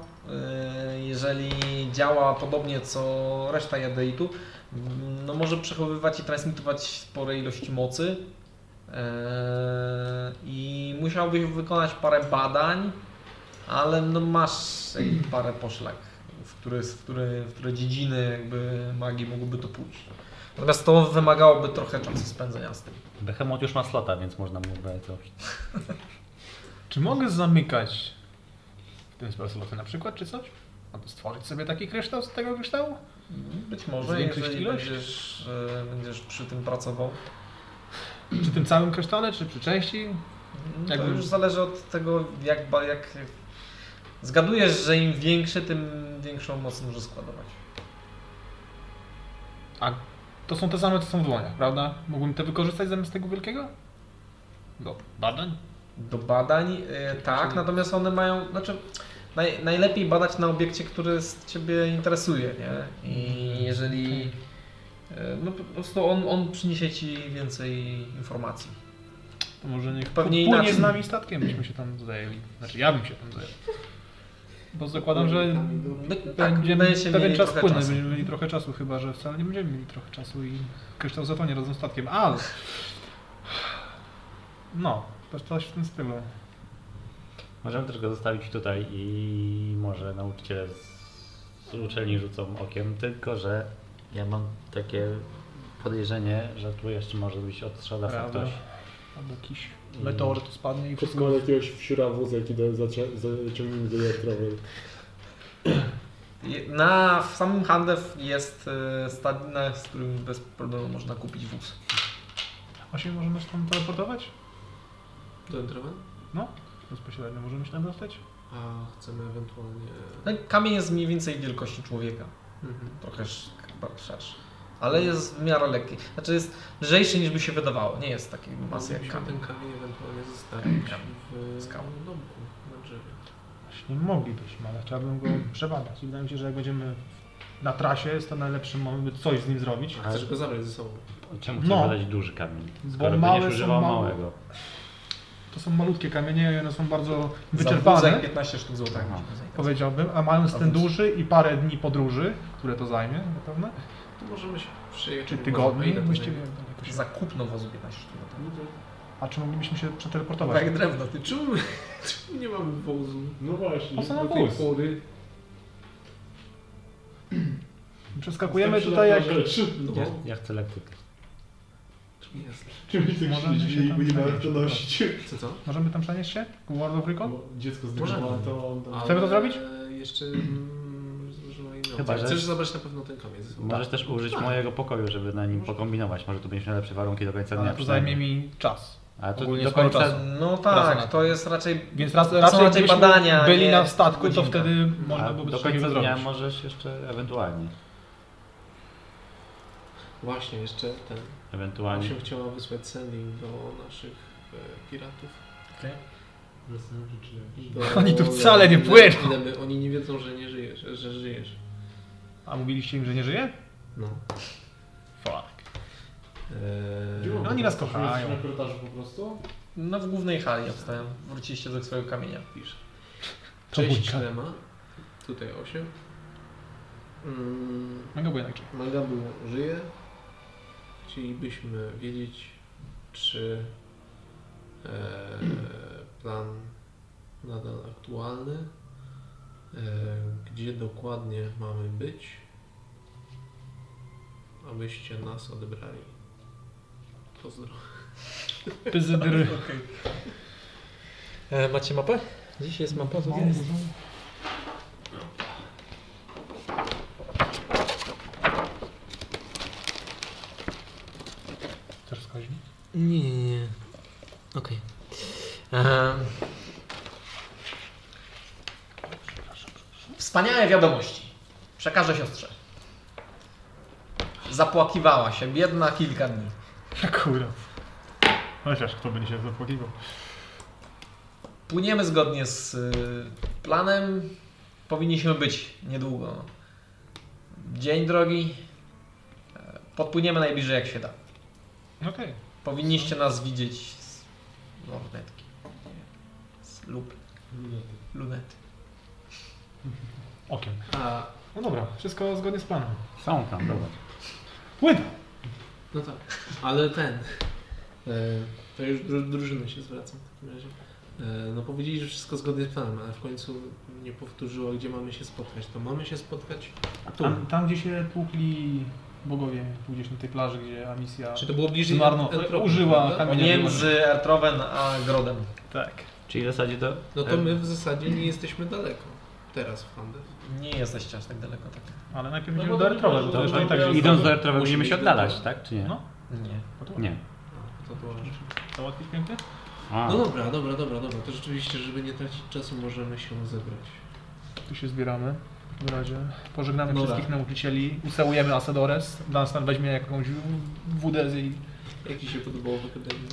Speaker 9: jeżeli działa podobnie co reszta jadeitu, m,
Speaker 1: No może przechowywać i transmitować spore ilości mocy. Eee, I musiałbyś wykonać parę badań, ale no masz jakby parę poszlak, w które, w, które, w które dziedziny jakby magii mogłoby to pójść. Natomiast to wymagałoby trochę czasu spędzenia z tym.
Speaker 6: Behemoth już ma slota, więc można mu wybrać coś.
Speaker 4: Czy mogę zamykać w ten sposób na przykład, czy coś? Albo stworzyć sobie taki kryształ z tego kryształu?
Speaker 1: Być może,
Speaker 4: Zwiększyć
Speaker 1: jeżeli
Speaker 4: ilość?
Speaker 1: Będziesz, e, będziesz przy tym pracował.
Speaker 4: Przy tym całym krysztale, czy przy części?
Speaker 1: No, to
Speaker 4: Jakby-
Speaker 1: już zależy od tego, jak, ba- jak. Zgadujesz, że im większy, tym większą moc może składować.
Speaker 4: To są te same, co są w dłoniach, prawda? Mógłbym te wykorzystać zamiast tego wielkiego? Do badań?
Speaker 1: Do badań e, tak, natomiast one mają. Znaczy, naj, najlepiej badać na obiekcie, który z ciebie interesuje, nie? I jeżeli. e, No po prostu on, on przyniesie ci więcej informacji.
Speaker 4: To może niech
Speaker 1: Pewnie
Speaker 4: płynie
Speaker 1: inaczej.
Speaker 4: z nami statkiem, byśmy się tam zajęli. Znaczy ja bym się tam zajął. Bo zakładam, że
Speaker 1: By, tak,
Speaker 4: będziemy
Speaker 1: będziecie
Speaker 4: pewien
Speaker 1: mieli
Speaker 4: czas
Speaker 1: trochę
Speaker 4: płynąć,
Speaker 1: czasu.
Speaker 4: będziemy mieli trochę czasu, chyba że wcale nie będziemy mieli trochę czasu i kryształ zatonie razem z statkiem, ale... No, to coś w tym stylu.
Speaker 6: Możemy też go zostawić tutaj i może nauczyciele z- z uczelni rzucą okiem, tylko że ja mam takie podejrzenie, że tu jeszcze może być odstrzelawca
Speaker 4: Prawda.
Speaker 6: ktoś.
Speaker 4: Albo jakiś
Speaker 1: Mm.
Speaker 6: I-
Speaker 4: meteor tu spadnie i wszystko.
Speaker 5: Wszystko ma jakiegoś wsiura wózek i zaciągniemy do elektrowy.
Speaker 1: Je- Na w samym Handef jest e, stadina, z którym bez problemu można kupić wóz.
Speaker 4: A się możemy się tam teleportować?
Speaker 2: Do Entrowen?
Speaker 4: Bezpośrednio możemy się tam dostać?
Speaker 2: A chcemy ewentualnie...
Speaker 1: No i kamień jest mniej więcej wielkości człowieka,
Speaker 2: Mhm.
Speaker 1: trochę sz- chyba szerszy. Ale
Speaker 4: Mm.
Speaker 1: jest w miarę lekki. Znaczy jest lżejszy niż by się wydawało. Nie jest takiej masy jak
Speaker 2: Moglibyśmy
Speaker 1: kamień.
Speaker 2: ten kamień ewentualnie
Speaker 4: Mm.
Speaker 2: zostawić w
Speaker 1: Skałę.
Speaker 2: domku Znaczy, na drzewie.
Speaker 4: Właśnie moglibyśmy, ale chciałbym go przebadać. I wydaje mi się, że jak będziemy na trasie, jest to najlepszy moment, by coś z nim zrobić.
Speaker 6: Ale
Speaker 2: Chcesz go zabrać ze sobą.
Speaker 6: Czemu chcesz
Speaker 4: No.
Speaker 6: badać duży kamień?
Speaker 4: Bo
Speaker 6: Skoro
Speaker 4: małe
Speaker 6: będziesz
Speaker 4: są
Speaker 6: używał
Speaker 4: małe.
Speaker 6: małego.
Speaker 4: To są malutkie kamienie i one są bardzo
Speaker 1: Za
Speaker 4: wyczerpane,
Speaker 1: wózek 15 sztuk złota.
Speaker 6: Aha.
Speaker 1: musimy zajmować.
Speaker 4: powiedziałbym, a mając
Speaker 1: Za
Speaker 4: ten
Speaker 1: wóz.
Speaker 4: duży i parę dni podróży, które to zajmie na pewno,
Speaker 2: To możemy się przyjechać.
Speaker 4: czy
Speaker 2: bo
Speaker 4: tygodni,
Speaker 2: ile to
Speaker 4: właściwie
Speaker 2: zajmie?
Speaker 4: jakoś.
Speaker 1: Za kupno wozu 15 sztuk złota.
Speaker 4: A czy moglibyśmy się przeteleportować?
Speaker 1: Tak, drewno. Ty
Speaker 2: Czemu, my- czemu nie mamy wozu?
Speaker 5: No właśnie,
Speaker 4: Po co nam
Speaker 5: do tej
Speaker 4: wóz?
Speaker 5: pory.
Speaker 4: Przeskakujemy
Speaker 5: Następna
Speaker 4: tutaj jak...
Speaker 5: rzecz. No.
Speaker 6: Ja, ja chcę elektrykę.
Speaker 2: Jasne.
Speaker 5: Czymś tych
Speaker 4: Możemy się
Speaker 5: drzwi
Speaker 4: tam
Speaker 5: tak nie ma
Speaker 4: przejść.
Speaker 5: wartości.
Speaker 2: Co to?
Speaker 4: Możemy tam przenieść się? World of Recon?
Speaker 5: Bo Dziecko
Speaker 2: Możemy.
Speaker 5: zdejmowało to on tam...
Speaker 4: Chcemy to zrobić?
Speaker 2: Ale Jeszcze... mm, złożyła inną
Speaker 6: Chyba,
Speaker 2: opcję.
Speaker 6: że-
Speaker 2: Chcesz zabrać na pewno ten kamień ze sobą?
Speaker 6: Możesz też użyć
Speaker 2: Tak.
Speaker 6: mojego pokoju, żeby na nim pokombinować. Może tu będziesz miał lepsze warunki do końca dnia.
Speaker 4: Ale to zajmie mi czas.
Speaker 6: Ale to
Speaker 4: ogólnie
Speaker 6: do
Speaker 4: sporo
Speaker 6: końca...
Speaker 4: czasu.
Speaker 1: No
Speaker 4: Praca na
Speaker 1: tak,
Speaker 4: to.
Speaker 1: to jest raczej
Speaker 4: Więc raz,
Speaker 1: To są
Speaker 4: raczej
Speaker 1: raczej
Speaker 4: gdybyśmy
Speaker 1: badania,
Speaker 4: byli
Speaker 1: nie
Speaker 4: na statku,
Speaker 1: godzinka.
Speaker 4: to wtedy
Speaker 6: A
Speaker 4: można byłoby
Speaker 6: do
Speaker 4: coś takiego
Speaker 6: końca dnia
Speaker 4: zrobić.
Speaker 6: możesz jeszcze ewentualnie.
Speaker 2: Tak. Właśnie, jeszcze ten...
Speaker 6: Ewentualnie.
Speaker 2: Osiem chciała wysłać sending do naszych e, piratów.
Speaker 5: Zastanawiam się, czy jakiś-
Speaker 2: Do-
Speaker 4: Oni tu
Speaker 2: do-
Speaker 4: wcale nie
Speaker 2: ile-
Speaker 4: płyną.
Speaker 2: ile my- Oni nie wiedzą, że nie żyjesz, że żyjesz.
Speaker 4: A mówiliście im, że nie żyje?
Speaker 2: No.
Speaker 4: Fuck.
Speaker 2: Eee,
Speaker 4: No, Oni nas kochają.
Speaker 5: Na korytarzu po prostu?
Speaker 1: no w głównej hali obstałem. Wróciliście do swojego kamienia.
Speaker 2: pisze.
Speaker 4: To
Speaker 2: Cześć
Speaker 4: bójka.
Speaker 2: Klema. Tutaj 8. Mm,
Speaker 4: Mega No było inaczej.
Speaker 2: Magabu żyje. Chcielibyśmy wiedzieć, czy e, plan nadal aktualny, e, gdzie dokładnie mamy być, abyście nas odebrali. Pozdro.
Speaker 4: Pyzydry.
Speaker 1: E, macie mapę? Dziś jest mapa, to
Speaker 4: Chcesz skończyć?
Speaker 1: Nie, nie, nie. Okej. Ehm. Wspaniałe wiadomości. Przekażę siostrze. Zapłakiwała się, biedna kilka dni.
Speaker 4: Kurwa. Chociaż kto będzie się zapłakiwał.
Speaker 1: Płyniemy zgodnie z y, planem. Powinniśmy być niedługo. Dzień drogi. E, Podpłyniemy najbliżej jak się da.
Speaker 4: Okej.
Speaker 1: Powinniście nas widzieć z lornetki. Z lub lunety.
Speaker 4: Okiem.
Speaker 2: A
Speaker 4: No dobra, wszystko zgodnie z planem.
Speaker 6: Są tam, zobacz.
Speaker 3: Pływa.
Speaker 2: No tak, ale ten. e, To już dru- drużyny się zwracam w takim razie. E, No powiedzieli, że wszystko zgodnie z planem, ale w końcu nie powtórzyło, gdzie mamy się spotkać. To mamy się spotkać?
Speaker 4: Tam, tam gdzie się tłukli bogowie, tu gdzieś na tej plaży, gdzie Amicia
Speaker 2: Czy to było bliżej
Speaker 4: zmarno
Speaker 2: Eltropu,
Speaker 4: użyła
Speaker 2: prawda?
Speaker 4: kamienia.
Speaker 1: Między Artrowen a Grodem.
Speaker 4: Tak.
Speaker 6: Czyli w zasadzie to...
Speaker 2: No to my w zasadzie nie jesteśmy daleko teraz w Flanders.
Speaker 1: Nie jesteście aż tak daleko, tak?
Speaker 4: Ale najpierw
Speaker 5: No
Speaker 4: będziemy
Speaker 5: bo
Speaker 4: do
Speaker 5: to nie
Speaker 4: Ertrowa, bo
Speaker 5: było
Speaker 4: to
Speaker 5: dobrze.
Speaker 4: jeszcze i tak
Speaker 5: Ja-
Speaker 4: gdzieś
Speaker 6: Idąc do Ertrowa
Speaker 2: Musimy
Speaker 6: będziemy się
Speaker 2: się
Speaker 6: oddalać,
Speaker 2: wybrać.
Speaker 6: tak? Czy nie?
Speaker 4: No.
Speaker 1: Nie.
Speaker 6: Nie.
Speaker 2: No, to było.
Speaker 4: załatwić pięknie.
Speaker 6: A,
Speaker 2: No dobra, dobra, dobra, dobra. To rzeczywiście, żeby nie tracić czasu, możemy się zebrać.
Speaker 4: Tu się zbieramy. W takim razie pożegnamy
Speaker 2: Dobra.
Speaker 4: wszystkich nauczycieli, usałujemy Asadores, Dunstan weźmie jakąś WD z jej...
Speaker 2: Jak ci się podobało w Akademii? No,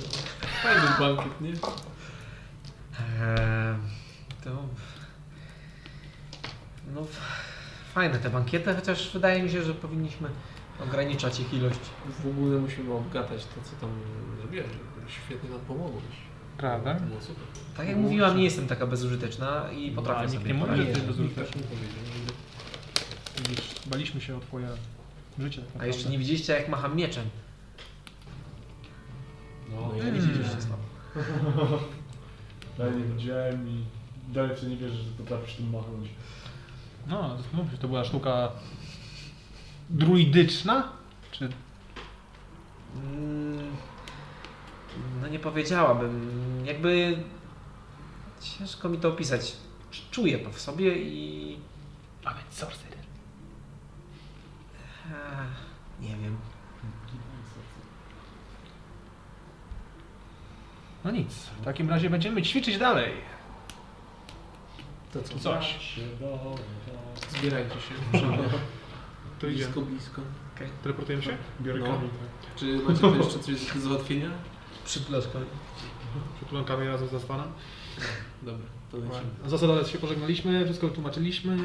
Speaker 2: Fajny bankiet, nie?
Speaker 1: Eee, to... No, f- fajne te bankiety, chociaż wydaje mi się, że powinniśmy ograniczać ich ilość.
Speaker 2: W ogóle musimy obgadać to, co tam zrobiłem. Świetnie nam pomogłeś.
Speaker 4: Prawda?
Speaker 2: To było super.
Speaker 1: Tak jak mówiłam, nie jestem taka bezużyteczna i potrafię
Speaker 4: ale nikt
Speaker 1: sobie
Speaker 4: nie mówi,
Speaker 1: poradzić.
Speaker 4: że ty-
Speaker 2: Nikt
Speaker 4: bezużyteczny.
Speaker 2: tak No nie powiedział. nigdy.
Speaker 4: Widzisz, baliśmy się o twoje życie. tak
Speaker 1: A jeszcze
Speaker 4: naprawdę.
Speaker 1: nie widzieliście, jak macham mieczem.
Speaker 2: No,
Speaker 1: Nie
Speaker 2: ja
Speaker 1: widzieliście słabo.
Speaker 5: Ja nie widziałem i dalej w to nie wierzę, że potrafisz tym machnąć.
Speaker 4: No, mówmy, to była sztuka druidyczna? Czy
Speaker 1: Mm, No nie powiedziałabym. Jakby ciężko mi to opisać. Cz- Czuję to w sobie i
Speaker 4: A więc sorcerer.
Speaker 1: Ech, eh, nie wiem.
Speaker 4: No nic, w takim razie będziemy ćwiczyć dalej.
Speaker 2: To co?
Speaker 4: Coś.
Speaker 2: Zbierajcie się. Trzeba.
Speaker 9: To idzie.
Speaker 2: Blisko, blisko.
Speaker 9: Teleportujemy się?
Speaker 5: Biorę
Speaker 2: No.
Speaker 5: kamień,
Speaker 2: Czy macie tu jeszcze coś do załatwienia?
Speaker 1: Przytulaszka.
Speaker 9: Przytulam kamień razem z Zastanem.
Speaker 2: Dobra, to lecimy.
Speaker 9: Zasadę się pożegnaliśmy, wszystko wytłumaczyliśmy,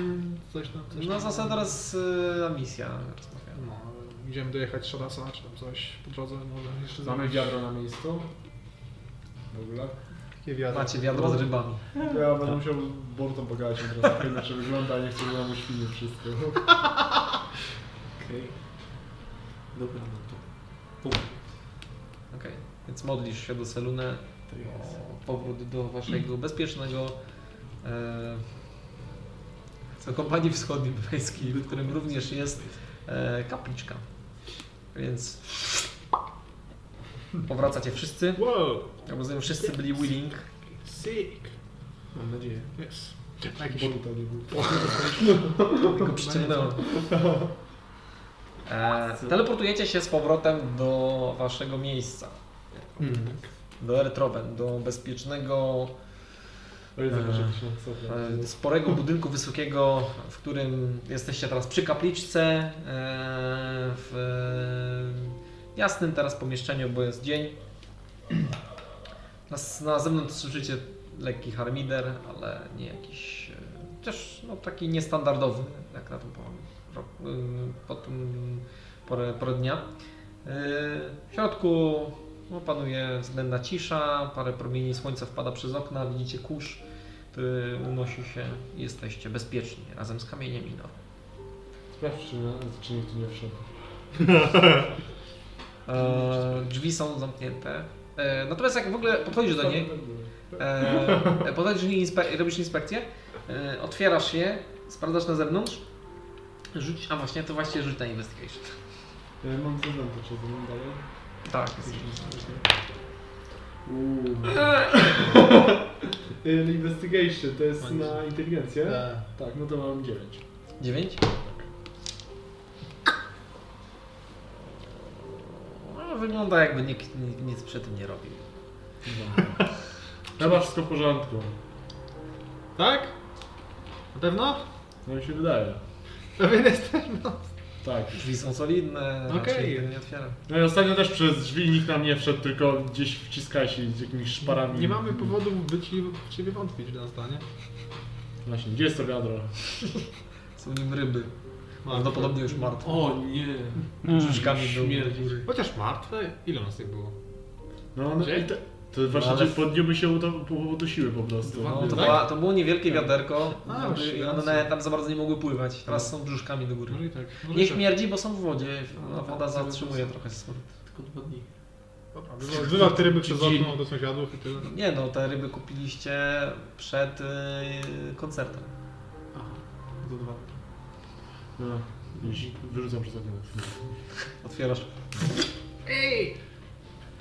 Speaker 9: coś tam. Coś
Speaker 1: No
Speaker 9: tam.
Speaker 1: zasada teraz y, misja. rozmawiamy.
Speaker 9: No, idziemy dojechać Shadasa, czy tam coś po drodze, może jeszcze
Speaker 5: tak. Mamy
Speaker 9: zamówić
Speaker 5: wiadro na miejscu. W ogóle.
Speaker 9: takie wiadro.
Speaker 1: Macie wiadro z rybami.
Speaker 5: Ja będę musiał bortą pogadać od razu, jak inaczej wygląda, a nie chcę, żeby nam uświnił wszystko.
Speaker 2: Okej. Dobra, no to.
Speaker 1: Okej, więc modlisz się do Selune
Speaker 2: To jest.
Speaker 1: o powrót do waszego bezpiecznego e, co kompanii wschodnioeuropejskiej, w którym również jest e, kapliczka. Więc powracacie wszyscy.
Speaker 9: Wow,
Speaker 1: Ja rozumiem, wszyscy byli willing.
Speaker 9: sick.
Speaker 2: Mam nadzieję.
Speaker 9: Yes. Na jakiś
Speaker 5: Boruta nie był.
Speaker 1: Tylko przyciągnęło. E, teleportujecie się z powrotem do waszego miejsca.
Speaker 4: Mhm.
Speaker 1: Do Ertroben, do bezpiecznego
Speaker 5: To jest jakaś jakaś sobie.
Speaker 1: E, sporego budynku wysokiego, w którym jesteście teraz przy kapliczce, e, w e, jasnym teraz pomieszczeniu, bo jest dzień. Na, s- na zewnątrz słyszycie lekki harmider, ale nie jakiś, e, też no, taki niestandardowy, jak na tą porę, ro- ym, po tym porę, porę dnia. E, W środku no, panuje względna cisza, parę promieni słońca wpada przez okna, widzicie kurz który unosi się i jesteście bezpieczni razem z kamieniem i no.
Speaker 5: Sprawdź, czy, nie- czy nikt tu nie wszedł.
Speaker 1: E, drzwi są zamknięte. E, natomiast jak w ogóle podchodzisz do niej, e, podchodzisz do niej inspe- robisz inspekcję, e, otwierasz je, sprawdzasz na zewnątrz, rzuć, a właśnie to właśnie rzuć na investigation.
Speaker 5: Ja mam zewnętrzne, czy to mam dalej?
Speaker 1: Tak.
Speaker 5: Uuu. Eee. Investigation, to jest
Speaker 9: Fajnie.
Speaker 5: na inteligencję? Tak, no to mam 9.
Speaker 1: 9? No, wygląda jakby nikt ni- nic przy tym nie robił.
Speaker 5: Chyba wszystko w porządku.
Speaker 9: Tak? Na pewno?
Speaker 5: No mi się wydaje.
Speaker 9: Pewien jesteś?
Speaker 5: Tak.
Speaker 1: Drzwi są solidne,
Speaker 9: Okej.
Speaker 1: raczej nikt nie otwiera.
Speaker 5: No i ostatnio też przez drzwi nikt nam nie wszedł, tylko gdzieś wciskaj się z jakimiś szparami.
Speaker 9: Nie mamy powodu być w ciebie wątpić, Dunstanie.
Speaker 5: Właśnie, gdzie jest to wiadro?
Speaker 1: Są w nim ryby.
Speaker 9: Tak,
Speaker 1: Prawdopodobnie już martwe.
Speaker 2: O nie!
Speaker 1: brzuszkami do
Speaker 2: Śmierć.
Speaker 1: góry.
Speaker 9: Chociaż martwe? Ile nas tych było?
Speaker 5: No, no i
Speaker 9: Gdzie?
Speaker 5: te, To właśnie
Speaker 6: ale-
Speaker 5: po dniu by się uda- po- udusiły po prostu.
Speaker 2: Dwa
Speaker 5: No,
Speaker 1: No, to,
Speaker 2: Tak?
Speaker 1: była, to było niewielkie wiaderko
Speaker 2: A,
Speaker 1: wody
Speaker 2: właśnie,
Speaker 1: i one
Speaker 2: racja.
Speaker 1: nawet tam za bardzo nie mogły pływać. Teraz są brzuszkami do góry.
Speaker 2: Może i tak. Może
Speaker 1: Nie
Speaker 2: i tak.
Speaker 1: śmierdzi, bo są w wodzie. No,
Speaker 2: No,
Speaker 1: woda
Speaker 2: tak,
Speaker 1: zatrzymuje
Speaker 2: tak.
Speaker 1: trochę smród.
Speaker 2: Tylko dwa dni.
Speaker 9: Wylot- Wylot te ryby przez okno do sąsiadów i tyle.
Speaker 1: Nie no, te ryby kupiliście przed yy, koncertem.
Speaker 2: Aha, to dwa dni.
Speaker 5: No, i wyrzucam przez okno.
Speaker 1: Otwierasz.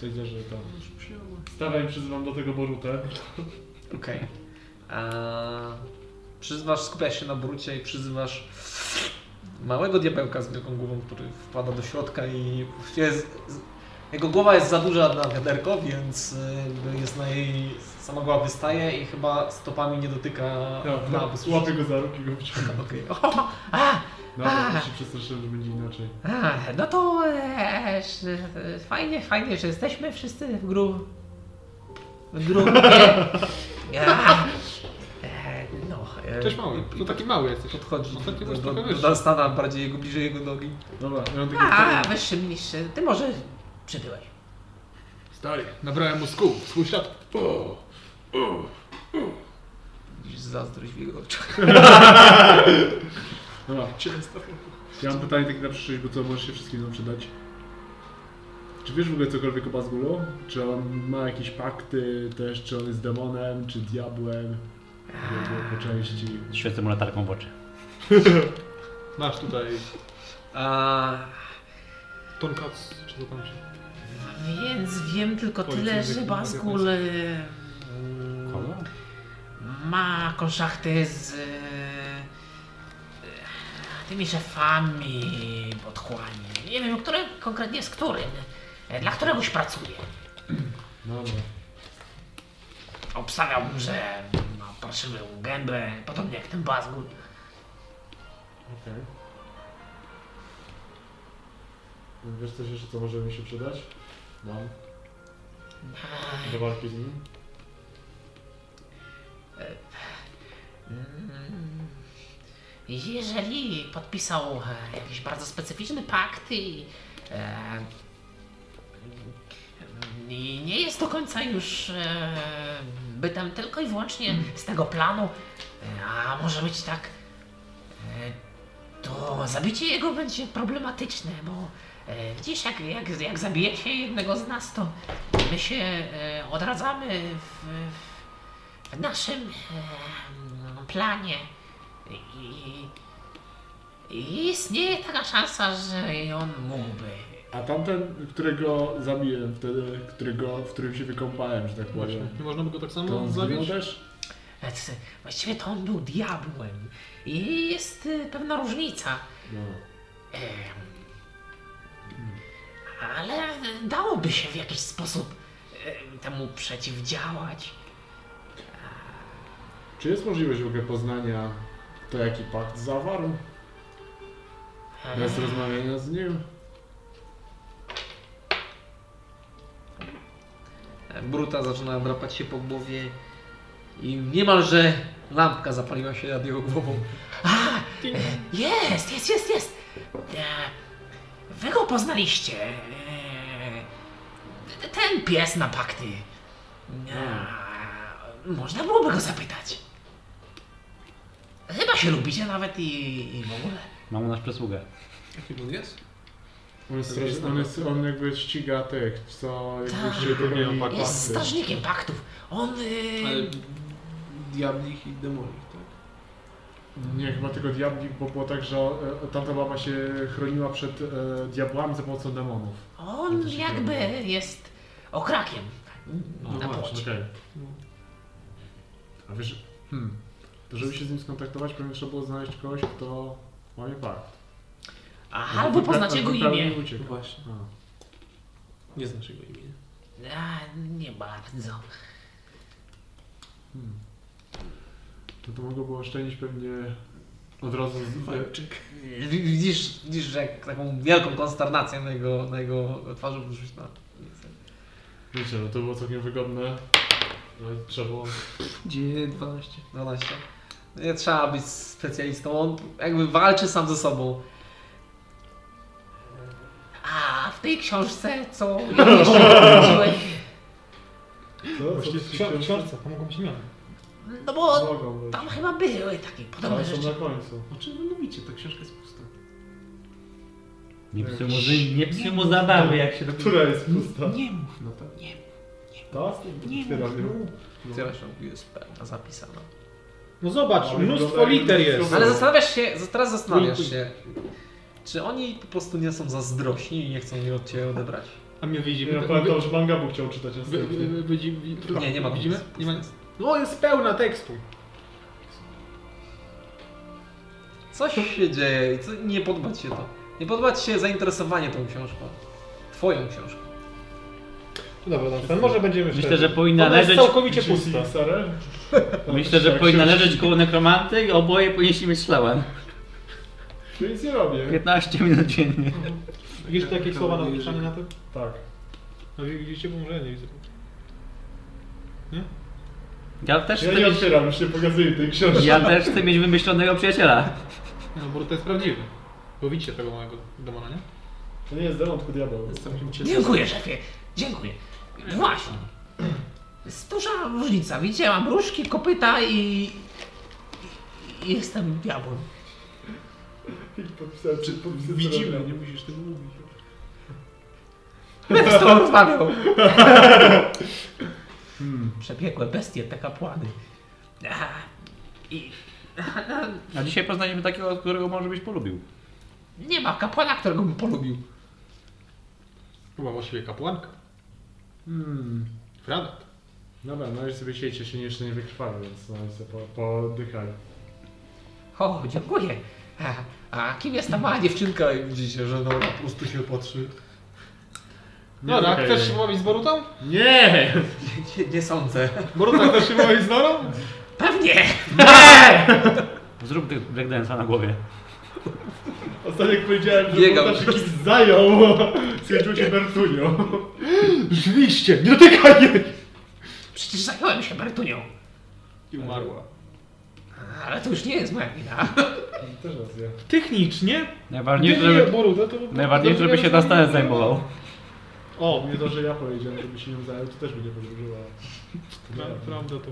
Speaker 5: To idzie, że tam.
Speaker 2: Już przyjadłem.
Speaker 5: Stawaj, przyzywam do tego Borutę.
Speaker 1: Okej. A, Przyzywasz, skupiasz się na brucie i przyzywasz małego diabełka z wielką głową, który wpada do środka i jest, jego głowa jest za duża na wiaderko, więc y, jakby jest na jej, sama głowa wystaje i chyba stopami nie dotyka
Speaker 9: Tak.
Speaker 1: dna. bo słyszysz-
Speaker 5: No, Łapię go za ruch i go wyciągam.
Speaker 1: Okej. O, a,
Speaker 5: Dobra, to się przestraszyłem, że będzie inaczej.
Speaker 1: a, no to e, sz- e, fajnie, fajnie, że jesteśmy wszyscy w gru... w grupie. A, e, no, e,
Speaker 9: Cześć mały, to taki mały jesteś.
Speaker 1: Podchodzi
Speaker 9: Ostatnio byłeś
Speaker 1: do,
Speaker 9: trochę
Speaker 1: do
Speaker 9: wyższy.
Speaker 1: Dunstana, bardziej jego, bliżej jego nogi.
Speaker 5: Dobra, ja mam
Speaker 8: A,
Speaker 5: takie...
Speaker 8: wyższym niż ty może przybyłeś.
Speaker 9: Stary, nabrałem mu skół, swój ślad.
Speaker 1: Widzisz zazdrość w jego oczach.
Speaker 5: Dobra, No. ja mam pytanie takie na przyszłość, bo to może się wszystkim nam przydać. Czy wiesz w ogóle cokolwiek o Bazgulu? Czy on ma jakieś pakty też, czy on jest demonem, czy diabłem? Diabłem po części.
Speaker 6: Świecę mu latarką w oczy.
Speaker 9: Masz tutaj
Speaker 1: A,
Speaker 9: tonkatsu, czy co tam się...
Speaker 8: Więc wiem tylko
Speaker 9: Policja
Speaker 8: tyle,
Speaker 9: z
Speaker 8: że
Speaker 9: jakim
Speaker 8: Basgul e, No
Speaker 6: Kogo?
Speaker 8: ma kontakty z e, tymi szefami podchłani. Nie wiem, który konkretnie z którym. e, Dla któregoś pracuje.
Speaker 5: Dobra.
Speaker 8: Obstawiałbym, że ma parszywą gębę, podobnie jak ten Basgul.
Speaker 5: Okej. Wiesz coś jeszcze, co może mi się przydać? Mam. Do walki z nim?
Speaker 8: Mm, Jeżeli podpisał e, jakiś bardzo specyficzny pakt i, e, i nie jest do końca już e, bytem tylko i wyłącznie z tego planu, e, a może być tak, e, to zabicie jego będzie problematyczne, bo e, widzisz, jak, jak, jak zabijecie jednego z nas, to my się e, odradzamy w, w w naszym em, planie i, i istnieje taka szansa, że i on mógłby.
Speaker 5: A tamten, którego zabiłem wtedy, którego, w którym się wykąpałem, że tak powiem.
Speaker 9: Nie można by go tak
Speaker 5: To
Speaker 9: samo
Speaker 4: No,
Speaker 5: on zginął
Speaker 9: zabić?
Speaker 5: też?
Speaker 8: E, c- Właściwie to on był diabłem i jest e, pewna różnica,
Speaker 5: No.
Speaker 8: ale dałoby się w jakiś sposób em, temu przeciwdziałać.
Speaker 5: Czy jest możliwość w ogóle poznania to, jaki pakt zawarł?
Speaker 8: E,
Speaker 5: Bez rozmawiania z nim?
Speaker 1: Bruta zaczyna drapać się po głowie i niemalże lampka zapaliła się nad jego głową.
Speaker 8: A, jest, jest, jest, jest. E, Wy go poznaliście. E, Ten pies na pakty. E, Można byłoby go zapytać. Chyba się lubicie nawet i, i w ogóle.
Speaker 6: Mam u nas przysługę.
Speaker 2: Jaki on jest?
Speaker 5: On, jest straż, on, jest, on jakby ściga tych, co
Speaker 8: Tak.
Speaker 5: jakby się bronią pakty.
Speaker 8: Jest strażnikiem paktów. On. y,
Speaker 2: Ale diablich i demonik, tak?
Speaker 5: No Nie, chyba tylko diabli, bo było tak, że e, tamta baba się chroniła przed e, diabłami za pomocą demonów.
Speaker 8: On
Speaker 5: No to się
Speaker 8: jakby
Speaker 5: podoba.
Speaker 8: jest okrakiem. No Na płocie.
Speaker 5: No okej. A wiesz, hmm, to żeby się z nim skontaktować, pewnie trzeba było znaleźć kogoś, kto łamie pakt. No
Speaker 8: A, Albo poznać jego imię.
Speaker 5: Nie uciekł.
Speaker 2: Właśnie.
Speaker 5: A.
Speaker 2: Nie znasz jego imienia.
Speaker 8: A, nie bardzo.
Speaker 5: No Hmm. to mogło było oszczędzić pewnie od razu z...
Speaker 2: Walczyk.
Speaker 1: W- Widzisz, widzisz że jak taką wielką konsternację na jego, na jego twarzy wrzucić na...
Speaker 5: Wiecie, no to było całkiem wygodne. No i trzeba było...
Speaker 2: Gdzie 12.
Speaker 1: 12. No Nie trzeba być specjalistą, on jakby walczy sam ze sobą.
Speaker 8: A w tej książce, co jeszcze wróciłeś,
Speaker 5: Co?
Speaker 9: Właśnie
Speaker 5: Właśnie
Speaker 9: w książ- książce, tam mogą być imiona.
Speaker 8: No bo
Speaker 5: Mogą być.
Speaker 8: tam chyba były takie podobne
Speaker 5: Ale są na
Speaker 8: rzeczy.
Speaker 5: końcu.
Speaker 2: O czym wy mówicie? Ta książka jest pusta.
Speaker 6: Nie psuj mu, ży- nie psuj mu zabawy, jak się do...
Speaker 5: Która jest pusta?
Speaker 2: Nie mów, no tak. Nie.
Speaker 5: Ta?
Speaker 2: Nie
Speaker 5: Otwieram
Speaker 2: mów,
Speaker 5: ją.
Speaker 1: Zresztą jest pełna zapisana.
Speaker 9: No zobacz,
Speaker 5: Ale
Speaker 9: mnóstwo
Speaker 5: wygląda jak
Speaker 9: liter jest.
Speaker 5: mnóstwo-
Speaker 1: Ale zastanawiasz się, teraz
Speaker 9: No.
Speaker 1: zastanawiasz się, czy oni po prostu nie są zazdrośni i nie chcą jej od ciebie odebrać?
Speaker 9: A my widzimy.
Speaker 5: Ja pamiętam, że mangabu chciał czytać
Speaker 9: wy- wy-
Speaker 5: następnie.
Speaker 9: wy- widzimy-
Speaker 1: Nie, nie ma
Speaker 9: Widzimy?
Speaker 1: nic.
Speaker 9: Nie ma. No jest pełna tekstu.
Speaker 1: Coś się dzieje i co, nie podoba ci się to. Nie podoba ci się zainteresowanie tą książką. Twoją książką.
Speaker 9: No dobra, no, może będziemy
Speaker 6: Myślę,
Speaker 9: szczerzy.
Speaker 6: że powinna
Speaker 9: Ona jest
Speaker 6: leżeć,
Speaker 9: całkowicie pusta.
Speaker 5: XRL?
Speaker 6: myślę, że
Speaker 5: Tak,
Speaker 6: powinna
Speaker 5: książki.
Speaker 6: leżeć koło nekromanty i oboje powinniśmy mieć szlałem.
Speaker 5: Ja nic nie robię.
Speaker 6: 15 minut dziennie.
Speaker 9: Widzisz takie słowa napisane na tym?
Speaker 5: Tak.
Speaker 9: No wi- widzicie, bo może ja nie widzę.
Speaker 6: Ja też
Speaker 5: Ja
Speaker 6: chcę
Speaker 5: nie
Speaker 6: mieć,
Speaker 5: otwieram, już nie pokazuję tej książki.
Speaker 6: ja też chcę mieć wymyślonego przyjaciela.
Speaker 9: Nie, No bo to jest prawdziwy. Bo widzicie tego małego demona, nie?
Speaker 5: To nie jest demon, tylko diabeł.
Speaker 2: Jest całkiem ciężko.
Speaker 8: Dziękuję, szefie. Dziękuję. Właśnie. Jest duża różnica. Widziałam mrużki, kopyta i... i jestem diabłem.
Speaker 5: I podpisałem, czy podpisałem.
Speaker 2: Widzimy, nie musisz tego mówić.
Speaker 8: Będę z tobą rozmawiał.
Speaker 5: Hmm.
Speaker 8: Przepiekłe bestie, te kapłany. Aha. I...
Speaker 6: A dzisiaj poznaliśmy takiego, którego może byś polubił.
Speaker 8: Nie ma kapłana, którego bym polubił.
Speaker 9: Chyba właściwie kapłanka.
Speaker 5: Hmm.
Speaker 9: Fradat.
Speaker 5: Dobra, no już sobie siedźcie, się jeszcze nie wykrwawię, więc no i sobie po, podychaj.
Speaker 8: O, dziękuję. A, a kim jest ta mała dziewczynka? I widzicie, że no, po prostu się patrzy.
Speaker 5: Nie
Speaker 9: No, tak,
Speaker 5: dotykaj
Speaker 9: chcesz się
Speaker 5: jej.
Speaker 9: łowić z Borutą?
Speaker 5: Nie!
Speaker 1: Nie, nie sądzę.
Speaker 9: Boruta chcesz się łowić z Norą?
Speaker 8: Pewnie!
Speaker 6: Zrób tych breakdance'a na głowie.
Speaker 5: Ostatnio jak powiedziałem, że
Speaker 1: Biegał.
Speaker 5: Biegał. się kimś zajął, skończył się Bertunią.
Speaker 9: Rzeczywiście, nie dotykaj jej!
Speaker 8: Przecież zająłem się Bertunią.
Speaker 9: I umarła.
Speaker 8: Ale to już nie jest moja wina.
Speaker 5: Też rację.
Speaker 9: Technicznie?
Speaker 6: Najważniejsze,
Speaker 9: Gdyby nie
Speaker 6: żeby,
Speaker 9: Boruta, to... by-
Speaker 6: najważniejsze,
Speaker 9: to by
Speaker 6: żeby
Speaker 9: nie
Speaker 6: się na stałe zajmował.
Speaker 5: O, nie to, że ja powiedziałem, żeby się nią zajął, to też by nie podróżowała.
Speaker 9: Pra- Prawda to.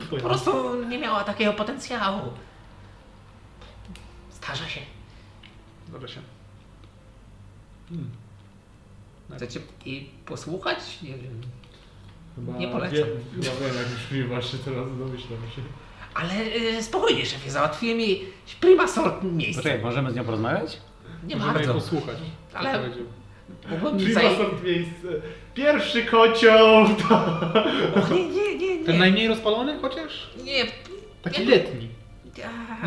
Speaker 8: Po
Speaker 9: Twoja.
Speaker 8: prostu nie miała takiego potencjału. Starza się.
Speaker 9: Zdarza się.
Speaker 1: Chcecie jej posłuchać? Nie wiem.
Speaker 5: Chyba
Speaker 8: Nie polecam.
Speaker 5: wie- Ja wiem, jak brzmi właśnie teraz, domyślam się.
Speaker 8: Ale y, spokojnie, szefie, załatwiłem jej prima sort miejsce.
Speaker 6: Poczekaj, możemy z nią porozmawiać?
Speaker 8: Nie
Speaker 9: Możemy jej
Speaker 8: bardzo.
Speaker 9: posłuchać. co
Speaker 8: Ale-
Speaker 9: powiedział.
Speaker 8: Mogłem mi
Speaker 5: Czyli
Speaker 8: zaje...
Speaker 5: sort miejsce. Pierwszy kocioł! To...
Speaker 8: Och, Nie, nie, nie,
Speaker 9: Ten
Speaker 8: nie.
Speaker 9: najmniej rozpalony chociaż?
Speaker 8: Nie.
Speaker 9: Taki
Speaker 8: Nie.
Speaker 9: letni.
Speaker 8: A,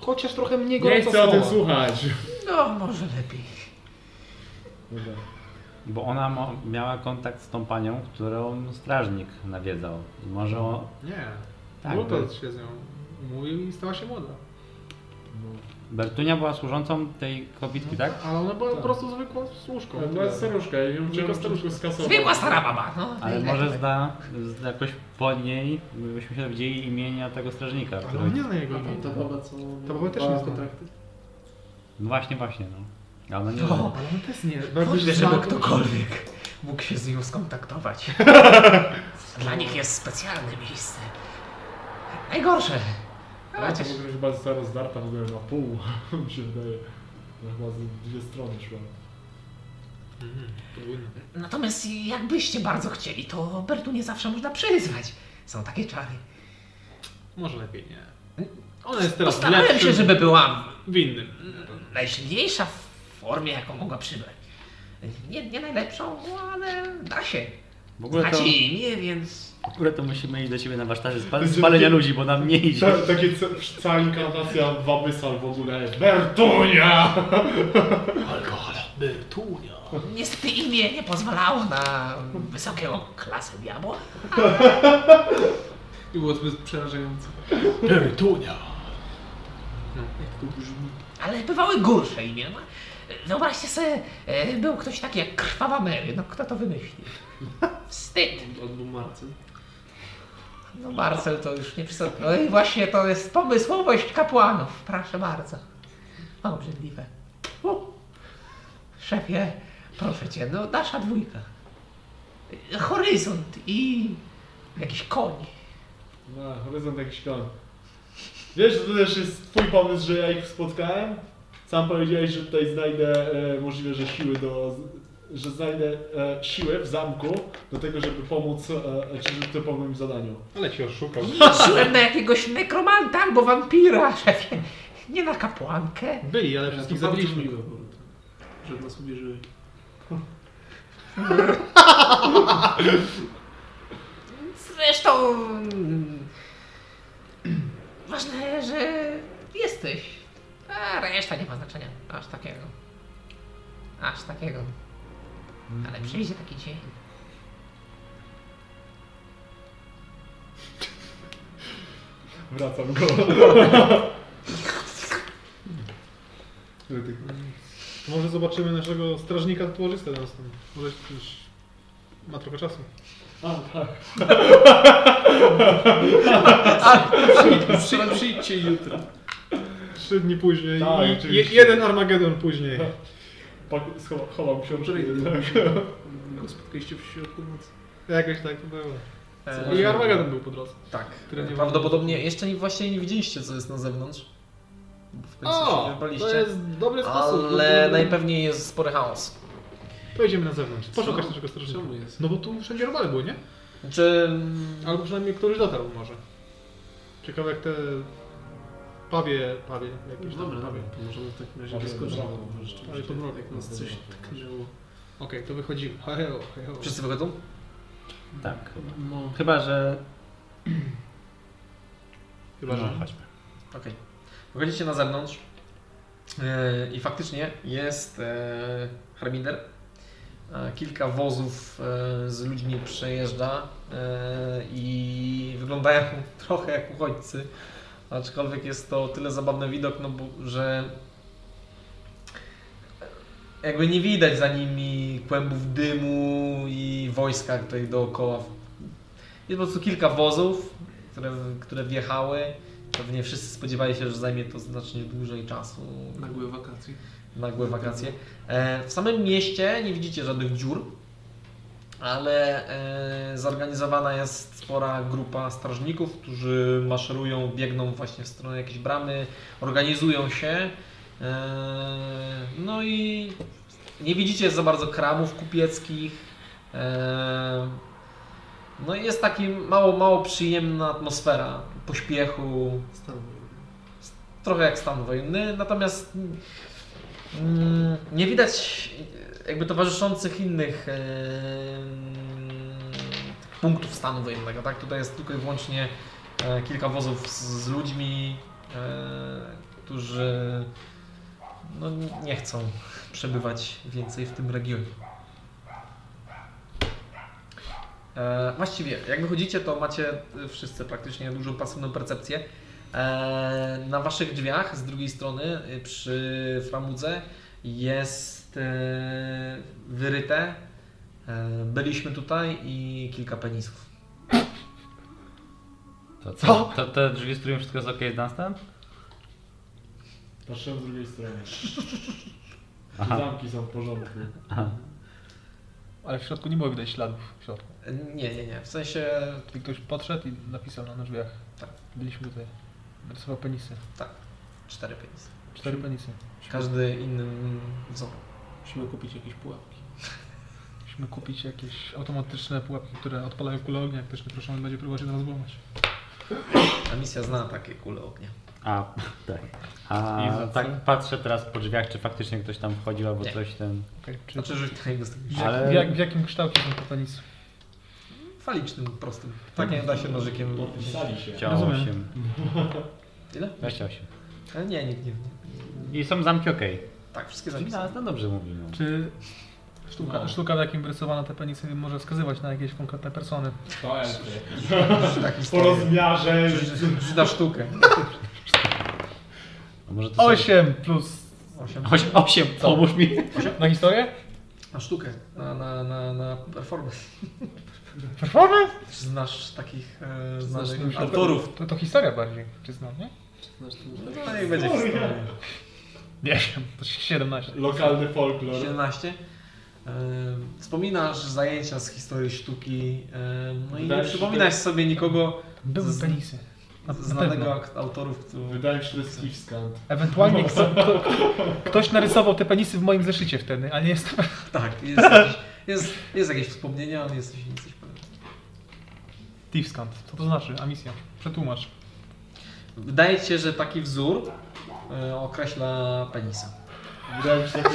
Speaker 9: Chociaż trochę mniej
Speaker 5: Nie
Speaker 9: gorąca
Speaker 5: chcę o tym
Speaker 9: słowa.
Speaker 5: słuchać.
Speaker 8: No, może lepiej.
Speaker 5: Dobra.
Speaker 6: Bo ona mo- miała kontakt z tą panią, którą strażnik nawiedzał. I może o...
Speaker 9: Nie.
Speaker 6: Tak,
Speaker 9: Tak,
Speaker 6: bo-
Speaker 9: się z nią umówił i stała się młoda.
Speaker 6: Bertunia była służącą tej kobietki, tak?
Speaker 9: Ale ona była
Speaker 5: Tak.
Speaker 9: po prostu zwykłą służką.
Speaker 5: No, jest staruszka, ja ją wziąłem staruszkę skasować.
Speaker 8: Zwykła stara baba. No,
Speaker 6: Ale
Speaker 8: tak,
Speaker 6: może
Speaker 8: tak.
Speaker 6: zda, z- jakoś po niej byśmy się dowiedzieli imienia tego strażnika,
Speaker 9: Ale no
Speaker 6: który...
Speaker 9: on nie zna jego
Speaker 2: A
Speaker 9: imienia.
Speaker 2: ta baba co...
Speaker 9: Ta baba też nie zna.
Speaker 2: kontrakty.
Speaker 6: No właśnie, właśnie, no. Ale nie
Speaker 8: O,
Speaker 9: Ale on też nie.
Speaker 8: Wątpię, żeby ktokolwiek mógł się z nią skontaktować. Dla nich jest specjalne miejsce. No Najgorsze.
Speaker 5: A
Speaker 8: Tak.
Speaker 5: to w ogóle chyba została rozdarta w ogóle na pół, mi się wydaje. No, chyba z dwie strony szła.
Speaker 9: Mhm.
Speaker 8: Natomiast jakbyście bardzo chcieli, to Bertu nie zawsze można przyzwać. Są takie czary.
Speaker 9: Może lepiej nie. Ona jest teraz w
Speaker 8: Postarałem
Speaker 9: lepszym,
Speaker 8: się, żeby była
Speaker 9: w innym.
Speaker 8: najsilniejsza w formie, jaką mogła przybrać. Nie, nie najlepszą, ale da się.
Speaker 6: W ogóle to,
Speaker 8: Znacie jej imię, więc...
Speaker 6: w ogóle to musimy iść do ciebie na warsztaty spal-
Speaker 5: Będziemy-
Speaker 6: spalenia ludzi, bo nam nie idzie.
Speaker 9: Tak.
Speaker 5: Ta, takie ca- cała inkarnacja Wabysal w ogóle. Bertunia!
Speaker 9: Bertunia.
Speaker 8: Niestety imię nie pozwalało na wysokiego klasę diabła.
Speaker 2: I było zbyt przerażające.
Speaker 9: Bertunia.
Speaker 2: No, jak to brzmi.
Speaker 8: Ale bywały gorsze imiona. Wyobraźcie sobie, e, był ktoś taki jak Krwawa Mary. No kto to wymyślił? Wstyd.
Speaker 2: Albo Marcin.
Speaker 8: No Marcel to już nie przystąpi. No i właśnie to jest pomysłowość kapłanów. Proszę bardzo. O, Obrzydliwe. U. Szefie, proszę cię, no nasza dwójka. horyzont i jakiś koń.
Speaker 5: Na horyzont jakiś koń. Wiesz, że to też jest twój pomysł, że ja ich spotkałem? Sam powiedziałeś, że tutaj znajdę e, możliwe, że siły do... że znajdę e, siły w zamku do tego, żeby pomóc, e, e, czy żeby to pomóc im zadaniu.
Speaker 9: Ale cię oszukał.
Speaker 8: Liczyłem na jakiegoś nekromanta albo wampira, szefie. Nie na kapłankę.
Speaker 9: Byli, ale
Speaker 2: To
Speaker 9: wszystkich
Speaker 2: bardzo
Speaker 9: zabiliśmy.
Speaker 2: miłe było to, Że w nas uwierzyli.
Speaker 8: Zresztą... mm, Ważne, że jesteś. A reszta nie ma znaczenia. Aż takiego. Aż takiego. Ale przyjdzie taki dzień.
Speaker 5: Wracam go.
Speaker 9: Może zobaczymy naszego strażnika tatuażystę na następnym. Może już ma trochę czasu.
Speaker 5: A, tak.
Speaker 9: Przy, przyjdźcie jutro. Trzy dni później
Speaker 5: Tak,
Speaker 9: i je,
Speaker 5: oczywiście.
Speaker 9: jeden Armagedon później.
Speaker 5: Pak- schowa- Chowam książkę.
Speaker 2: Yy, Go spotkaliście w środku nocy.
Speaker 9: Jakoś tak to było. I
Speaker 1: E,
Speaker 9: Armagedon był po drodze.
Speaker 1: tak.
Speaker 9: które nie
Speaker 1: Prawdopodobnie jeszcze nie, właśnie nie widzieliście, co jest na zewnątrz. Bo W końcu się
Speaker 9: to
Speaker 1: wybraliście.
Speaker 9: jest dobry sposób.
Speaker 1: Ale najpewniej jest spory chaos.
Speaker 9: Pojedziemy na zewnątrz. Poszukać
Speaker 2: Co?
Speaker 9: naszego strażnika.
Speaker 2: Czemu jest?
Speaker 9: No bo tu wszędzie robale były, nie?
Speaker 1: Czy
Speaker 9: Albo przynajmniej któryś dotarł może. Ciekawe jak te... Pawie, pawie, jakieś tam
Speaker 2: No Dobra,
Speaker 9: pawie.
Speaker 2: dobra, to możemy w takim razie
Speaker 5: Dobra,
Speaker 2: wyskoczyć.
Speaker 5: dobra.
Speaker 2: bo rzeczywiście,
Speaker 9: Ale to mrowie.
Speaker 2: Jak nas coś tknęło.
Speaker 9: Okej, to wychodzimy. Heo, heo.
Speaker 1: wszyscy wychodzą?
Speaker 6: Tak, chyba.
Speaker 2: No,
Speaker 6: Chyba, że...
Speaker 9: Chyba, że...
Speaker 6: chodźmy.
Speaker 1: Okej. Wychodzicie na zewnątrz e, i faktycznie jest e, harmider. E, Kilka wozów e, z ludźmi przejeżdża e, i wyglądają trochę jak uchodźcy. Aczkolwiek jest to o tyle zabawny widok, no bo, że jakby nie widać za nimi kłębów dymu i wojska tutaj dookoła. Jest po prostu kilka wozów, które, które wjechały. Pewnie wszyscy spodziewali się, że zajmie to znacznie dłużej czasu.
Speaker 4: No
Speaker 2: nagłe wakacje.
Speaker 1: Nagłe wakacje. E, W samym mieście nie widzicie żadnych dziur, ale e, zorganizowana jest spora grupa strażników, którzy maszerują, biegną właśnie w stronę jakiejś bramy, organizują się. E, No i nie widzicie za bardzo kramów kupieckich. E, No i jest taki mało, mało przyjemna atmosfera pośpiechu,
Speaker 2: Stan wojenny.
Speaker 1: trochę jak stan wojenny, natomiast mm, nie widać e, jakby towarzyszących innych e, punktów stanu wojennego, tak? Tutaj jest tylko i wyłącznie e, kilka wozów z, z ludźmi, e, którzy no, nie chcą przebywać więcej w tym regionie. E, właściwie, jak wychodzicie, to macie e, wszyscy praktycznie dużą pasywną percepcję. E, na waszych drzwiach z drugiej strony y, przy framudze jest e, wyryte. e, Byliśmy tutaj i kilka penisów.
Speaker 6: To co? To te drzwi, z którymi wszystko jest okej, jest następ?
Speaker 5: Patrzyłem z drugiej strony.
Speaker 6: Aha.
Speaker 5: Zamki są w porządku.
Speaker 4: Ale w środku nie było widać śladów w środku.
Speaker 1: E, Nie, nie, nie. W sensie
Speaker 4: Czyli ktoś podszedł i napisał na drzwiach.
Speaker 1: Tak.
Speaker 4: Byliśmy tutaj. Rysował penisy.
Speaker 1: cztery penisy.
Speaker 4: Cztery penisy.
Speaker 1: Każdy innym wzorem.
Speaker 2: Musimy kupić jakieś pułapki.
Speaker 4: Musimy kupić jakieś automatyczne pułapki, które odpalają kulę ognia, jak ktoś nieproszony będzie próbować je nas złamać.
Speaker 1: A misja zna takie kule ognia.
Speaker 6: A, tak. A tak patrzę teraz po drzwiach, czy faktycznie ktoś tam wchodził albo
Speaker 1: Nie.
Speaker 6: coś ten...
Speaker 4: Okej, czy
Speaker 1: Znaczy, że tutaj jest
Speaker 4: w,
Speaker 1: taki
Speaker 4: jak,
Speaker 6: ale-
Speaker 4: w, jak, w jakim kształcie są te penisy?
Speaker 1: falicznym, prostym. Tak nie da się nożykiem.
Speaker 5: Podpisali się.
Speaker 6: Chciał
Speaker 4: Rozumiem.
Speaker 6: 8.
Speaker 1: Ile?
Speaker 6: 28.
Speaker 1: E, Nie, nikt nie.
Speaker 6: I są zamki okej.
Speaker 1: Tak, wszystkie
Speaker 6: Czyli
Speaker 1: zapisane.
Speaker 6: nas no dobrze mówi. No.
Speaker 4: Czy sztuka,
Speaker 1: No.
Speaker 4: sztuka w jakim rysowano te penisy, może wskazywać na jakieś konkretne persony?
Speaker 5: To jest.
Speaker 1: Tak,
Speaker 5: Po rozmiarze.
Speaker 1: Na sztukę.
Speaker 6: A może to
Speaker 4: Osiem plus...
Speaker 1: Osiem.
Speaker 6: 8, 8 pomóż mi.
Speaker 4: Na historię?
Speaker 1: Na sztukę, na, na, na, na performance.
Speaker 4: Performance?
Speaker 1: Znasz takich e,
Speaker 4: Znasz
Speaker 1: znanych
Speaker 4: tych
Speaker 1: autorów.
Speaker 4: Znaczy, To, to historia bardziej, czy znam, nie?
Speaker 2: Znaczy,
Speaker 1: No niech będzie historia.
Speaker 4: Nie wiem, to 17.
Speaker 5: Lokalny folklor.
Speaker 1: 17. E, Em, Wspominasz zajęcia z historii sztuki, em, no i
Speaker 5: Wydaje
Speaker 1: nie
Speaker 5: się, że
Speaker 1: przypominasz sobie nikogo
Speaker 4: Były
Speaker 1: Z-
Speaker 4: penisy. Na, na
Speaker 1: znanego
Speaker 4: pewno.
Speaker 1: akt- autorów, który...
Speaker 5: Wydaje mi się, że to jest Kivskant.
Speaker 4: Ewentualnie kto, kto, ktoś narysował te penisy w moim zeszycie wtedy, ale nie jestem...
Speaker 1: Tak, jest, jakieś, jest, jest jakieś wspomnienie, ale jesteś nie jesteś pewien.
Speaker 4: Tivskant. Co to znaczy? A misja. Przetłumacz.
Speaker 1: Wydaje ci się, że taki wzór e, określa penisa.
Speaker 5: Wydaje mi się, że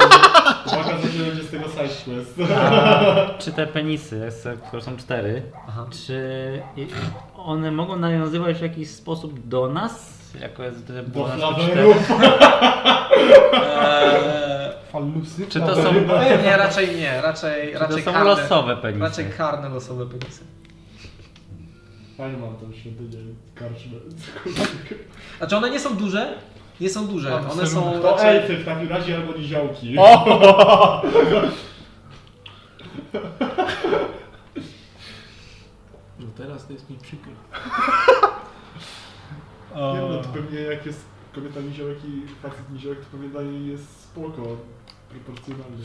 Speaker 5: uwaga, że się będzie z tego side quest.
Speaker 6: A czy te penisy, które są cztery,
Speaker 1: Aha.
Speaker 6: czy i- one mogą nawiązywać w jakiś sposób do nas? Jako jest gdyby
Speaker 5: Do
Speaker 6: było nas to cztery?
Speaker 5: flawerów.
Speaker 1: Eee,
Speaker 4: Falusy?
Speaker 6: Czy to są,
Speaker 1: nie, raczej nie, raczej,
Speaker 6: czy to
Speaker 1: raczej
Speaker 6: są
Speaker 1: karne,
Speaker 6: losowe penisy?
Speaker 1: raczej karne losowe penisy.
Speaker 5: Fajnie mam tam świątynię karczmy.
Speaker 1: Znaczy one nie są duże, nie są duże,
Speaker 4: Mam
Speaker 1: one są
Speaker 5: To
Speaker 1: raczej...
Speaker 5: elfy w takim razie albo niziołki.
Speaker 2: No teraz to jest mi przykro.
Speaker 5: Nie no, to pewnie jak jest kobieta niziołek i facet niziołek, to pewnie dla niej jest spoko. Proporcjonalnie.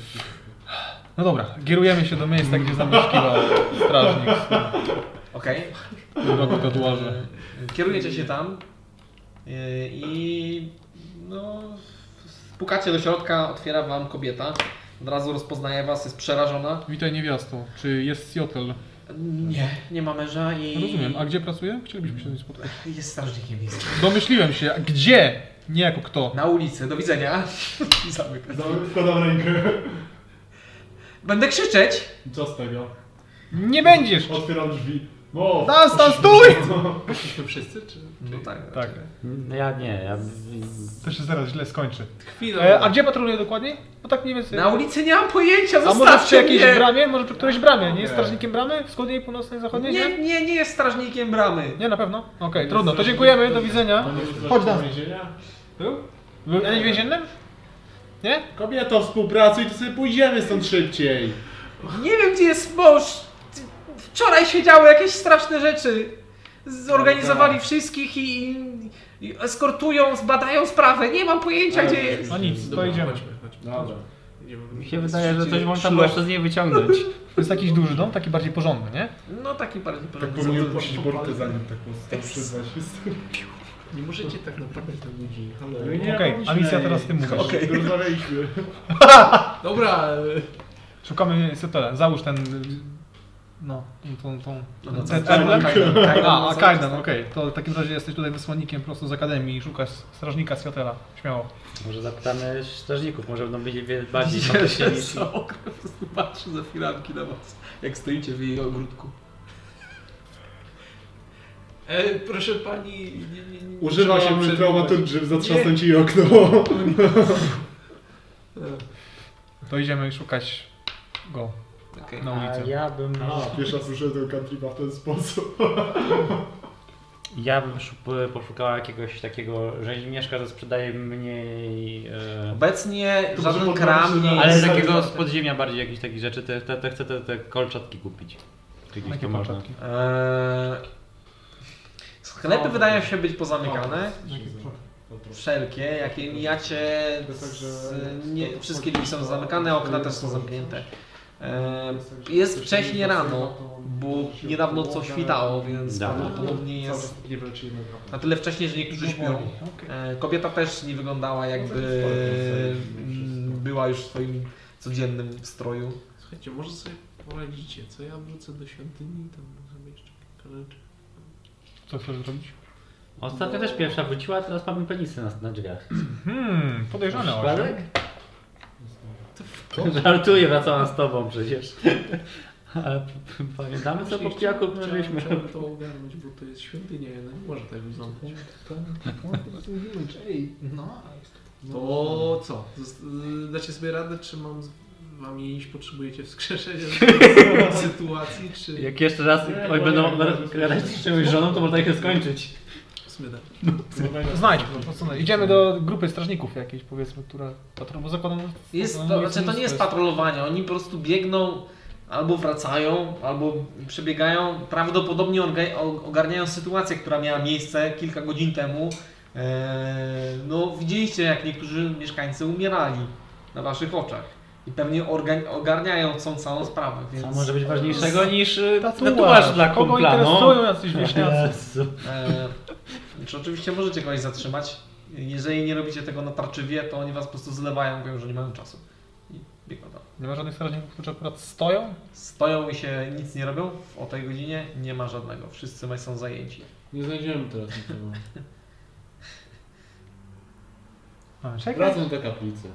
Speaker 4: No dobra, gierujemy się do miejsca, gdzie zamieszkiwał strażnik
Speaker 1: Okej.
Speaker 4: w tym roku kotuarze.
Speaker 1: Kierujecie się tam yy, i no, pukacie do środka, otwiera wam kobieta. Od razu rozpoznaje was, jest przerażona.
Speaker 4: Witaj niewiasto, czy jest Siotel?
Speaker 1: Nie, nie ma męża i
Speaker 4: Rozumiem, a gdzie pracuje? Chcielibyśmy się z nim spotkać.
Speaker 1: jest strażnikiem miejskim.
Speaker 4: Domyśliłem się, a gdzie? Nie jako kto.
Speaker 1: Na ulicy, do widzenia. I zamyka.
Speaker 5: Za- Wkładam rękę.
Speaker 1: Będę krzyczeć!
Speaker 5: Co z tego?
Speaker 4: Nie będziesz!
Speaker 5: Otwieram drzwi. No,
Speaker 4: Stan, stan, stój!
Speaker 2: Poszliśmy wszyscy, czy...
Speaker 1: No tak.
Speaker 4: Tak,
Speaker 1: raczej.
Speaker 6: Ja nie, ja...
Speaker 4: to się zaraz źle skończy.
Speaker 2: Chwila.
Speaker 4: E, a gdzie patroluje dokładnie? No tak mniej więcej.
Speaker 1: Na ulicy nie mam pojęcia,
Speaker 4: A może przy
Speaker 1: zostawcie
Speaker 4: jakiejś
Speaker 1: mnie!
Speaker 4: bramie? Może przy którejś bramie? Nie jest strażnikiem bramy? Wschodniej, północnej, zachodniej?
Speaker 1: Nie,
Speaker 4: Nie?
Speaker 1: nie, nie jest strażnikiem bramy.
Speaker 4: Nie, na pewno? Okej, trudno. To dziękujemy, do widzenia. Chodź
Speaker 5: do
Speaker 4: dalej.
Speaker 5: więzienia.
Speaker 4: Był Janek więziennym? Nie?
Speaker 5: Kobieto, współpracuj, to sobie pójdziemy stąd szybciej.
Speaker 1: Nie wiem gdzie jest mąż. Wczoraj się działy jakieś straszne rzeczy. Zorganizowali wszystkich i, i eskortują, zbadają sprawę. Nie mam pojęcia gdzie jest.
Speaker 4: No nic, to
Speaker 2: Dobra,
Speaker 4: idziemy.
Speaker 2: Chodźmy, chodźmy.
Speaker 5: Dobra.
Speaker 2: Idziemy.
Speaker 6: Mi się wydaje, że coś można
Speaker 2: Szlo-
Speaker 6: było jeszcze z niej wyciągnąć.
Speaker 4: To jest jakiś duży dom, taki bardziej porządny, nie?
Speaker 1: No taki bardziej
Speaker 5: Tak
Speaker 1: porządny
Speaker 5: powinien
Speaker 1: sąd.
Speaker 5: puścić bortę zanim taką stał przyznać.
Speaker 2: Nie możecie tak naprawdę tam ludzi. Halo.
Speaker 5: No
Speaker 4: Okej, a misja teraz ty mówisz.
Speaker 5: Okej, rozmawialiśmy.
Speaker 2: Dobra, e,
Speaker 4: Szukamy Sotela. Załóż ten... y, No, tą... tą
Speaker 1: No,
Speaker 4: ten
Speaker 1: to-
Speaker 4: emblem.
Speaker 1: Kajdan,
Speaker 4: A, a
Speaker 1: no,
Speaker 4: Kajdan, okej. To w takim razie jesteś tutaj wysłannikiem prosto z Akademii i szukasz strażnika Sotela. Śmiało.
Speaker 6: Może zapytamy strażników, może będą wiedzieć bardziej faktycznie
Speaker 1: Widzicie, że
Speaker 6: niż...
Speaker 1: są po prostu patrzy za firanki na was, jak stoicie w jej ogródku.
Speaker 2: e, proszę pani... Nie, nie, nie,
Speaker 5: Używa
Speaker 2: trzeba
Speaker 5: się
Speaker 2: przerywać.
Speaker 5: traumaturgy, zatrzasnę ci okno.
Speaker 2: E,
Speaker 4: To idziemy szukać go
Speaker 1: Okej.
Speaker 4: na
Speaker 6: A
Speaker 4: ulicę.
Speaker 6: ja bym...
Speaker 1: No.
Speaker 5: A, pierwszy raz użyłem tego cantripa w ten sposób.
Speaker 6: Ja bym szu- poszukała jakiegoś takiego rzeźmieszka, co sprzedaje mniej... E...
Speaker 1: Obecnie
Speaker 5: To
Speaker 1: żaden
Speaker 5: może
Speaker 1: kram
Speaker 5: podnosi
Speaker 1: nie
Speaker 5: na-
Speaker 6: Ale
Speaker 1: jest...
Speaker 6: takiego z podziemia bardziej jakieś takie rzeczy, te, te, te chcę te, te kolczatki kupić. Jakieś
Speaker 4: Jakie
Speaker 6: to można.
Speaker 4: początki?
Speaker 1: Eee, sklepy wydają się być pozamykane. Wszelkie, jakie mijacie, z, nie, wszystkie drzwi są zamykane, okna też są zamknięte. E, Jest wcześnie rano, bo niedawno co świtało, więc
Speaker 6: Dawno.
Speaker 1: prawdopodobnie jest
Speaker 5: Nie wiem, czy nie wiem.
Speaker 1: na tyle wcześnie, że
Speaker 4: No
Speaker 1: niektórzy śpią. E, Kobieta też nie wyglądała jakby mm, była już w swoim codziennym stroju.
Speaker 2: Słuchajcie, może sobie poradzicie, co ja wrócę do świątyni i tam zrobię jeszcze kilka rzeczy.
Speaker 4: Co chcesz zrobić?
Speaker 6: Ostatnio też pierwsza wróciła, teraz mamy penisy na, na drzwiach.
Speaker 1: No,
Speaker 4: Hmm, podejrzane właśnie.
Speaker 1: no.
Speaker 6: Żartuję, wracałam z tobą przecież. Ale p- p- pamiętamy co po pijaku byliśmy.
Speaker 2: Chciałbym to ogarnąć, bo to jest świątynia, ja nie może tak tego zamknąć.
Speaker 9: No,
Speaker 2: To co? Z- y, Dacie sobie radę, czy mam z wami iść, potrzebujecie wskrzeszenia sytuacji, czy...
Speaker 6: Jak jeszcze raz
Speaker 5: Nie,
Speaker 6: oni
Speaker 5: bo
Speaker 6: będą
Speaker 5: nie, bo nie.
Speaker 6: gadać z czymś żoną, to można ich skończyć.
Speaker 2: Smyda.
Speaker 4: Znajdź, po prostu znajdź. Idziemy do grupy strażników jakiejś, powiedzmy, która patrol, bo zakładam...
Speaker 1: Jest
Speaker 4: no,
Speaker 1: to,
Speaker 4: jest-
Speaker 1: znaczy to nie jest patrolowanie, oni po prostu biegną, albo wracają, albo przebiegają. Prawdopodobnie orga- o- ogarniają sytuację, która miała miejsce kilka godzin temu. E, Eee, no widzieliście jak niektórzy mieszkańcy umierali na waszych oczach. I pewnie orga- ogarniają tą całą sprawę, więc...
Speaker 6: Co może być ważniejszego niż y,
Speaker 4: Tatuaż.
Speaker 6: tatuaż, dla
Speaker 4: Kogo
Speaker 6: kumpla,
Speaker 4: interesują
Speaker 6: no.
Speaker 4: jacyś wieśniacy?
Speaker 6: Jezu.
Speaker 1: E, czy oczywiście możecie kogoś zatrzymać. Jeżeli nie robicie tego natarczywie, to oni was po prostu zlewają, mówią, że nie mają czasu. I biegną tam.
Speaker 4: Nie ma żadnych strażników, którzy akurat stoją?
Speaker 1: Stoją i się nic nie robią. O tej godzinie nie ma żadnego. Wszyscy są zajęci.
Speaker 5: Nie znajdziemy teraz nikogo.
Speaker 1: Tak,
Speaker 4: A,
Speaker 1: tak.
Speaker 4: czekaj.
Speaker 5: Wracam do kaplicy.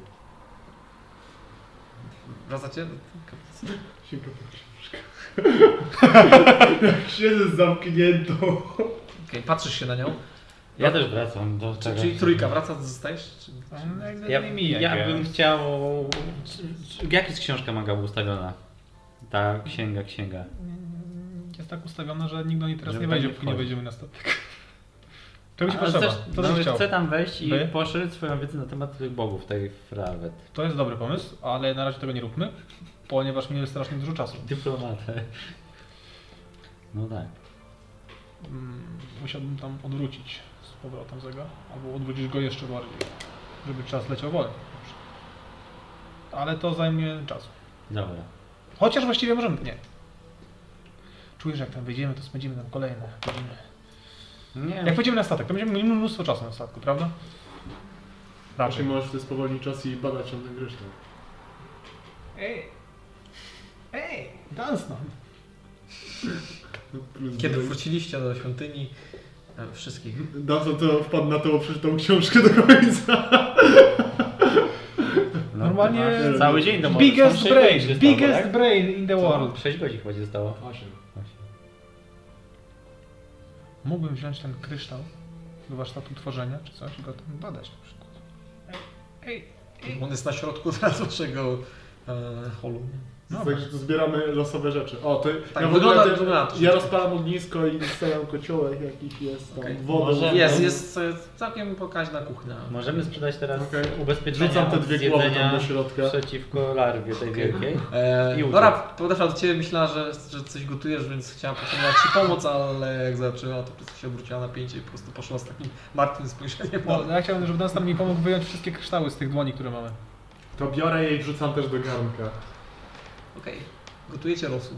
Speaker 1: Wracacie? do kaplicy?
Speaker 5: Sięga po książkę. Jak siedzę z zamkniętą.
Speaker 1: Okej, patrzysz się na nią.
Speaker 6: Ja też wracam do
Speaker 1: Czy,
Speaker 6: tego.
Speaker 1: czyli trójka, wraca, zostajesz? Czy...
Speaker 5: Tak.
Speaker 4: No, jakby
Speaker 6: Ja,
Speaker 4: nie mijaj.
Speaker 6: ja bym chciał... czy- czy- Jak jest książka manga ustawiona? Ta księga, księga.
Speaker 4: Jest tak ustawione, że nikt do niej teraz
Speaker 6: Żeby
Speaker 4: nie
Speaker 6: tam
Speaker 4: wejdzie,
Speaker 6: nie
Speaker 4: póki nie
Speaker 6: wchodzi.
Speaker 4: wejdziemy na statek. Czegoś
Speaker 6: Ale
Speaker 4: potrzeba.
Speaker 6: chcesz-
Speaker 4: Co
Speaker 6: no,
Speaker 4: byś chciał?
Speaker 6: chcę tam wejść i
Speaker 4: Wy?
Speaker 6: poszerzyć swoją wiedzę na temat tych bogów, tej frawet.
Speaker 4: To jest dobry pomysł, ale na razie tego nie róbmy, ponieważ minęło strasznie dużo czasu.
Speaker 6: Dyplomatę. No tak.
Speaker 4: Mm, Musiałbym tam odwrócić z powrotem zega, albo odwrócić go jeszcze bardziej, żeby czas leciał wolniej. Ale to zajmie czas.
Speaker 6: Dobra.
Speaker 4: Chociaż właściwie możemy. Nie. Czuję, że jak tam wyjdziemy, to spędzimy tam kolejne godziny.
Speaker 6: Nie, no,
Speaker 4: Jak wejdziemy na statek, to będziemy mieli mnóstwo czasu na statku, prawda?
Speaker 5: Raczej
Speaker 1: Tak.
Speaker 4: Raczej.
Speaker 5: możesz to spowolnić czas i badać się ten resztę.
Speaker 4: Ej! Ej! Dansman!
Speaker 1: Kiedy wróciliście do świątyni e, wszystkich.
Speaker 5: Dawno to wpadł na to, przeczytał książkę do końca.
Speaker 6: no,
Speaker 4: normalnie
Speaker 6: masz Cały dzień do morza. Są
Speaker 4: Biggest
Speaker 6: sześć
Speaker 4: brain!
Speaker 6: godzin zostało,
Speaker 4: Biggest
Speaker 6: tak?
Speaker 4: brain in the world!
Speaker 6: 6 godzin chyba ci zostało.
Speaker 5: Osiem.
Speaker 4: Mógłbym wziąć ten kryształ do warsztatu tworzenia czy coś i go tam badać na przykład. Ej!
Speaker 1: On jest na środku teraz waszego e, holu. nie?
Speaker 4: No,
Speaker 5: Także tu zbieramy losowe rzeczy. O, ty.
Speaker 1: Tak,
Speaker 5: ja w
Speaker 1: wygląda-
Speaker 5: ogóle-
Speaker 1: wygląda to
Speaker 5: Ja
Speaker 1: wszystko.
Speaker 5: rozpalam ognisko i stawiam kociołek jakiś jest tam.
Speaker 1: Okej.
Speaker 5: Wodę.
Speaker 6: Może-
Speaker 1: Jest, jest e, całkiem pokaźna kuchnia.
Speaker 6: Możemy sprzedać teraz
Speaker 5: Okej.
Speaker 6: ubezpieczenia
Speaker 5: Rzucam te
Speaker 6: od
Speaker 5: dwie głowy
Speaker 6: zjedzenia
Speaker 5: tam do środka.
Speaker 6: przeciwko larwie tej wielkiej.
Speaker 1: E,
Speaker 6: I uciec.
Speaker 1: Dora podeszła do ciebie, myślała, że, że coś gotujesz, więc chciała proponować ci pomóc, ale jak zobaczyła, to po prostu się obróciła na pięcie i po prostu poszła z takim martwym spojrzeniem.
Speaker 4: No, ja chciałbym, żeby Dunstan mi pomógł wyjąć wszystkie kryształy z tych dłoni, które mamy.
Speaker 5: To biorę je i wrzucam też do garnka.
Speaker 1: Okej, gotujecie rosół.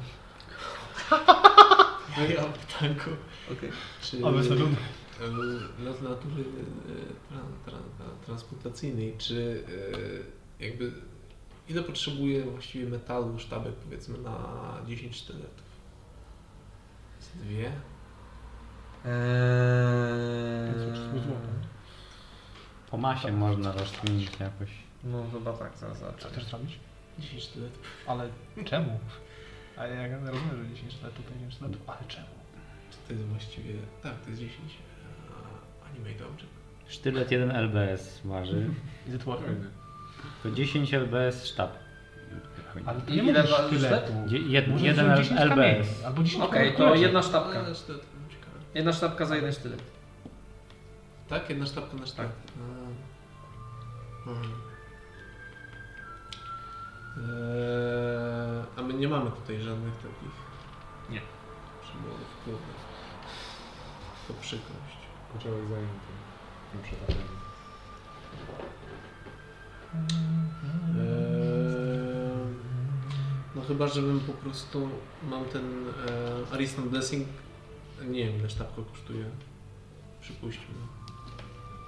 Speaker 2: No ja mam pytanko.
Speaker 1: Okej.
Speaker 2: Czy e, lot natury e, tra, tra, tra, transplantacyjnej, czy e, jakby ile potrzebuje właściwie metalu sztabek powiedzmy na 10 sztyletów? Z dwie?
Speaker 1: Eee,
Speaker 6: Po masie można rozkminić jakoś.
Speaker 1: no chyba tak, zaraz zobaczę.
Speaker 4: Co chcesz zrobić?
Speaker 2: 10 sztyletów.
Speaker 4: Ale czemu? A ja nie rozumiem, że 10 lat tutaj 10 lat, ale czemu?
Speaker 2: To jest właściwie... Tak, to jest 10. A, Animate object.
Speaker 6: Sztylet 1 LBS waży.
Speaker 4: Is it worth it?
Speaker 6: To 10 LBS sztab.
Speaker 4: Ale
Speaker 1: I
Speaker 4: nie
Speaker 1: ile
Speaker 4: mówisz
Speaker 1: ma-
Speaker 4: sztyletu.
Speaker 6: Dzie- jed-
Speaker 4: Może
Speaker 6: jeden
Speaker 4: wziąć 10 kamieni,
Speaker 6: LBS.
Speaker 4: Albo 10
Speaker 1: Okej,
Speaker 4: kamieni.
Speaker 1: to jedna sztabka.
Speaker 2: Ale sztylet, no ciekawe.
Speaker 1: Jedna sztabka za jeden sztylet.
Speaker 2: Tak, jedna sztabka na sztab. A. Mm. Eee, a my nie mamy tutaj żadnych takich.
Speaker 1: Nie.
Speaker 2: Przybłodów, kurde. To przykrość.
Speaker 5: Kociołek zajęty. Nie przepadam.
Speaker 2: Eee, E, no chyba, żebym po prostu. Mam ten e, Ariston Blessing. Nie wiem, ile sztabka kosztuje. Przypuśćmy.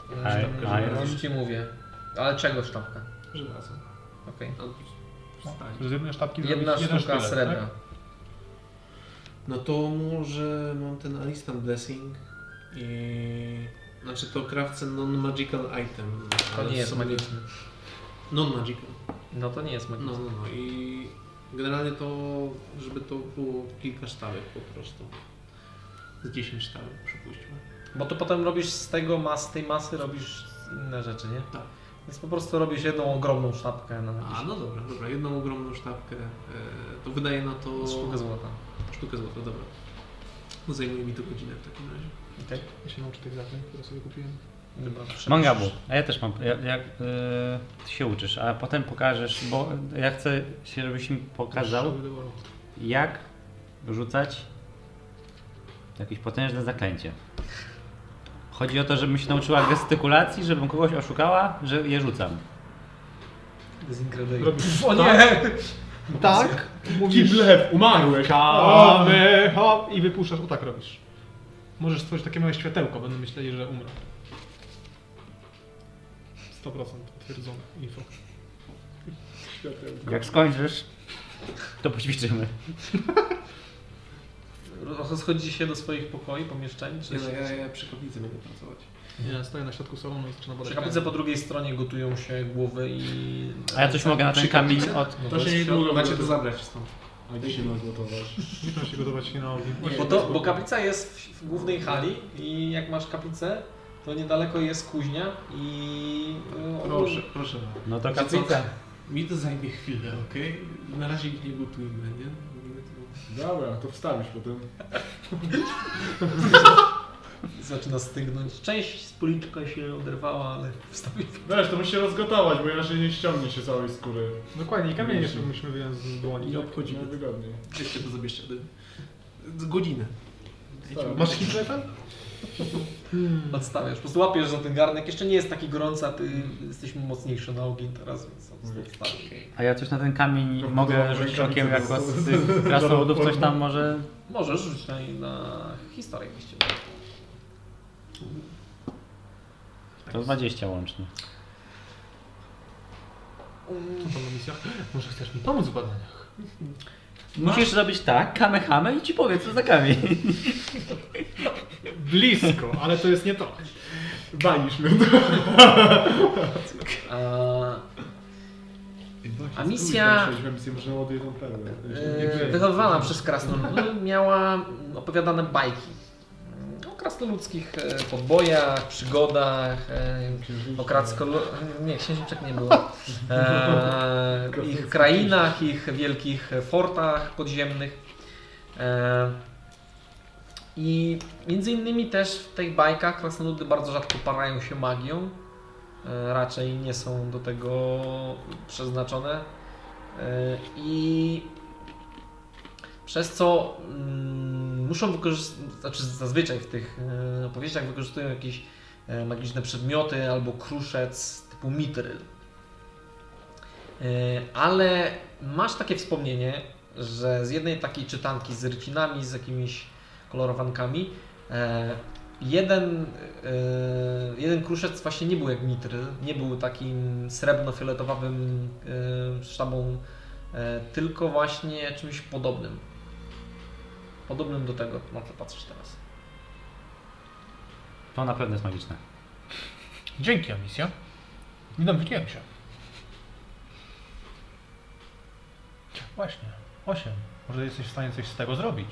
Speaker 1: Jedna
Speaker 6: Aj,
Speaker 1: sztabka,
Speaker 6: aj.
Speaker 1: żeby- Już ci mówię. Ale czego sztabka?
Speaker 2: Żelazo.
Speaker 1: Okej.
Speaker 2: A, stali.
Speaker 4: Że Z jednej sztabki
Speaker 1: Jedna
Speaker 4: zrobić jeden
Speaker 1: sztuka
Speaker 4: sztylet,
Speaker 1: srebra.
Speaker 4: tak?
Speaker 2: No to może mam ten Alistan Blessing i... Znaczy to krawce non-magical item.
Speaker 1: To
Speaker 2: ale
Speaker 1: nie jest
Speaker 2: sobie-
Speaker 1: magiczne.
Speaker 2: Non-magical.
Speaker 1: No to nie jest
Speaker 2: No,
Speaker 1: magiczne.
Speaker 2: no, no i generalnie to, żeby to było kilka sztabek po prostu. Z 10 sztabek przypuśćmy.
Speaker 1: Bo to potem robisz z tego mas, z tej masy robisz inne rzeczy, nie?
Speaker 2: Tak.
Speaker 1: Więc po prostu robisz jedną ogromną sztabkę na
Speaker 2: A,
Speaker 1: jakieś
Speaker 2: no dobra, dobra. Jedną ogromną sztabkę. e, To wydaje na to...
Speaker 1: sztukę złota.
Speaker 2: Sztukę złota, dobra. No zajmuje mi to godzinę w takim razie.
Speaker 1: Okej.
Speaker 9: Ja się nauczę tych zaklęć, które sobie kupiłem.
Speaker 1: Dobra, przepisz.
Speaker 6: Mangabu, a ja też mam. Ja, jak, y, ty się uczysz, a potem pokażesz, bo ja chcę, się, żebyś mi pokazał,
Speaker 9: Żeby było-
Speaker 6: jak rzucać jakieś potężne zaklęcie. Chodzi o to, żebym się nauczyła gestykulacji, żebym kogoś oszukała, że je rzucam.
Speaker 2: Zingradejo.
Speaker 9: Robisz
Speaker 1: O nie!
Speaker 9: tak, mówisz
Speaker 5: Kiblew, umarłeś.
Speaker 9: kamy, hop i wypuszczasz, o tak robisz. Możesz stworzyć takie małe światełko, będą myśleli, że umrę. 100% potwierdzone info.
Speaker 6: Jak skończysz, to poćwiczymy.
Speaker 1: Rozchodzi się do swoich pokoi, pomieszczeń? Czy
Speaker 2: Nie, no, ja, ja przy kaplicy będę pracować.
Speaker 9: Nie, stoję na środku salonu i zaczynam
Speaker 1: przy
Speaker 9: badać.
Speaker 1: kaplicy po drugiej stronie gotują się głowy i...
Speaker 6: A ja coś mogę na ten
Speaker 1: Przy
Speaker 6: kamień
Speaker 1: kaplicy?
Speaker 6: od...
Speaker 5: No
Speaker 2: To się
Speaker 5: jest
Speaker 2: niedługo
Speaker 5: światło,
Speaker 2: macie to
Speaker 5: to-
Speaker 2: zabrać stąd.
Speaker 5: A gdzie się ma złotować?
Speaker 9: Nie trzeba się gotować nie na ogień.
Speaker 1: Bo, to, bo kaplica jest w, w głównej hali i jak masz kaplicę, to niedaleko jest kuźnia i... y,
Speaker 2: Proszę, proszę. bardzo.
Speaker 6: No to
Speaker 2: Wiecie co?
Speaker 6: kaplica.
Speaker 2: Mi to zajmie chwilę, okej? Na razie ich nie gotujmy, nie? Robimy to-
Speaker 5: Dobra, to wstawisz potem.
Speaker 1: Zaczyna stygnąć. Część z policzka się oderwała, ale wstawił.
Speaker 5: Wiesz, to musi się rozgotować, bo inaczej nie ściągnie się całej skóry.
Speaker 9: Dokładnie, i kamienie jeszcze musimy wyjąć z dłoni.
Speaker 2: Nie obchodzimy.
Speaker 5: Najwygodniej.
Speaker 2: Wiecie, to zabierzcie. Z godzinę.
Speaker 5: Tak.
Speaker 9: Masz hitletem?
Speaker 1: Hmm. Odstawiasz. Po prostu łapiesz za ten garnek. Jeszcze nie jest taki gorący, a ty jesteś mocniejszy na ogień teraz, więc odstawiasz.
Speaker 6: A ja coś na ten kamień
Speaker 5: To
Speaker 6: mogę
Speaker 5: podoba
Speaker 6: rzucić
Speaker 5: rękawice
Speaker 6: okiem,
Speaker 5: do-
Speaker 6: jak was
Speaker 5: do-
Speaker 6: z
Speaker 5: do-
Speaker 6: tych krasnoludów coś
Speaker 5: do-
Speaker 6: tam może...
Speaker 1: Możesz rzucić na, na historię właściwie.
Speaker 6: To 20 łącznie.
Speaker 9: Co to na misjach? Może chcesz mi pomóc w badaniach?
Speaker 6: Musisz zrobić tak, kamehame i ci powie, co za kamień.
Speaker 9: Blisko, ale to jest nie to.
Speaker 5: Banisz mnie.
Speaker 1: A, A misja-
Speaker 5: Misja może od jedną perłę.
Speaker 1: e, wychowywana przez krasnoludy miała mm, opowiadane bajki. Mm, O krasnoludzkich e, podbojach, przygodach, e, O Kratskolu... Nie, księżniczek nie było. E, ich krainach, ich wielkich fortach podziemnych. E, I między innymi też w tych bajkach krasnoludy bardzo rzadko parają się magią. E, raczej nie są do tego przeznaczone. E, I przez co mm, muszą wykorzystać, znaczy zazwyczaj w tych e, opowieściach wykorzystują jakieś e, magiczne przedmioty albo kruszec typu mitryl. E, Ale masz takie wspomnienie, że z jednej takiej czytanki z rycinami, z jakimiś kolorowankami, e, jeden, e, jeden kruszec właśnie nie był jak mitryl, nie był takim srebrno-fioletowym e, sztabą, e, tylko właśnie czymś podobnym. Podobnym do tego, na co patrzysz teraz.
Speaker 6: To na pewno jest magiczne.
Speaker 9: Dzięki, Amicia. Nie dowiedziałem się. Właśnie, 8. Może jesteś w stanie coś z tego zrobić.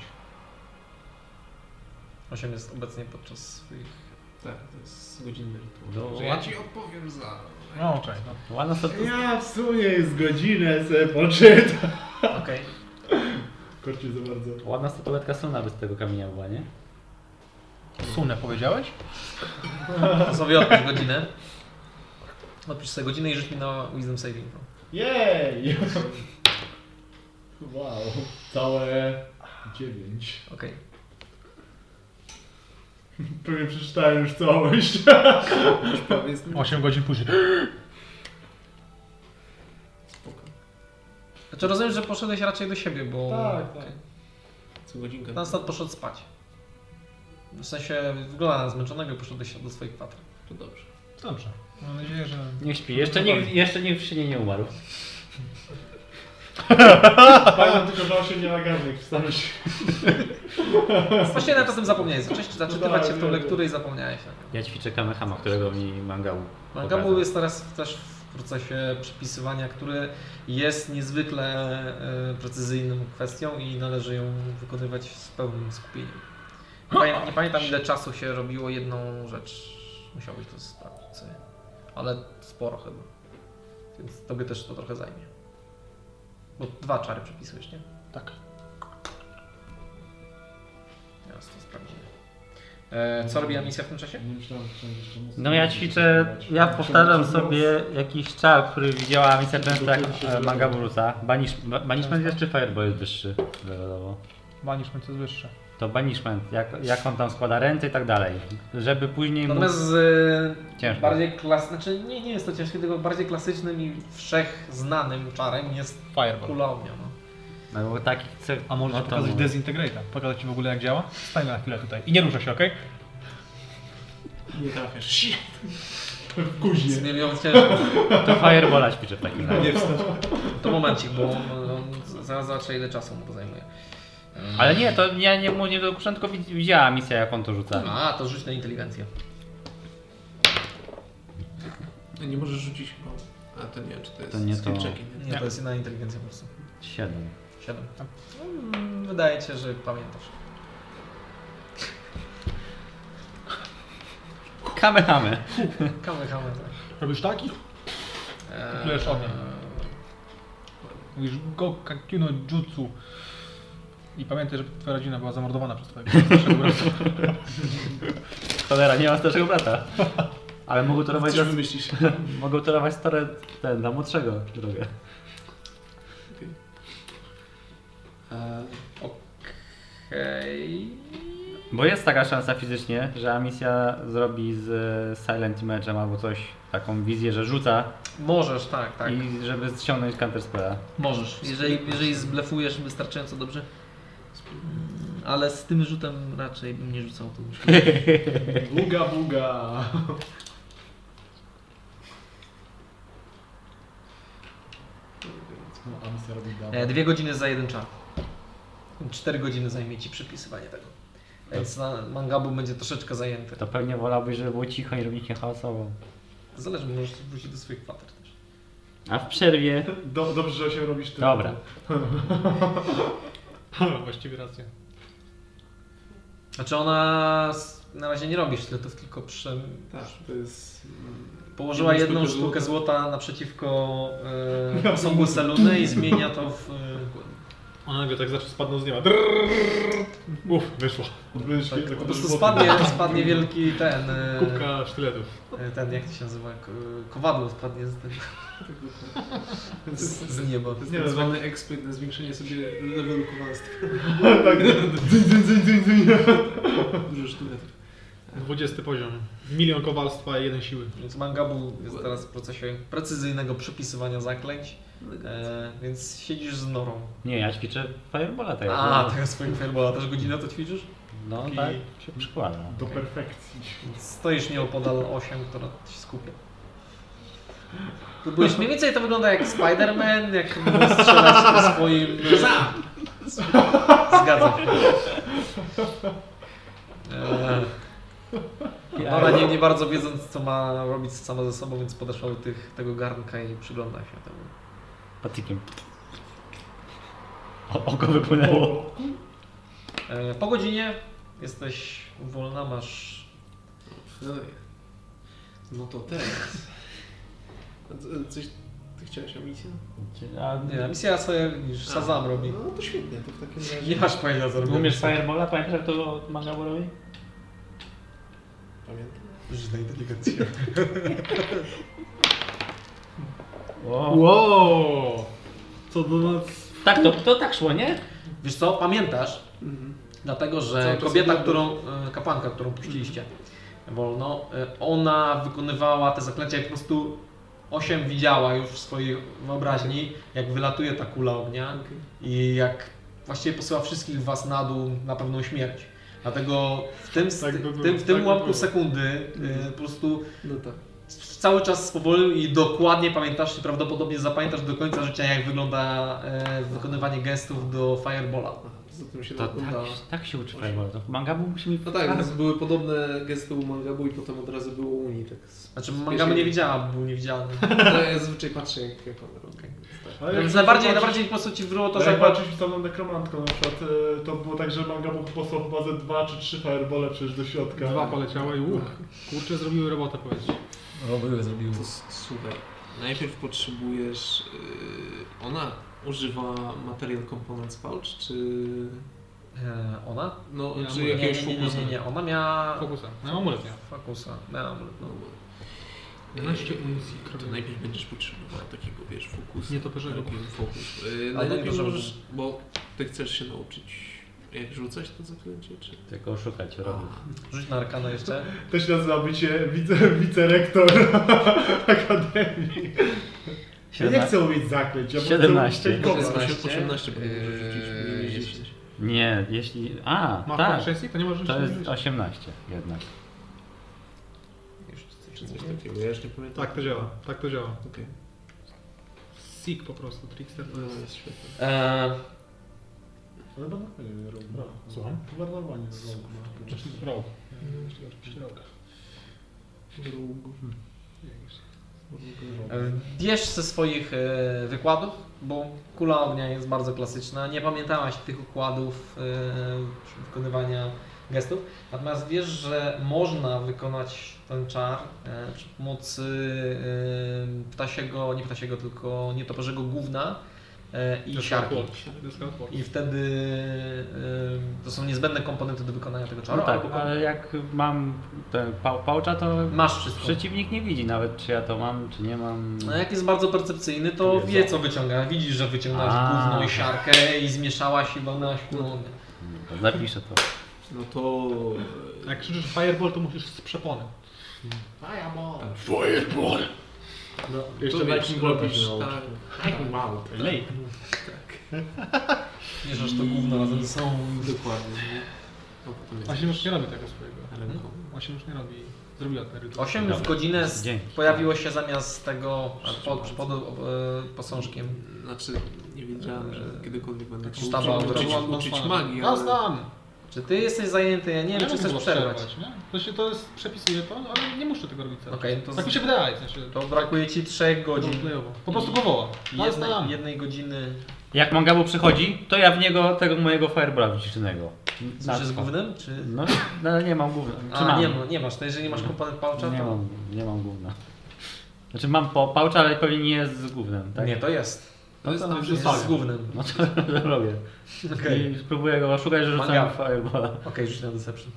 Speaker 1: Osiem jest obecnie podczas swoich
Speaker 2: Tak, to jest godzinny
Speaker 6: Do-
Speaker 2: rytuał. Że Ja ci odpowiem za...
Speaker 9: No okej, no.
Speaker 6: Ładna statystyka.
Speaker 5: Ja w sumie z godzinę sobie poczytam.
Speaker 1: Okej.
Speaker 5: Korci za bardzo.
Speaker 6: Ładna statuetka Suna by z tego kamienia była, nie?
Speaker 9: Sunę powiedziałeś?
Speaker 1: To sobie odpisz godzinę. Odpisz sobie godzinę i rzuć mi na Wisdom Saving Throw.
Speaker 5: Jej! Wow, całe dziewięć.
Speaker 1: Okej.
Speaker 5: Pewnie przeczytałem już całość.
Speaker 9: 8 godzin później.
Speaker 2: Spoko.
Speaker 1: Znaczy rozumiem, że poszedłeś raczej do siebie, bo...
Speaker 5: Tak, tak.
Speaker 1: Okej.
Speaker 2: Co godzinkę.
Speaker 1: Ten stat poszedł spać. W sensie wygląda na zmęczonego i poszedłeś do swojej kwatery.
Speaker 2: To dobrze.
Speaker 9: Dobrze. Mam nadzieję, że...
Speaker 6: Niech śpi. Jeszcze nikt, jeszcze nikt się nie, nie umarł.
Speaker 5: Pamiętam tylko, że osiem nie ma garnek. Wstanę się.
Speaker 1: Właśnie na to tym zapomniałeś. Zacząłeś zaczytywać się w tą
Speaker 5: Tak,
Speaker 1: lekturę i zapomniałeś.
Speaker 6: Ja ćwiczę kamehama, którego mi mangał.
Speaker 1: Mangabu jest teraz też w procesie przepisywania, który jest niezwykle e, precyzyjną kwestią i należy ją wykonywać z pełnym skupieniem. Nie, pamię- nie pamiętam ile czasu się robiło jedną rzecz. Musiałbyś to sprawdzić sobie. Ale sporo chyba. Więc tobie też to trochę zajmie. Bo dwa czary przepisujesz, nie?
Speaker 9: Tak.
Speaker 1: Teraz to sprawdzimy. E, co robi misja w tym czasie?
Speaker 5: Nie myślałem, że chciałem jeszcze mocno.
Speaker 6: No ja ćwiczę, ja powtarzam sobie jakiś czar, który widziała Amica często jak e, Mangaburusa. Banish- ba- Banishment jest czy Fireball jest wyższy? Levelowo.
Speaker 9: Banishment jest wyższe.
Speaker 6: to banishment, jak, jak on tam składa ręce i tak dalej. Żeby później mógł...
Speaker 1: Natomiast z
Speaker 6: Ciężko.
Speaker 1: bardziej klas... znaczy nie, nie jest to ciężkie, tylko bardziej klasycznym i wszechznanym czarem jest
Speaker 4: Fireball.
Speaker 1: kula ognia. No.
Speaker 6: No, bo taki cech...
Speaker 4: A możesz
Speaker 6: no, to
Speaker 4: pokazać
Speaker 6: no.
Speaker 4: Desintegrate'a. Pokazać Ci w ogóle jak działa? Stań na chwilę tutaj i nie ruszaj się, okej?
Speaker 2: Nie trafiasz.
Speaker 5: W kuźnie.
Speaker 1: Zmieniając
Speaker 6: To Firebola ćwiczę w takim razie.
Speaker 2: Nie wstać.
Speaker 1: to momencik, bo on, on zaraz zobaczę ile czasu mu to zajmuje.
Speaker 6: Ale nie, to ja nie, mu nie do początku widz- widziała misja, jak on to rzuca.
Speaker 1: A, to rzuć na inteligencję.
Speaker 2: Nie możesz rzucić chyba. A to nie, czy to jest
Speaker 6: To nie to.
Speaker 2: skill checking,
Speaker 6: Tak.
Speaker 1: Nie, to jest na inteligencję po prostu.
Speaker 6: Siedem.
Speaker 1: 7.
Speaker 6: Tak.
Speaker 1: Wydaje ci się, że pamiętasz.
Speaker 6: Kamehame.
Speaker 1: Kamy, kamy, tak.
Speaker 4: Robisz taki?
Speaker 1: Eee,
Speaker 4: Kulujesz ogniem. Mówisz go kakino jutsu. I pamiętaj, że twoja rodzina była zamordowana przez twojego
Speaker 6: Cholera, nie ma starszego brata. Ale mogą
Speaker 2: Co
Speaker 6: torować,
Speaker 2: Coś wymyślisz.
Speaker 6: mogą torować stare, ten, dla młodszego drogę.
Speaker 1: Okej.
Speaker 6: Bo jest taka szansa fizycznie, że Amicia zrobi z e, Silent Image'em albo coś, taką wizję, że rzuca
Speaker 1: Możesz, tak, tak.
Speaker 6: i żeby ściągnąć counter spell'a.
Speaker 1: Możesz. Jeżeli, jeżeli zblefujesz wystarczająco dobrze. Mm, Ale z tym rzutem raczej bym nie rzucał tu już.
Speaker 5: Buga, buga. No, a misja robi dawno.
Speaker 1: E, Dwie godziny za jeden czar. Cztery godziny zajmie ci przypisywanie tego. Więc na mangabu będzie troszeczkę zajęty.
Speaker 6: To pewnie wolałbyś, żeby było cicho i robić nie chaosowo.
Speaker 1: Zależy, możesz wrócić do swoich kwater też.
Speaker 6: A w przerwie...
Speaker 5: Do, dobrze, że się robisz ty.
Speaker 6: Dobra.
Speaker 9: Właściwie racja.
Speaker 1: Znaczy ona s- na razie nie robi sztyletów, tylko przy...
Speaker 2: Tak, to jest.
Speaker 1: położyła
Speaker 2: Jedną
Speaker 1: jedną
Speaker 2: sztukę
Speaker 1: sztukę złota naprzeciwko e, posągu Seluny i zmienia to w... e,
Speaker 9: Ona nagle tak zawsze spadną z nieba. Drrrr. Uff, wyszło.
Speaker 5: Odbyliśmy
Speaker 1: E, po prostu spadnie, spadnie wielki ten... E,
Speaker 9: Kubka sztyletów.
Speaker 1: e, ten, jak to się nazywa? K- Kowadło spadnie z, tego, z, z nieba.
Speaker 2: Nie, tak zwany exploit na zwiększenie sobie levelu kowalstwa.
Speaker 5: Tak, dzyń, dzyń, dzyń, dzyń, dzyń.
Speaker 2: Dużo sztylet.
Speaker 9: 20 poziom. Milion kowalstwa i jeden siły.
Speaker 1: Więc Mangabu jest teraz w procesie precyzyjnego przepisywania zaklęć, e, więc siedzisz z norą.
Speaker 6: Nie, ja ćwiczę Firebola teraz.
Speaker 1: A, tak.
Speaker 6: no.
Speaker 1: teraz swoim firebola też godzinę to ćwiczysz?
Speaker 6: No
Speaker 9: Taki-
Speaker 6: tak, się przykłada.
Speaker 5: Do perfekcji.
Speaker 1: Stoisz nieopodal 8, która się skupia. Próbujesz, mniej więcej to wygląda jak Spider-Man, jak próbuje strzelać tym swoim... Zgadzam się. Eee,
Speaker 6: Tak.
Speaker 1: Nora No, nie, nie bardzo wiedząc, co ma robić sama ze sobą, więc podeszła do tych, tego garnka i przygląda się temu.
Speaker 6: Patykiem. O, oko wypłynęło.
Speaker 1: E, Po godzinie jesteś wolna, masz
Speaker 2: No, i- no to teraz. A co- Coś. Ty chciałeś ambicję?
Speaker 6: A,
Speaker 1: Nie, a misja sobie niż Shazam robi.
Speaker 2: No to świetnie, to w takim razie.
Speaker 1: Nie masz pojęcia co robi.
Speaker 6: Umiesz Firebola? Pamiętasz jak to manga robi?
Speaker 2: Pamiętam.
Speaker 5: Żyć na inteligencję.
Speaker 6: Wow.
Speaker 9: Wow! Co do nas...
Speaker 6: Tak, to, to tak szło, nie?
Speaker 1: Wiesz co, pamiętasz? Dlatego, że
Speaker 2: Cały czas
Speaker 1: kobieta,
Speaker 2: robię-
Speaker 1: którą, e, kapłanka, którą puściliście wolno, e, ona wykonywała te zaklęcia i po prostu 8 widziała już w swojej wyobraźni, jak wylatuje ta kula ognia i jak właściwie posyła wszystkich was na dół na pewną śmierć. Dlatego w tym,
Speaker 5: Tak by
Speaker 1: w
Speaker 5: było,
Speaker 1: tym, w tym
Speaker 5: tak by
Speaker 1: łapku
Speaker 5: było. Mhm.
Speaker 1: sekundy e, po prostu
Speaker 2: No tak.
Speaker 1: cały czas spowolnił i dokładnie pamiętasz i prawdopodobnie zapamiętasz do końca życia, jak wygląda e, wykonywanie gestów do Firebola.
Speaker 2: Poza tym się
Speaker 6: To
Speaker 2: to
Speaker 6: tak,
Speaker 2: udało.
Speaker 6: tak się uczy Firebola. To manga był musi mi
Speaker 2: No tak, więc były podobne gesty u Mangabu i potem od razu było u Uni. Tak.
Speaker 1: Znaczy Mangamy nie widziała, był niewidzialny.
Speaker 2: No, ja zazwyczaj patrzę jak, jak on robi. Tak.
Speaker 5: Ale
Speaker 1: Więc
Speaker 5: jak
Speaker 1: najbardziej,
Speaker 5: zobaczysz-
Speaker 1: najbardziej po prostu ci wyryło to,
Speaker 5: To
Speaker 1: że
Speaker 5: jak
Speaker 1: jakby...
Speaker 5: walczyć z tą dekromantką na przykład, y, to było tak, że manga mógł posłał chyba ze dwa czy trzy firebole przecież do środka.
Speaker 9: Dwa poleciały i uch. Kurczę, zrobiły robotę, powiedz.
Speaker 1: Robiły, zrobiły.
Speaker 2: To s- super. Najpierw potrzebujesz. Yy, ona używa Material Components Pouch, czy.
Speaker 1: E, Ona?
Speaker 2: No,
Speaker 9: Ja
Speaker 2: czy
Speaker 9: mówię-
Speaker 1: Nie, nie,
Speaker 2: jakiegoś
Speaker 1: nie, nie,
Speaker 2: fokusa?
Speaker 1: nie, nie. Ona miała...
Speaker 9: Fokusa. No mam amulet, nie.
Speaker 1: Fokusa. Miała amulet, no.
Speaker 2: No, bo-
Speaker 9: 12 ulicy
Speaker 2: To
Speaker 9: krwawej.
Speaker 2: najpierw będziesz Tak. potrzebował takiego, wiesz, fokusa.
Speaker 9: Nie toperzego.
Speaker 2: Robimy fokus. Yy,
Speaker 1: Ale
Speaker 2: najlepiej
Speaker 1: dobrze.
Speaker 2: możesz, bo ty chcesz się nauczyć Jak rzucać to zaklęcie, czy...
Speaker 6: Tylko oszukać
Speaker 2: No.
Speaker 6: robię.
Speaker 1: Rzuć na arkana jeszcze.
Speaker 5: To się nazywa bycie wice, wicerektor akademii. Ja nie
Speaker 6: 17.
Speaker 5: chcę umieć zaklęć, ja po prostu
Speaker 6: 17.
Speaker 5: chcę
Speaker 2: Kogo?
Speaker 5: umieć
Speaker 1: Szesnaście.
Speaker 2: 18 powinien rzucić,
Speaker 1: Eee,
Speaker 2: mniej niż 10.
Speaker 6: Nie, jeśli... A,
Speaker 4: Masz tak.
Speaker 6: tak.
Speaker 4: konkurencję? To nie możesz
Speaker 6: To
Speaker 4: rzucić.
Speaker 6: jest 18 jednak.
Speaker 2: Czy coś takiego, ja już nie pamiętam.
Speaker 4: Tak to działa, tak to działa.
Speaker 2: Okej.
Speaker 4: Seek po prostu, Trickster to
Speaker 2: No,
Speaker 4: jest...
Speaker 2: jest świetne.
Speaker 1: Eee,
Speaker 5: Ale to normalnie nie robię.
Speaker 4: Słucham?
Speaker 5: Chyba normalnie nie robię.
Speaker 4: Rogue. Jeszcze rogue. Hmm. Jakiś-
Speaker 1: Bierz ze swoich e, wykładów, bo kula ognia jest bardzo klasyczna. Nie pamiętałaś tych układów e, przy wykonywania gestów. Natomiast wiesz, że można wykonać ten czar e, przy pomocy e, ptasiego, nie ptasiego, tylko nietoperzego gówna e, i
Speaker 4: Deska
Speaker 1: siarki.
Speaker 4: otworu. Deska otworu.
Speaker 1: I wtedy e, to są niezbędne komponenty do wykonania tego czaru.
Speaker 6: No tak,
Speaker 1: albo kom-
Speaker 6: ale jak mam ten pał, pałcza, to
Speaker 1: Masz wszystko.
Speaker 6: przeciwnik nie widzi nawet, czy ja to mam, czy nie mam.
Speaker 1: No jak jest bardzo percepcyjny, to
Speaker 6: Wiedzą.
Speaker 1: wie co wyciąga. Widzisz, że wyciągałaś
Speaker 6: A.
Speaker 1: gówno i siarkę i zmieszałaś i wolnałaś kulą.
Speaker 6: To Zapiszę to.
Speaker 2: No to...
Speaker 4: Jak krzyczysz fireball, to musisz z przepony.
Speaker 5: No,
Speaker 2: to
Speaker 5: jeszcze
Speaker 2: wiesz,
Speaker 5: Lightning Bolt
Speaker 2: robisz
Speaker 5: się nauczy.
Speaker 2: tak...
Speaker 5: Mało.
Speaker 4: Lej.
Speaker 1: Bierzesz Tak, to gówno razem ze sobą.
Speaker 2: Dokładnie. No, potem jest
Speaker 4: Osiem już nie robi tego swojego.
Speaker 2: ręką.
Speaker 4: Osiem już nie robi. Zrobiła ten rytuał.
Speaker 1: 8 w godzinę s-
Speaker 6: Dzięki.
Speaker 1: pojawiło się zamiast tego e, po, przypadu e, posążkiem.
Speaker 2: Znaczy, nie wiedziałem, że kiedykolwiek będę się
Speaker 1: Sztaba
Speaker 2: uczył, uczyć,
Speaker 1: autorytetu.
Speaker 2: uczyć magii,
Speaker 4: Ja
Speaker 2: ale...
Speaker 4: znam.
Speaker 1: Czy ty jesteś zajęty? Ja nie wiem, czy
Speaker 4: mogę
Speaker 1: chcesz
Speaker 4: było
Speaker 1: przerwać.
Speaker 4: nie? To się to jest, przepisuję to, ale nie muszę tego robić cały
Speaker 1: Okej,
Speaker 4: czas.
Speaker 1: to
Speaker 4: Tak
Speaker 1: z-
Speaker 4: mi się wydaje, w sensie
Speaker 1: To brakuje ci 3 godzin.
Speaker 4: roleplayowo. Po prostu powoła.
Speaker 1: i
Speaker 4: Ja
Speaker 1: Jednej,
Speaker 4: znam.
Speaker 1: jednej godziny.
Speaker 6: Jak Mangabu przychodzi, to ja w niego tego mojego fireballa wyciszynego. Tak,
Speaker 1: Czy z gównem? Czy...
Speaker 6: No, no nie mam gówna. Czy
Speaker 1: A,
Speaker 6: mam?
Speaker 1: nie, ma- nie masz. To jeżeli nie masz komponent pałcza,
Speaker 6: nie,
Speaker 1: to...
Speaker 6: mam, nie mam gówna. Znaczy mam po, pałcza, ale pewnie nie jest z gównem, tak?
Speaker 1: Nie, to jest.
Speaker 2: To jest tam
Speaker 1: Jest z gównem.
Speaker 6: No to robię.
Speaker 1: Okej,
Speaker 6: I spróbuję go oszukać, że rzucałem
Speaker 1: Mangabu.
Speaker 6: fireballa.
Speaker 1: Okej, rzuć na deception.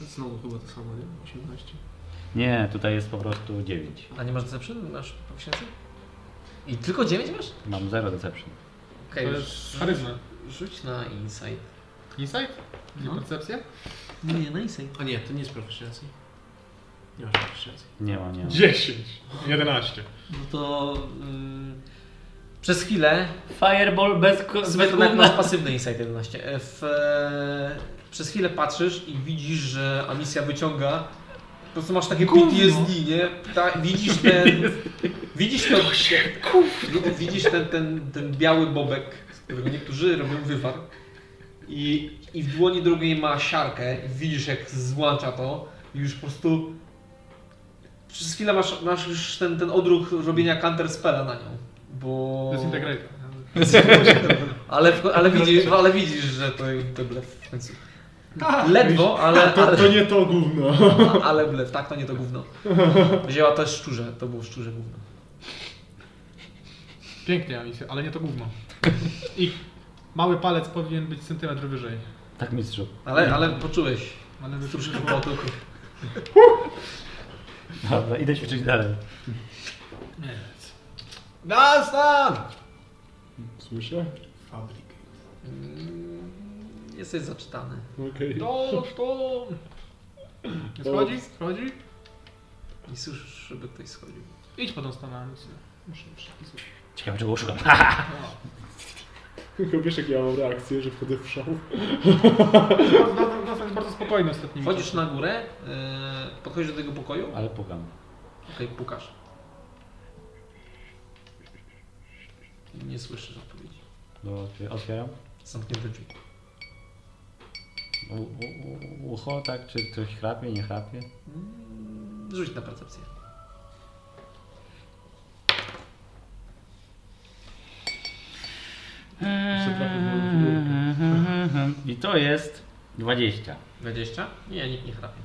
Speaker 2: Znowu chyba to samo, nie? 18.
Speaker 6: Nie, tutaj jest po prostu 9.
Speaker 1: A nie masz deception? Masz proficiency? I tylko 9 masz?
Speaker 6: Mam 0 deception.
Speaker 4: To
Speaker 1: Okej,
Speaker 4: jest charyzma.
Speaker 1: rzuć na insight.
Speaker 4: Insight?
Speaker 2: No.
Speaker 4: Nie percepcja?
Speaker 1: Nie, na insight.
Speaker 2: A nie, to nie jest proficiency. Nie masz proficiency.
Speaker 6: Nie ma, nie ma.
Speaker 4: 10. 11.
Speaker 1: No to mm, przez chwilę,
Speaker 6: Fireball bez, ko- bez
Speaker 1: zbyt masz
Speaker 6: gówna.
Speaker 1: pasywny insight 11. E, W, e, przez chwilę patrzysz i widzisz, że Amicia wyciąga. Po prostu masz takie
Speaker 4: Gówno.
Speaker 1: PTSD, nie? Ta, widzisz ten. Widzisz to. Widzisz ten, ten, ten biały bobek, z którego niektórzy robią wywar. I, I w dłoni drugiej ma siarkę. I widzisz, jak złącza to. I już po prostu. Przez chwilę masz, masz już ten, ten odruch robienia counter spella na nią. Bo.
Speaker 4: Disintegrator.
Speaker 1: Ale, w- ale, widzisz, ale widzisz, że to, to blef w końcu. Ledwo, ale,
Speaker 5: To, to
Speaker 1: ale,
Speaker 5: nie to gówno.
Speaker 1: ale blef, tak to nie to gówno. Wzięła też szczurze, to było szczurze gówno.
Speaker 4: Pięknie, Alicja, ale nie to gówno. I mały palec powinien być centymetr wyżej.
Speaker 6: Tak, mistrzu.
Speaker 1: Ale, ale poczułeś
Speaker 4: Ale wyczuć
Speaker 1: troszkę po otoku.
Speaker 6: Dobra, idę ćwiczyć dalej.
Speaker 4: Nie. Dastan!
Speaker 5: Słyszę?
Speaker 2: Fabryk.
Speaker 1: Mm, Jesteś zaczytany.
Speaker 5: Okej.
Speaker 4: Dastan! Schodzi? Schodzi?
Speaker 1: Nie słyszysz, żeby ktoś schodził.
Speaker 4: Idź po Dastana, Alicja. Muszę przepisać.
Speaker 6: Ciekawe, czego oszukam.
Speaker 5: Okay. Wiesz, jak ja mam reakcję, że wchodzę w szał?
Speaker 4: Dastan jest bardzo spokojny ostatnimi
Speaker 1: Wchodzisz
Speaker 4: czasy.
Speaker 1: na górę, yy, podchodzisz do tego pokoju,
Speaker 6: Ale pukam.
Speaker 1: okej, pukasz. I Nie słyszysz odpowiedzi.
Speaker 6: No, otwier- otwieram.
Speaker 1: Zamknięte drzwi.
Speaker 6: U, u, u, ucho, tak? Czy ktoś chrapie, nie chrapie?
Speaker 1: Mm, Rzuć na percepcję.
Speaker 6: I to jest 20.
Speaker 1: 20? Nie, nikt nie chrapie.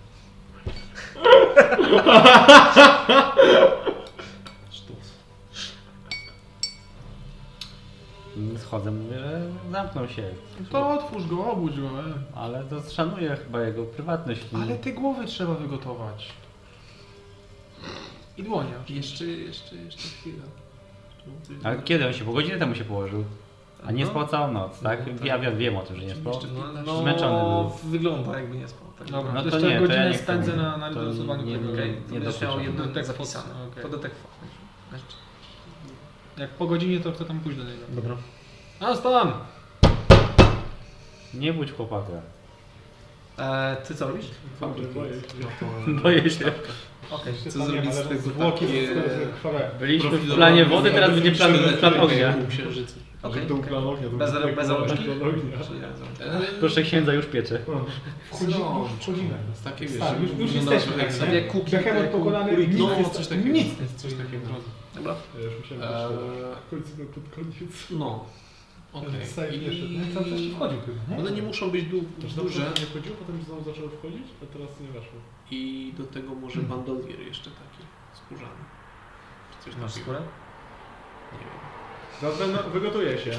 Speaker 6: Schodzę, mówię, że zamknął się.
Speaker 4: To otwórz go, obudź go. e.
Speaker 6: Ale to szanuję chyba jego prywatność.
Speaker 4: Ale te głowy trzeba wygotować. I dłonie.
Speaker 2: Jeszcze, jeszcze, jeszcze chwila. No, ty-
Speaker 6: A kiedy on się? Po godzinę temu się położył. A nie
Speaker 1: No.
Speaker 6: spał całą noc, tak?
Speaker 1: Mhm, tak.
Speaker 6: Ja wiem, wiem o tym, że nie spał.
Speaker 1: no,
Speaker 6: Zmęczony
Speaker 1: no,
Speaker 6: był.
Speaker 1: wygląda jakby nie spał. Tak
Speaker 9: Dobra,
Speaker 6: No to
Speaker 9: no to
Speaker 6: nie,
Speaker 9: jeszcze
Speaker 6: to ja
Speaker 9: godzinę
Speaker 6: nie chcę.
Speaker 9: spędzę na, na
Speaker 6: To
Speaker 9: wyrysowaniu
Speaker 6: nie-
Speaker 9: tego.
Speaker 1: Okej, to
Speaker 6: Nie
Speaker 1: będziesz miał
Speaker 6: dokuczam.
Speaker 1: jedno
Speaker 9: Detect
Speaker 1: Tak, zapisane.
Speaker 9: Fox, tak okej.
Speaker 1: To detect Fox.
Speaker 9: Jak po godzinie to chcę tam pójść do niego. No,
Speaker 5: Dobra. A stan!
Speaker 6: Nie budź chłopaka.
Speaker 1: E, ty co robisz?
Speaker 2: No
Speaker 6: Boję się.
Speaker 1: Okej.
Speaker 2: Co zrobić z tego takie...
Speaker 6: Byliśmy w
Speaker 2: profilowane-
Speaker 6: planie wody, teraz będzie plan,
Speaker 2: profilne
Speaker 6: plan
Speaker 2: takie
Speaker 6: ognia.
Speaker 2: Księżycy.
Speaker 1: Okej,
Speaker 5: Do
Speaker 1: okej.
Speaker 5: planu ognia. to
Speaker 1: Bez-
Speaker 5: był
Speaker 1: bez
Speaker 5: plan
Speaker 1: rączki?
Speaker 5: ognia.
Speaker 2: Ale
Speaker 6: Proszę księdza, już piecze.
Speaker 2: No,
Speaker 11: Wchodzimy.
Speaker 2: takie wiesz,
Speaker 11: Tak, już-
Speaker 1: No
Speaker 11: już
Speaker 2: wyglądało
Speaker 11: jesteśmy,
Speaker 2: jak
Speaker 11: tak,
Speaker 2: sobie
Speaker 11: nie?
Speaker 1: kuki,
Speaker 11: Behemoth
Speaker 1: tak,
Speaker 11: pokonany,
Speaker 2: kurik,
Speaker 11: nic
Speaker 2: no,
Speaker 11: jest-
Speaker 2: coś takiego.
Speaker 11: Nic jest.
Speaker 2: Coś takiego.
Speaker 1: Dobra. E,
Speaker 5: Ja już musiałem myśleć.
Speaker 2: Eee,
Speaker 5: Końcówka pod koniec.
Speaker 2: No. Okej.
Speaker 11: Save
Speaker 2: I-
Speaker 11: jeszcze. Nie, Cały czas ci wchodził chyba. nie?
Speaker 2: One nie muszą być du-
Speaker 5: Znaczy na
Speaker 2: duże.
Speaker 5: początku nie wchodziło, potem znowu zaczęło wchodzić, a teraz nie weszło.
Speaker 2: I do tego może bandolier jeszcze taki skórzany. Czy coś
Speaker 1: Masz
Speaker 2: takiego.
Speaker 1: skórę?
Speaker 2: Nie wiem.
Speaker 5: Dobra, no, wygotuję się.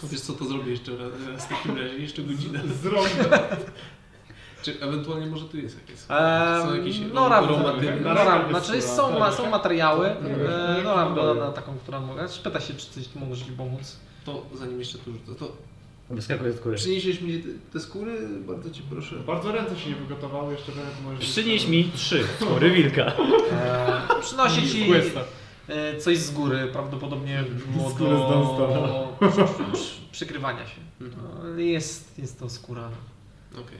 Speaker 2: Powiedz co to zrobię jeszcze raz- raz w takim razie, jeszcze godzinę.
Speaker 5: Zrobię.
Speaker 2: Czy ewentualnie może tu jest jakieś. Są jakieś
Speaker 1: Eee, Nora,
Speaker 2: rom- romatywy?
Speaker 1: Nora,
Speaker 5: Nora
Speaker 1: znaczy
Speaker 5: wysyła,
Speaker 1: są,
Speaker 5: tak.
Speaker 1: są materiały.
Speaker 5: Nie,
Speaker 1: Eee, Nora
Speaker 5: nie,
Speaker 1: wygląda
Speaker 5: nie.
Speaker 1: na taką, która mogła. Pyta się, czy coś możesz ci pomóc.
Speaker 2: To zanim jeszcze tu rzucę, to
Speaker 6: Wyskakuje z góry.
Speaker 2: przynieśliś mi te, te skóry, bardzo cię proszę.
Speaker 5: Bardzo ręce się nie wygotowały, jeszcze będę może...
Speaker 6: Przynieś mi trzy skóry wilka.
Speaker 1: Eee, przynosi ci
Speaker 5: Questa.
Speaker 1: e, coś z góry, prawdopodobnie było
Speaker 5: Z góry z
Speaker 1: do
Speaker 5: Dunstana.
Speaker 1: przy- przy- przykrywania się.
Speaker 2: Mhm.
Speaker 1: No, Jest, jest to skóra
Speaker 2: Okej.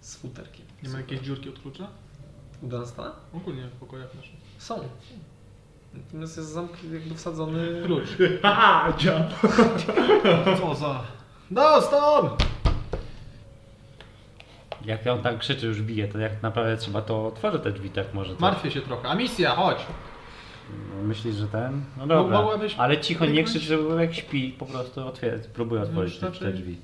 Speaker 1: z futerkiem.
Speaker 9: Nie ma jakiejś dziurki od klucza?
Speaker 1: U Dunstana?
Speaker 9: Ogólnie w pokojach naszych.
Speaker 1: Są. Natomiast jest zamk jakby wsadzony...
Speaker 9: Klucz.
Speaker 5: Haha, dziad.
Speaker 9: Co za...
Speaker 5: No, stop!
Speaker 6: Jak on tam krzyczy, już bije, to jak naprawdę trzeba, to otworzę te drzwi, tak może. To.
Speaker 9: Martwię się trochę. A misja, chodź!
Speaker 6: Myślisz, że ten? No
Speaker 9: Mo-
Speaker 6: dobra.
Speaker 9: mogłabyś
Speaker 6: Ale cicho, nie
Speaker 9: kliknąć?
Speaker 6: krzycz, żeby jak śpi, po prostu otwier- próbuję otworzyć te, te
Speaker 9: raczej-
Speaker 6: drzwi.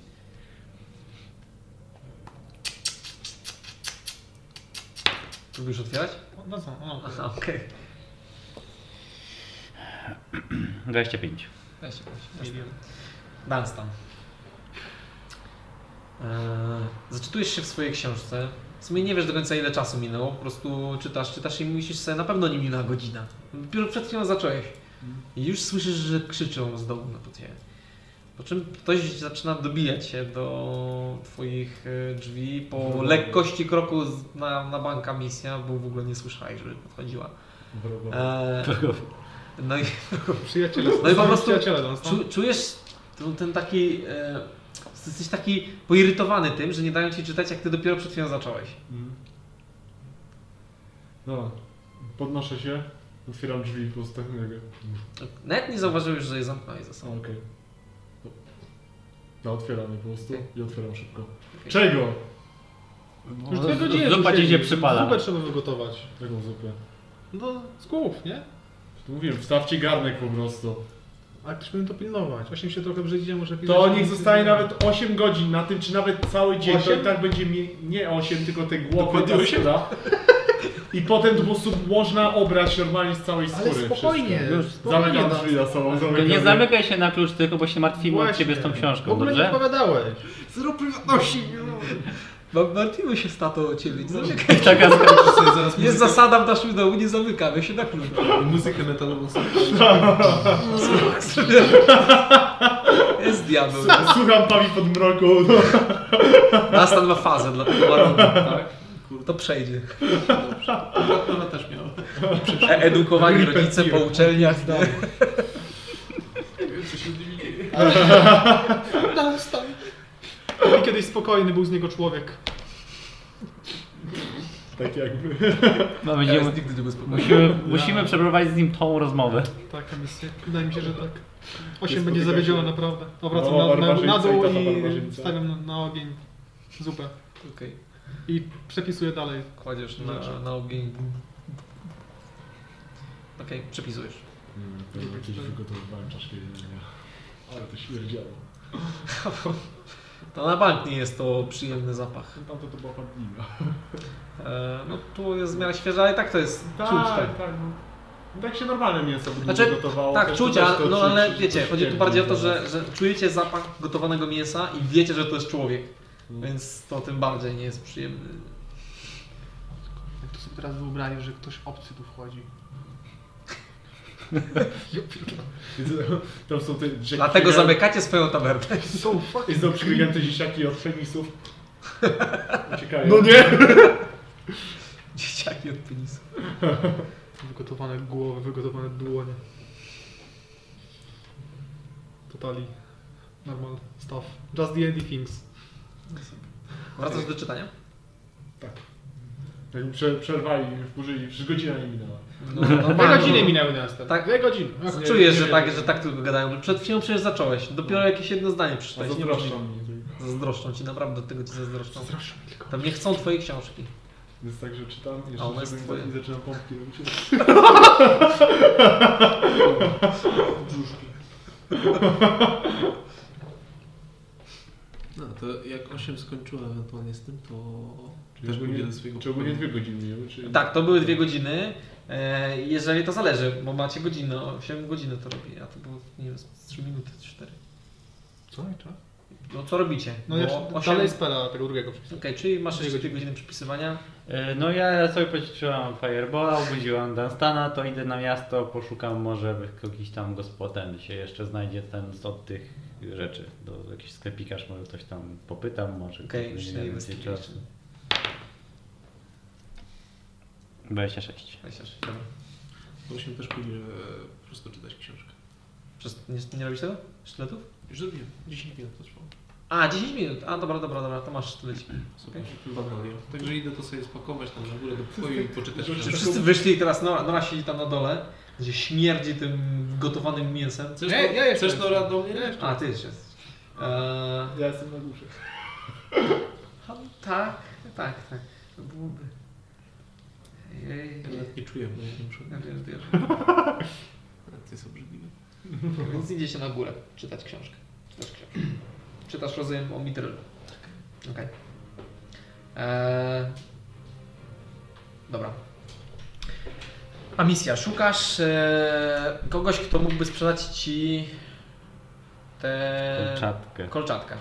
Speaker 1: Próbujesz otwierać?
Speaker 9: No co? No.
Speaker 1: Aha, okej.
Speaker 6: 25.
Speaker 1: Ja się proszę.
Speaker 9: Nie wiem.
Speaker 1: Dunstan. Eee, zaczytujesz się w swojej książce. W sumie nie wiesz do końca ile czasu minęło, po prostu czytasz, czytasz i myślisz sobie, na pewno nie minęła godzina. Dopiero przed chwilą zacząłeś. I już słyszysz, że krzyczą z dołu na podziemie. Po czym ktoś zaczyna dobijać się do twoich e, drzwi po lekkości kroku z- na, na banka misja, bo w ogóle nie słyszałeś, żeby podchodziła. Eee, no i
Speaker 9: Przyjaciele.
Speaker 1: No i po prostu
Speaker 9: Przyjaciele do nas, no.
Speaker 1: Czu, czujesz ten, ten taki. E, jesteś taki poirytowany tym, że nie dają ci czytać, jak ty dopiero przed chwilą zacząłeś.
Speaker 5: Mhm. Dobra, podnoszę się, otwieram drzwi tak i postępnego.
Speaker 1: Nawet nie zauważyłeś, że je zamknąłeś za sobą.
Speaker 5: Okej. No, otwieram je po prostu
Speaker 1: Okej.
Speaker 5: i otwieram szybko.
Speaker 1: Okej.
Speaker 5: Czego?
Speaker 9: Już dwie
Speaker 6: z-
Speaker 9: godziny.
Speaker 6: zupa
Speaker 9: tu
Speaker 6: ci
Speaker 9: siedzi.
Speaker 6: się przypala.
Speaker 9: Zupę trzeba wygotować.
Speaker 5: Jaką zupę?
Speaker 9: No, z głów, nie?
Speaker 5: Tu Mówiłem, wstawcie garnek po prostu.
Speaker 9: A ktoś powinien to pilnować. Osiem się trochę brzydzi, a może
Speaker 5: To
Speaker 9: pilnować.
Speaker 5: niech zostanie nawet 8 godzin na tym, czy nawet cały dzień. To
Speaker 9: Osiem?
Speaker 5: i tak będzie mi nie 8, tylko te głowy
Speaker 2: Dokładnie
Speaker 5: ta
Speaker 2: osiem?
Speaker 5: skóra. I potem po prostu można obrać normalnie z całej skóry.
Speaker 9: Ale spokojnie.
Speaker 5: wszystko.
Speaker 9: Już, spokojnie
Speaker 5: Zamykam
Speaker 9: nas.
Speaker 5: drzwi za sobą.
Speaker 6: To
Speaker 5: Zamykam
Speaker 6: nie
Speaker 5: je.
Speaker 6: zamykaj się na klucz, tylko bo się martwimy od
Speaker 9: Właśnie.
Speaker 6: ciebie z tą
Speaker 9: W
Speaker 6: książką,
Speaker 9: ogóle nie
Speaker 6: dobrze?
Speaker 9: odpowiadałeś.
Speaker 2: Zero prywatności!
Speaker 1: No, martwimy się z tatą o ciebie. Nie zamykaj.
Speaker 6: I taka z-
Speaker 2: Sobie zaraz
Speaker 1: Jest zasada w naszym domu, nie zamykamy się na klucz.
Speaker 2: muzykę metalową sobie.
Speaker 1: Jest diabeł.
Speaker 5: Słucham Pawi pod mroku.
Speaker 1: Nastan ma fazę, dlatego ma robię, tak?
Speaker 2: Kurde.
Speaker 1: To przejdzie.
Speaker 2: Ona też miała.
Speaker 1: E edukowani rodzice po uczelniach. No.
Speaker 2: Nie wiem, co się z nimi dzieje.
Speaker 9: Dunstan. I kiedyś spokojny był z niego człowiek.
Speaker 5: Tak jakby.
Speaker 6: no,
Speaker 1: Teraz
Speaker 6: będziemy,
Speaker 1: nigdy nie bezpokojny.
Speaker 6: musimy, musimy przeprowadzić z nim tą rozmowę.
Speaker 9: Taka misja. Wydaje mi się, że tak.
Speaker 5: Nie
Speaker 9: Osiem będzie
Speaker 5: spotyka
Speaker 9: zawiedziona
Speaker 5: się.
Speaker 9: naprawdę. Obracam
Speaker 5: Mama
Speaker 9: na, na,
Speaker 5: No,
Speaker 9: na
Speaker 5: barbarzyńca i
Speaker 9: dół
Speaker 5: tata
Speaker 9: i
Speaker 5: barbarzyńca.
Speaker 9: stawiam na, na ogień zupę.
Speaker 1: Okej.
Speaker 9: I przepisuję dalej.
Speaker 1: Kładziesz na,
Speaker 5: Znaczy.
Speaker 1: na ogień. Okej, przepisujesz.
Speaker 5: Hmm, kiedyś wygotowywałem czaszkę jedzenia. Ale to śmierdziało.
Speaker 1: To na bank nie jest to przyjemny zapach.
Speaker 5: Tamto to była padlina.
Speaker 1: E, no tu jest w miarę świeże, ale i tak to jest
Speaker 5: Tak,
Speaker 1: czuć. Tak,
Speaker 5: tak. No. Tak się normalne mięso by
Speaker 1: Znaczy,
Speaker 5: gotowało.
Speaker 1: tak
Speaker 5: też
Speaker 1: czuć,
Speaker 5: też
Speaker 1: a,
Speaker 5: to
Speaker 1: no
Speaker 5: czuć, no. tak.
Speaker 1: ale
Speaker 5: że
Speaker 1: wiecie,
Speaker 5: coś
Speaker 1: chodzi tu
Speaker 5: śmierdzi
Speaker 1: bardziej o to,
Speaker 5: zaraz.
Speaker 1: że, że czujecie zapach gotowanego mięsa i wiecie, że to jest człowiek.
Speaker 5: No.
Speaker 1: Więc to tym bardziej nie jest przyjemny.
Speaker 9: Jak to sobie teraz wyobraził, że ktoś obcy tu wchodzi.
Speaker 5: Tam są te dzieciaki-
Speaker 1: Dlatego zamykacie swoją tabernę.
Speaker 5: I znowu przybiegają te dzieciaki od penisów. Uciekają.
Speaker 2: No nie!
Speaker 1: Dzieciaki od penisu.
Speaker 9: Wygotowane głowy, wygotowane dłonie. Totali. Normal stuff. Just the ending things.
Speaker 1: Wracasz do czytania?
Speaker 5: Tak prze, przerwali, już burzyli, już godzina nie minęła. no,
Speaker 9: Dwie godziny minęły nas tam.
Speaker 1: Tak.
Speaker 9: Dwie godziny.
Speaker 1: No, Czujesz, że tak, że tak tylko gadają, że przed chwilą przecież zacząłeś.
Speaker 5: No.
Speaker 1: Dopiero jakieś jedno zdanie
Speaker 5: A
Speaker 1: przeczytałeś. nie
Speaker 5: zazdroszczą
Speaker 1: możliwe.
Speaker 5: mnie. tylko.
Speaker 1: Zazdroszczą ci, naprawdę tego ci zazdroszczą. Tam nie chcą twojej książki.
Speaker 5: Jest tak, że czytam i
Speaker 1: A ona
Speaker 5: jeszcze
Speaker 1: jest twoja.
Speaker 5: żeby mi za- i zaczynam pompki robić.
Speaker 2: Brzuszki. No to jak 8 skończyłem ewentualnie z tym, to też pójdę do swojego
Speaker 5: Czy ogólnie
Speaker 2: pokoju.
Speaker 5: dwie godziny minęły? Czy...
Speaker 1: Tak, to były dwie godziny. E, Jeżeli to zależy, bo macie godzinę, 8 godziny to robi, a to było, nie wiem, 3 minuty, 4.
Speaker 2: Co? Jak trzeba?
Speaker 1: No co robicie?
Speaker 9: No
Speaker 1: Bo
Speaker 9: jeszcze
Speaker 1: osiem-
Speaker 9: dalej spela tego drugiego
Speaker 1: Okej, czyli masz jeszcze dwie godziny przepisywania.
Speaker 6: E, No ja sobie poćwiczyłam Firebola, obudziłam Dunstana, to idę na miasto, poszukam może jakiś tam gospodem, się jeszcze znajdzie ten z od tych rzeczy. Do jakiś sklepikarz może coś tam popytam, może
Speaker 1: Okej,
Speaker 6: ktoś
Speaker 1: czyli
Speaker 6: nie wiem, gdzie
Speaker 1: investigation.
Speaker 6: czas. 26.
Speaker 1: Myślisz, dobra.
Speaker 2: Musimy też pójdę e, po prostu czytać książkę.
Speaker 1: Przez, nie, nie robisz tego? Sztyletów?
Speaker 2: Już zrobiłem. 10 minut to trwało.
Speaker 1: A, 10 minut. A, dobra, dobra, dobra, to masz sztylecik.
Speaker 2: Super. Badalia. Także idę to sobie spakować tam na górę do pokoju i poczytać
Speaker 5: Już
Speaker 2: książkę.
Speaker 1: no. Wszyscy wyszli i teraz Nora, Nora siedzi tam na dole, gdzie śmierdzi tym gotowanym mięsem.
Speaker 2: Chcesz,
Speaker 9: Ja-
Speaker 2: to-
Speaker 9: ja jeszcze
Speaker 2: chcesz to rad do mnie jeszcze?
Speaker 1: A, ty jeszcze jesteś. Eee,
Speaker 5: Ja jestem na górze.
Speaker 1: a, tak, tak, tak. To byłoby... Ej,
Speaker 2: Ja nawet nie czuję, bo ja nie muszę.
Speaker 1: ja wiem, wiem.
Speaker 2: To jest obrzydliwe.
Speaker 1: Więc idziecie na górę czytać książkę. Czytasz książkę. Czytasz rozumiem o Midrylu. Okej. Eee, dobra. A misja. Szukasz eee, kogoś, kto mógłby sprzedać ci te...
Speaker 6: Kolczatkę.
Speaker 1: Kolczatkę.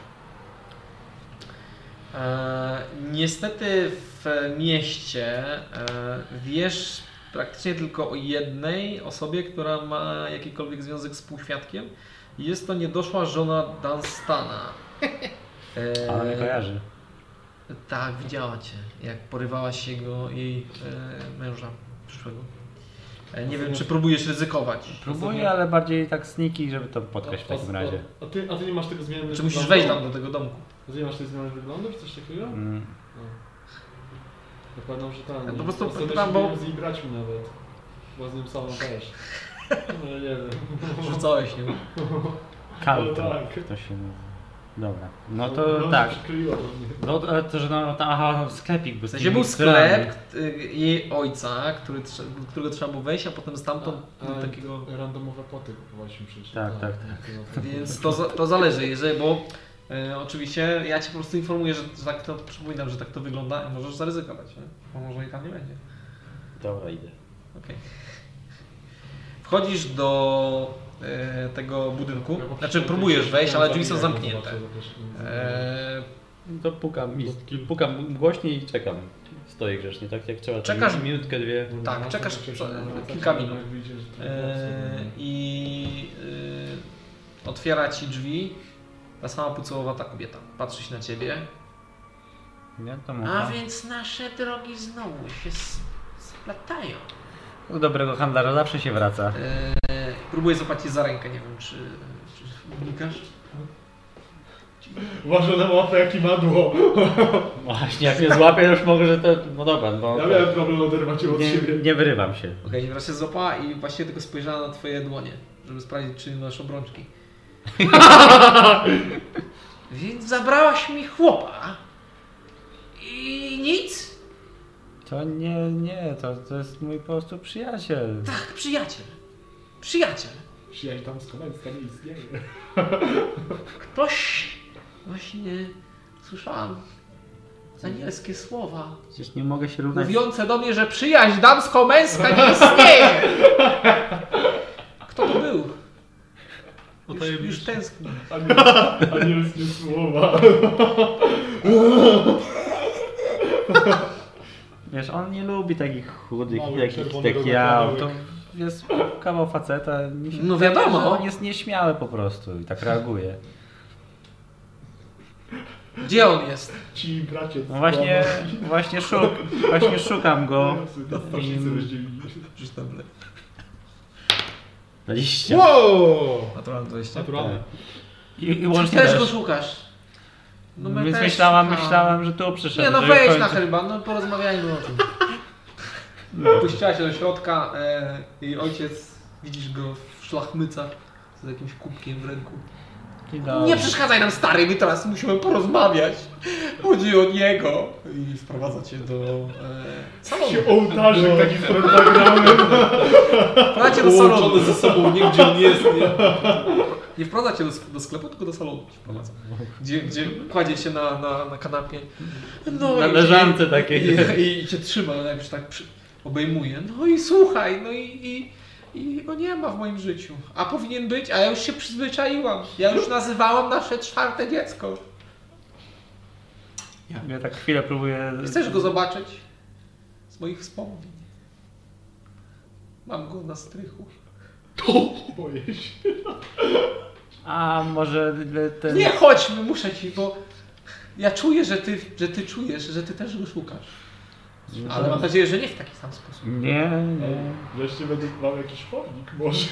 Speaker 1: E, niestety w mieście e, wiesz praktycznie tylko o jednej osobie, która ma jakikolwiek związek z półświadkiem. Jest to niedoszła żona Dunstana. E,
Speaker 6: Ale nie kojarzy.
Speaker 1: tak, widziała cię, jak porywała się go jej e, męża przyszłego. E, nie wiem, czy próbujesz ryzykować.
Speaker 6: Próbuję, ale bardziej tak sniki, żeby to spotkać w takim razie.
Speaker 5: A ty, a ty nie masz tego zmiany
Speaker 1: Czy musisz wejść tam do tego domku?
Speaker 5: A ty nie masz tej zmiany wyglądu, czy coś takiego? No.
Speaker 6: Mm.
Speaker 5: Zakładam, że tam.
Speaker 1: Ja po prostu
Speaker 5: Ostatecznie
Speaker 1: pytam, bo-
Speaker 5: nie Z jej braćmi nawet. Bo z nim samą też. No nie wiem.
Speaker 1: Rzucałeś nią.
Speaker 6: Kaltro.
Speaker 5: No tak.
Speaker 6: To się nazywa. Dobra. No
Speaker 5: No,
Speaker 6: to
Speaker 5: no,
Speaker 6: tak.
Speaker 5: przykleiło do mnie.
Speaker 6: No ale to, że no, tam, aha, no, sklepik był.
Speaker 1: W sensie był sklep y, jej ojca, który, trze- do którego trzeba było wejść, a potem stamtąd do
Speaker 5: A,
Speaker 1: takiego...
Speaker 5: Randomowe poty kupowaliśmy przecież.
Speaker 6: Tak, tak,
Speaker 5: tak.
Speaker 1: Więc to, za- to zależy, jeżeli, bo y, oczywiście ja Cię po prostu informuję, że tak to, przypominam, że tak to wygląda i możesz zaryzykować, nie? bo może i tam nie będzie.
Speaker 6: Dobra, idę.
Speaker 1: Okej. Wchodzisz do e, tego budynku, znaczy próbujesz wejść, ale drzwi są zamknięte. E,
Speaker 6: No To pukam, i- pukam głośniej i czekam. Stoję grzecznie, tak jak trzeba. tam
Speaker 1: Czekasz-
Speaker 6: minutkę, dwie.
Speaker 1: tak, czekasz co- kilka minut. E, I e, otwiera ci drzwi ta sama pucołowata kobieta. Patrzy się na ciebie.
Speaker 6: Nie, to
Speaker 8: A
Speaker 6: można.
Speaker 8: więc nasze drogi znowu się s- splatają.
Speaker 6: Do dobrego handlarza zawsze się wraca.
Speaker 1: E, próbuje złapać cię za rękę, nie wiem czy, czy unikasz.
Speaker 5: Uważaj na łapę, jaki madło.
Speaker 6: Właśnie, jak mnie złapię, już mogę, że to. No dobra, bo.
Speaker 5: Ja miałem problem oderwać ją od
Speaker 6: Nie,
Speaker 5: siebie.
Speaker 6: nie wyrywam się.
Speaker 1: Okej, okay, się złapała i właściwie tylko spojrzała na twoje dłonie, żeby sprawdzić czy masz obrączki.
Speaker 8: Więc zabrałaś mi chłopa. I nic?
Speaker 6: To nie, nie, to, to jest mój po prostu przyjaciel.
Speaker 8: Tak, przyjaciel. Przyjaciel.
Speaker 5: Przyjaźń tam z Komenska nie istnieje.
Speaker 8: Ktoś właśnie słyszałam zanielskie słowa
Speaker 6: Przecież nie mogę się równać.
Speaker 8: mówiące do mnie, że przyjaźń damsko-męska nie istnieje.
Speaker 1: Kto to był? Już, No
Speaker 9: tajemnicy.
Speaker 1: już tęsknię.
Speaker 5: Aniel- Anielskie słowa.
Speaker 6: Wiesz, on nie lubi takich chudych,
Speaker 9: Mały,
Speaker 6: takich
Speaker 9: czerwonego
Speaker 6: jak ja.
Speaker 9: wypadałek.
Speaker 6: To jest kawał faceta. Mi się
Speaker 1: No
Speaker 6: wydaje,
Speaker 1: wiadomo.
Speaker 6: że On jest nieśmiały po prostu i tak reaguje.
Speaker 1: Gdzie on jest?
Speaker 5: Ci bracie.
Speaker 6: No właśnie, właśnie, szuk, właśnie szukam go.
Speaker 5: Na strażnicy rozdzielili.
Speaker 6: 20.
Speaker 9: Wow!
Speaker 1: Naturalne 20.
Speaker 9: Naturalnie.
Speaker 6: I, i
Speaker 1: Czy
Speaker 6: łącznie
Speaker 1: też go
Speaker 6: też.
Speaker 1: szukasz? No my
Speaker 6: Więc
Speaker 1: też
Speaker 6: myślałam,
Speaker 1: szukamy.
Speaker 6: myślałam, że tu przyszedł.
Speaker 1: Nie no
Speaker 6: że już
Speaker 1: wejdź
Speaker 6: kończy-
Speaker 1: na herba, no porozmawiajmy o tym. Puściła No. się do środka e, i ojciec, widzisz go w szlachmycach z jakimś kubkiem w ręku.
Speaker 6: I dobra.
Speaker 1: Nie przeszkadzaj nam stary, my teraz musimy porozmawiać. Chodzi o niego. I wprowadza cię do e, salonu.
Speaker 5: Ołtarzyk taki z pentagramem.
Speaker 1: Wprowadza cię do
Speaker 2: Połączony
Speaker 1: salonu.
Speaker 2: ze sobą, nie gdzie on jest, nie?
Speaker 1: Nie wprowadza cię do, do sklepu, tylko do salonu cię wprowadza. Gdzie, gdzie kładzie się na, na, na kanapie. No
Speaker 6: Na
Speaker 1: i-
Speaker 6: leżance takiej.
Speaker 1: I, i, i cię trzyma, jakbyś tak przy, obejmuje. No i słuchaj, no i, i, i go nie ma w moim życiu. A powinien być, a ja już się przyzwyczaiłam. Ja już nazywałam nasze czwarte dziecko.
Speaker 6: Ja tak chwilę próbuję.
Speaker 1: Chcesz go zobaczyć? Z moich wspomnień. Mam go na strychu.
Speaker 5: Boję się.
Speaker 6: A może ten.
Speaker 1: Nie chodźmy, muszę ci, bo ja czuję, że ty, że ty czujesz, że ty też go szukasz. Ale mam nadzieję, że nie w taki sam sposób.
Speaker 6: Nie, nie.
Speaker 5: Wreszcie będzie mam jakiś pomnik może.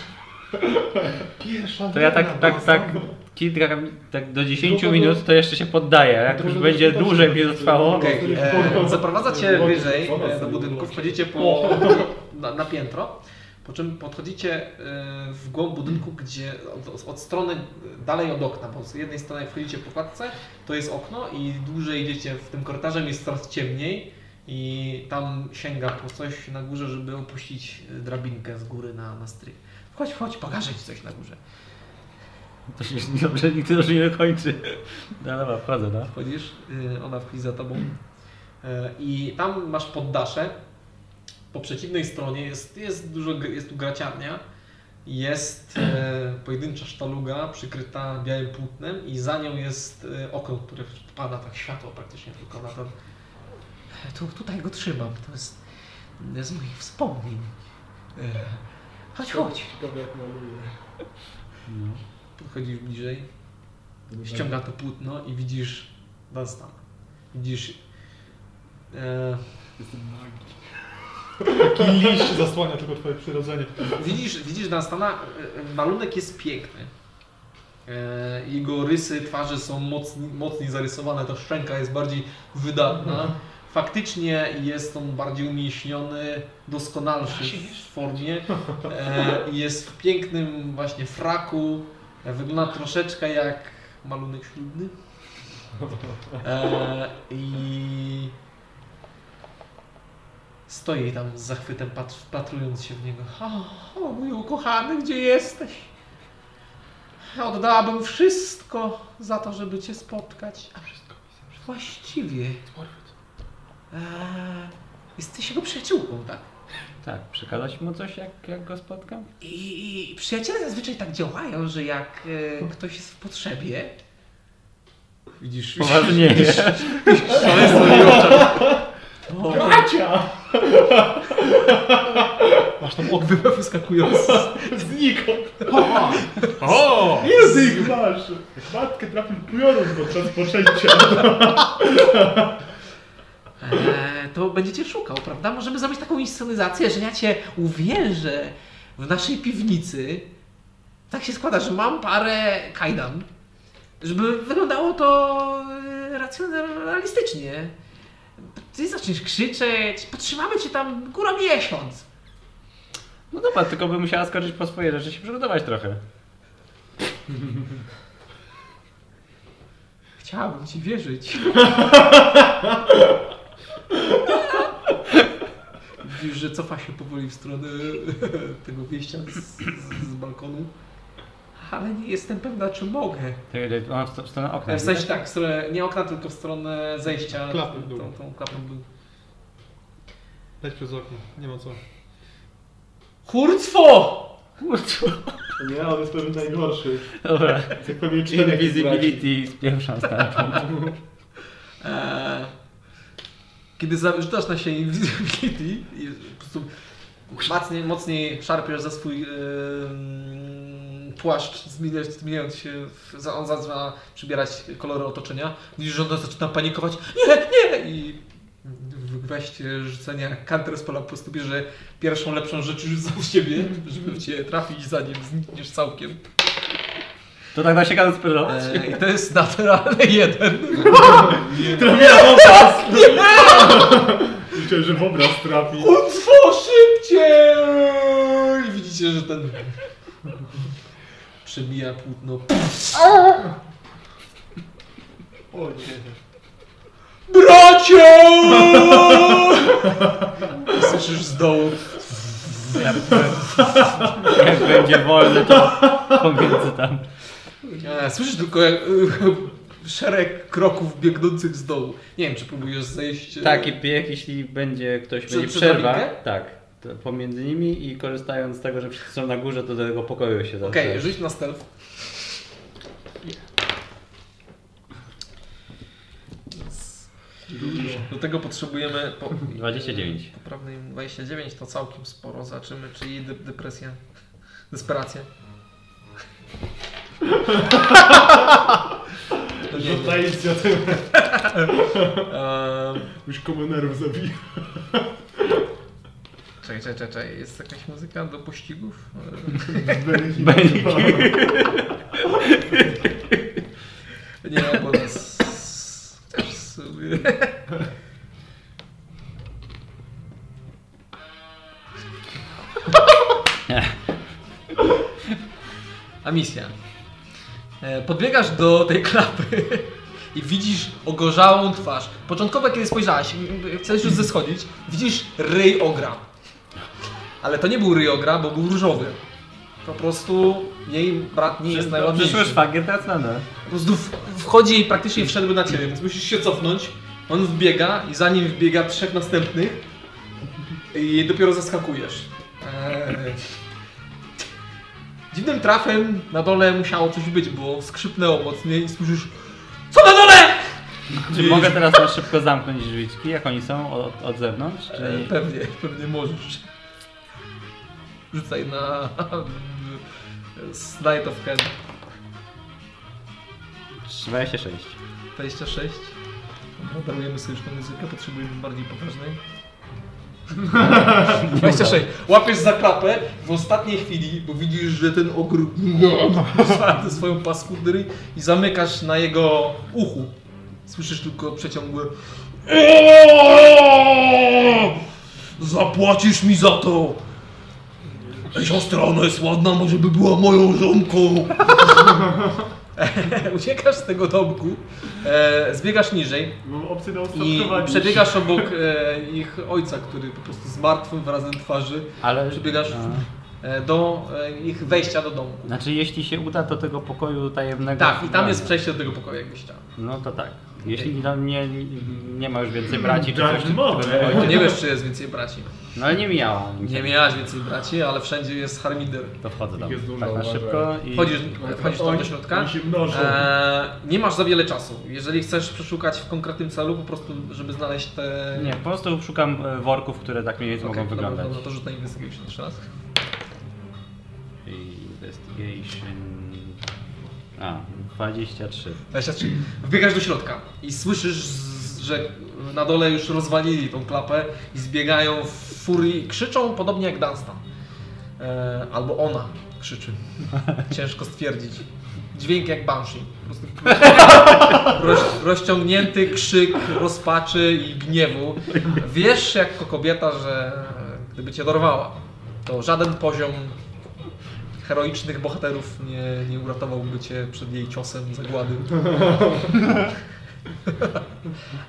Speaker 9: Pierwsza
Speaker 6: To ja tak,
Speaker 9: drona
Speaker 6: tak,
Speaker 9: była
Speaker 6: tak,
Speaker 9: sama.
Speaker 6: kilka, tak do 10 minut to jeszcze się poddaję. Jak już będzie dłużej mi to trwało.
Speaker 1: Okej, e, zaprowadza cię wyżej e, do budynku, wchodzicie po, na, na piętro, po czym podchodzicie e, w głąb budynku, gdzie od, od strony e, dalej od okna, bo z jednej strony jak wchodzicie po klatce, to jest okno i dłużej idziecie w tym korytarzem, jest coraz ciemniej i tam sięga po coś na górze, żeby opuścić e, drabinkę z góry na, na strych. Chodź, chodź, pokażę ci coś na górze.
Speaker 6: To się dobrze, nikt już nie kończy. No dobra, wchodzę, no.
Speaker 1: Wchodzisz, y, ona wchodzi za tobą. Y, I tam masz poddasze. Po przeciwnej stronie jest, jest dużo, gr- jest tu graciarnia. Jest e, pojedyncza sztaluga przykryta białym płótnem i za nią jest e, okno, które wpada tak światło praktycznie tylko na ten... Tu, tutaj go trzymam, to jest z moich wspomnień. E, Chodź, chodź.
Speaker 5: Ciekawe jak maluje.
Speaker 1: Podchodzisz bliżej, ściąga to płótno i widzisz was tam. Widzisz. E,
Speaker 9: Taki liść zasłania tylko twoje przyrodzenie.
Speaker 1: widzisz, widzisz Dunstana, e, e, malunek jest piękny. E, jego rysy twarzy są mocni, mocniej zarysowane, ta szczęka jest bardziej wydatna. Faktycznie jest on bardziej umięśniony, doskonalszy w formie. E, i jest w pięknym właśnie fraku. E, Wygląda troszeczkę jak malunek ślubny. E, I Stoi tam z zachwytem, patr- wpatrując się w niego. O, o, mój ukochany, gdzie jesteś? Oddałabym wszystko za to, żeby cię spotkać. A wszystko Właściwie. Eee, jesteś jego przyjaciółką, tak?
Speaker 6: Tak, przekazać mu coś, jak, jak go spotkam?
Speaker 1: I, I przyjaciele zazwyczaj tak działają, że jak e, ktoś jest w potrzebie. Widzisz,
Speaker 6: Poważnie.
Speaker 1: O, bracia! Masz tam ogwyłę wyskakującą.
Speaker 6: O!
Speaker 5: Jezu, ich masz! Matkę trafił piorun podczas poczęcia.
Speaker 1: Eee, to będziecie szukał, prawda? Możemy zrobić taką inscenizację, że ja cię uwierzę w naszej piwnicy. Tak się składa, że mam parę kajdan, żeby wyglądało to e, racjonalnie, realistycznie. Ty zaczniesz krzyczeć, potrzymamy cię tam góra miesiąc.
Speaker 6: No dobra, tylko bym musiała skoczyć po swoje rzeczy, się przygotować trochę.
Speaker 1: Chciałabym ci wierzyć. Widzisz, że cofa się powoli w stronę tego wyjścia z, z, z balkonu. Ale nie jestem pewna, czy mogę.
Speaker 6: Ty- ty- Ona w sto- w stronę okna.
Speaker 1: W sensie tak, w stronę, nie okna, tylko w stronę zejścia.
Speaker 9: Klapy w
Speaker 1: tą,
Speaker 9: dół.
Speaker 1: tą, tą klapą w dół.
Speaker 9: Leć przez okno, nie ma co.
Speaker 1: Kurcwo!
Speaker 5: Nie, on jest pewnie najgorszy.
Speaker 6: Dobra.
Speaker 5: Jak pewnie czterech
Speaker 6: Invisibility z pierwszą startą.
Speaker 1: E, Eee, kiedy zarzucasz na siebie invisibility, i po prostu mocniej, mocniej szarpiesz za swój yy, płaszcz, zmieniając, zmieniając się, w, za, on zaczyna przybierać kolory otoczenia. Widzisz, że on zaczyna panikować. Nie, nie! I weź rzucenia kanter z pola, po prostu bierze pierwszą lepszą rzecz już za siebie, żeby w ciebie trafić, zanim znikniesz całkiem.
Speaker 3: To tak da się kanał sprzedać?
Speaker 1: E, I to jest naturalny jeden.
Speaker 5: Myślę, że w obraz trafi.
Speaker 1: Utwór szybciej! I widzicie, że ten przemija płótno.
Speaker 2: O nie.
Speaker 1: Bracie! Słyszysz z dołu.
Speaker 6: Jak będzie wolny, to pomiędzy tam.
Speaker 1: E, Słyszysz tylko jak, szereg kroków biegnących z dołu. Nie wiem, czy próbujesz zejść. e,
Speaker 6: Tak, i piek, jeśli będzie ktoś
Speaker 1: Prze-
Speaker 6: będzie
Speaker 1: przez
Speaker 6: przerwa,
Speaker 1: dolinkę?
Speaker 6: tak, to pomiędzy nimi i korzystając z tego, że wszyscy są na górze, to do tego pokoju się zaczyna.
Speaker 1: Okej, rzuć na stealth. Do tego potrzebujemy po,
Speaker 6: 29.
Speaker 1: poprawnej 29, to całkiem sporo. Zobaczymy, czy jej de- depresja, desperacja. nie, nie.
Speaker 5: Rzuta inicjatywę.
Speaker 1: Ehm,
Speaker 5: Już komunerów zabija.
Speaker 1: czekaj, czekaj, czekaj, czekaj, jest jakaś muzyka do pościgów?
Speaker 5: Beniki.
Speaker 1: Ehm, Nie, bo to s- też sobie. A misja. E, Podbiegasz do tej klapy i widzisz ogorzałą twarz. Początkowo, kiedy spojrzałaś, m- m- chciałeś już zeschodzić, widzisz ryj ogra. Ale to nie był ryj ogra, bo był różowy. Po prostu jej brat nie jest najładniejszy.
Speaker 3: Przyszły szwagier, teraz nada.
Speaker 1: Po prostu w- wchodzi i praktycznie wszedł na ciebie, więc musisz się cofnąć. On wbiega i za nim wbiega trzech następnych i dopiero zaskakujesz. Eee. Dziwnym trafem na dole musiało coś być, bo skrzypnęło mocniej i słyszysz CO NA DOLE!
Speaker 6: Czy
Speaker 1: I-
Speaker 6: mogę teraz na szybko zamknąć drzwiczki, jak oni są od, od zewnątrz?
Speaker 1: Eee,
Speaker 6: Czy...
Speaker 1: Pewnie, pewnie możesz. Rzucaj na... Slide of Hand
Speaker 5: E,
Speaker 6: 26.
Speaker 1: 26. Dobra, No, Darujemy sobie już tą muzykę, potrzebujemy bardziej poważnej. 26. Łapiesz za klapę w ostatniej chwili, bo widzisz, że ten ogr otwarty swoją paskudny ryj i zamykasz na jego uchu. Słyszysz tylko przeciągłe Zapłacisz mi za to! Siostra, ona jest ładna, może by była moją żonką! Uciekasz z tego domku, e, zbiegasz niżej,
Speaker 5: Mam opcję na
Speaker 1: i
Speaker 5: ostatkowanie.
Speaker 1: przebiegasz obok e, ich ojca, który po prostu z martwym wyrazem twarzy
Speaker 6: Ale...
Speaker 1: Przebiegasz?
Speaker 6: A.
Speaker 1: e, do e, ich wejścia do domku.
Speaker 6: Znaczy, jeśli się uda, to tego pokoju tajemnego...
Speaker 1: Tak, i tam jest przejście do tego pokoju, jakbyś chciał.
Speaker 6: No to tak. Jeśli tam nie, nie ma już więcej braci czy coś,
Speaker 5: Dark mode.
Speaker 6: to-
Speaker 1: Bo nie wiesz, czy jest więcej braci.
Speaker 6: No ale nie mijała.
Speaker 1: Nie miałaś więcej braci, ale wszędzie jest harmider.
Speaker 6: To wchodzę tam.
Speaker 5: Jest dużo,
Speaker 6: Tak na
Speaker 5: uważaj.
Speaker 6: szybko i...
Speaker 1: Wchodzisz,
Speaker 5: tak,
Speaker 1: wchodzisz tam do środka.
Speaker 5: Oni się mnożą.
Speaker 1: E, nie masz za wiele czasu. Jeżeli chcesz przeszukać w konkretnym celu, po prostu, żeby znaleźć te...
Speaker 6: Nie, po prostu szukam e, worków, które tak mniej więcej
Speaker 1: Okej,
Speaker 6: mogą
Speaker 1: dobra,
Speaker 6: wyglądać.
Speaker 1: No to rzut na investigation jeszcze raz.
Speaker 6: Investigation... A, 23.
Speaker 1: 23. Wbiegasz do środka i słyszysz, z- że na dole już rozwalili tą klapę i zbiegają w furii, krzyczą podobnie jak Dunstan. E, albo ona krzyczy. Ciężko stwierdzić. Dźwięk jak Banshee. Po prostu roz, rozciągnięty krzyk rozpaczy i gniewu. Wiesz jako kobieta, że gdyby cię dorwała, to żaden poziom heroicznych bohaterów nie, nie uratowałby cię przed jej ciosem zagłady.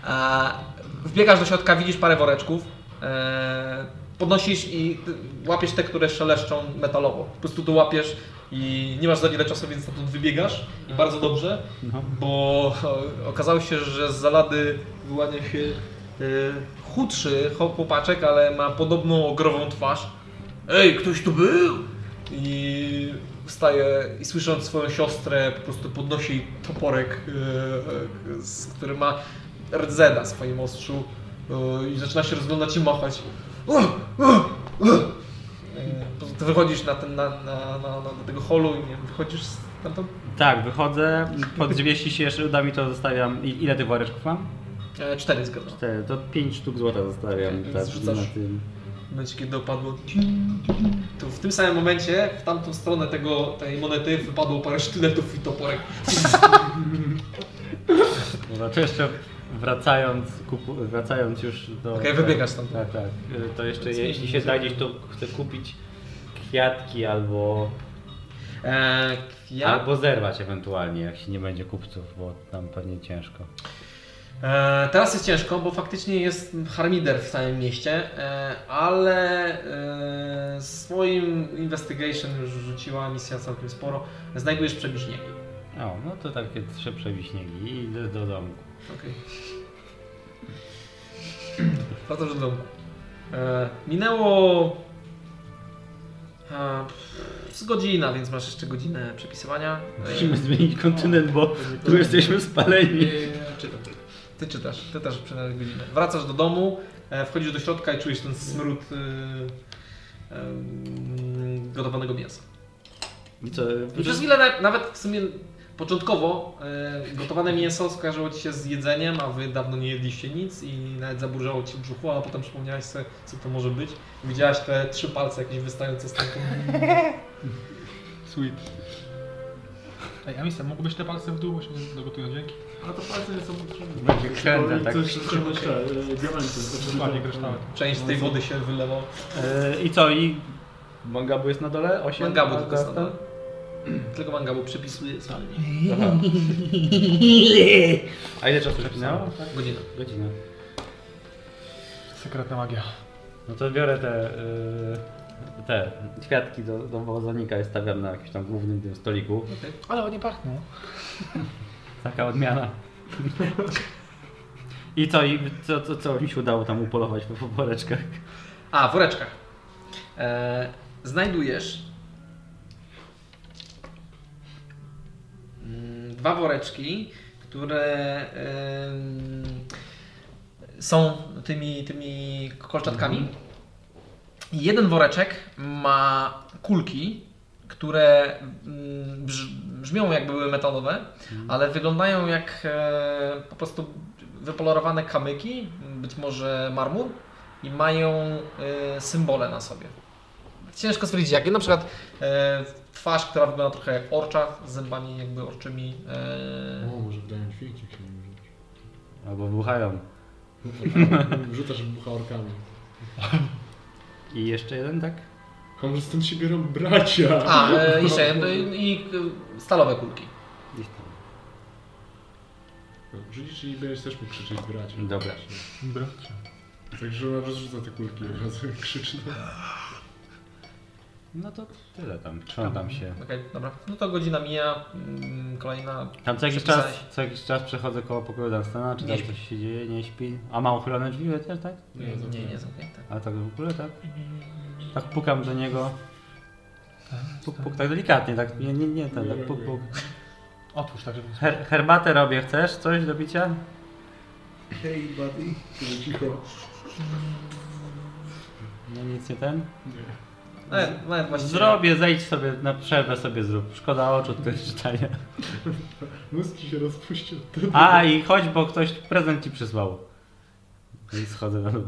Speaker 1: A, E, wbiegasz do środka, widzisz parę woreczków, e, podnosisz i ty- łapiesz te, które szeleszczą metalowo. Po prostu to łapiesz i nie masz za wiele czasu, więc stąd wybiegasz i bardzo dobrze, bo o, okazało się, że z zalady wyłania się e, chudszy chłopaczek, ale ma podobną ogrową twarz. Ej, ktoś tu był? I wstaje i słysząc swoją siostrę, po prostu podnosi jej toporek, e, e, z, który ma rdzę na swoim ostrzu e, i zaczyna się rozglądać i machać. O, o, o. Ty wychodzisz na, ten, na, na, na, na do tego holu i nie wiem, wychodzisz stamtąd?
Speaker 6: Tak, wychodzę, pod drzwi, jeśli się jeszcze uda mi, to zostawiam. I- Ile tych woreczków mam?
Speaker 1: E, cztery zgadza.
Speaker 6: Cztery, to 5 sztuk złota zostawiam
Speaker 1: Okej,
Speaker 6: tak,
Speaker 1: zrzucasz.
Speaker 6: na tym.
Speaker 1: W momencie, kiedy opadło, to w tym samym momencie w tamtą stronę tego, tej monety wypadło parę sztyletów i toporek.
Speaker 6: Dobra, to No, jeszcze wracając, kupu, wracając już do...
Speaker 1: Okej, wybiegasz stąd.
Speaker 6: Tak, tak. Y, To jeszcze, jeśli się da gdzieś, to chcę kupić kwiatki albo,
Speaker 1: E, kwiat...
Speaker 6: albo zerwać ewentualnie, jak się nie będzie kupców, bo tam pewnie ciężko.
Speaker 1: E, teraz jest ciężko, bo faktycznie jest harmider w całym mieście, e, ale e, swoim investigation już rzuciła misja całkiem sporo. Znajdujesz przebiśniegi.
Speaker 6: O, no to takie trzy przewiśniegi i idę do domku.
Speaker 1: Okej. Wracasz do domu. E, minęło e, z godzina, więc masz jeszcze godzinę przepisywania.
Speaker 6: Musimy
Speaker 1: E,
Speaker 6: zmienić kontynent, bo tu jesteśmy spaleni.
Speaker 2: Czytam.
Speaker 1: ty czytasz, ty też przynajmniej godzinę. Wracasz do domu, e, wchodzisz do środka i czujesz ten smród e, em, gotowanego mięsa.
Speaker 6: I co,
Speaker 1: I przez chwilę na, nawet w sumie początkowo e, gotowane mięso skojarzyło ci się z jedzeniem, a wy dawno nie jedliście nic i nawet zaburzało ci brzuchu, a potem przypomniałeś sobie, co to może być. Widziałaś te trzy palce jakieś wystające z tego.
Speaker 4: Sweet.
Speaker 9: Ej, Amisa, mógłbyś te palce w dół, bo się nie dogotują, dzięki.
Speaker 2: Ale to palce nie są potrzebne.
Speaker 6: Będzie kręta, tak?
Speaker 5: No Coś trzeba jeszcze, e, diamenty.
Speaker 9: Dokładnie, kryształy.
Speaker 1: Część tej
Speaker 6: No,
Speaker 1: wody się wylewało.
Speaker 6: E, I co, i Mangabu jest na dole? 8?
Speaker 1: Mangabu tylko
Speaker 6: no,
Speaker 1: stanowi. Tylko mangabu przepisuje sam.
Speaker 6: A ile czasu przepinęło?
Speaker 1: Godzina.
Speaker 6: Godzina.
Speaker 4: Sekretna magia.
Speaker 6: No to biorę te, y, te kwiatki do, do wozonika i stawiam na jakimś tam głównym tym stoliku.
Speaker 4: Ale oni pachną.
Speaker 6: Taka odmiana. I co, i co, co, co mi się udało tam upolować po po woreczkach?
Speaker 1: A, w woreczkach. E, znajdujesz mm, dwa woreczki, które em, są tymi, tymi kolczatkami. I Jeden woreczek ma kulki, które mm, brz- brzmią jak były metalowe, ale wyglądają jak e, po prostu wypolerowane kamyki, być może marmur i mają y, symbole na sobie. Ciężko stwierdzić jakie, na przykład y, twarz, która wygląda trochę jak orcza, z zębami jakby orczymi. e,
Speaker 5: O, może wydają dźwięki, jak się nie może.
Speaker 6: Albo wybuchają.
Speaker 5: Rzucasz buchaorkami.
Speaker 6: I jeszcze jeden, tak?
Speaker 5: A może stąd się biorą bracia?
Speaker 1: Y, a, y, jeszcze, y, i y, stalowe kulki.
Speaker 6: Gdzieś tam.
Speaker 5: Rzucisz i No, będziesz też mógł krzyczeć bracia.
Speaker 6: Dobra.
Speaker 5: Także ona rozrzuca te kulki od razu i krzyczy.
Speaker 6: No to tyle tam, trzątam się.
Speaker 1: Okej, dobra. No to godzina mija, mm, kolejna.
Speaker 6: Tam co jakiś,
Speaker 1: Przepisałeś.
Speaker 6: czas, co jakiś czas przechodzę koło pokoju Dunstana, czy
Speaker 1: Nie
Speaker 6: tam
Speaker 1: śpi.
Speaker 6: coś się dzieje, nie śpi. A ma uchylone drzwi też, tak?
Speaker 1: Nie,
Speaker 5: no
Speaker 1: nie, nie zamknięte.
Speaker 6: A tak w ogóle tak? Tak pukam do niego. Puk, puk, tak delikatnie, tak nie, nie, nie, ten, tak puk, puk.
Speaker 4: Otwórz tak, żeby...
Speaker 6: Her, herbatę robię, chcesz coś do picia?
Speaker 2: Hej, buddy.
Speaker 5: Tylko Cicho.
Speaker 6: No nic nie ten.
Speaker 1: Nawet, nawet właściwie.
Speaker 6: Zrobię, zejdź sobie, na przerwę sobie zrób. Szkoda oczu tutaj czytania.
Speaker 5: Mózg ci się rozpuścił.
Speaker 6: A i chodź, bo ktoś prezent ci przysłał. I schodzę na dół.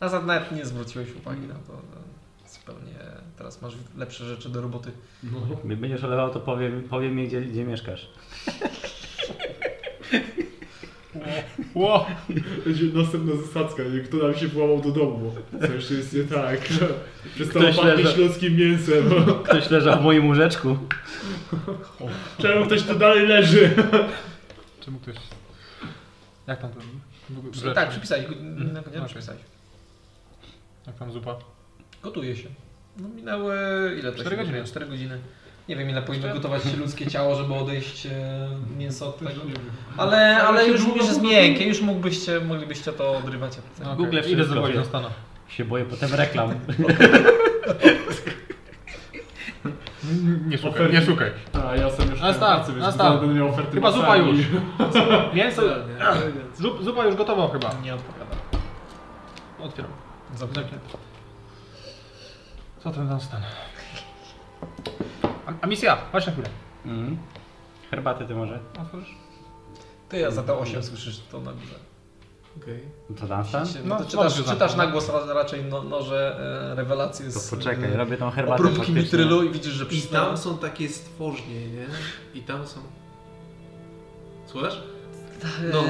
Speaker 1: A za- nawet nie zwróciłeś uwagi na to. no, Zupełnie teraz masz lepsze rzeczy do roboty.
Speaker 5: No.
Speaker 6: Jak będziesz olewał, to powiem, powiem mi, gdzie, gdzie mieszkasz.
Speaker 4: Ło!
Speaker 5: Będzie następna zasadzka, nie? kto nam się włamał do domu. Co jeszcze jest nie tak. Przestało
Speaker 6: Ktoś
Speaker 5: pachnieć
Speaker 6: leża-
Speaker 5: śląskim mięsem.
Speaker 6: Ktoś leżał w moim łóżeczku.
Speaker 5: Czemu ktoś tu dalej leży?
Speaker 4: Czy mógł ktoś... Jak tam to...
Speaker 1: Przy, tak, przypisałeś. Godzinę
Speaker 4: okej.
Speaker 1: przypisałeś.
Speaker 4: Jak tam zupa?
Speaker 1: Gotuje się. No minęły ile to
Speaker 4: Cztery
Speaker 1: się
Speaker 4: godziny.
Speaker 1: gotuje? Cztery godziny. Nie wiem ile powinno gotować się ludzkie ciało, żeby odejść e, mięso od tego. Ale, ale już mówisz, że jest miękkie, już mógłbyście, moglibyście to odrywać. jak chce.
Speaker 6: Google
Speaker 4: Ile
Speaker 6: wszystko
Speaker 4: zawodzi
Speaker 6: wie.
Speaker 4: do Stana?
Speaker 6: Się boję potem reklam.
Speaker 4: Nie szukaj,
Speaker 5: Oferty.
Speaker 4: nie szukaj.
Speaker 5: A ja sam już
Speaker 4: Na start,
Speaker 5: wiesz,
Speaker 4: na start.
Speaker 5: będę miał oferty
Speaker 4: Chyba zupa
Speaker 5: masami.
Speaker 4: już. Mięso... Zup, zupa już gotowa chyba.
Speaker 1: Nie odpowiada.
Speaker 4: Otwieram.
Speaker 1: Zamknięte.
Speaker 4: Co ten tam stan? A, a misja, chodź na chwilę.
Speaker 6: Mhm. Herbaty ty może?
Speaker 4: Otworzysz?
Speaker 1: Ty ja za te 8 słyszysz to na górze.
Speaker 2: Okej.
Speaker 6: To Dunstan?
Speaker 1: Bo
Speaker 4: No,
Speaker 1: to
Speaker 4: dobrze,
Speaker 1: czytasz, czytasz na głos ra- raczej no, noże e, rewelacje
Speaker 6: To
Speaker 1: z
Speaker 6: poczekaj,
Speaker 1: e,
Speaker 6: robię tą herbatę
Speaker 1: obróbki
Speaker 6: faktycznie.
Speaker 1: mitrylu i widzisz, że
Speaker 2: I
Speaker 1: przy
Speaker 2: tam są takie stworznie, nie? I tam są... Słuchasz? No,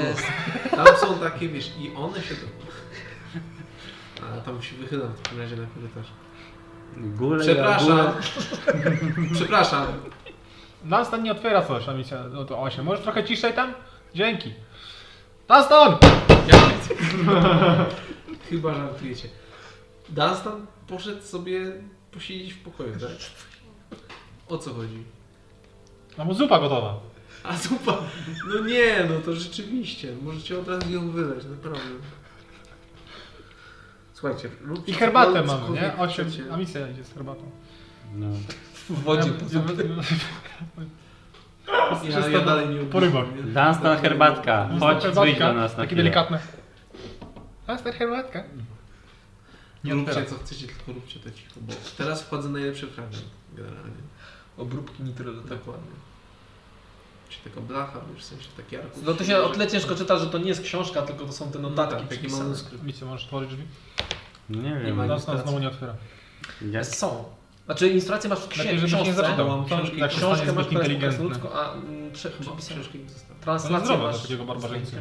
Speaker 2: no. Tam są takie, wiesz, i one się... do- A tam się wychylam w takim razie na korytarz.
Speaker 6: Gule,
Speaker 2: Przepraszam. Przepraszam.
Speaker 4: Dunstan nie otwiera coś, a misja, no to 8. Możesz trochę ciszej tam? Dzięki. Dunstan!
Speaker 2: Chyba żartujecie. Dunstan poszedł sobie posiedzieć w pokoju, tak? O co chodzi?
Speaker 4: No bo zupa gotowa.
Speaker 2: A zupa! No nie, no to rzeczywiście. Możecie od razu ją wyleć, naprawdę. Słuchajcie, róbcie
Speaker 4: I herbatę
Speaker 2: cokolwiek
Speaker 4: mamy, nie? 8.
Speaker 2: chcecie.
Speaker 4: A misja idzie z herbatą.
Speaker 6: No.
Speaker 1: w wodzie. po
Speaker 4: Ja-
Speaker 1: zupie.
Speaker 2: Ja, ja dalej nie
Speaker 4: Po rybach.
Speaker 2: nie?
Speaker 6: Dunstan herbatka. Chodź,
Speaker 4: Herbatka,
Speaker 6: wyjdź do nas na
Speaker 4: Takie
Speaker 6: chwilę.
Speaker 4: delikatne. Dunstan herbatka. Nie
Speaker 2: Róbcie
Speaker 4: otwiera.
Speaker 2: co chcecie, tylko róbcie to cicho, bo teraz wchodzę najlepszy fragment, generalnie.
Speaker 1: Obróbki mitrylu, tak.
Speaker 2: Dokładnie. Czy taka blacha, wiesz, w sensie tak taki arkusz.
Speaker 1: No to się od leciężko czyta, że to nie jest książka, tylko to są te notatki
Speaker 2: tak, taki
Speaker 1: przypisane.
Speaker 2: manuskrypt.
Speaker 4: Misja, możesz otworzyć drzwi?
Speaker 6: No nie
Speaker 2: Nie ma
Speaker 6: wiem.
Speaker 4: Dunstan znowu nie otwiera.
Speaker 6: Ja,
Speaker 1: Są. Znaczy instrukcje masz w księ-
Speaker 4: Lepiej, żebyś nie
Speaker 1: książce.
Speaker 4: zapytał.
Speaker 2: Mam książki,
Speaker 4: Jak
Speaker 2: książki
Speaker 1: Książkę
Speaker 4: zostanie
Speaker 1: masz
Speaker 4: zbyt
Speaker 1: teraz po
Speaker 4: inteligentny.
Speaker 1: ludzku, a mm, prze,
Speaker 2: Chyba
Speaker 1: przepisane.
Speaker 2: książki mi zostały.
Speaker 1: Translację
Speaker 4: zdrowe
Speaker 1: masz.
Speaker 4: dla takiego barbarzyńcy.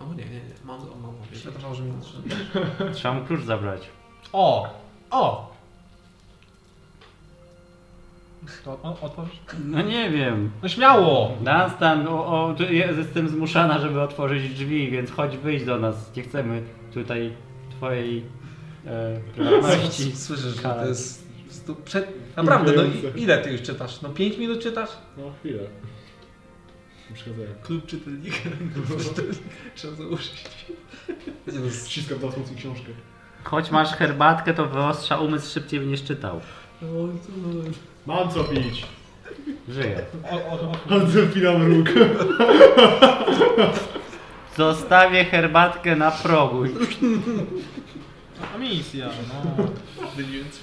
Speaker 2: O nie, nie, nie, mam, o, mam, mam.
Speaker 1: Przepraszam, że mi
Speaker 6: trzeba mu klucz zabrać.
Speaker 4: O! O! To o, otworzysz?
Speaker 6: No nie wiem.
Speaker 4: No śmiało!
Speaker 6: Dunstan, o, o, tu ja jestem zmuszana, żeby otworzyć drzwi, więc chodź wyjdź do nas. Nie chcemy tutaj twojej e, prywatności.
Speaker 1: Słyszysz, że
Speaker 6: Kara.
Speaker 1: to jest... po prostu Przed... Naprawdę, no i- ile ty już czytasz? No 5 minut czytasz?
Speaker 5: No chwilę. Nie Przeszkadzają.
Speaker 2: Klub czytelnika. Trzeba założyć.
Speaker 1: Gdzie to jest?
Speaker 5: Ściskam Dasmus i książkę.
Speaker 6: Choć masz herbatkę, to wyostrza umysł szybciej niż czytał.
Speaker 5: Mam co pić!
Speaker 6: Żyje.
Speaker 5: Odpinam róg.
Speaker 6: Zostawię herbatkę na progu.
Speaker 4: A misja, no.
Speaker 2: Dyliąc.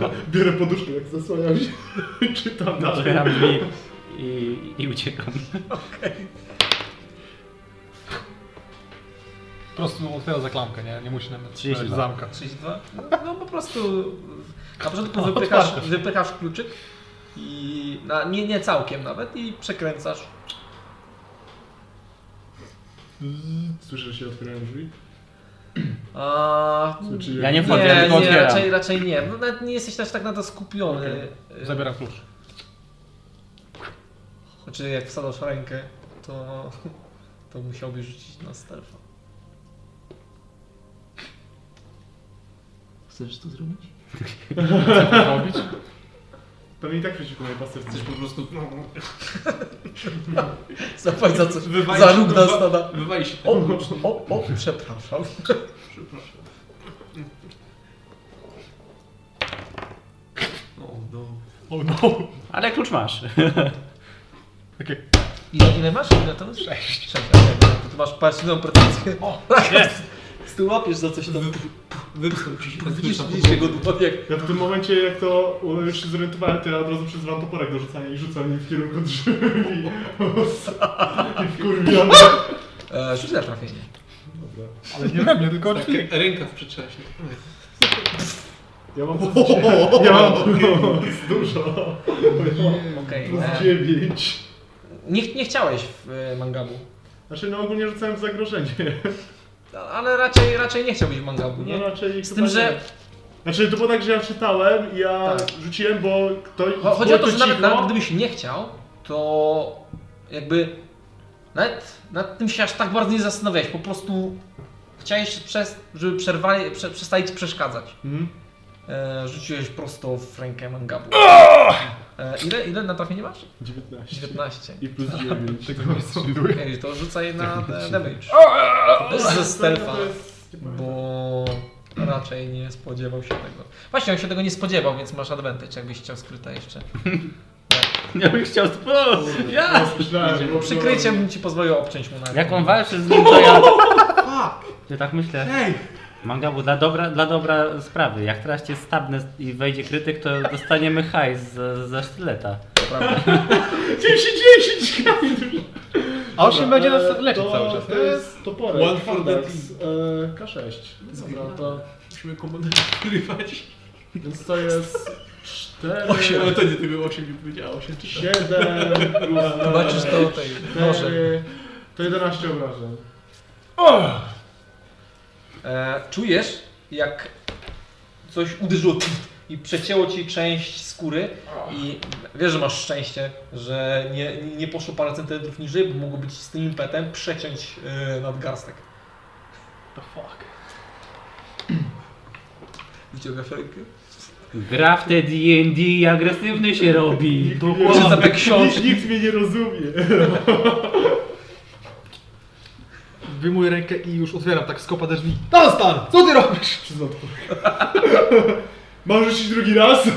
Speaker 6: No,
Speaker 5: Biorę poduszkę, jak zasłaniam się. Czytam dalej.
Speaker 6: otwieram drzwi i, i uciekam.
Speaker 4: Po prostu otwiera za klamkę, nie? Nie musi nawet
Speaker 6: 32.
Speaker 4: otwierać zamka.
Speaker 1: 32? No, no po prostu na początku wypychasz, wypychasz kluczyk i na, nie, nie całkiem nawet i przekręcasz.
Speaker 5: Słyszę, że się otwierają drzwi?
Speaker 1: A,
Speaker 5: Słyszy,
Speaker 6: Ja nie wchodzę, ja
Speaker 1: nie,
Speaker 6: tylko
Speaker 1: nie
Speaker 6: otwieram.
Speaker 1: raczej, raczej nie. No, nawet nie jesteś też tak na to skupiony. Y, Okay.
Speaker 4: Zabieram klucz.
Speaker 1: Znaczy jak wsadzasz rękę, to, to musiałbyś rzucić na stealth.
Speaker 2: Chcesz to zrobić?
Speaker 4: Robić?
Speaker 5: Pewnie i tak przeciwko mojej pasterce.
Speaker 2: Chcesz po prostu...
Speaker 1: Zapłać za coś,
Speaker 2: Wywalić-
Speaker 1: za róg na
Speaker 2: wywa-
Speaker 1: stada.
Speaker 2: Wywali się.
Speaker 1: O, o, o, przepraszam.
Speaker 2: Przepraszam. O, no.
Speaker 4: O no!
Speaker 6: Ale klucz masz.
Speaker 1: Ile, ile masz? Ile to jest? Sześć. Sześć, okej, dobra, to ty masz pasywną pretensję. O, jest! Ty łapiesz za coś tam.
Speaker 2: Wypchnął ci się.
Speaker 1: Widzisz, widzisz jego dłonie.
Speaker 5: Ja w tym momencie, jak to już się zorientowałem, to ja od razu przyzywam toporek do rzucania i rzucam nim w kierunku drzwi. I wkurwiony.
Speaker 1: E, Rzuć na trafienie.
Speaker 5: Dobra.
Speaker 4: Ale nie we mnie, tylko
Speaker 2: Tak,
Speaker 4: oczy.
Speaker 2: ręka w przedcześnie.
Speaker 5: Ja mam plus 10. Ja mam plus dużo.
Speaker 1: Okej.
Speaker 5: Plus
Speaker 1: e,
Speaker 5: 9.
Speaker 1: Nie, nie chciałeś w e, mangabu.
Speaker 5: Znaczy, no ogólnie rzucałem w zagrożenie.
Speaker 1: A- Ale raczej, raczej nie chciałbyś w mangabu,
Speaker 5: No
Speaker 1: nie?
Speaker 5: raczej
Speaker 1: Z
Speaker 5: chyba
Speaker 1: tym,
Speaker 5: nie.
Speaker 1: że
Speaker 5: Znaczy, to było tak, że ja czytałem i ja
Speaker 1: Tak.
Speaker 5: rzuciłem, bo ktoś...
Speaker 1: cho- chodzi
Speaker 5: było
Speaker 1: o to, że nawet,
Speaker 5: cicho.
Speaker 1: nawet gdybyś nie chciał, to jakby nawet nad tym się aż tak bardzo nie zastanawiałeś. Po prostu chciałeś, przez, żeby przerwali, prze, przestali ci przeszkadzać.
Speaker 5: Mhm.
Speaker 1: E, rzuciłeś prosto w rękę mangabu. E, ile, ile na trafienie masz?
Speaker 5: 19.
Speaker 1: 19.
Speaker 5: I plus 9.
Speaker 4: Tego nie strzeluję.
Speaker 1: Okej, to rzucaj na e, damage. To
Speaker 5: No,
Speaker 1: jest ze stealtha. Bo raczej nie spodziewał się tego. Właśnie, on się tego nie spodziewał, więc masz advantage, jakbyś chciał skryta jeszcze.
Speaker 6: Ja bym chciał spać. Ja!
Speaker 5: Bo
Speaker 1: Przykrycie bym ci pozwolił obciąć mu na
Speaker 6: Jak on walczy z nim, to ja... Ty tak myślę.
Speaker 2: Hej!
Speaker 6: Manga, bo dla dobra, dla dobra sprawy. Jak teraz cię stabnę i wejdzie krytyk, to dostaniemy hajs ze, ze sztyleta.
Speaker 5: Dzieje się, dzieje się ciekawie.
Speaker 12: A on się
Speaker 5: Dobra,
Speaker 12: będzie
Speaker 5: e,
Speaker 12: nas leczyć
Speaker 5: to-
Speaker 12: cały czas.
Speaker 5: To jest toporek.
Speaker 2: One for the
Speaker 5: Fandex, e, K6. Dobra, to...
Speaker 2: Musimy komendę wygrywać.
Speaker 5: Więc to jest 4,
Speaker 2: 8, ale to nie ty było 8 nie powiedziała 8 czy 7.
Speaker 5: 7 plus
Speaker 1: Zobaczysz to tej nożem.
Speaker 5: 4, E, to 11 obrażeń.
Speaker 1: E, czujesz, jak coś uderzyło i przecięło ci część skóry i wiesz, że masz szczęście, że nie, nie poszło parę centymetrów niżej, bo mogło być z tym impetem przeciąć e, nadgarstek.
Speaker 12: The fuck.
Speaker 1: Wyciąga felkę.
Speaker 6: Gra w te D&D agresywny się robi.
Speaker 1: Czyta te książki.
Speaker 5: Nikt, nikt mnie nie rozumie.
Speaker 4: Wyjmuję rękę i już otwieram tak skopa te drzwi. Dostan! Co ty robisz?
Speaker 5: Przez odpór. Mam rzucić drugi raz?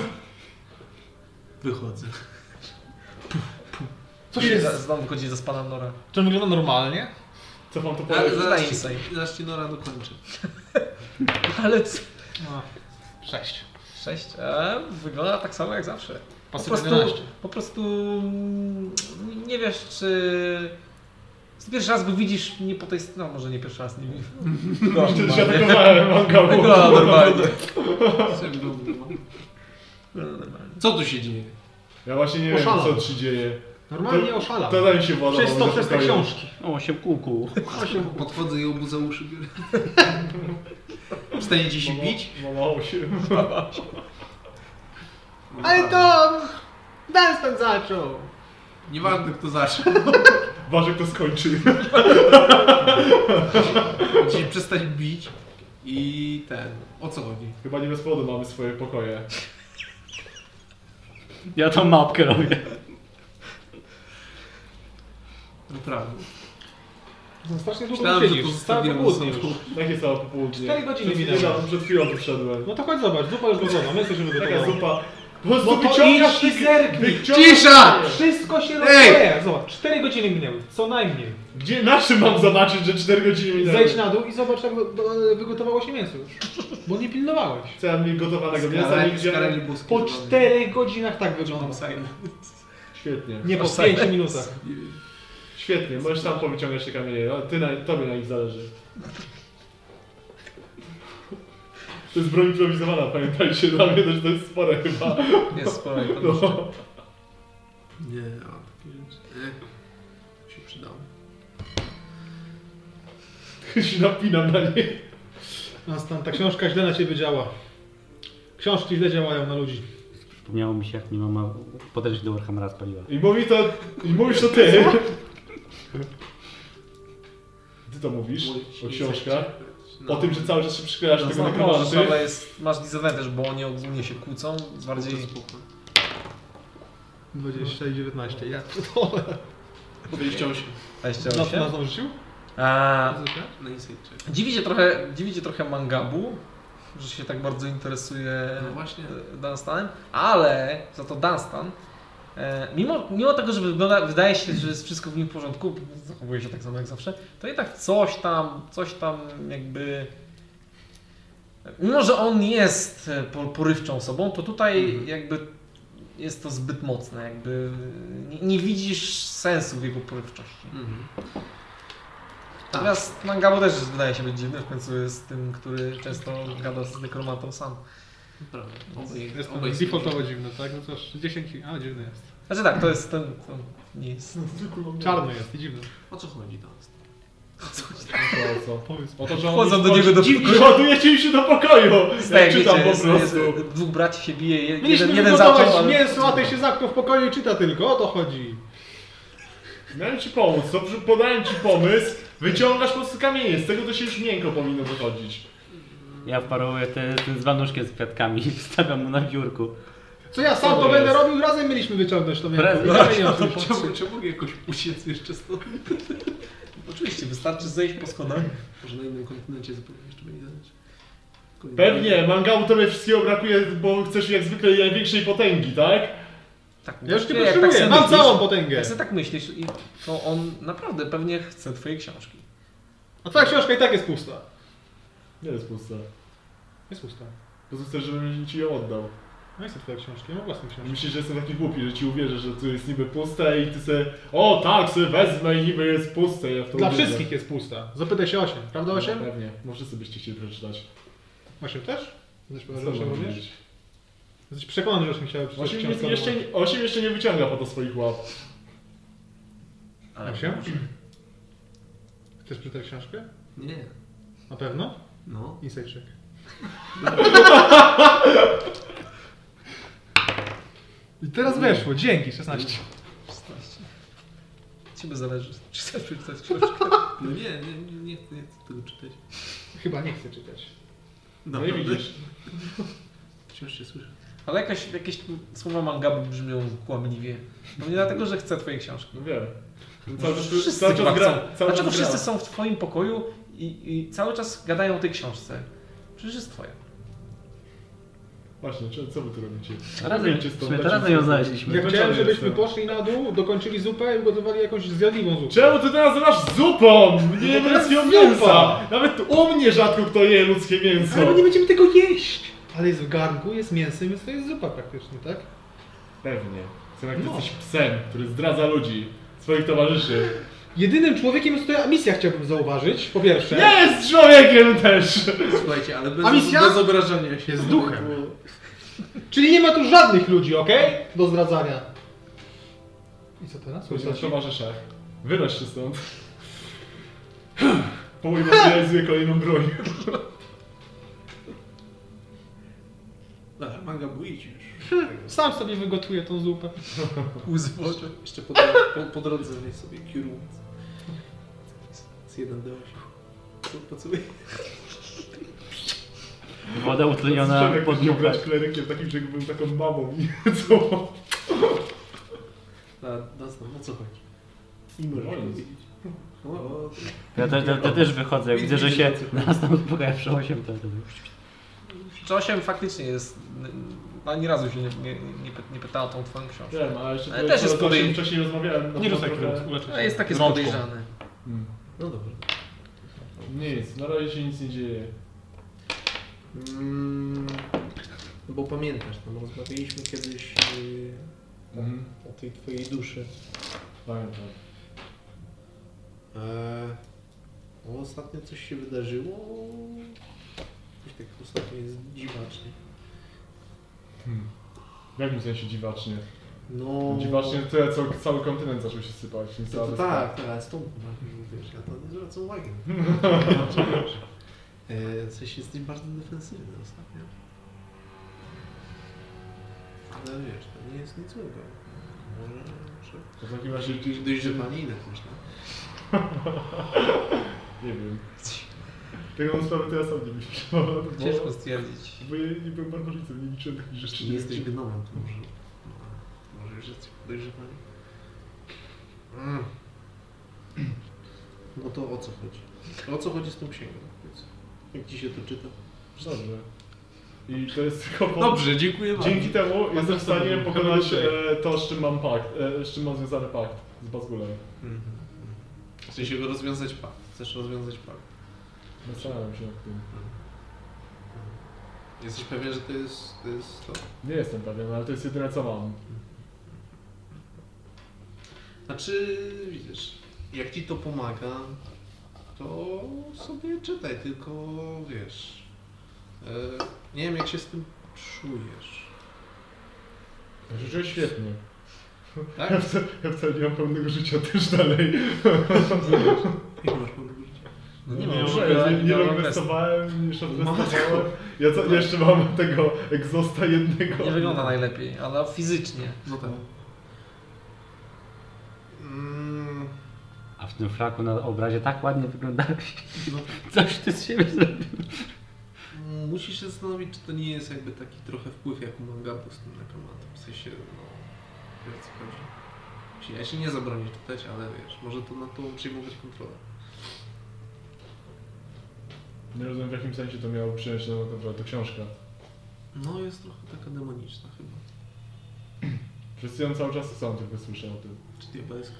Speaker 2: Wychodzę.
Speaker 1: Co się za- Znowu wychodzi za spana Nora.
Speaker 4: Czy on wygląda normalnie?
Speaker 5: Cofam to
Speaker 1: Ale
Speaker 5: porek.
Speaker 1: zaraz ci-
Speaker 2: Tak, Zaraz ci Nora dokończy.
Speaker 1: Ale co?
Speaker 4: No. Sześć.
Speaker 1: Sześć. E, wygląda tak samo jak zawsze. Po
Speaker 4: Pasywa
Speaker 1: prostu,
Speaker 4: 11.
Speaker 1: po prostu mm, nie wiesz, czy. z Pierwszy raz go widzisz nie po tej stronie. No, może nie pierwszy raz. Nie
Speaker 5: Wtedy się atakowałem, manga było.
Speaker 1: Wygląda No, normalnie.
Speaker 2: Sobie długo. no? Co tu się dzieje?
Speaker 5: Ja właśnie nie wiem,
Speaker 4: Oszalał.
Speaker 5: co ci dzieje.
Speaker 4: Normalnie
Speaker 5: To-
Speaker 4: oszala.
Speaker 5: To nam się woda.
Speaker 4: Przez to, przez te książki.
Speaker 6: O, się kuku.
Speaker 2: Podchodzę i obu za uszy biorę. Staniecie się bić?
Speaker 5: Łamało się.
Speaker 4: Ale to... Dunstan zaczął!
Speaker 2: Nieważne kto zaczął.
Speaker 5: Ważek to skończy.
Speaker 2: Dzisiaj przestać bić i ten. O co chodzi?
Speaker 5: Chyba nie bez powodu mamy swoje pokoje.
Speaker 6: Ja tą mapkę robię.
Speaker 2: Naprawdę.
Speaker 4: No, strasznie długo
Speaker 2: Myślałem,
Speaker 4: tu
Speaker 2: że to
Speaker 4: siedzisz. Całe
Speaker 2: zostawiamy
Speaker 4: popołudnie
Speaker 2: ze
Speaker 4: już.
Speaker 2: sobą.
Speaker 5: Jakie Tak całe popołudnie?
Speaker 4: Cztery godziny
Speaker 5: Przed
Speaker 4: minęło.
Speaker 5: chwilą- Przed chwilą tu wszedłem.
Speaker 4: No to chodź zobacz, zupa już gotowa, my jesteśmy
Speaker 5: Taka
Speaker 4: gotowi.
Speaker 5: zupa. Po prostu
Speaker 4: No to
Speaker 5: wyciągasz
Speaker 4: idź i zerknij.
Speaker 5: wyciągasz-
Speaker 2: Cisza!
Speaker 4: Wszystko się
Speaker 2: Ej!
Speaker 4: rozkleja. Zobacz, 4 godziny minęły, co najmniej.
Speaker 5: Gdzie, na czym mam zobaczyć, że 4 godziny minęły?
Speaker 4: Zejdź na dół i zobacz, jak do- do- wygotowało się mięso już. Bo nie pilnowałeś.
Speaker 5: Co ja mi gotowanego mięsa nie
Speaker 2: Skareli- Skareli
Speaker 5: widziałem?
Speaker 2: Buski
Speaker 4: Po
Speaker 2: zrobił.
Speaker 4: 4 godzinach tak wygląda.
Speaker 2: John Silent.
Speaker 5: Świetnie.
Speaker 4: Nie po 5 minutach.
Speaker 5: Świetnie, możesz sam powyciągać te kamienie. No, Ty na, tobie na nich zależy. To jest broń improwizowana, pamiętajcie, dla mnie też to jest spore chyba.
Speaker 1: Jest sporo.
Speaker 5: No.
Speaker 2: Nie, a takie rzeczy. E, się przydało.
Speaker 5: się napinam na nie.
Speaker 4: Dunstan, ta książka źle na ciebie działa. Książki źle działają na ludzi.
Speaker 6: Przypomniało mi się, jak mi mama podręcznik do Warhammera spaliła.
Speaker 5: I mówi to, i mówisz to ty. Ty to mówisz o książkach, o tym, że cały czas się przyklejasz
Speaker 1: No,
Speaker 5: do tego nekromanty.
Speaker 1: Ale jest, masz disadvantage, bo oni ogólnie się kłócą.
Speaker 2: No.
Speaker 1: Bardziej
Speaker 4: 20 i 19, ja pierdolę.
Speaker 2: 28.
Speaker 1: 28.
Speaker 4: Nas rzucił?
Speaker 1: no. A,
Speaker 2: Na insight check.
Speaker 1: dziwi, cię trochę, dziwi cię trochę mangabu, że się tak bardzo interesuje
Speaker 2: No właśnie.
Speaker 1: e, Dunstanem, ale za to Dunstan, e, mimo, mimo tego, że wygląda, wydaje się, że jest wszystko w nim w porządku, zachowuje się tak samo jak zawsze, to i tak coś tam, coś tam jakby... Mimo, że on jest e, po- porywczą osobą, to tutaj jakby jest to zbyt mocne, jakby nie, nie widzisz sensu w jego porywczości.
Speaker 2: Mhm.
Speaker 1: Natomiast Mangabo też wydaje się być dziwny, w końcu jest tym, który często gada z nekromantą sam.
Speaker 2: Prawda. Obaj,
Speaker 4: Jest to
Speaker 2: obaj
Speaker 4: defaultowo dziwne, tak? No cóż, 10, a dziwny jest.
Speaker 1: Znaczy tak, to jest ten, to nie jest.
Speaker 4: Czarny jest i dziwny.
Speaker 2: O co chodzi do nas?
Speaker 5: O co?
Speaker 4: Powiedz.
Speaker 5: O to, że on
Speaker 1: Wchodzą
Speaker 5: jest
Speaker 1: do niego do
Speaker 5: dziwnie, Ładujecie mi się do pokoju! Ja
Speaker 1: Stajek,
Speaker 5: czytam
Speaker 1: wiecie,
Speaker 5: po
Speaker 1: jest, jest,
Speaker 5: prostu.
Speaker 1: dwóch braci się bije, je-
Speaker 4: Mieliśmy
Speaker 1: jeden, jeden
Speaker 4: wygotować
Speaker 1: zaczął, ale...
Speaker 4: mięso, a ty się zamknął w pokoju i czyta tylko, o to chodzi.
Speaker 5: Miałem ci pomóc, to przy- podałem ci pomysł, wyciągasz po prostu kamienie, z tego to się już miękko powinno wychodzić.
Speaker 6: Ja wparuję ten, ten z wanuszkiem z kwiatkami i wstawiam mu na biurku.
Speaker 4: Co ja sam
Speaker 5: Co
Speaker 4: to,
Speaker 5: to
Speaker 4: będę
Speaker 5: jest?
Speaker 4: robił, razem mieliśmy wyciągnąć to mięso.
Speaker 6: Prezes.
Speaker 4: I zamieniam to w
Speaker 2: Czemu, czy mogę jakoś uciec jeszcze stąd?
Speaker 1: Oczywiście, wystarczy zejść po schodach.
Speaker 2: Może na innym kontynencie zupełnie jeszcze będzie dać. Kolejny-
Speaker 5: Pewnie, mangału tobie wszystkiego brakuje, bo chcesz jak zwykle największej potęgi, tak?
Speaker 1: Tak,
Speaker 4: Ja już nie
Speaker 1: jak
Speaker 4: potrzebuję,
Speaker 1: sobie
Speaker 4: mam
Speaker 1: myślisz-
Speaker 4: całą potęgę.
Speaker 1: Jak sobie tak myślisz, i to on naprawdę pewnie chce twojej książki.
Speaker 4: A twoja książka i tak jest pusta.
Speaker 5: Nie jest pusta.
Speaker 9: Jest usta.
Speaker 5: Pozostaje, żebym ci ją oddał.
Speaker 9: No i są twoje książki, ja mam własną książkę.
Speaker 5: Myślisz, że jestem taki głupi, że ci uwierzę, że tu jest niby puste i ty sobie, o tak, sobie wezmę i niby jest puste. Ja w to
Speaker 9: Dla
Speaker 5: uwierzę.
Speaker 9: wszystkich jest pusta. Zapytaj się 8, prawda
Speaker 5: No,
Speaker 9: 8?
Speaker 5: Pewnie. No wszyscy byście chcieli przeczytać.
Speaker 9: 8 też? Jesteś
Speaker 5: Co
Speaker 9: pewien, że 8
Speaker 5: mam
Speaker 9: również?
Speaker 5: wiedzieć?
Speaker 9: Jesteś przekonany, że 8 chciałem przeczytać
Speaker 5: Osiem
Speaker 9: książkę
Speaker 5: nie-
Speaker 9: od
Speaker 5: jeszcze, osiem jeszcze nie wyciąga po to swoich łap.
Speaker 1: Ale
Speaker 9: Osiem? Chcesz przeczytać książkę?
Speaker 2: Nie.
Speaker 9: Na pewno?
Speaker 2: No.
Speaker 9: Inside check. I teraz weszło, dzięki, 16.
Speaker 1: 16. Ciebie zależy, czy chcesz przeczytać książkę.
Speaker 2: No nie, nie, nie, nie, chcę, nie chcę tego czytać.
Speaker 9: Chyba nie chcę czytać.
Speaker 5: No i widzisz.
Speaker 2: Wciąż się słyszę.
Speaker 1: Ale jakaś, jakieś słowa mangabu brzmią kłamliwie. No nie dlatego, że chcę twojej książki.
Speaker 5: No wiem. No
Speaker 1: Cały wszyscy
Speaker 5: cały
Speaker 1: chyba
Speaker 5: czas
Speaker 1: chcą.
Speaker 5: gra. Cały
Speaker 1: Dlaczego
Speaker 5: czas
Speaker 1: wszyscy
Speaker 5: gra.
Speaker 1: są w twoim pokoju i, i cały czas gadają o tej książce? Przecież jest twoja.
Speaker 5: Właśnie, co- co wy tu robicie?
Speaker 6: Razem,
Speaker 5: Robicie z tą
Speaker 6: w sumie to
Speaker 5: taką-
Speaker 6: razem ją znaleźliśmy.
Speaker 9: Ja chciałem,
Speaker 5: Wręczony
Speaker 9: żebyśmy
Speaker 5: jestem.
Speaker 9: poszli na dół, dokończyli zupę i ugotowali jakąś zjadliwą zupę.
Speaker 5: Czemu ty teraz nazywasz zupą? Nie
Speaker 9: Bo to jest
Speaker 5: ludzkiego
Speaker 9: zupa.
Speaker 5: mięsa! Nawet u mnie rzadko kto je ludzkie mięso.
Speaker 9: Ale my nie będziemy tego jeść! Ale jest w garnku, jest mięsem, więc to jest zupa praktycznie, tak?
Speaker 5: Pewnie. Są jak ty
Speaker 9: No.
Speaker 5: jesteś psem, który zdradza ludzi, swoich towarzyszy.
Speaker 9: Jedynym człowiekiem jest tutaj misja, chciałbym zauważyć, po
Speaker 4: Tak.
Speaker 9: pierwsze.
Speaker 5: Nie jest człowiekiem też!
Speaker 2: Słuchajcie, ale bez,
Speaker 9: A misja?
Speaker 2: bez obrażenia się.
Speaker 9: Jest duchem. Czyli nie ma tu żadnych ludzi, okej? Do zdradzania. I co teraz?
Speaker 5: Chodź na
Speaker 9: Słyszałeś?
Speaker 5: towarzysze. Wynoś się stąd. Połój realizuje kolejną broń.
Speaker 2: Dobra, manga bójcie już.
Speaker 9: Sam sobie wygotuję tą zupę.
Speaker 1: Łzy w oczy.
Speaker 2: Jeszcze po, dro- po, po drodze weź sobie Cure Wounds. Z 1D8. Po- Pocuję.
Speaker 6: Woda utleniona
Speaker 5: Słyszałem, jak
Speaker 6: pod
Speaker 5: będziemy
Speaker 6: lupę.
Speaker 5: grać klerykiem, takim, że jakbym taką mamą i co?
Speaker 2: A, no, no, o co chodzi? O, o,
Speaker 6: Ja też, ja, ja też wychodzę, jak widzę, że się nas tam uspokaja przy 8, to... to-
Speaker 1: Czy 8 faktycznie jest. n- Ani razu się nie, nie, nie, py- nie pytała o tą twoją książkę.
Speaker 5: Wiem, a jeszcze
Speaker 1: Ale
Speaker 5: tutaj
Speaker 1: też
Speaker 5: z
Speaker 1: jest
Speaker 5: Radosiem
Speaker 1: podej-
Speaker 5: wcześniej rozmawiałem. na
Speaker 4: Nie rzucaj
Speaker 5: trochę-
Speaker 4: krwią, uleczę
Speaker 1: No jest takie
Speaker 4: Rączką.
Speaker 1: podejrzane.
Speaker 5: Hmm.
Speaker 2: no dobra.
Speaker 5: Nic, na razie się nic nie dzieje.
Speaker 2: Mm, no bo pamiętasz, no, rozmawialiśmy kiedyś yy,
Speaker 5: Mhm.
Speaker 2: o tej twojej duszy.
Speaker 5: Pamiętam.
Speaker 2: Eee, no, ostatnio coś się wydarzyło. Coś tak ostatnio jest dziwacznie.
Speaker 5: Hmm. W jakim sensie dziwacznie?
Speaker 2: No,
Speaker 5: Dziwacznie tyle, co cały kontynent zaczął się sypać. Więc
Speaker 2: No
Speaker 5: cała
Speaker 2: to
Speaker 5: wyspa.
Speaker 2: tak, tak, stąd wiesz, ja to nie zwracam uwagi. Eee, Coś jesteś bardzo defensywny ostatnio. Ale wiesz, to nie jest nic złego. Może że-
Speaker 5: To w takim razie gdzieś
Speaker 2: dość, że pani tak? inne można.
Speaker 5: tak, Nie wiem. Tego sprawy to ja sam nie myślałem.
Speaker 1: Ciężko stwierdzić.
Speaker 5: Bo ja nie byłem barbarzycą, nie liczyłem takich rzeczy.
Speaker 2: Czy nie jesteś gnomem, to może... Może już jesteś podejrzewany. Mm. No to o co chodzi? O co chodzi z tą księgą? Powiedz. Jak ci się to czyta?
Speaker 5: Dobrze. I to jest tylko po...
Speaker 2: Dobrze, dziękuję bardzo.
Speaker 5: Dzięki temu jestem w stanie
Speaker 2: Dobra.
Speaker 5: pokonać
Speaker 2: Dobra.
Speaker 5: e, to, z czym mam pakt, e, z czym mam związany pakt z Bazgulem.
Speaker 2: Mhm. W sensie go rozwiązać pakt. Chcesz rozwiązać pakt.
Speaker 5: Zastanawiam się nad tym.
Speaker 2: Jesteś pewien, że to jest, to jest to?
Speaker 5: Nie jestem pewien, ale to jest jedyne co mam.
Speaker 2: Znaczy, widzisz, jak ci to pomaga, to sobie czytaj, tylko wiesz. E, nie wiem, jak się z tym czujesz.
Speaker 5: Życzyłeś świetnie.
Speaker 2: Tak?
Speaker 5: Ja wcale, ja wcale nie mam pełnego życia też dalej.
Speaker 2: Jak masz punkt życia?
Speaker 1: No nie
Speaker 5: No,
Speaker 1: mam
Speaker 5: że
Speaker 1: żadnego-
Speaker 5: ja nie, nie
Speaker 1: żadnego
Speaker 5: reinwestowałem, nie
Speaker 2: Mało
Speaker 5: szatwestowałem. Ja co, jeszcze mam tego egzosta jednego.
Speaker 1: Nie wygląda najlepiej, ale fizycznie.
Speaker 2: No tak. Mm,
Speaker 6: A w tym fraku na obrazie tak ładnie wyglądałeś.
Speaker 2: no,
Speaker 6: Coś ty z siebie zrobił.
Speaker 2: mm, musisz się zastanowić, czy to nie jest jakby taki trochę wpływ jak u mangabu z tym nekromantem. W sensie, no, wiesz o co chodzi. Jeśli- Ja się nie zabronię czytać, ale wiesz, może to na to przejmować kontrolę.
Speaker 5: Nie rozumiem w jakim sensie to miało przyjąć na kontrolę, to książka.
Speaker 2: No, jest trochę taka demoniczna chyba.
Speaker 5: Wszyscy ją cały czas są, tylko słyszę o tym.
Speaker 2: Czy diabelska?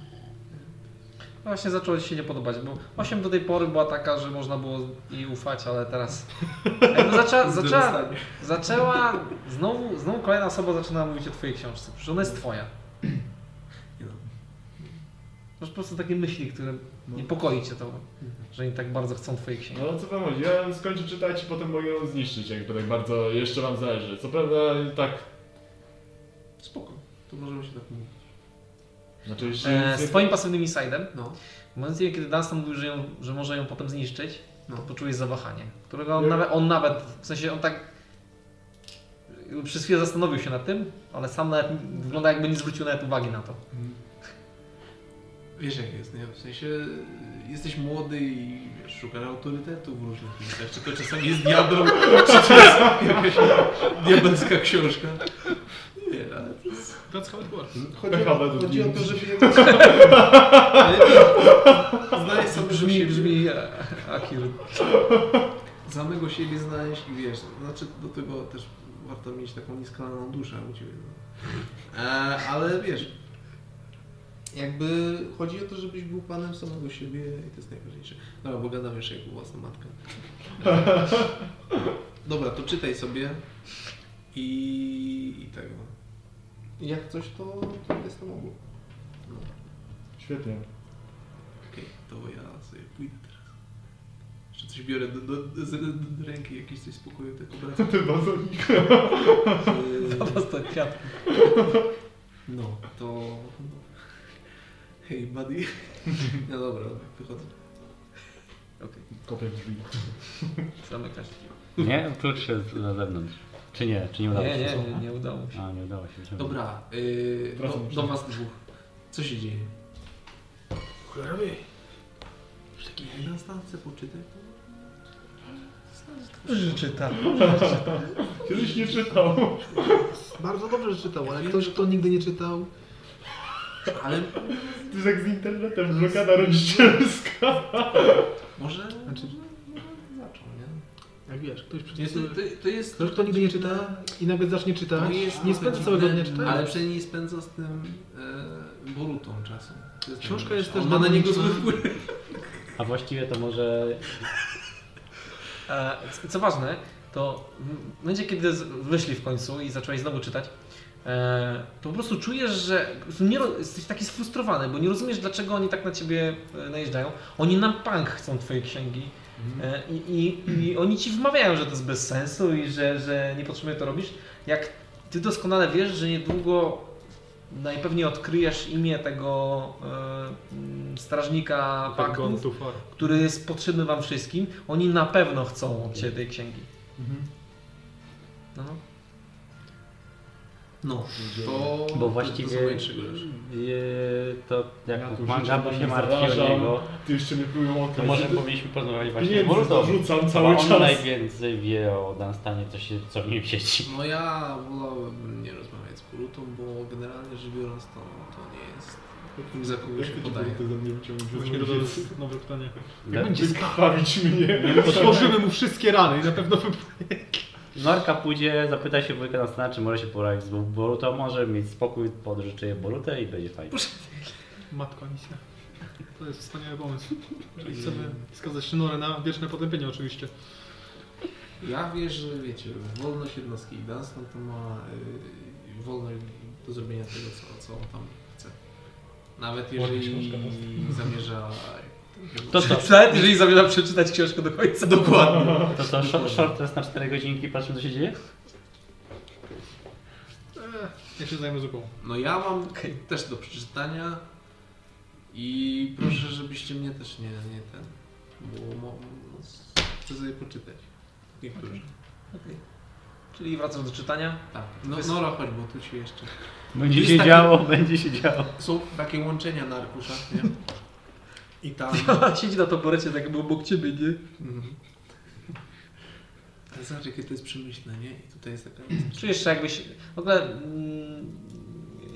Speaker 1: No Właśnie zaczęło ci się nie podobać, bo 8 do tej pory była taka, że można było jej ufać, ale teraz jakby zaczęła, zaczęła, zaczęła znowu, znowu kolejna osoba zaczyna mówić o twojej książce, przecież ona jest twoja. Masz po prostu takie myśli, które
Speaker 2: No.
Speaker 1: niepokoi cię to, że oni tak bardzo chcą twojej księgi.
Speaker 5: No ale co wam chodzi? Ja skończę czytać i potem mogę ją zniszczyć, jakby tak bardzo jeszcze wam zależy. Co prawda tak.
Speaker 2: Spoko. To możemy się tak mówić.
Speaker 5: Znaczy jeszcze.
Speaker 1: E, z twoim pasywnym insidem,
Speaker 2: No.
Speaker 1: w momencie kiedy Dunstan mówił, że, ją, że może ją potem zniszczyć,
Speaker 2: No.
Speaker 1: poczułeś zawahanie, którego on
Speaker 5: Nie.
Speaker 1: nawet, on nawet, w sensie on tak jakby przez chwilę zastanowił się nad tym, ale sam nawet wygląda jakby nie zwrócił nawet uwagi na to.
Speaker 2: Wiesz jak jest, nie? W sensie y, jesteś młody i wiesz, szukasz autorytetu w różnych miejscach. Czy to czasami jest diabeł, czy to jest jakaś diabelska książka. Nie wiem, ale to jest...
Speaker 9: That's how it works.
Speaker 1: Hmm?
Speaker 5: Chodzi o, chodzi o to, że
Speaker 2: Znaleźć samego
Speaker 1: Brzmi,
Speaker 2: siebie.
Speaker 1: brzmi e, Akir.
Speaker 2: Samego siebie znaleźć i wiesz, znaczy do tego też warto mieć taką nieskalaną duszę u Ciebie. No. E, ale wiesz, jakby chodzi o to, żebyś był panem samego siebie i to jest najważniejsze. Dobra, bo gadam jeszcze jak własna matka. Dobra, to czytaj sobie i, i tego. Jak coś, to, to jestem obok. No,
Speaker 5: Świetnie.
Speaker 2: okej, to ja sobie pójdę teraz. Jeszcze coś biorę do, do, do, do, do ręki, jakieś coś z pokoju, tak Yy, obracam.
Speaker 5: Ty bazonik.
Speaker 1: Po prostu kwiat.
Speaker 2: No, to... Hej, buddy. No dobra, wychodzę.
Speaker 5: Kopię drzwi.
Speaker 1: Zamykasz.
Speaker 6: Nie? Klucz się z- na zewnątrz. Czy nie? Czy nie
Speaker 1: Nie,
Speaker 6: udało
Speaker 1: nie,
Speaker 6: się?
Speaker 1: nie, nie udało się.
Speaker 6: A, nie udało się. czemu?
Speaker 2: Dobra, yy, do,
Speaker 5: Wracam
Speaker 2: do was dwóch. Co się dzieje?
Speaker 9: Cholerowie.
Speaker 2: Już taki na stance poczytaj.
Speaker 1: Dobrze czyta.
Speaker 5: Kiedyś nie czytał.
Speaker 9: Bardzo dobrze że czytał, ale ktoś, kto nigdy nie czytał,
Speaker 2: Ale
Speaker 5: To jest jak z internetem, blokada rodzicielska.
Speaker 2: może...
Speaker 9: Znaczy-
Speaker 2: może Zaczął, nie?
Speaker 9: jak wiesz, ktoś przeczytał.
Speaker 2: Jest, to, to jest...
Speaker 9: Ktoś, kto nigdy nie czyta i nagle zacznie czytać,
Speaker 2: jest
Speaker 9: nie spędza
Speaker 2: dziwne,
Speaker 9: całego dnia czytając.
Speaker 2: Ale przynajmniej spędza z tym e, Borutą czasem. To jest
Speaker 9: Książka
Speaker 2: najlepsze.
Speaker 9: jest też
Speaker 2: On ma na
Speaker 9: bardzo
Speaker 2: niego zły
Speaker 9: liczna.
Speaker 2: wpływ.
Speaker 6: A właściwie to może
Speaker 1: E, c- Co ważne, to w momencie, kiedy z- wyszli w końcu i zacząłeś znowu czytać, e, to po prostu czujesz, że po prostu nie, ro- jesteś taki sfrustrowany, bo nie rozumiesz, dlaczego oni tak na ciebie e, najeżdżają. Oni na punk chcą twojej księgi
Speaker 6: Mhm.
Speaker 1: e, i, i, i oni ci wmawiają, że to jest bez sensu i że, że nie potrzebnie to robisz. Jak ty doskonale wiesz, że niedługo najpewniej odkryjesz imię tego e, mm, strażnika
Speaker 9: Gone
Speaker 1: paktu,
Speaker 9: too far.
Speaker 1: który jest potrzebny wam wszystkim, oni na pewno chcą od ciebie tej księgi. Mhm. No.
Speaker 2: No, to...
Speaker 6: Bo właściwie-
Speaker 2: To są moje trzy grosze.
Speaker 6: Yy, to jak
Speaker 5: Ja
Speaker 6: ja
Speaker 5: tu
Speaker 6: manga,
Speaker 5: życia
Speaker 6: bo się
Speaker 5: nie
Speaker 6: martwi o
Speaker 5: zarażam.
Speaker 6: niego,
Speaker 5: Ty jeszcze nie plują o
Speaker 6: to
Speaker 5: tym.
Speaker 6: może powinniśmy porozmawiać właśnie o
Speaker 5: Pieniędzy
Speaker 6: Boruto.
Speaker 5: zarzucam
Speaker 6: Bo
Speaker 5: cały
Speaker 6: on
Speaker 5: czas.
Speaker 6: najwięcej wie o Dunstanie, co, się, co w nim siedzi.
Speaker 2: No ja wolałbym nie rozmawiać z Kurutą, bo generalnie rzecz biorąc to, to nie jest kim za kogoś
Speaker 5: Jakie
Speaker 2: się
Speaker 5: ci
Speaker 2: podaje.
Speaker 5: punkty ze mnie wyciągnąć?
Speaker 9: Właśnie to jest nowe pytanie.
Speaker 6: Le-
Speaker 5: Wykrwawić mnie.
Speaker 9: Otworzymy mu wszystkie rany i na pewno
Speaker 6: Norka pójdzie, zapyta się wujka Dunstana, czy może się poradzić z Boruto, może mieć spokój, podżyczy jej Borutę i będzie fajnie.
Speaker 9: Matko Anisia. To jest wspaniały pomysł. Czyli chcemy skazać Szynorę na wieczne potępienie oczywiście.
Speaker 2: Ja wiesz, że wiecie, wolność jednostki i Dunstan to ma y, wolność do zrobienia tego, co, co on tam chce. Nawet jeżeli zamierza...
Speaker 6: To co?
Speaker 1: Nawet jeżeli zamierzam przeczytać książkę do końca. Dokładnie.
Speaker 6: To co, short, short jest na 4 godzinki, patrzymy co się dzieje?
Speaker 9: Eee, ja się zajmę zupełnie.
Speaker 2: No ja mam też do przeczytania i proszę, żebyście mnie też nie, nie ten, bo mo, no, chcę sobie poczytać. Niektórzy.
Speaker 1: Czyli wracam do czytania.
Speaker 2: Tak, no, Nora, chodź, bo tu się jeszcze.
Speaker 6: Będzie
Speaker 2: Jest
Speaker 6: się
Speaker 2: taki-
Speaker 6: działo, będzie się działo.
Speaker 2: Są takie łączenia na arkuszach, nie? I tam.
Speaker 1: Siedzi na toporecie tak jakby obok ciebie, nie?
Speaker 2: Mhm. Ale zobacz, jakie to jest przemyślne, nie? I tutaj jest taka. jest-
Speaker 1: Czujesz, że jakbyś w ogóle mm,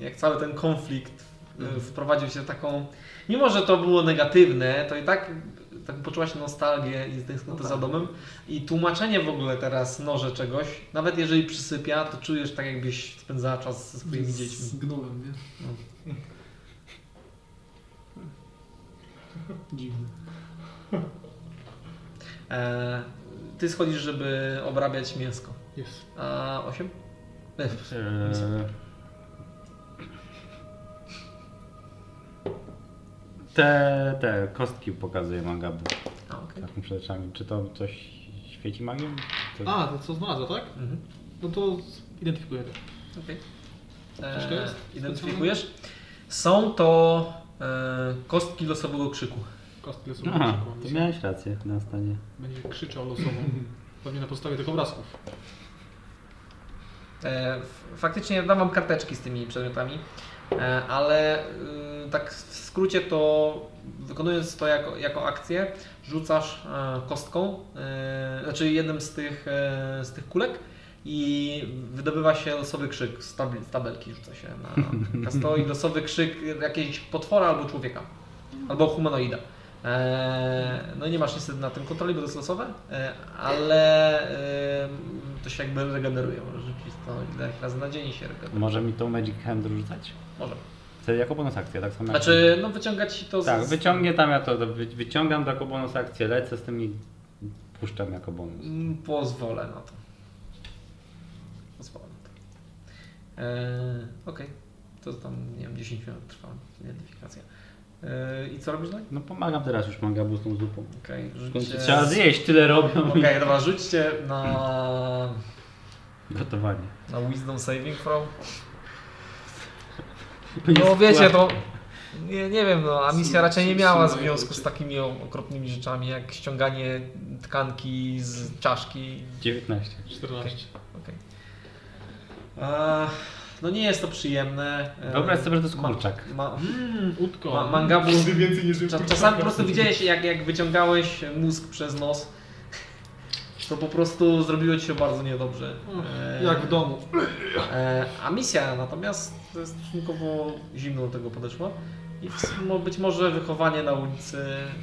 Speaker 1: jak cały ten konflikt y,
Speaker 2: Mhm.
Speaker 1: wprowadził się w taką, mimo że to było negatywne, to i tak tak poczułaś nostalgię i tęsknotę za domem i tłumaczenie w ogóle teraz noże czegoś, nawet jeżeli przysypia, to czujesz tak jakbyś spędzała czas ze
Speaker 2: No.
Speaker 1: swoimi dziećmi.
Speaker 2: Z gnomem, nie? Dziwne.
Speaker 1: E, ty schodzisz, żeby obrabiać mięsko.
Speaker 9: Jest.
Speaker 1: A 8?
Speaker 6: Eee, Te, te kostki pokazuje Mangabu.
Speaker 1: A, okej.
Speaker 6: Tak przed oczami. Czy to coś świeci magią? To...
Speaker 9: A, to co znalazła, tak?
Speaker 1: Mhm.
Speaker 9: No to identyfikuję to.
Speaker 1: Okej.
Speaker 9: Coś to jest?
Speaker 1: E, Identyfikujesz? Są to e, kostki losowego krzyku.
Speaker 9: Kostkę sobie
Speaker 6: Aha,
Speaker 9: przykłam.
Speaker 6: to miałeś rację na stanie.
Speaker 9: Będzie krzyczał losowo. Pewnie na podstawie tych obrazków.
Speaker 1: E, f- faktycznie dam wam karteczki z tymi przedmiotami, e, ale y, tak w skrócie to wykonując to jako, jako akcję, rzucasz e, kostką, e, znaczy jednym z tych, e, z tych kulek i wydobywa się losowy krzyk z, tabli, z tabelki, rzuca się na, na sto i losowy krzyk jakiegoś potwora albo człowieka, albo humanoida. E, No i nie masz niestety na tym kontroli, bo to jest losowe, e, ale e, to się jakby regeneruje. Może rzucić to jak raz na dzień i się regeneruje.
Speaker 6: Może mi tą Magic Hand rzucać?
Speaker 1: Może.
Speaker 6: To jako bonus akcja, tak samo jak-
Speaker 1: Znaczy, no wyciągać to z...
Speaker 6: Tak, wyciągnie tam, ja to wy- wyciągam to jako bonus akcję, lecę z tym i puszczam jako bonus.
Speaker 1: Mm, Pozwolę na to. Pozwolę na to. E, Okej. To tam, nie wiem, 10 minut trwa identyfikacja. E, I co robisz dalej?
Speaker 6: No pomagam teraz już Mangabu z tą zupą.
Speaker 1: Okej,
Speaker 6: W końcu
Speaker 1: rzućcie...
Speaker 6: Trzeba zjeść, tyle robią
Speaker 1: Okej, dobra, rzućcie na...
Speaker 6: i gotowanie.
Speaker 1: Na Wisdom Saving Throw. No wiecie, to nie, nie wiem, no, a misja raczej nie miała związku z takimi o- okropnymi rzeczami jak ściąganie tkanki z czaszki.
Speaker 6: 19.
Speaker 9: 14.
Speaker 1: Okej. A, No nie jest to przyjemne. E,
Speaker 6: Wyobraź sobie, że to jest kurczak.
Speaker 1: Ma,
Speaker 9: Mm, Utko.
Speaker 1: ma, mangabu,
Speaker 5: Nigdy więcej nie żył.
Speaker 1: cza- czasami po prostu widziałeś jak, jak wyciągałeś mózg przez nos. To po prostu zrobiło ci się bardzo niedobrze. E,
Speaker 9: Jak w domu.
Speaker 1: E, A misja natomiast stosunkowo zimno do tego podeszła. I w sumie być może wychowanie na ulicy.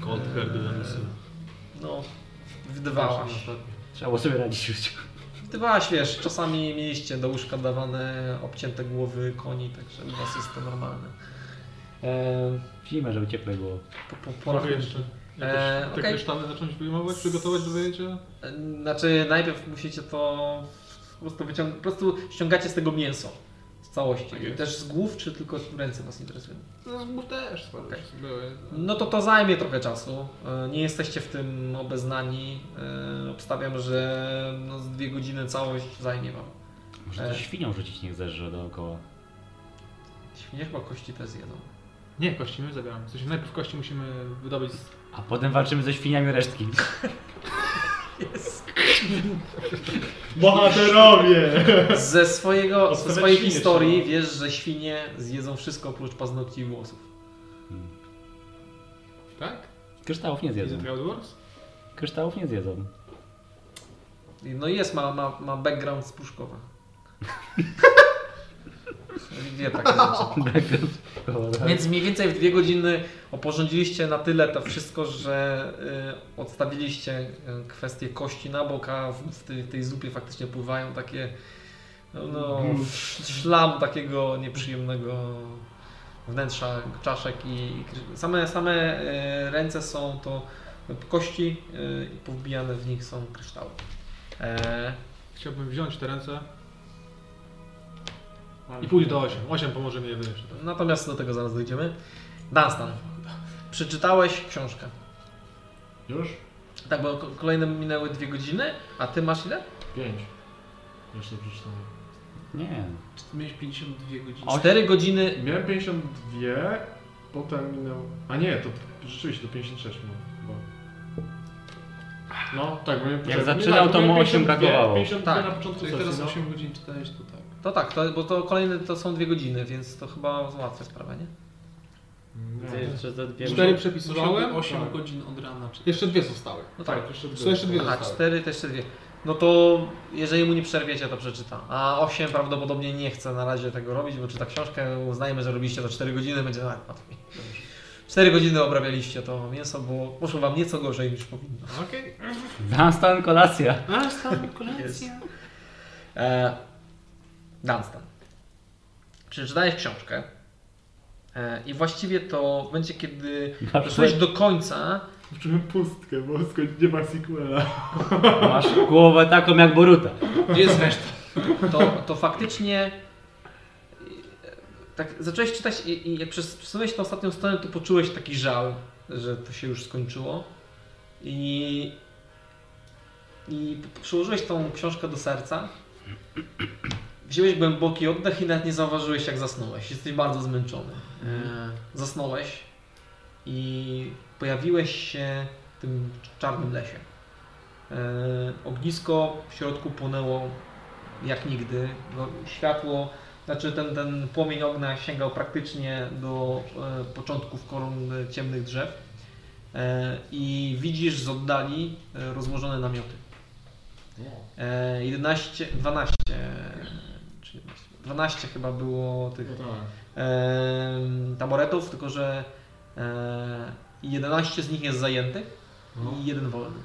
Speaker 2: Cold
Speaker 1: e,
Speaker 2: herd dla misji.
Speaker 1: No, wydawałaś.
Speaker 6: Trzeba było sobie radzić w życiu.
Speaker 1: Wydawałaś, wiesz, czasami mieliście do łóżka dawane obcięte głowy koni, także u was jest to normalne. E,
Speaker 6: Zimę, żeby cieplej było.
Speaker 1: po, po, po,
Speaker 9: Pora no tak. jeszcze. Jakoś
Speaker 1: Eee,
Speaker 9: te
Speaker 1: okej.
Speaker 9: kryształy zacząć wyjmować, przygotować do wyjęcia?
Speaker 1: Znaczy, najpierw musicie to po prostu wyciągnąć, po prostu ściągacie z tego mięso. W całości.
Speaker 2: Tak jest.
Speaker 1: Też z głów, czy tylko ręce was interesują?
Speaker 9: No, bo też sporo
Speaker 1: Okej.
Speaker 9: już były.
Speaker 1: No to to zajmie trochę czasu. E, Nie jesteście w tym obeznani. E, Obstawiam, że no z dwie godziny całość zajmie wam.
Speaker 6: Może to świnią rzucić niech zerze dookoła.
Speaker 1: Świnie chyba kości też zjedzą.
Speaker 9: Nie, kości my zabieramy. W sensie najpierw kości musimy wydobyć z...
Speaker 6: A potem walczymy ze świniami resztki.
Speaker 5: Bohaterowie!
Speaker 1: Ze, swojego, ze
Speaker 5: Odstawiać
Speaker 1: swojej
Speaker 5: świnie
Speaker 1: historii
Speaker 5: trzeba.
Speaker 1: wiesz, że świnie zjedzą wszystko oprócz paznokci i włosów.
Speaker 9: Tak?
Speaker 6: Kryształów nie
Speaker 9: Jest
Speaker 6: zjedzą.
Speaker 9: The Outdoors?
Speaker 6: Kryształów nie zjedzą.
Speaker 1: I No i jest, ma, ma, ma background z Pruszkowa. Wie takie rzeczy.
Speaker 6: Tak.
Speaker 1: Więc mniej więcej w dwie godziny oporządziliście na tyle to wszystko, że y, odstawiliście y, kwestię kości na bok, a w, w tej, tej zupie faktycznie pływają takie no, no, sz- szlam takiego nieprzyjemnego wnętrza czaszek i, i kry- same, same y, ręce są to kości y, i powbijane w nich są kryształy. E,
Speaker 9: Chciałbym wziąć te ręce i pójść do 8. 8 pomoże mi je tak. wyjąć.
Speaker 1: Natomiast do tego zaraz dojdziemy. Dunstan, przeczytałeś książkę.
Speaker 5: Już?
Speaker 1: Tak, bo ko- kolejne minęły dwie godziny, a ty masz ile?
Speaker 5: Pięć. Jeszcze przeczytałem.
Speaker 6: Nie.
Speaker 2: Miałeś 52 godziny.
Speaker 6: Osiem.
Speaker 1: Cztery godziny.
Speaker 5: Miałem 52, potem minęło... A nie, to rzeczywiście to 56 miałem chyba. No, tak, bo miałem...
Speaker 6: Jak
Speaker 5: poczekaj,
Speaker 6: zaczynał,
Speaker 5: nie,
Speaker 6: to
Speaker 5: bo miałem
Speaker 6: mu osiem
Speaker 5: 52,
Speaker 6: brakowało.
Speaker 5: 52
Speaker 1: Tak.
Speaker 5: na początku
Speaker 2: Czyli
Speaker 5: sesji,
Speaker 2: teraz
Speaker 5: no.
Speaker 2: 8 godzin czytałeś, to tak.
Speaker 1: To tak, to, bo to kolejne to są dwie godziny, więc to chyba załatwia sprawę, nie?
Speaker 6: Ty
Speaker 5: Nie.
Speaker 6: jeszcze za dwie...
Speaker 9: 4 przepisywałem,
Speaker 2: 8
Speaker 5: Tak.
Speaker 2: godzin od rana czytałeś.
Speaker 9: jeszcze dwie zostały.
Speaker 1: No tak.
Speaker 5: Tak, jeszcze dwie.
Speaker 9: Są jeszcze dwie
Speaker 1: A
Speaker 9: zostały.
Speaker 1: cztery to jeszcze dwie. No to jeżeli mu nie przerwiecie, to przeczyta. A osiem prawdopodobnie nie chce na razie tego robić, bo czyta książkę. Uznajmy, że robiliście to cztery godziny, będzie nawet łatwiej. Cztery godziny obrabialiście to mięso, bo poszło wam nieco gorzej niż powinno.
Speaker 9: Okej.
Speaker 6: Dunstan kolacja.
Speaker 9: A, stała kolacja.
Speaker 1: E, Dunstan. Przeczytałeś książkę. E, I właściwie to będzie, kiedy
Speaker 6: Masz,
Speaker 1: doszedłeś do końca,
Speaker 5: Poczułem pustkę, bo skąd nie ma sequela.
Speaker 6: masz głowę taką jak Boruta.
Speaker 2: Gdzie jest reszta?
Speaker 1: to, to faktycznie tak zacząłeś czytać i, i jak przez- przesunąłeś tę ostatnią stronę, to poczułeś taki żal, że to się już skończyło i, i przyłożyłeś tą książkę do serca, wziąłeś głęboki oddech i nawet nie zauważyłeś jak zasnąłeś, jesteś bardzo zmęczony. E, Zasnąłeś i pojawiłeś się w tym czarnym lesie. E, Ognisko w środku płonęło jak nigdy. No, światło, znaczy ten, ten płomień ognia sięgał praktycznie do e, początków koron e, ciemnych drzew. E, I widzisz z oddali e, rozłożone namioty. E, 11, 12, czy 11, 12 chyba było tych
Speaker 5: No tak.
Speaker 1: em, taboretów, tylko że e, 11 z nich jest zajętych
Speaker 5: No.
Speaker 1: i jeden wolny.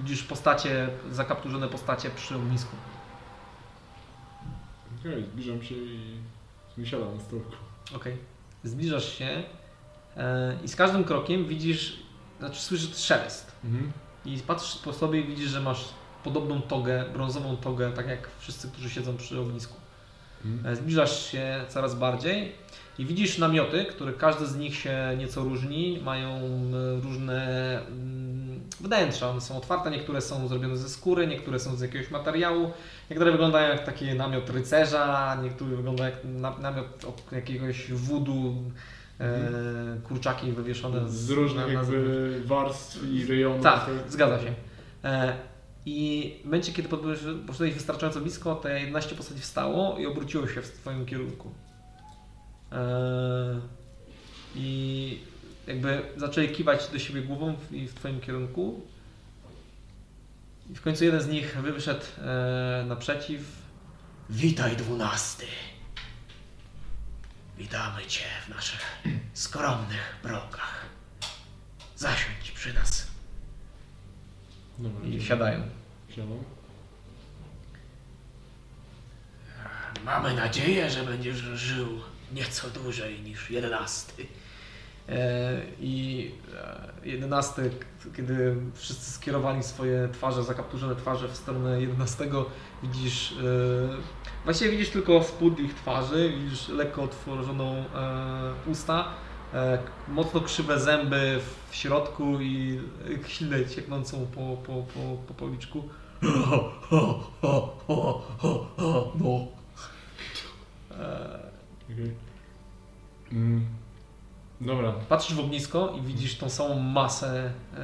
Speaker 1: Widzisz postacie, zakapturzone postacie przy ognisku.
Speaker 5: Okej, zbliżam się i wysiadam z stołku.
Speaker 1: Okej. Zbliżasz się e, i z każdym krokiem widzisz, znaczy słyszysz szelest.
Speaker 5: Mhm.
Speaker 1: I patrzysz po sobie i widzisz, że masz podobną togę, brązową togę, tak jak wszyscy, którzy siedzą przy ognisku.
Speaker 5: Mhm.
Speaker 1: E, Zbliżasz się coraz bardziej i widzisz namioty, które każdy z nich się nieco różni, mają m, różne mm, wnętrza, one są otwarte, niektóre są zrobione ze skóry, niektóre są z jakiegoś materiału, niektóre wyglądają jak taki namiot rycerza, niektóre wyglądają jak na- namiot od jakiegoś wudu, e, kurczaki wywieszone
Speaker 5: Mhm. Z różnych
Speaker 1: na- na zewnątrz.
Speaker 5: jakby warstw i rejonów.
Speaker 1: Tak, zgadza się. E, I w momencie, kiedy podbyłeś- podszedłeś wystarczająco blisko, te 11 postaci wstało i obróciło się w twoim kierunku. E, I jakby zaczęli kiwać do siebie głową w, i w twoim kierunku. I w końcu jeden z nich wyszedł e, naprzeciw.
Speaker 8: Witaj, dwunasty. Witamy cię w naszych skromnych progach. Zasiądź przy nas.
Speaker 5: Dobra,
Speaker 1: I
Speaker 5: idziemy.
Speaker 1: siadają.
Speaker 5: Siadam.
Speaker 8: Mamy nadzieję, że będziesz żył nieco dłużej niż jedenasty.
Speaker 1: E, I e, jedenasty, k- kiedy wszyscy skierowali swoje twarze, zakapturzone twarze w stronę jedenastego, widzisz, e, właściwie widzisz tylko spód ich twarzy, widzisz lekko otworzoną e, usta, e, k- mocno krzywe zęby w środku i e, ślinę cieknącą po, po, po, po policzku. No. E,
Speaker 5: Okej. Mm. Dobra.
Speaker 1: Patrzysz w ognisko i widzisz tą samą masę e,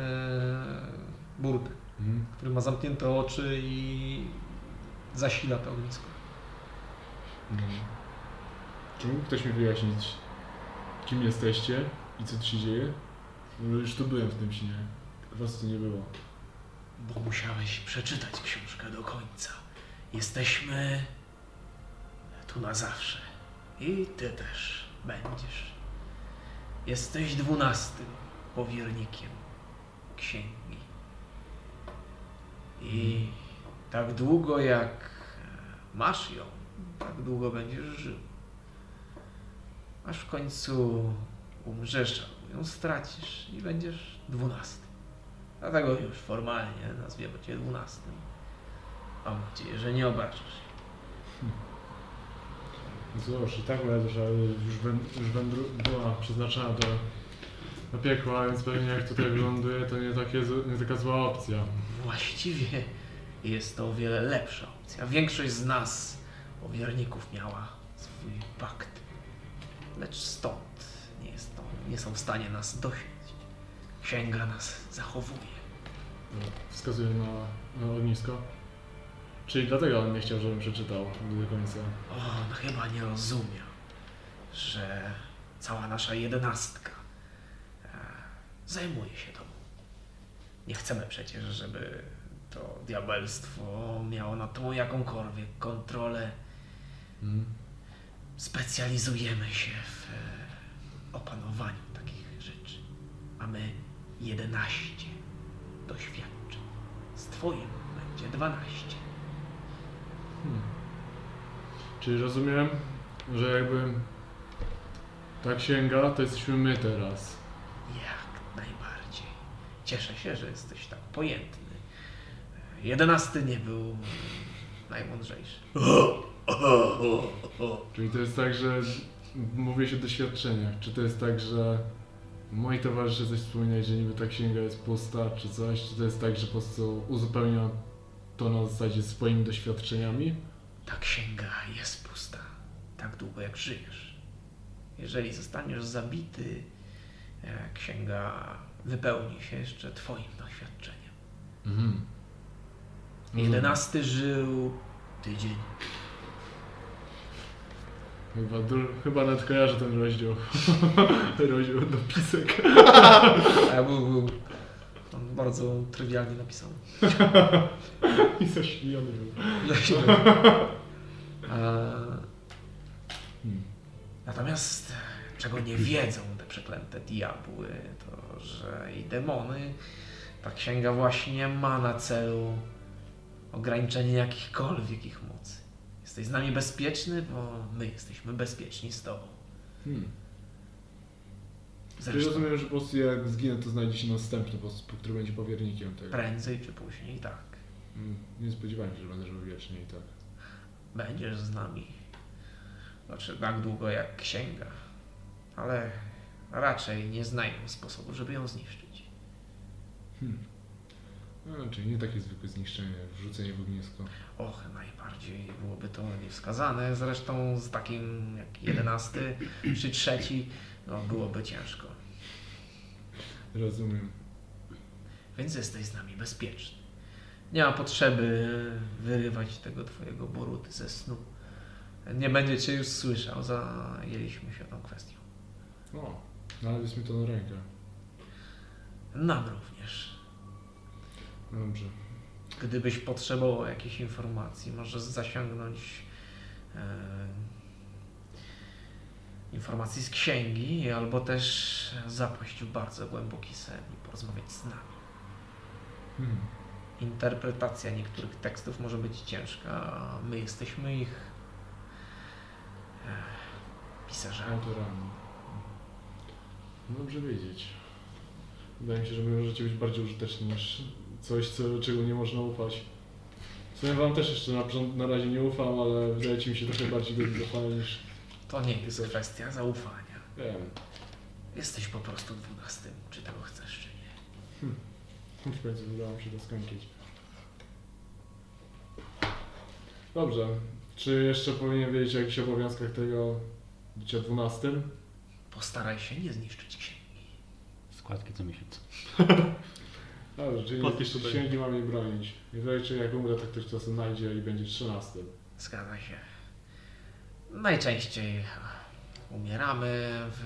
Speaker 1: burdy,
Speaker 5: Mhm.
Speaker 1: który ma zamknięte oczy i zasila to ognisko.
Speaker 5: Mm. Czy mógł ktoś mi wyjaśnić, kim jesteście i co tu się dzieje? No już tu byłem w tym śnie. Was tu nie było.
Speaker 8: Bo musiałeś przeczytać książkę do końca. Jesteśmy tu na zawsze. I ty też będziesz. Jesteś dwunastym powiernikiem księgi. I tak długo jak masz ją, tak długo będziesz żył. Aż w końcu umrzesz albo ją stracisz i będziesz dwunastym. Dlatego już formalnie nazwiemy Cię dwunastym. Mam nadzieję, że nie obrażasz się.
Speaker 5: No Cóż, i tak uważam, że już, węd- już wędru- była przeznaczona do, do piekła, więc pewnie jak tutaj wyląduje, to nie, takie, z- nie taka zła opcja.
Speaker 8: Właściwie jest to o wiele lepsza opcja. Większość z nas, powierników, miała swój pakt. Lecz stąd nie, jest to, nie są w stanie nas dosięć. Księga nas zachowuje.
Speaker 5: No, Wskazuje na, na ognisko. Czyli dlatego on nie chciał, żebym przeczytał do końca.
Speaker 8: On chyba nie rozumiał, że cała nasza jedenastka e, zajmuje się tobą. Nie chcemy przecież, żeby to diabelstwo miało nad tobą jakąkolwiek kontrolę.
Speaker 5: Mm.
Speaker 8: Specjalizujemy się w e, opanowaniu takich rzeczy. Mamy 11 doświadczeń. Z twoim będzie 12.
Speaker 5: Czyli rozumiem, że jakby Ta księga tak to jesteśmy my teraz.
Speaker 1: Jak najbardziej. Cieszę się, że jesteś tak pojętny. Jedenasty nie był najmądrzejszy.
Speaker 5: Czyli to jest tak, że mówię się o doświadczeniach. Czy to jest tak, że moi towarzysze coś wspominali, że niby ta księga jest pusta, czy coś? Czy to jest tak, że po prostu uzupełnia to na zasadzie swoimi doświadczeniami?
Speaker 1: Ta księga jest pusta tak długo jak żyjesz. Jeżeli zostaniesz zabity, e, księga wypełni się jeszcze Twoim doświadczeniem.
Speaker 5: Mhm.
Speaker 1: Jedenasty żył tydzień.
Speaker 5: Chyba, du- chyba nawet kojarzę ten rozdział. rozdział dopisek.
Speaker 1: A był, był. On bardzo trywialnie napisał.
Speaker 5: I zaśmiany był.
Speaker 1: E, Natomiast czego nie wiedzą te przeklęte diabły, to że i demony, ta księga właśnie ma na celu ograniczenie jakichkolwiek ich mocy. Jesteś z nami bezpieczny, bo my jesteśmy bezpieczni z tobą.
Speaker 5: Hmm. Czyli
Speaker 1: Zresztą
Speaker 5: rozumiem, że po prostu jak zginę, to znajdzie się następny, po prostu, który będzie powiernikiem tego.
Speaker 1: prędzej czy później tak.
Speaker 5: Mm, Nie spodziewałem się, że będę żył wiecznie i tak.
Speaker 1: Będziesz z nami. Znaczy tak długo jak księga. Ale raczej nie znajdą sposobu, żeby ją zniszczyć.
Speaker 5: No, czyli nie takie zwykłe zniszczenie, wrzucenie w ognisko.
Speaker 1: Och, najbardziej byłoby to niewskazane. Zresztą z takim jak jedenasty czy trzeci, no byłoby ciężko.
Speaker 5: Rozumiem.
Speaker 1: Więc jesteś z nami bezpieczny. Nie ma potrzeby wyrywać tego twojego boruty ze snu. Nie będzie cię już słyszał, zajęliśmy się tą kwestią.
Speaker 5: O, no, ale jest mi to na rękę.
Speaker 1: Nam również.
Speaker 5: Dobrze.
Speaker 1: Gdybyś potrzebował jakichś informacji, możesz zasiągnąć e, informacji z księgi, albo też zapaść w bardzo głęboki sen i porozmawiać z nami.
Speaker 5: Hmm.
Speaker 1: Interpretacja niektórych tekstów może być ciężka, a my jesteśmy ich e, pisarzami.
Speaker 5: Autorami. Mhm. Dobrze wiedzieć. Wydaje mi się, że wy możecie być bardziej użyteczni niż coś, co, czego nie można ufać. W sumie wam też jeszcze na, począt- na razie nie ufam, ale wydajecie mi się trochę bardziej godni zaufania niż...
Speaker 1: To nie jest kwestia zaufania.
Speaker 5: Nie wiem.
Speaker 1: Jesteś po prostu dwunastym, czy tego chcesz, czy nie.
Speaker 5: W końcu udało mi się to skończyć. Dobrze. Czy jeszcze powinien wiedzieć o jakichś obowiązkach tego bycia dwunastym?
Speaker 1: Postaraj się nie zniszczyć księgi.
Speaker 6: Składki co miesiąc.
Speaker 5: Dobrze, czyli
Speaker 9: Podpisz
Speaker 5: No, księgi
Speaker 9: tutaj.
Speaker 5: mam jej bronić. Jeżeli czy jak umrę, tak to ktoś to znajdzie i będzie trzynastym.
Speaker 1: Zgadza się. Najczęściej umieramy w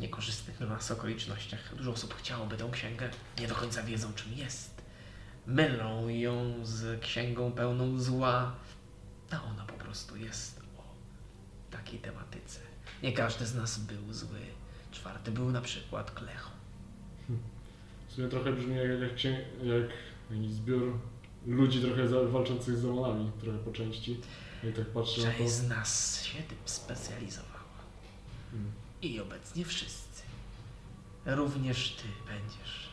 Speaker 1: niekorzystnych dla nas okolicznościach. Dużo osób chciałoby tą księgę, nie do końca wiedzą czym jest. Mylą ją z księgą pełną zła, a ona po prostu jest o takiej tematyce. Nie każdy z nas był zły. Czwarty był na przykład klechą.
Speaker 5: W sumie trochę brzmi jak, jak, księ... jak jakiś zbiór ludzi trochę za... walczących z demonami, trochę po części. I tak patrzę na to.
Speaker 1: Część z nas się tym specjalizowała.
Speaker 5: Mm.
Speaker 1: I obecnie wszyscy. Również ty będziesz.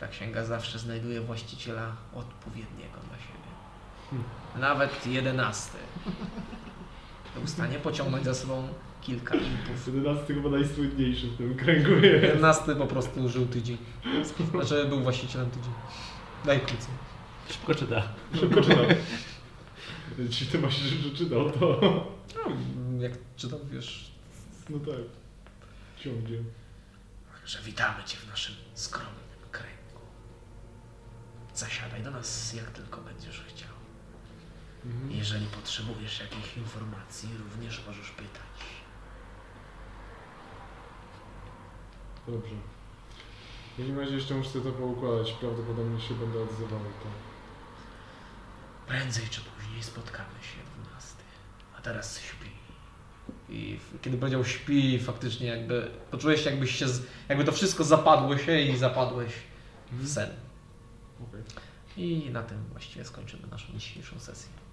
Speaker 1: Ta księga zawsze znajduje właściciela odpowiedniego dla siebie. Nawet jedenasty. Był w stanie pociągnąć za sobą kilka impów.
Speaker 5: 11 chyba najsłynniejszy w tym kręgu jest.
Speaker 1: Jedenasty po prostu żył tydzień. Znaczy był właścicielem tydzień. Najkrócej.
Speaker 6: Szybko czyta.
Speaker 5: Szybko czytam. Ci ty masz że czytał to.
Speaker 1: Jak czytam, wiesz,
Speaker 5: No tak. Ciągnie.
Speaker 1: że witamy Cię w naszym skromnym kręgu. Zasiadaj do nas, jak tylko będziesz chciał.
Speaker 5: Mhm.
Speaker 1: Jeżeli potrzebujesz jakichś informacji, również możesz pytać.
Speaker 5: Dobrze. W takim razie jeszcze muszę sobie to poukładać. Prawdopodobnie się będę odzywał i tak.
Speaker 1: Prędzej czy później spotkamy się 12. A teraz śpi. I w- kiedy powiedział śpi, faktycznie jakby poczułeś się jakbyś się, z- jakby to wszystko zapadło się i zapadłeś w sen.
Speaker 5: Okej.
Speaker 1: Mhm. I na tym właściwie skończymy naszą dzisiejszą sesję.